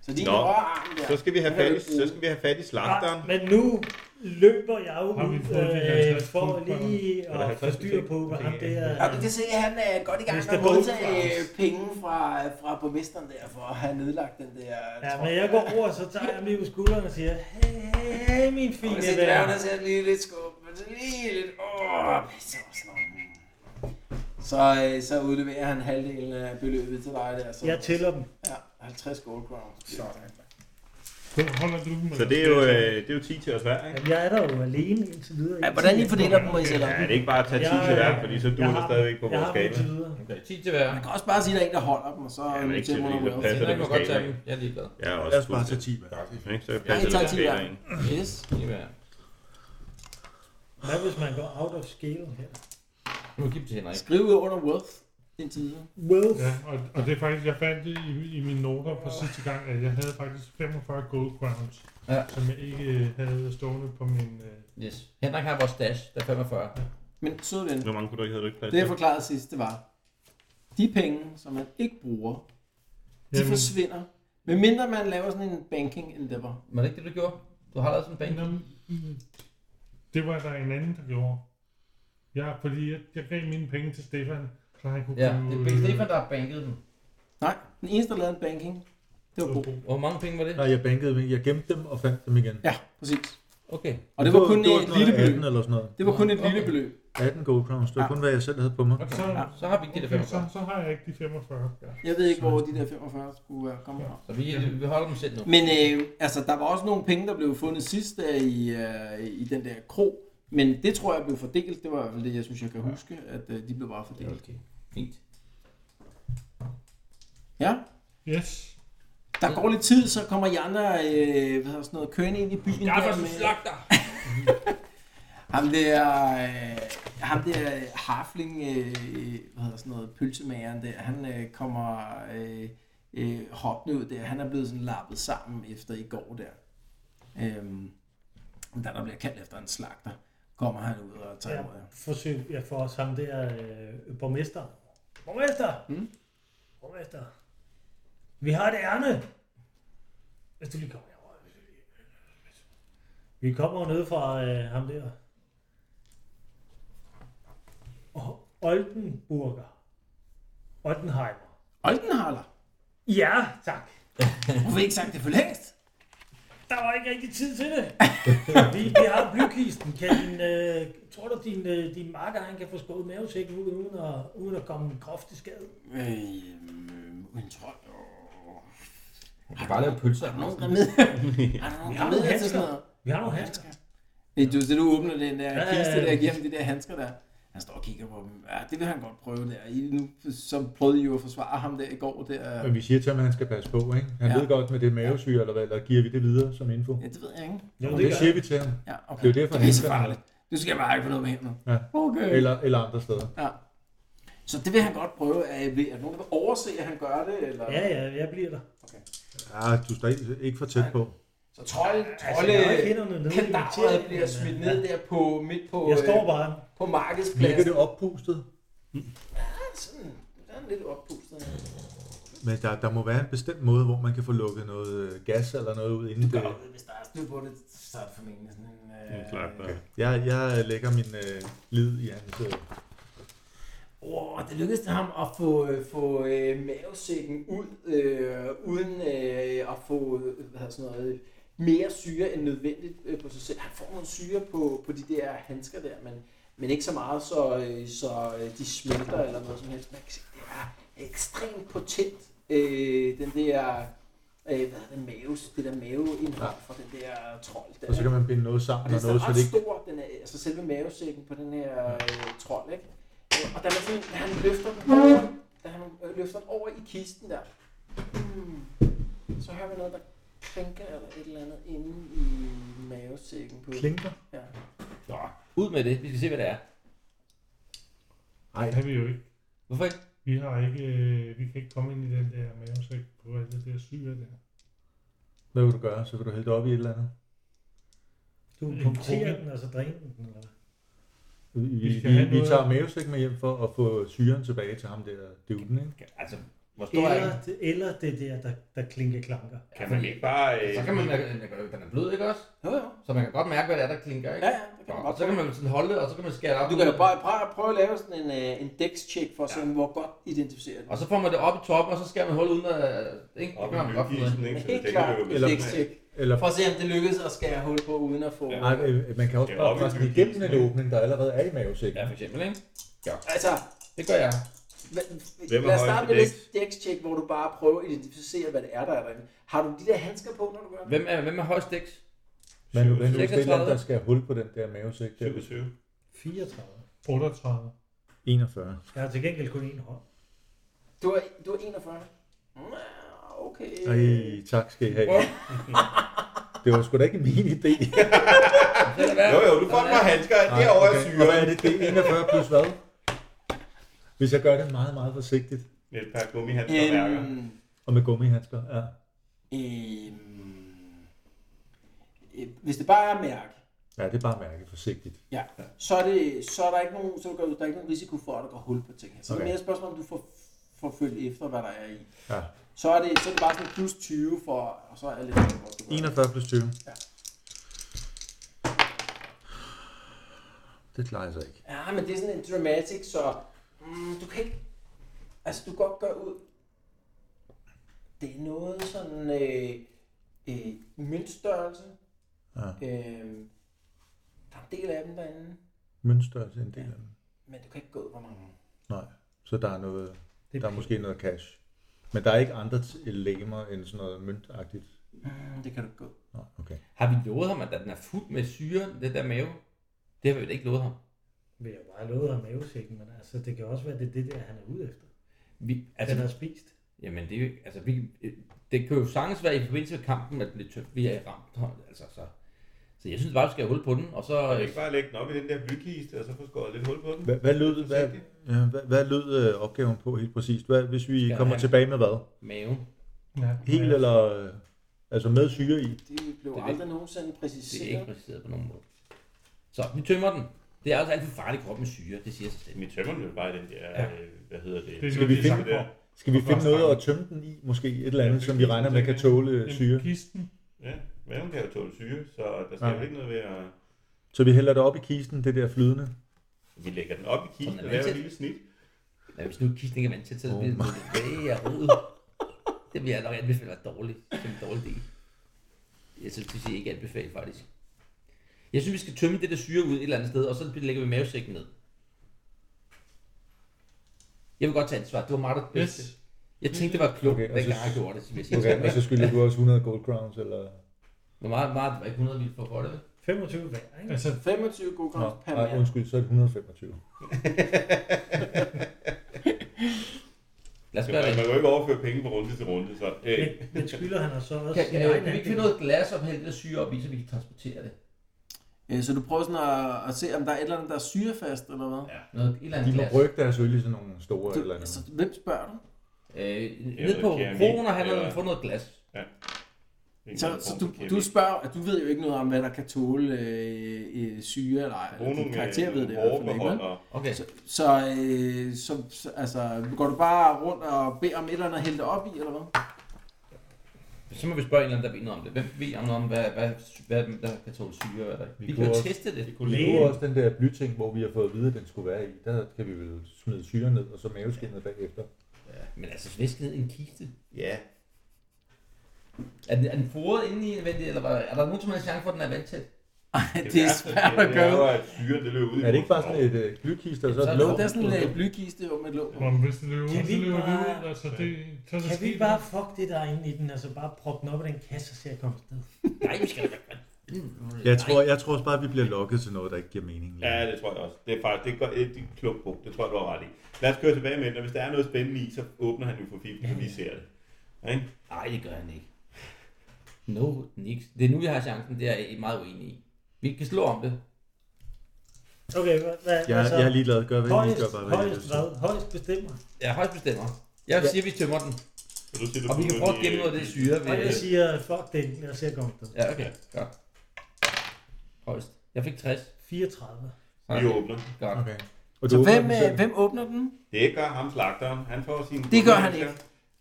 Så din Nå, højre arm der. Så skal vi have fat i, så skal vi have fat i slagteren. Men nu løber jeg jo Har ud vi fået de øh, 50 for kroner? lige Er der at få 50 styr på, hvad Det ham er- der... Ja, du kan se, at han er godt i gang Hvis med at der er modtage øh, bonus. penge fra, fra borgmesteren der, for at have nedlagt den der Ja, men jeg går over, og så tager jeg ham lige på skulderen og siger, hey, hey, hey, min fint. fine Jeg ser ven. dværgen, der ser lige lidt skub, men så lige lidt... Åh, pisse og sådan noget. så, øh, så udleverer han halvdelen af beløbet til dig der. Så, Jeg tæller dem. Ja, 50 gold crowns. Sådan. Den holder du med. Så det er jo, øh, det er jo 10 til os hver, ikke? Jamen, jeg er der jo alene indtil videre. Ja, hvordan I fordeler dem, må I selv om. Ja, det er ikke bare at tage 10 til hver, fordi så duer det stadigvæk på vores skala. skala. Okay, 10 til hver. Man kan også bare sige, at der er en, der holder dem, og så Ja, ja, men ikke noterer man til nogle det, der wells. Jeg passer det må på godt tage dem. skalaen. Jeg er ligeglad. Jeg er Lad også os bare tage fuldstændig. 10, mand. Ikke? Så jeg Ja, I passer tager det på 10 hver. skalaen. Yes. 10 hver. Hvad hvis man går out of scale her? Nu må give til Henrik. Skriv ud under worth indtil videre. Wealth. Ja, og, og det er faktisk, jeg fandt det i, i mine noter fra sidste gang, at jeg havde faktisk 45 gold crowns, Ja. som jeg ikke øh, havde stående på min... Øh, Yes. Henrik har vores stash, der er 45. Men sød ven, Hvor mange kunne du ikke havde du ikke plads Det jeg til? forklarede sidst, det var, de penge, som man ikke bruger, de Jamen. Jamen. forsvinder. Medmindre man laver sådan en banking endeavor. Var det ikke det, du gjorde? Du har lavet sådan en bank. Nå, mm, det var der en anden, der gjorde. Ja, fordi jeg, jeg gav mine penge til Stefan, så han kunne Ja, købe, det er øh, Stefan, der har banket dem. Nej, den eneste, der lavede en banking, det var Bo. Hvor mange penge var det? Nej, jeg bankede dem. Jeg gemte dem og fandt dem igen. Ja, præcis. Okay. Og det var kun det var et sådan lille noget 18 beløb. eller sådan noget. Det var kun et lille Okay. beløb. 18 gold crowns. Det var Ja. kun, hvad jeg selv havde på mig. Så, Så, så har vi ikke de der okay, så, 45. så har jeg ikke de 45. Jeg ved ikke, hvor de der 45 skulle være kommet fra. Så vi, vi holder dem selv nu. Men øh, altså, der var også nogle penge, der blev fundet sidst der øh, i, øh, i den der kro, Men det tror jeg blev fordelt. Det var i hvert fald det, jeg synes, jeg kan huske, at øh, de blev bare Ja, fordelt. okay. Fint. Ja, Yes. der går lidt tid, så kommer de andre øh, hvad hedder sådan noget, kørende ind i byen. Jeg er der for med- slagter! Ham der, øh, ham der harfling, øh, hvad hedder sådan noget, pølsemageren der, han øh, kommer øh, øh, hoppende ud der. Han er blevet sådan lappet sammen efter i går der. Øhm, da der bliver kaldt efter en slagter, kommer han ud og tager Ja. imod ham. Forsøg, jeg får også ham der øh, borgmester. Borgmester! Mm. Borgmester. Vi har et ærne. Hvis du lige kommer herover. Vi kommer jo nede fra øh, ham der. Og Oldenburger. Oldenheimer. Oldenhaler. Ja, tak. Du har ikke sagt det for længst. Der var ikke rigtig tid til det. vi, vi har blykisten. Kan din, øh, tror du, din, øh, din marker han kan få skåret mavesækken ud, uden at, uden at komme groft til skade? Øh, men tror jeg... Jeg kan bare lave pølser. Er der nogen remedier? Er der nogen Vi har nogle remedier til handsker. sådan noget? Vi har nogle handsker. Øh, Du, det du åbner den der Ja, kiste ja, ja. der, giver ham de der handsker der. Han står og kigger på dem. Ja, det vil han godt prøve der. I, nu, så prøvede I jo at forsvare ham der i går der. Men vi siger til ham, at han skal passe på, ikke? Han Ja. ja. ved godt med det mavesyre, eller hvad, eller giver vi det videre som info? Ja, det ved jeg ikke. Jo, Og det det gør siger vi til ham. Ja, okay. Det er jo derfor, det er han så ikke- farligt. Du skal bare ikke få noget med hænderne. Ja. Okay. Eller, eller andre steder. Ja. Så det vil han godt prøve. Er, er der nogen, der vil overse, at han gør det? Eller? Ja, ja, jeg bliver der. Altså, Ja, du står ikke, ikke for tæt på. Så trolde, Altså, jeg har ikke trolde, hænderne nede. i materien, kandaveret bliver men, smidt øh, ned der på, midt på, Jeg står øh, bare. på markedspladsen. Virker det oppustet? Sådan, sådan lidt oppustet. Men der, der må være en bestemt måde, hvor man kan få lukket noget øh, gas eller noget ud inden det. Ja. Hvis der er styr på det, så er det formentlig sådan en... øh, En slagter. Jeg, jeg lægger min øh, lid i hans... Øh. Wow, det lykkedes det ham at få, øh, få øh, mavesækken ud, øh, uden øh, at få øh, hvad hedder sådan noget, øh, mere syre end nødvendigt øh, på sig selv. Han får noget syre på, på de der handsker der, men, men ikke så meget, så, øh, så øh, de smelter eller noget som helst. Man kan se, det er ekstremt potent, øh, den der, øh, hvad hedder det, maves, det der maveindhold fra den der trold. Der. Og så kan man binde noget sammen Og og den noget, er så ret det ikke... stor, den er, altså selve mavesækken på den her øh, trold, ikke? Øh, Og da, man sådan, da han løfter den over, da han øh, løfter den over i kisten der, hmm, så hører man noget, der klinker eller et eller andet inde i mavesækken på. Klinker? Ja. Nå, ud med det. Vi skal se, hvad det er. Nej, det har vi jo ikke. Hvorfor ikke? Vi, har ikke, øh, vi kan ikke komme ind i den der mavesæk på alt det der syre der. Hvad vil du gøre? Så vil du hælde det op i et eller andet? Du En punkterer krukke. den, og så dræner den, eller hvad? Vi, Vi vi, skal have vi, vi noget- tager mavesæk med hjem for at få syren tilbage til ham der duden, ikke? Altså, hvor stor er den? Eller, det- eller det der, der, der klinker klanker. Kan man ikke bare... Øh, Så kan man, den er blød, ikke også? Jo, jo. Så man kan godt mærke, hvad det er, der klinker, ikke? Ja, ja, det kan man Og godt så kan prøve. man sådan holde det, og så kan man skære det op. Du kan jo bare prøve, prøve at lave sådan en, øh, en dex-check for at se, hvor godt identificerer den. Og så får man det op i toppen, og så skærer man hullet uden at... Ikke? Det op kan i man godt finde ud af. lykkeisen, ikke? Men Så det helt ikke klart løber Eller- dex-check. Eller For at se, om det lykkes at skære hul på, uden at få... Nej, øh, man kan også Det er bare op i presse bygningen, igennem en ikke? åbning, der allerede er i Ja, mavesækken. for eksempel, ikke? Altså, Det gør jeg. Hva- Hvem er Lad os højest starte på med lidt dækstjek, hvor du bare prøver at identificere, hvad det er, der er derinde. Har du de der handsker på, når du gør det? Hvem er, hvem er højst dæks? Men nu er det 36. et der skal have hul på den der mavesæk. Der. 27. 34. 38. 41. Jeg har til gengæld kun en hånd. Du er, du er 41. Nå, Okay. Ej, tak skal I have. Det var sgu da ikke min idé. Jo, jo, du får et par handsker. Det er over i Og syre. hvad er det? Det er 41 plus hvad? Hvis jeg gør det meget, meget forsigtigt. Med et par gummihandskerværker. Øhm, Og med gummihandsker, ja. øhm, øh, hvis det bare er mærke, Ja, det er bare mærke forsigtigt. ja, så er, det, så er der ikke nogen, så gør, der er ikke nogen risiko for, at der går hul på ting. her. Så okay. det er Okay. mere et spørgsmål, om du får, får følt efter, hvad der er i. Ja. Så er det, så er det bare sådan plus 20 for, og så er det lidt hvor du gør det. 41 plus 20. Ja. Det klarer jeg så ikke. Ja, men det er sådan en dramatic, så mm, du kan ikke... Altså, du kan godt gøre ud... Det er noget sådan... Øh, øh, møntstørrelse. Ja. Øh, der er en del af dem derinde, Mønstørrelse er en del af dem. men du kan ikke gå ud, hvor mange. Nej. Så der er noget, Det der er måske noget cash. Men der er ikke andre t- legemer end sådan noget møntagtigt. Mm, det kan du ikke gå. ud. Nå, okay. Har vi lovet ham, at den er fuld med syre, det der mave? Det har vi vel ikke lovet ham. Vil jeg bare love ham mavesækken, men altså, det kan også være, det er det der, han er ude efter. Vi, Altså, altså, den er spist. Jamen, det, er jo- altså, vi, det kan jo sagtens være i forbindelse med kampen, at det tøft, vi er ramt. Altså, så, så jeg synes bare, vi skal have hul på den, og så... Kan vi ikke bare lægge den op i den der blykiste, og så få skåret lidt hul på den? Hvad, hvad lød, hvad, Forsigtigt. ja, hvad, hvad lød øh, opgaven på helt præcist? Hvad, hvis vi Skal kommer han- tilbage med hvad? øh, Mave. Ja. Helt ja. eller øh, altså med syre i? Det blev Det er aldrig nogensinde Det er ikke præciseret. præciseret på nogen måde. Så, vi tømmer den. Det er altså alt for farligt krop med syre, det siger sig selv. Vi tømmer den jo bare i den der, Ja. øh, hvad hedder det? Det Skal skal vi vi finde finde på. Skal vi Og finde først noget tanken. at tømme den i? Måske et eller Ja, andet, det som kan vi vi regner med kan tænke. tåle øh, Jamen, syre? Kisten. Ja, maven kan jo tåle syre, så der skal Ja. jo ikke noget ved at... Så vi hælder det op i kisten, det der flydende. Vi lægger den op i kisten Sådan er og laver det. et lille snit. Men hvis nu kisten ikke er vant til, så Åh, bliver det my. tilbage af rodet. Det vil jeg nok anbefale at være dårligt, som en dårlig del. Jeg synes, det siger ikke anbefale, faktisk. Jeg synes, vi skal tømme det der syre ud et eller andet sted, og så lægger vi mavesækken ned. Jeg vil godt tage ansvar. Det var meget det bedste. Yes. Jeg tænkte, det var klogt, Okay, okay, og dengang så- jeg gjorde det, som jeg siger. Okay, og så skylder du også 100 gold crowns, eller... Hvor meget, meget var ikke 100 vildt for for det? vel? 25 hver, ikke? Altså, 25 gode Nå, grams per nej, mand. undskyld, så er det 125. Lad os Man, gøre det. man kan jo ikke overføre penge fra runde til runde, så... Øh, Men, men skylder han os så også Kan, kan, sin kan egen vi ikke andel? finde noget glas og hælde det der syre op i, så vi kan transportere det? Øh, Så du prøver sådan at, at se, om der er et eller andet, der er syrefast, eller hvad? Ja. Noget, et eller De andet må glas. brygge deres øl i sådan nogle store Du, eller andet. altså, hvem spørger du? Øh, ned ved på ikke, kroner, han eller- har fået noget glas. en Så, eller anden så form for du, kemi. du spørger, at du ved jo ikke noget om, hvad der kan tåle øh, øh, syre, eller ej. Bruge Eller nogle øh, din karakter ved det i hvert fald ikke, vel? overbeholdere. Okay. Så, så, øh, så, så altså, går du bare rundt og beder om et eller andet at hælde det op i, eller hvad? Så må vi spørge en eller anden, der ved noget om det. Hvem ved om noget om, hvad, hvad, hvad, hvad der kan tåle syre? og Hvad der. Vi, vi Vi kan kunne jo også- teste det. Vi kunne Vi læge bruger også den der blyting, hvor vi har fået at vide, at den skulle være i. Der kan vi vel smide syre ned, og så maveskindet bagefter. Men altså, svisk ned i en kiste. Ja, Er den, er den foret inde i en eller hvad? er der nogen som helst chance for, at den er vandtæt? Det, det er værste, svært at det er jo, gøre. at syre, det løber ud i Er det ikke bare vores sådan et øh, glykiste, og Så så et er Jo, låg? låg. det er sådan en øh, blykiste jo, med et låg på. Nå, men hvis det løber ud, Kan vi så løber det bare- ud. Altså, det, så er Kan det vi sket. ikke bare fuck det, der er inde i den, altså bare proppe den op i den kasse, og se at komme afsted? Nej, vi skal da Jeg tror, jeg tror også bare, at vi bliver lokket til noget, der ikke giver mening. Ja, det tror jeg også. Det er faktisk det er, godt- det er klogt på. Det tror jeg, du har ret i. Lad os køre tilbage med den, og hvis der er noget spændende i, så åbner han jo for fiffen, så vi ser det. Ikke? Nej, det gør han ikke. No, niks. Det er nu, vi har chancen. Det er jeg meget uenig i. Vi kan slå om det. Okay, hvad, hvad, Jeg, hvad så? jeg er ligeglad. Gør hvad I højst, gør, bare hvad I har højst, lyst hvad? til. Højst bestemmer. Jeg er højst bestemmer. Jeg siger, vi tømmer den. Så du siger, du Og vi kan putter prøve den at i, øh, gemme noget af det syre. Og jeg Ved... siger, fuck det, lad os se at komme afsted. Ja, okay. Godt. Højst. Jeg fik 60. 34. øh, Vi åbner. Godt. Okay. Og Så åbner hvem, den øh, selv? hvem åbner den? Det gør ham slagteren. Han får sin... Det gør han ikke.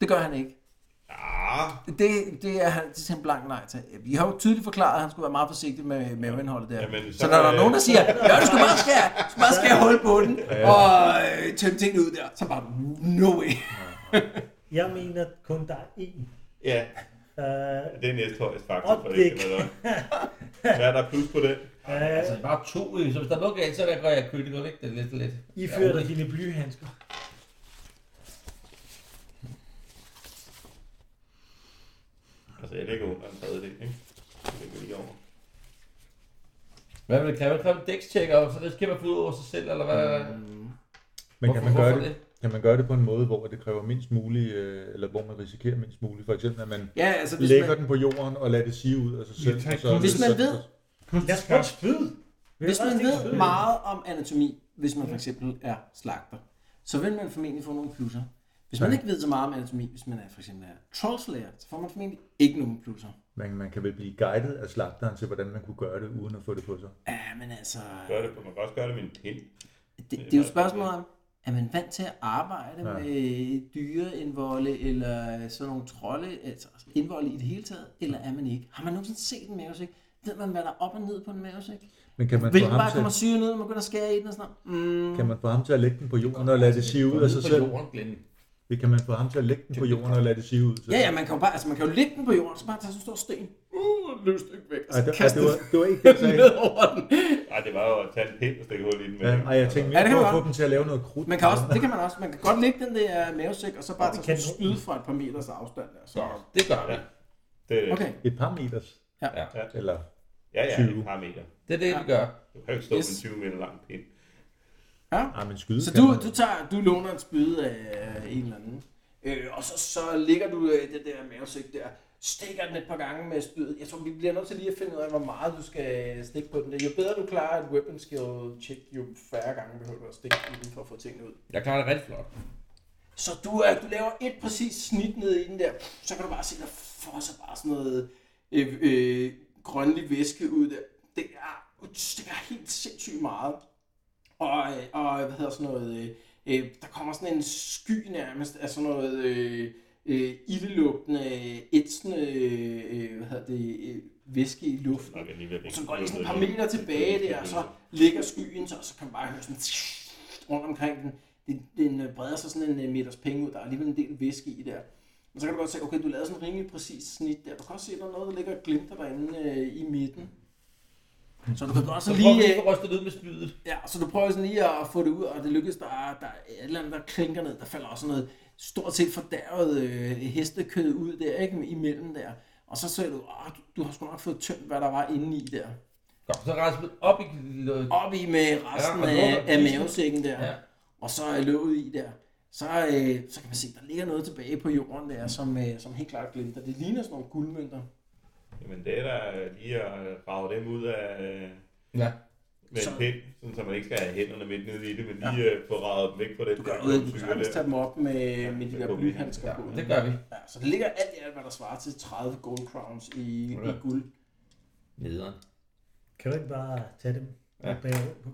Det gør han ikke. Ah, Det, det er han til en blank nej til. Vi har jo tydeligt forklaret, at han skulle være meget forsigtig med, med vandholdet der. Jamen, så så, når der er- er nogen, der siger, ja, du skal bare skære, du skal bare skære hul på den, og øh, tømme tingene ud der, så bare, no way. Jeg mener kun, der er én. ja, Øh, det er næst højst faktisk. Og For det kan noget. Hvad er der plus på det? øh, Altså, bare to. øh, Så hvis der er noget galt, så gør jeg køle. Det går væk det lidt og lidt. I fører dig dine blyhandsker. Altså, jeg ligger under en tredjedel, ikke? Det ligger lige over. Hvad vil det kræve? Det kræver en dækstjek, og så risikerer man at få ud over sig selv, eller hvad? Men kan man, gøre hvorfor det, kan man gøre det på en måde, hvor det kræver mindst muligt, øh, eller hvor man risikerer mindst muligt? For eksempel, at man Ja, altså, hvis lægger man, den på jorden og lader det sige ud af sig selv. tager og så- kun- Hvis man ved- Lad os prøve at skyde. Vil hvis du man også ikke ved skyde? meget om anatomi, hvis man for eksempel er slagter, så vil man formentlig få nogle plusser. Hvis man ikke ved så meget om anatomi, hvis man er for eksempel er troldslayer, så får man formentlig ikke nogen plusser. Man, man kan vel blive guidet af slagteren til, hvordan man kunne gøre det, uden at få det på sig. Ja, men altså... Gør det, man kan også gøre det med en pind. Det, det er jo et spørgsmål om, er man vant til at arbejde ja. med dyreindvolde eller sådan nogle trolde, altså indvolde i det hele taget, eller er man ikke? Har man nogensinde set en mavesæk? Ved man, hvad der er op og ned på en mavesæk? Men kan man, Vil få den bare ham komme og til, syre ned, når man begynder at skære i den og sådan noget? Mm. kan man få ham til at lægge den på jorden og lade det sige ud af sig selv? Jorden, Glenn. Kan man få ham til at lægge den på jorden og lade det sige ud? Så? Ja, ja, man kan jo bare, altså man kan jo lægge den på jorden, så bare tage sådan en stor sten. Uh, løs stykke væk, og Ej, så det, ej, kaste det, var, den det var ikke det, jeg sagde. ned over den. Nej, det var jo at tage en pind og stikke hul i den med. Ja, ej, jeg tænkte Ja, det mere kan på man at få godt. dem til at lave noget krudt. Man kan også, det kan man også. Man kan godt lægge den der øh, mavesæk, og så bare Og vi tage sådan kan- en spyd fra et par meters afstand. Der, så. Godt, det gør vi. det, Okay, Et par meters. Ja. Eller Ja, ja, 20. et par meter. Det er det, vi gør. Du kan jo ikke stå yes. Yes. med en 20 meter lang pind. Ej, men skyde Så kan man. du, du, tager, du låner en spyde af en eller anden. Øh, og så, så ligger du øh, det der mavesæk der, stikker den et par gange med spydet. Jeg tror, vi bliver nødt til lige at finde ud af, hvor meget du skal stikke på den. der. Jo bedre du klarer et weapon skill check, jo færre gange behøver du at stikke i den for at få tingene ud. Jeg klarer det rigtig flot. Så du, øh, du laver et præcist snit ned i den der, så kan du bare se, der fosser bare sådan noget øh, øh, grønlig væske ud der. Det er, det er helt sindssygt meget. Og, øh, og hvad hedder sådan noget, øh, øh, der kommer sådan en sky nærmest af sådan noget øh, øh, ildelugtende, ætsende, øh, hvad hedder det, øh, væske i luften. Nok alligevel ikke. Så går lige sådan et par meter tilbage der, og så ligger skyen, så, så kan man bare høre sådan rundt omkring den. Den, den øh, breder sig sådan en øh, meters penge ud, der er alligevel en del væske i der. Men så kan du godt se, okay, du lavede sådan en rimelig præcis snit der. Du kan også se, at der er noget, der ligger og glimter derinde øh, i midten. Så du kan godt så Så prøv lige... lige Øh, at få rystet ud med spydet. Ja, så du prøver sådan lige at få det ud, og det lykkes. Der er, der er et eller andet, der klinker ned. Der falder også noget stort set fordærvet øh, hestekød ud der, ikke? Imellem der. Og så ser du, åh, du, du har sgu nok fået tømt, hvad der var inde i der. Godt, så rejser vi op i låget. Op i med resten Ja, og ja, af, lukker af kisten. mavesækken der. Ja. Ja. Og så er låget i der. Så, øh, så kan man se, der ligger noget tilbage på jorden der, som, øh, som helt klart glimter. Det ligner sådan nogle guldmønter. Jamen det er da lige at rave dem ud af øh, Ja. med Så- en pind, sådan, så man ikke skal have hænderne midt nede i det, men lige ja. få ravet dem væk fra den Du der kan, øh, du kan syre sagtens tage dem op med, med de Ja, der blyhandsker ja, på. det gør vi. Ja, så det ligger alt i alt, hvad der svarer til 30 gold crowns i, Ja. i guld. Nederen. Kan du ikke bare tage dem? Ja. Ja. Bagover på?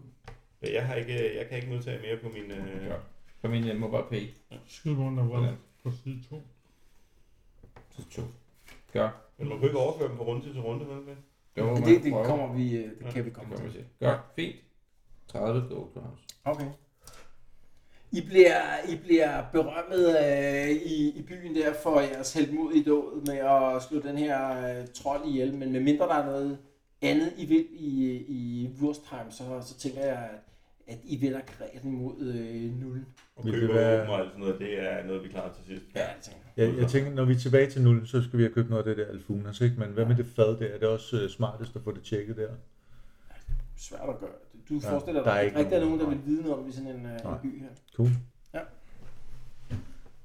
Men Jeg, har ikke, øh, jeg kan ikke modtage mere på min... Øh, Ja. På min uh, mobile pay. Skyd rundt og vred på side 2. Så to. Gør. men man kan ikke overføre dem fra runde til runde, vel? vel? Jo, Men man det, det prøver. kommer vi, øh, det Ja, kan vi Det komme kommer vi til. til. Gør. Fint. 30 gold crowns. Okay. I bliver, I bliver berømmet øh, i, i byen der for jeres heldmod i dået med at slå den her øh, trold ihjel, men medmindre der er noget andet, I vil i, i Wurstheim, så, så tænker jeg, at, at I vender græden mod øh, nullen. Og Vil det køber være- åben og alt sådan noget, det er noget, vi klarer til sidst. Ja, det tænker jeg. Jeg, jeg tænker, når vi er tilbage til nul, så skal vi have købt noget af det der alfunas, ikke? Men hvad med det fad der? Er det også øh, smartest at få det tjekket der? svært at gøre. Du Ja, forestiller der er dig, ikke ikke rigtig er nogen- nogen, der vil vide noget om i sådan en, øh, en Nej. by her. Cool.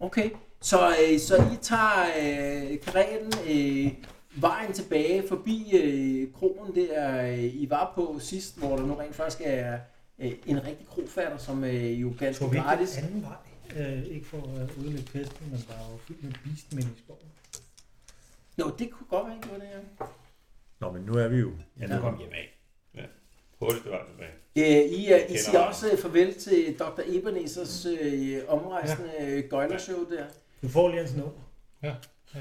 Okay, så, øh, så I tager øh, karaten øh, vejen tilbage forbi øh, kronen der, øh, I var på sidst, hvor der nu rent faktisk er øh, en rigtig krofatter, som øh, jo ganske Tror vi ikke gratis. den anden vej? Øh, ikke for at ødelægge festen, men der er jo fyldt med beastmænd i skoven. Jo, det kunne godt være, ikke det her. Nå, men nu er vi jo. Ja, nu kom hjem af. Hurtigste vej tilbage. Øh, I, er, I Kender siger mig. også øh, farvel til Dr. Ebenezers øh, omrejsende øh, gøjlershow der, Du får lige hans nummer. Ja,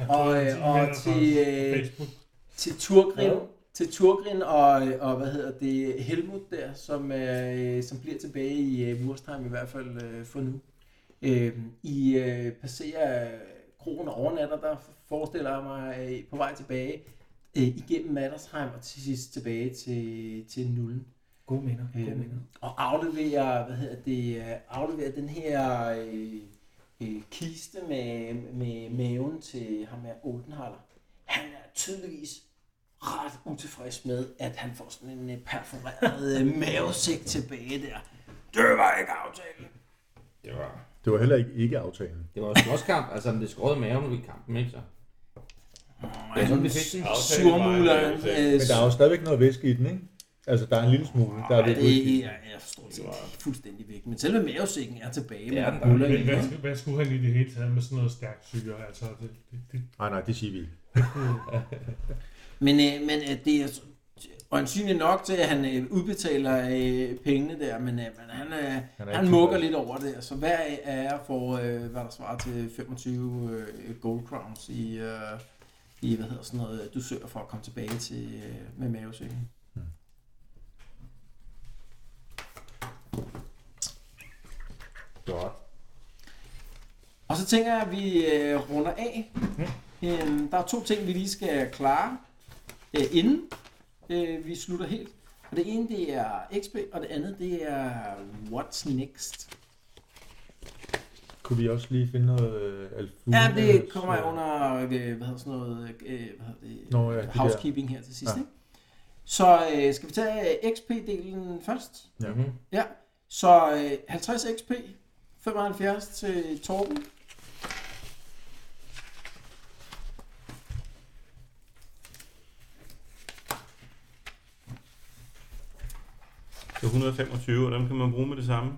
Og, det øh, er 10 og meter fra til, øh, Facebook. til Turgrin, Ja. til Turgrin og, og hvad hedder det, Helmut der, som, øh, som bliver tilbage i øh, Wurstheim i hvert fald øh, for nu. Øh, I øh, passerer øh, krogen og overnatter der, forestiller jeg mig, øh, på vej tilbage øh, igennem Mattersheim og til sidst tilbage til, til Nullen. Gode minder. Gode Øh, minder. og afleverer, hvad hedder det, øh, afleverer den her øh, øh, kiste med, med maven til ham her Oldenhaller. Han er tydeligvis ret utilfreds med, at han får sådan en øh, perforeret øh, mavesæk tilbage der. Det var ikke aftalen. Det var, Det var heller ikke, ikke aftalen. det var jo slåskamp. Altså, det skråede maven ved kampen, ikke så? Det er sådan, vi fik den. Aftalen var en Surmuleren. aftale. Øh, Men der er jo stadigvæk noget væske i den, ikke? Altså, der er en lille smule. Der er det, lidt det, væske. jeg, jeg forstår det er fuldstændig væk. Men selve mavesækken er tilbage med Ja, nogle der er huller Men i. hvad, ikke? skal- hvad skulle han i det hele taget med sådan noget stærkt syre? Altså, det, det, det, Nej, nej, det siger vi ikke. Men, øh, men øh, det er så- øjensynligt nok til, at han øh, udbetaler øh, pengene der, men, øh, men han, øh, Han han, er han ikke mukker tilfreds. lidt over det. Så hver af jer får, øh, hvad der svarer til 25 øh, gold crowns i, øh, i, hvad hedder sådan noget, du søger for at komme tilbage til øh, med mavesækken. Godt. Og så tænker jeg, at vi øh, runder af. Øhm, der er to ting, vi lige skal klare, øh, inden øh, vi slutter helt. Og det ene, det er XP, og det andet, det er øh, What's Next. Kunne vi også lige finde noget øh, alfunas? Ja, det kommer jeg under, øh, hvad hedder sådan noget, øh, hvad hedder det, Nå, ja, de der. housekeeping her til sidst, Ja. ikke? Så øh, skal vi tage øh, XP-delen først? Ja. Mm-hmm. ja. Så øh, 50 XP, 75 til Torben. Øh, Det er 125, og dem kan man bruge med det samme.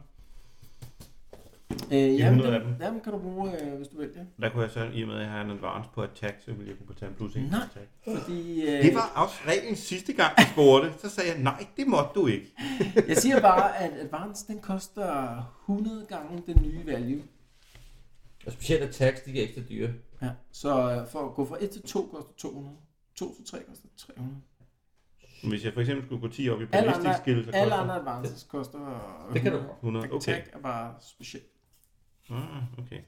Øh, jamen, 100 af dem, dem. dem kan du bruge, øh, hvis du vil. Ja. Der kunne jeg så, i og med at jeg har en advance på attack, så ville jeg kunne tage en plus 1 Nej. attack. Fordi, øh, Det var også reglen sidste gang, jeg spurgte. Så sagde jeg, nej, det måtte du ikke. Jeg siger bare, at Advance den koster 100 gange den nye value. Og specielt attacks, de er ekstra dyre. Ja. Så øh, for at gå fra 1 til 2 koster 200. 2 til 3 koster 300. Men Hvis jeg for eksempel skulle gå 10 op i Alle ballistic andre, skill, så alle koster andre advances koster Det kan du 100. godt. 100. Okay. Attack er bare specielt. Ah, okay.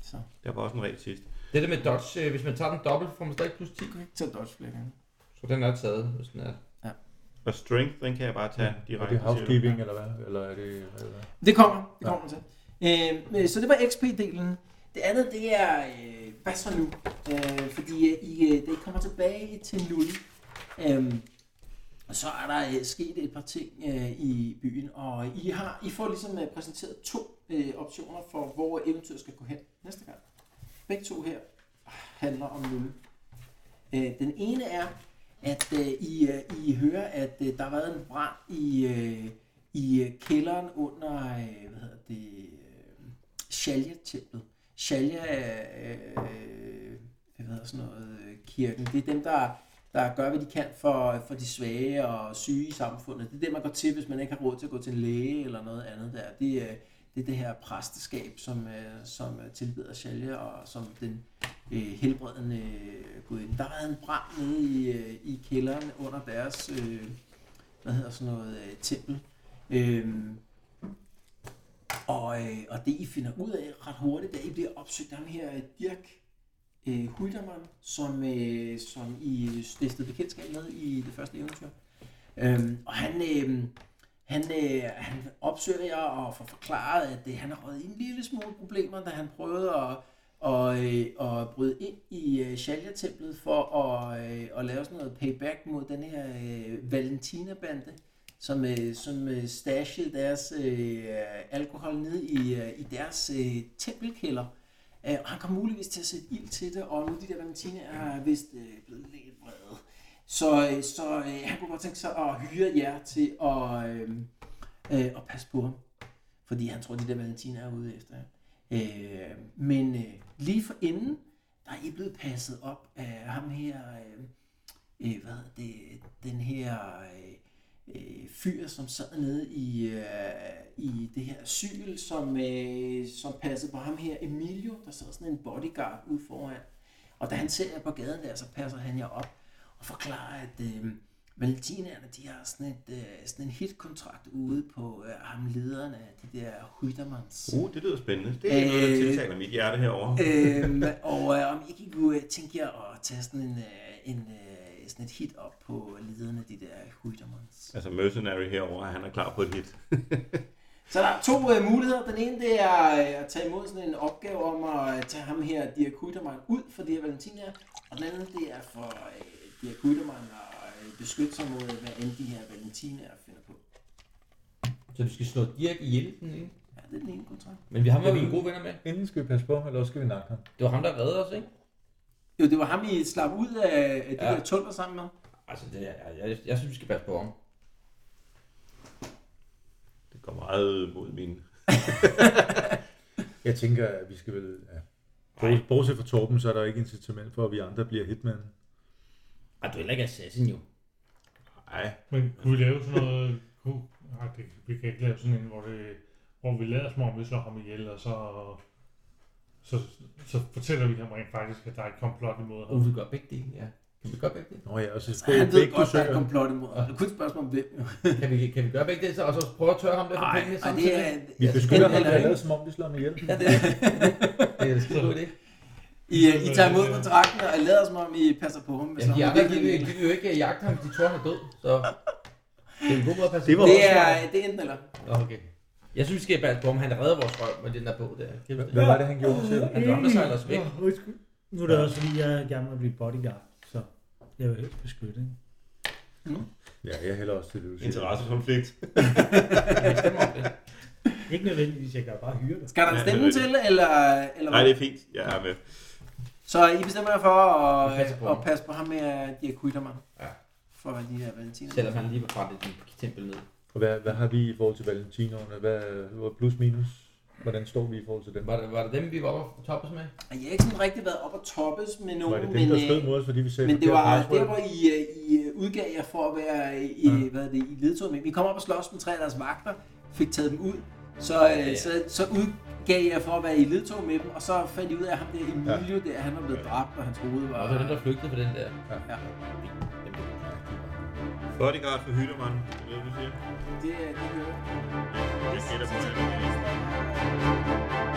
Så Der var også en regel sidst. Det der med dodge, øh, hvis man tager den dobbelt, får man stadig plus 10. du kan ikke tage dodge flere gange. Så den er taget, hvis den er. Og strength, den kan jeg bare tage Er direkte. det siger du. housekeeping, eller hvad? Eller er det... Eller? Det kommer, det kommer til. Øh, øh, så det var XP-delen. Det andet, det er, øh, hvad så nu? Øh, fordi øh, I, øh, da I kommer tilbage til Lully, øh, så er der øh, sket et par ting øh, i byen, og I, har, I får ligesom øh, præsenteret to øh, optioner for, hvor eventyret skal gå hen næste gang. Begge to her ah, handler om Lully. Øh, den ene er, at øh, I, øh, I hører, at øh, der har været en brand i... Øh, i øh, kælderen under, øh, hvad hedder det, øh, Shalja-templet. Shalja er, øh, hvad hedder sådan noget, øh, kirken. Det er dem, der, der gør, hvad de kan for, for de svage og syge i samfundet. Det er det, man går til, hvis man ikke har råd til at gå til en læge eller noget andet der. Det, er- det er det her præsteskab, som, øh, som øh, tilbeder Shalja og som den øh, helbredende øh, gudinde. Der har været en brand nede i, øh, i kælderen under deres, øh, hvad hedder sådan noget, øh, tempel. Øhm, og, øh, og det I finder ud af ret hurtigt, da I bliver opsøgt af ham her, øh, Dirk øh, Huldermann, som, øh, som I stiftede bekendtskab med i det første eventyr. Øhm, og han, øh, han, øh, han opsøger jer og får forklaret, at øh, han har røget i en lille smule problemer, da han prøvede at, og, øh, at bryde ind i øh, Shalya-templet for at, øh, at lave sådan noget payback mod den her øh, Valentina-bande som, øh, som øh, stashede deres øh, alkohol ned i, øh, i deres øh, tempelkælder. Øh, og han kom muligvis til at sætte ild til det, og nu de der Valentine er vist øh, blevet lidt vrede. Så, øh, så øh, han kunne godt tænke sig at hyre jer til at, øh, øh, at passe på ham. Fordi han tror, de der Valentine er ude efter ham. Øh, men øh, lige for inden, der er I blevet passet op af ham her, øh, øh, hvad hedder det, den her... Øh, øh, fyr, som sad nede i, øh, i det her asyl, som, øh, som passede på ham her, Emilio, der sad sådan en bodyguard ude foran. Og da han ser jer på gaden der, så passer han jer op og forklarer, at øh, Valentinerne, de har sådan, et, øh, sådan en hitkontrakt ude på øh, ham lederen af de der Hydermans. Uh, det lyder spændende. Det er noget, der Øh, tiltaler mit hjerte herovre. øhm, og øh, om ikke I kunne øh, tænke jer at tage sådan, en, øh, en, øh, sådan et hit op på lederne af de der Hydermans. Altså mercenary herovre, han er klar på et hit. Så der er to øh, muligheder. Den ene det er øh, at tage imod sådan en opgave om at øh, tage ham her, Dirk Huttermann, ud for de her Valentiner. Og den anden det er for øh, Dirk Huttermann at øh, beskytte sig mod, hvad end de her Valentiner finder på. Så du skal slå Dirk ihjel den, ikke? Ja, det er den ene kontrakt. Men vi har med mine gode venner med. Enten skal vi passe på ham, eller også skal vi nakke ham. Det var ham, der reddede os, ikke? Jo, det var ham, I slap ud af, af de Ja. ja. der tulper sammen med. Altså, det er, jeg, jeg, jeg synes, vi skal passe på ham. Det går meget mod min... Jeg tænker, at vi skal vel... Ja. Bors- Bortset fra Torben, så er der ikke incitament for, at vi andre bliver hitman. Ej, du er heller ikke assassin, jo. Nej, Men kunne vi lave sådan noget... Kunne, nej, det, vi kan ikke lave sådan en, hvor, det, hvor vi lader som om, vi slår ham ihjel, og så, så, så fortæller vi ham rent faktisk, at der er et komplot imod Og ham. vi kan gøre begge dele, ja. Kan vi gøre begge dele? Nå ja, og så Så Altså, han ved begge godt, der er et dusører. komplot imod. ham. Det er kun et spørgsmål om hvem. jo. Kan vi, kan vi gøre begge dele, så, og så prøve at tørre ham der for Nej, pengene og samtidig? det er... Vi beskytter ham, Eller- og lader som om, vi slår ham ihjel. Ja, det er det. er en skide god idé. I, øh, I tager imod kontrakten og lader som om, I passer på ham. hvis Jamen, de han andre, de, virkelig vil, vil. de vil jo ikke øh, jagte ham, de tror, han er død. Så det er en god måde at passe Det var- på. Det er, det er enten eller. Nå, Okay. Jeg synes, vi skal passe på, om han redder vores røv med den der på der. Kan vi det? Hvad var det, han gjorde til? Han drømmer sig ellers væk. Åh, undskyld. Nu er det også fordi, jeg gerne vil blive bodyguard, så jeg vil helst beskytte. ikke? Ja, jeg hælder også til det, du siger. Interessekonflikt. Ikke nødvendigvis, jeg kan bare hyre dig. Skal der en Ja, stemme det er til, eller, eller Nej, hvad? det er fint. Jeg er med. Så I bestemmer jer for at, Jeg passer på at ham. passe på ham med, at de her kuttermand. Ja. For de her valentiner. Selvom han lige var brændt et tempel ned. Og hvad, hvad har vi i forhold til valentinerne? Hvad, hvor plus minus? Hvordan står vi i forhold til dem? Var det, var det dem, vi var oppe og toppes med? Og jeg har ikke sådan rigtig været op og toppes med Var nogen, det dem, men, der øh, stod mod os, fordi vi sagde men det forkert var password? der, hvor I, øh, I øh, udgav jer for at være øh, i, ja. hvad er det, i ledtog med. Vi kom op og slås med tre af deres vagter, fik taget dem ud, så, ja, ja. så, så udgav jeg for at være i ledtog med dem, og så fandt I ud af at ham der Emilio der, han var blevet dræbt, og hans hoved var... Og så dem, der flygtede fra den der. Ja. Dem der. Bodyguard for Hyldermann. Det er det, du siger. Det, det hører jeg. Jeg gætter på, at det er This